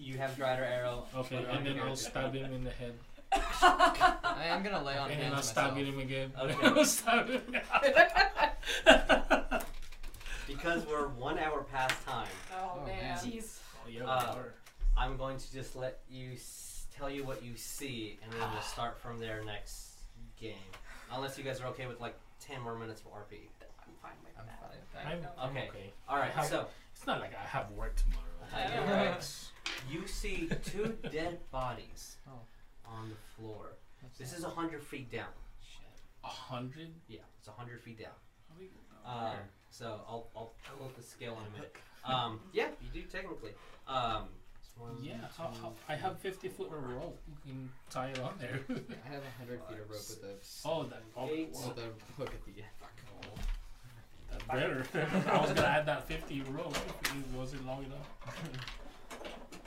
B: You have Drider Arrow.
E: Okay,
B: Put it on
E: and then
B: here.
E: I'll stab him in the head.
D: I am going to lay on
E: and
D: hands
E: then I'll
D: myself.
E: stab him again.
B: Okay.
E: I'll stab him. Oh,
B: Because we're one hour past time,
G: Oh,
D: Oh,
G: man.
D: man.
F: Jeez.
E: Oh, yeah, we
B: Uh,
E: are.
B: I'm going to just let you s- tell you what you see, and then we'll start from there next game. Unless you guys are okay with like 10 more minutes of RP.
G: I'm fine with
D: I'm
G: that.
D: fine.
E: I'm, I'm
B: okay.
E: okay.
B: Alright,
E: How-
B: so
E: It's not like I have work tomorrow.
B: I
G: know,
E: Like,
B: right?
E: it's-
B: you see two dead bodies
D: Oh.
B: on the floor.
D: That's
B: This
D: not-
B: is 100 feet down.
E: A hundred?
B: Yeah, it's 100 feet down.
E: How do we get down
B: Uh,
E: there?
B: so I'll, I'll look the scale in a minute. Um, yeah, you do technically. Um, it's one,
E: Yeah,
B: two,
E: how, how, I have 50 foot of rope. You can tie it on there.
D: I have 100 feet of rope with a,
E: oh, that. Oh,
B: Eight.
E: well,
D: with a hook at the end. Fuck.
E: that's better. I was going to add that 50 rope. It wasn't long enough.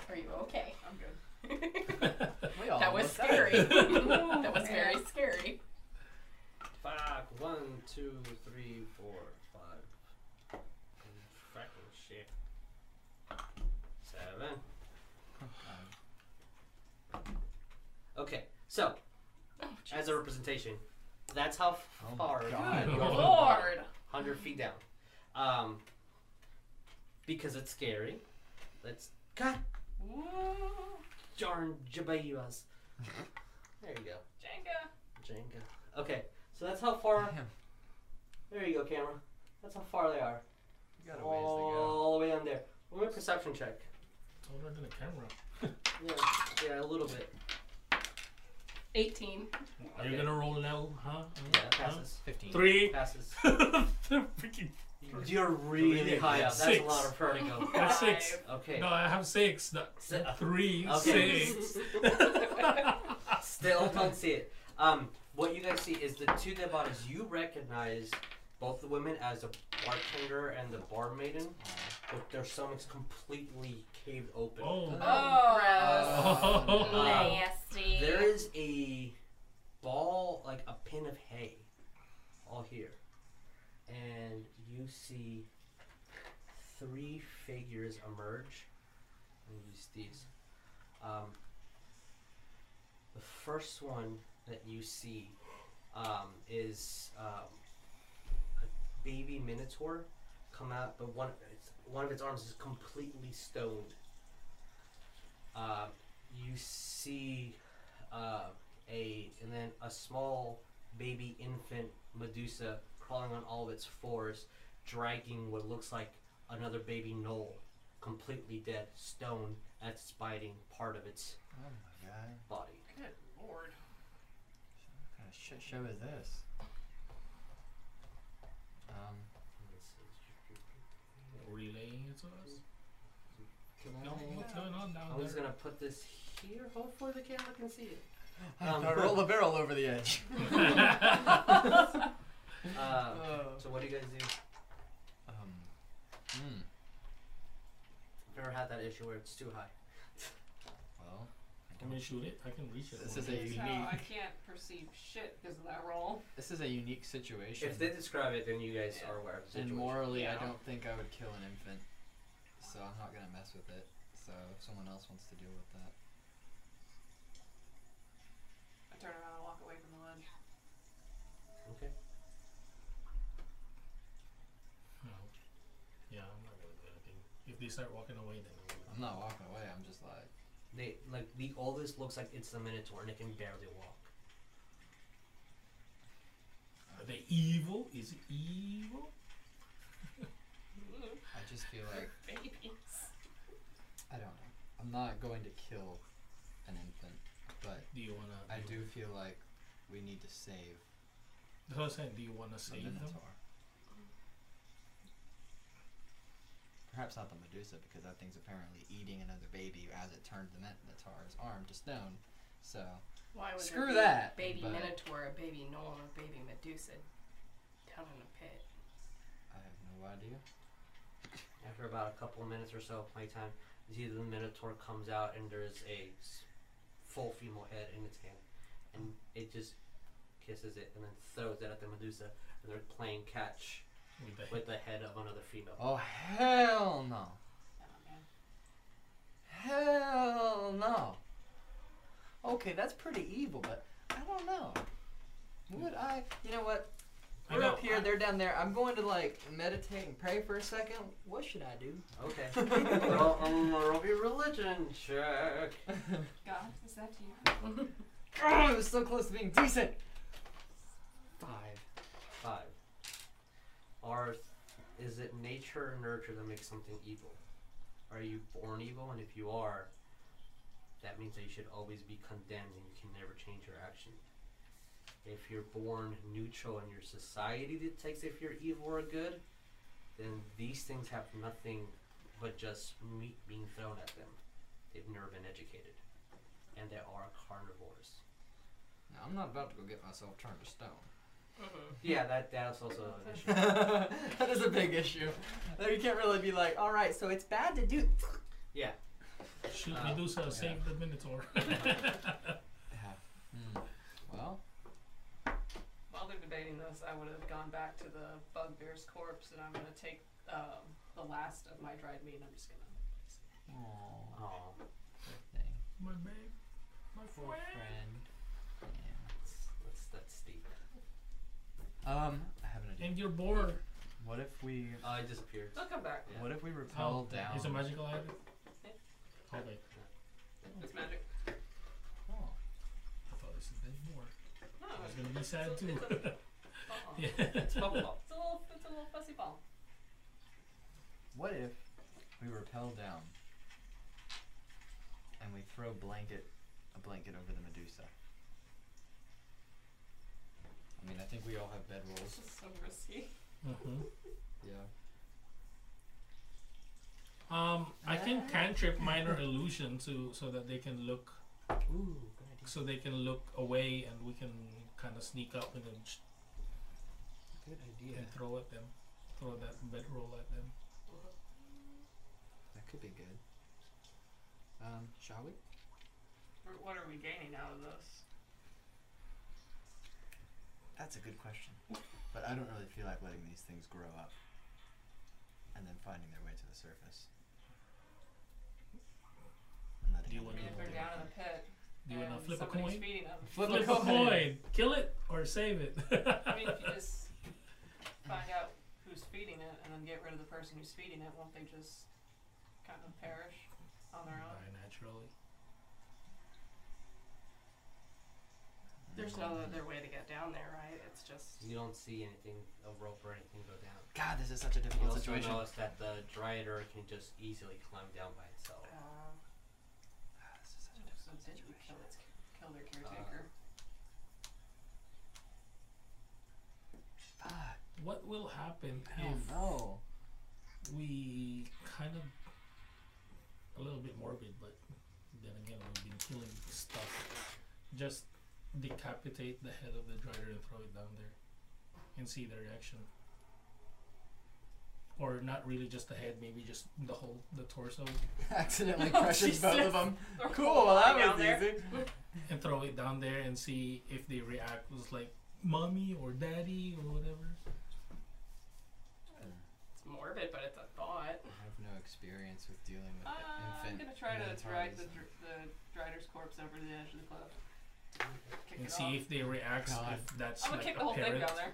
G: Are you okay?
F: I'm good.
D: We all
G: that was
D: looked up.
G: scary. that was very scary.
B: Fuck. One, two, three, four, five. Fucking shit. Seven. Okay, so as a representation, that's how
D: Oh my
B: far
D: God.
B: you are.
F: Lord.
B: Hundred feet down. Um, because it's scary. Let's God darn jabas. There you go,
F: Jenga.
B: Jenga. Okay, so that's how far.
D: Damn.
B: There you go, camera. That's how far they are.
D: We got a ways to go.
B: all the way down there. Roll me a perception check.
E: Taller than the camera.
B: Yeah, yeah, a little bit.
E: Are
G: 18.
E: you
B: Okay.
E: going to roll now? Huh?
B: Yeah, it passes.
D: 15.
E: Three.
B: Passes.
E: Freaking.
B: You're really
E: Three.
B: high up. That's a
E: Six.
B: lot of vertigo.
E: That's six.
B: Okay.
E: No, I have six. Not
B: Se-
E: three,
B: okay.
E: six.
B: Still don't see it. Um, what you guys see is the two dead bodies. You recognize both the women as the bartender and the bar maiden, but their stomachs completely caved open.
E: Oh.
G: Oh,
D: Uh,
E: Oh.
G: Um,
B: Uh,
G: Nasty.
B: There is a ball, like a pin of hay, all here. And you see three figures emerge. Let me use these. Um, the first one that you see um, is um, a baby minotaur come out, but one it's, one of its arms is completely stoned. Um, you see uh, a and then a small baby infant Medusa crawling on all of its fours, dragging what looks like another baby knoll, completely dead, stone that's biting part of its
D: Oh my god.
B: body.
F: Good lord.
D: What kind of shit show is this? Um,
E: Relaying it to us?
D: can
E: No,
D: I,
E: what's going on down
B: I'm just
E: there?
B: gonna put this here. Hopefully the camera can see it. Um,
D: I gotta roll the barrel over the edge.
B: Uh,
D: Oh.
B: so what do you guys do?
D: Um, hmm.
B: I've never had that issue where it's too high.
D: Well,
E: Can we shoot it? I can reach it.
D: This
E: one
D: is a
E: day.
F: So
D: unique-
F: I can't perceive shit because of that roll.
D: this is a unique situation.
B: If they describe it, then you guys
F: Yeah.
B: are aware of the
D: and
B: situation.
D: morally,
F: Yeah.
D: I don't think I would kill an infant, so I'm not gonna mess with it. So if someone else wants to deal with that,
F: I turn around and walk away from the ledge.
B: Okay.
E: No. Oh. Yeah, I'm not gonna do anything. If they start walking away, then I will.
D: I'm not walking away. I'm just like,
B: They like the oldest looks like it's the Minotaur and it can barely walk.
E: Are they evil? Is it evil?
D: I just feel like
F: Babies.
D: I don't know. I'm not going to kill an infant, but
E: Do you wanna?
D: I
E: you-
D: do feel like we need to save
E: That's what I'm saying. Do you wanna
D: the
E: save them?
D: Minotaur. perhaps not the Medusa, because that thing's apparently eating another baby as it turned the Minotaur's arm to stone. So
G: Why would
D: Screw
G: there
D: that,
G: be A baby
D: but-
G: Minotaur, a baby Gnoll, and a baby Medusa down in a pit.
D: I have no idea.
B: After about a couple minutes or so of playtime, you see the Minotaur comes out and there is a s- full female head in its hand. And it just kisses it and then throws it at the Medusa. And they're playing catch
E: With the
B: with the head of another female.
D: Oh hell no! Hell no! Okay, that's pretty evil, but I don't know. Would I? You know what?
E: I
D: We're
E: know,
D: up here,
E: I-
D: they're down there. I'm going to like meditate and pray for a second. What should I do?
B: Okay. roll, um, roll your religion check.
F: God, is that you?
D: God, Oh, it was so close to being decent. Five.
B: Five. Are is it nature or nurture that makes something evil? Are you born evil? And if you are, that means that you should always be condemned and you can never change your action. If you're born neutral and your society detects if you're evil or good, then these things have nothing but just meat being thrown at them. They've never been educated. And they are carnivores.
D: Now, I'm not about to go get myself turned to stone.
B: Yeah, that that's also an issue.
D: that is a big issue. Like, you can't really be like, all right, so it's bad to do.
E: Shoot
B: Oh,
E: Medusa, save the Minotaur.
D: Well,
F: While they're debating this, I would have gone back to the bugbear's corpse, and I'm gonna take um, the last of my dried meat. and I'm just gonna.
D: Aww.
B: Oh.
E: my babe, my
D: Poor
E: friend.
D: friend.
B: That's that's steep.
D: Yeah. Um, I have an idea.
E: And you're bored.
D: What if we?
B: Oh, it disappeared.
F: They'll come back.
D: What if we
E: How?
D: repel down?
E: Is it Oh, magical Oh, item?
F: Yeah.
E: Okay.
F: It's magic.
D: Oh,
E: I thought this was more.
F: No,
E: I was
F: it's,
E: gonna be sad
F: it's a-
E: too.
F: it's a- uh-uh.
E: yeah.
B: It's bubble pop.
F: It's a little, it's a little fussy ball.
D: What if we repel down and we throw blanket a blanket over the Medusa? I mean, I think we all have bedrolls.
F: This is so risky.
E: Mhm.
D: Yeah.
E: Um, I can cantrip minor illusion to so that they can look,
D: Ooh, good idea.
E: so they can look away, and we can kind of sneak up and then sh-
D: Good idea.
E: and throw at them, throw that bedroll at them.
D: That could be good. Um, shall we?
F: Or What are we gaining out of this?
D: That's a good question. But I don't really feel like letting these things grow up and then finding their way to the surface. And letting
E: Do you
D: other
E: wanna-
F: I mean, if
D: people
F: they're
D: deal
F: down in
D: with
F: the pit,
E: Do you
F: and
E: wanna flip a
F: somebody's
E: coin?
F: feeding them.
D: Flip a
E: Flip
D: coin.
E: Kill it or save it.
F: I mean, if you just find out who's feeding it and then get rid of the person who's feeding it, won't they just kind of perish on their own?
E: Die naturally.
D: it.
G: There's no other way to get down there, right? It's just
B: You don't see anything, a rope or anything go down.
D: God, this is such a
B: You
D: difficult
B: also
D: situation.
B: notice that the Dryador can just easily climb down by itself.
G: uh,
D: Ah, this is such a
F: So
D: difficult
F: did you
D: situation.
F: kill its kill their caretaker?
D: Fuck. Oh,
E: What will happen
D: I don't
E: if
D: know.
E: we kind of a little bit morbid, but then again, we've been killing stuff. Just decapitate the head of the driver and throw it down there, and see the reaction. Or not really just the head, maybe just the whole, the torso,
D: Accidentally
F: Oh,
D: crushes both
F: Jesus.
D: of them.
F: They're
D: Cool, well, that
F: lying down
D: was
F: there.
D: easy.
E: and throw it down there and see if they react. Was like mommy or daddy or whatever.
G: it's morbid, but it's a thought.
D: I have no experience with dealing with
F: Uh, I'm
D: infant.
F: gonna try to
D: minotaurs
F: drag the
D: and-
F: dr- the Dryder's corpse over to the edge of the cliff. Kick
E: and
F: it
E: see
F: off.
E: if they react.
D: God.
E: If that's
F: I'm gonna
E: like
F: kick
E: a
F: the whole
E: parent,
F: thing down there.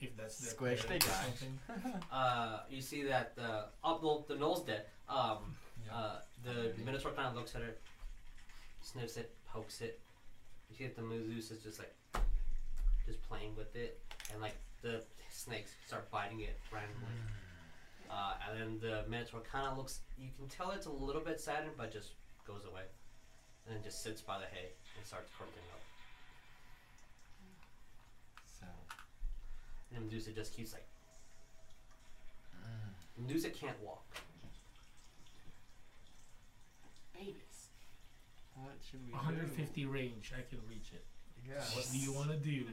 E: if that's their
D: Squish, they
E: parent or
D: die.
E: something.
B: Uh, you see that the oh, well, the gnoll's dead. Um,
D: Yeah.
B: uh, the Minotaur kind of looks at it, sniffs it, pokes it. You see that the Medusa's just like, just playing with it, and like the snakes start biting it randomly. Uh, and then the Minotaur kind of looks. You can tell it's a little bit saddened, but just goes away, and then just sits by the hay and starts croaking up.
D: So,
B: And Medusa just keeps like
D: mm,
B: Nusa can't walk.
F: Babies.
D: What should we
E: 150 range. I can reach it.
D: do? Yeah.
E: What do you want to do?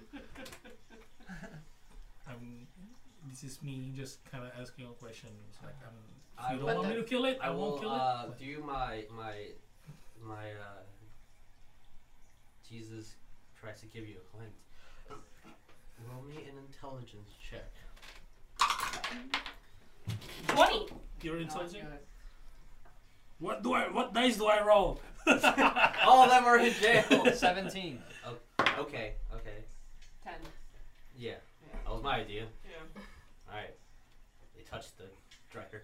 E: I'm. This is me just kind of asking a question. It's like I'm. If
B: I
E: you
B: will-
E: don't want me to kill it, I,
B: I
E: won't
B: will
E: kill
B: uh,
E: it.
B: do my my my uh, Jesus tries to give you a hint. Roll me an intelligence check.
G: 20!
E: You're
F: Not
E: intelligent.
F: good.
E: What do I? What dice do I roll?
B: All of them are in jail.
D: Seventeen.
B: okay, okay,
G: 10.
B: yeah, that was my idea.
F: Yeah.
B: All right, they touched the driver.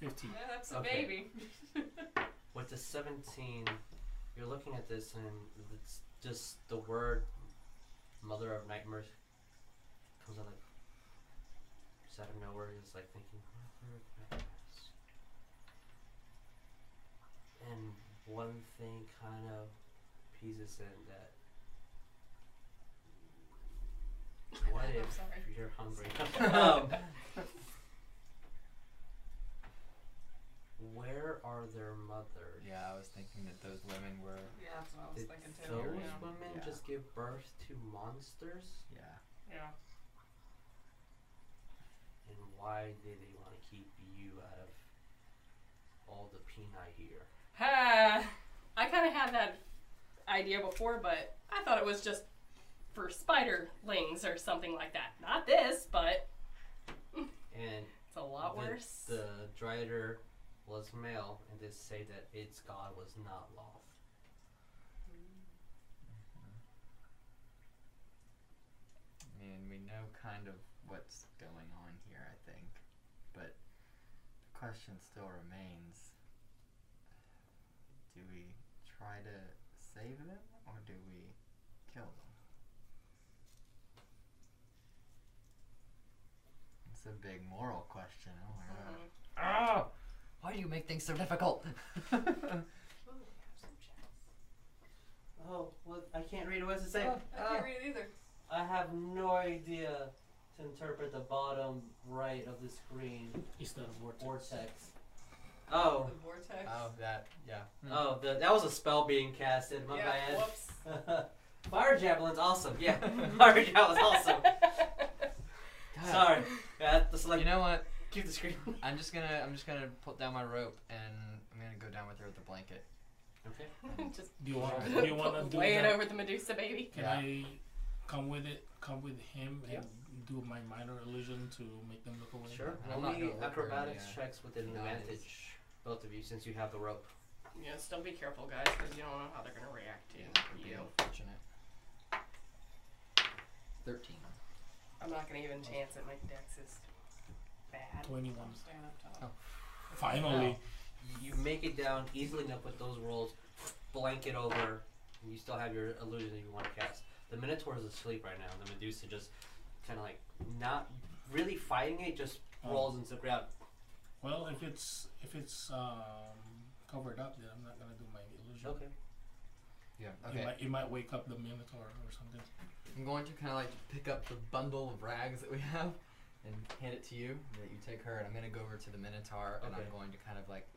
E: 15.
F: Yeah, that's a
B: Okay.
F: baby.
B: With the 17, you're looking at this and it's just the word mother of nightmares comes out like just out of nowhere. It's like thinking, mother of nightmares. And one thing kind of pieces in that. What
F: I'm
B: if
F: sorry.
B: you're hungry? um, where are their mothers?
D: Yeah, I was thinking that those women were.
F: Yeah, that's what I was
B: Did
F: thinking too.
B: those
F: Yeah.
B: women
D: Yeah.
B: just give birth to monsters?
D: Yeah.
F: yeah.
B: And why did they want to keep you out of all the peni here?
G: Uh, I kind of had that idea before, but I thought it was just for spiderlings or something like that. Not this, but
B: And
G: it's a lot
B: the,
G: worse.
B: the Drider was male, and they say that its god was not Loth.
D: I mean, we know kind of what's going on here, I think, but the question still remains: Do we try to save them, or do we kill them? It's a big moral question. Oh my god!
G: Mhm.
D: Oh, why do you make things so difficult?
F: Ooh, we have some chats.
B: Oh, well, I can't read what it says.
F: I
D: Ah.
F: can't read it either.
B: I have no idea to interpret the bottom right of the screen
E: It's not a vortex.
B: vortex. Oh,
F: The vortex.
D: that yeah.
B: oh, the, that was a spell being casted. My
F: Mm-hmm. yeah,
B: bad.
F: whoops.
B: Fire javelin's awesome. Yeah, fire javelin's awesome. Sorry, yeah, that's like
D: You know what?
B: keep the screen.
D: I'm just gonna I'm just gonna put down my rope and I'm gonna go down with her with a blanket.
B: Okay.
G: just
E: Do you want? Do you want to do
G: lay it
E: that?
G: over the Medusa baby.
E: Can
D: Yeah.
E: I come with it? Come with him
B: Yeah.
E: and do my minor illusion to make them look away.
B: Sure.
D: I'm
B: Roll
D: not
B: me
D: gonna look her in
B: acrobatics
D: the eye.
B: checks with an
D: No, it is.
B: advantage, both of you, since you have the rope.
G: Yeah, still be careful, guys, because you don't know how they're going to react to
D: Yeah, that would be
G: you.
D: unfortunate. Thirteen.
G: I'm not going to even chance it. My dex is bad.
E: Twenty-one.
F: I'm staying up top.
E: Finally.
B: You make it down easily enough with those rolls, blanket over, and you still have your illusion that you want to cast. The Minotaur is asleep right now. and The Medusa just kind of like not really fighting it, just
E: Oh.
B: rolls into the ground.
E: Well, if it's if it's um, covered up, then I'm not gonna do my illusion.
B: Okay.
D: Yeah.
E: It
D: Okay.
E: might, it might wake up the minotaur or something.
D: I'm going to kind of like pick up the bundle of rags that we have and hand it to you. That you take her, and I'm gonna go over to the Minotaur and
B: Okay.
D: I'm going to kind of like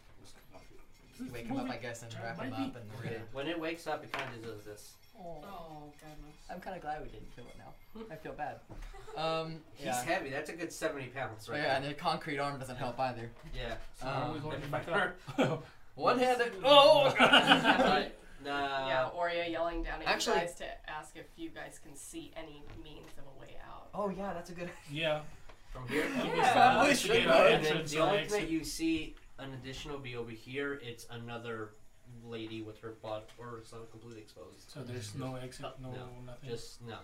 D: wake him up,
E: Move
D: I guess, and
E: Try
D: wrap him
E: biting.
D: up, and we're gonna.
B: When it wakes up, it kind of does this.
F: Oh goodness.
D: I'm kind of glad we didn't kill it now. I feel bad. Um.
B: He's
D: Yeah.
B: heavy. That's a good seventy pounds,
D: Oh,
B: right?
D: yeah, and the concrete arm doesn't help either.
B: Yeah.
E: So how are we
D: Um,
E: going to
B: if
E: back
B: I-
E: up?
D: One-handed. Oh god. Right.
B: Nah.
G: yeah, Oria yelling down at
D: actually-
G: you guys to ask if you guys can see any means of a way out.
D: Oh yeah, that's a good.
E: Yeah.
B: From here.
E: Yeah.
D: Probably
B: Uh,
D: should
B: yeah,
D: know.
B: and then
E: Entrance
B: the
E: or
B: only thing
E: exit.
B: that you see an additional be over here. It's another lady with her butt or something completely exposed.
E: So there's
D: Oh,
E: no exit, no,
B: No,
E: nothing.
B: Just no.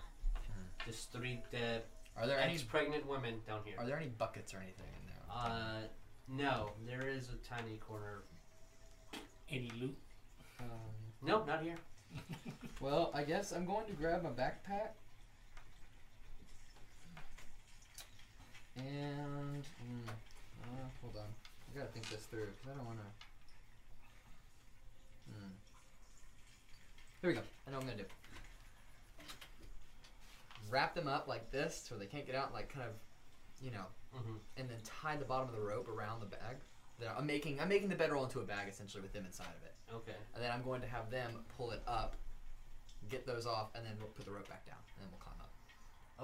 B: Just three dead
D: Hmm. Are there any?
B: ex-pregnant women down here.
D: Are there any buckets or anything in there?
B: Uh, no. There is a tiny corner.
E: any loot.
D: Um,
B: Nope, not here.
D: well, I guess I'm going to grab my backpack. And mm, uh, hold on, I gotta think this through because I don't want to. Mm. Here we go. I know what I'm gonna do. Wrap them up like this, so they can't get out. And like kind of you know,
B: Mm-hmm.
D: and then tie the bottom of the rope around the bag. That I'm making I'm making the bedroll into a bag essentially with them inside of it,
B: Okay.
D: and then I'm going to have them pull it up, get those off, and then we'll put the rope back down, and then we'll climb up.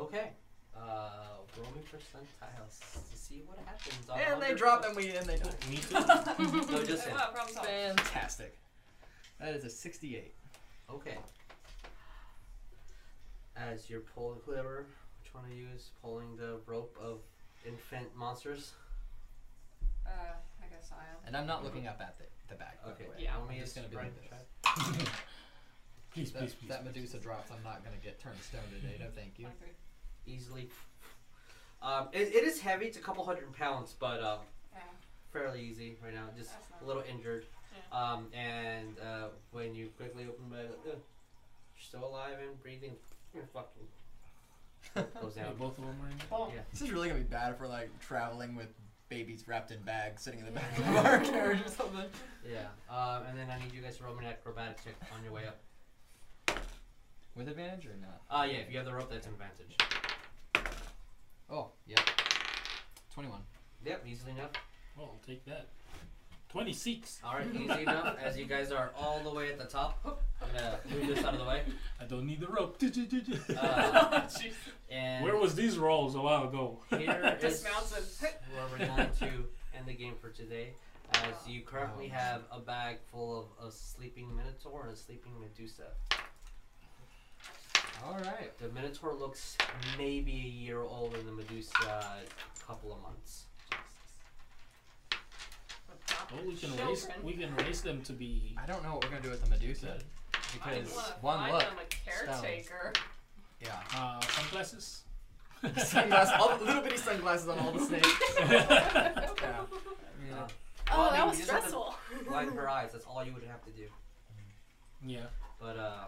B: Okay. Uh, roll me percentiles to see what happens. on
D: and they
B: 100
D: drop,
B: plus-
D: and we and they die.
E: Me too.
B: No, just him.
F: Wow, problem solved.
D: Fantastic. That is a 68.
B: Okay. As you're pulling, whoever, which one of you is pulling the rope of infant monsters?
F: Uh, I guess I'll.
D: And I'm not looking up at the, the bag. by the
B: Okay.
D: way.
G: Yeah,
B: roll me
D: I'm
B: a
D: just gonna be
B: strength
D: like this.
B: check.
E: Please,
D: That,
E: please, please.
D: that
E: please.
D: Medusa drops. I'm not gonna get turned stone today. No, thank you.
F: Twenty-three.
B: easily. Um, it, it is heavy. It's a couple hundred pounds, but um,
F: Yeah.
B: fairly easy right now. Just
F: That's not
B: a little injured.
F: Yeah.
B: Um, and uh, when you quickly open the bag, uh, you're still alive and breathing. You're fucking goes
E: Yeah,
B: down.
E: both of them are in there.
D: Well,
B: Yeah.
D: this is really gonna be bad if we're like traveling with babies wrapped in bags sitting in the back
F: Yeah.
D: of our carriage or something.
B: Yeah. Um, and then I need you guys to roll me an acrobatic check on your way up.
D: With advantage or not?
B: Uh, yeah. If you have the rope, that's an advantage.
D: Oh, yeah. 21.
B: Yep, easily enough.
E: Oh, I'll take that. 26.
B: All right, easy enough. As you guys are all the way at the top, I'm gonna move this out of the way.
E: I don't need the rope.
B: Uh,
E: Jeez.
B: And
E: Where was these rolls a while ago?
B: here is
F: Dismounted.
B: where we're going to end the game for today. As you currently
D: Oh,
B: have a bag full of a sleeping minotaur and a sleeping medusa.
D: Alright.
B: The minotaur looks maybe a year old, and the medusa a couple of months.
E: Oh, we can raise we can raise them to be
D: I don't know what we're gonna do with the Medusa.
F: I
D: Because
F: wanna
D: one
F: find
D: look.
F: them a caretaker.
D: Yeah.
E: uh, sunglasses. oh,
D: sunglasses, all, little bitty sunglasses on all the snakes. yeah.
B: Uh,
F: Oh,
B: well, I
F: that
B: mean,
F: was
B: you just have to
F: stressful.
B: Blind her eyes. That's all you would have to do.
E: yeah.
B: But uh,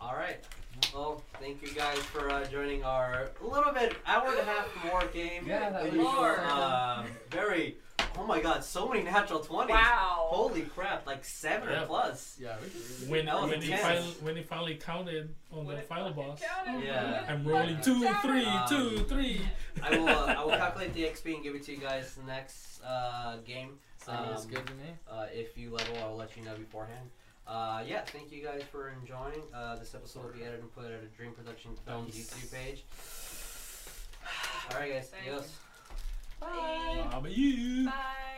B: all right. Well, thank you guys for uh, joining our little bit hour and a half more game.
D: Yeah, that
B: We
D: was-
B: are, uh, very. Oh my God! So many natural twenties.
F: Wow.
B: Holy crap! Like seven
E: Yeah.
B: or plus.
D: Yeah, we could
E: When
B: That was
E: when he,
B: intense.
E: finally, when he finally counted on
F: When
E: the
F: it
E: final
F: fucking
E: boss,
F: counted,
B: Yeah.
F: when it
E: I'm rolling
F: fucking
E: two,
F: counted.
E: three,
B: Um,
E: two, three.
B: I will. Uh, I will calculate the XP and give it to you guys next uh, game.
D: Sounds
B: Um,
D: good to me.
B: Uh, if you level, I'll let you know beforehand. Uh, yeah, thank you guys for enjoying. Uh, this episode will be edited and put at a Dream Production Films
E: Nice.
B: YouTube page. All right, guys.
F: Thank
B: Adios.
F: Bye.
E: How about you?
F: Bye.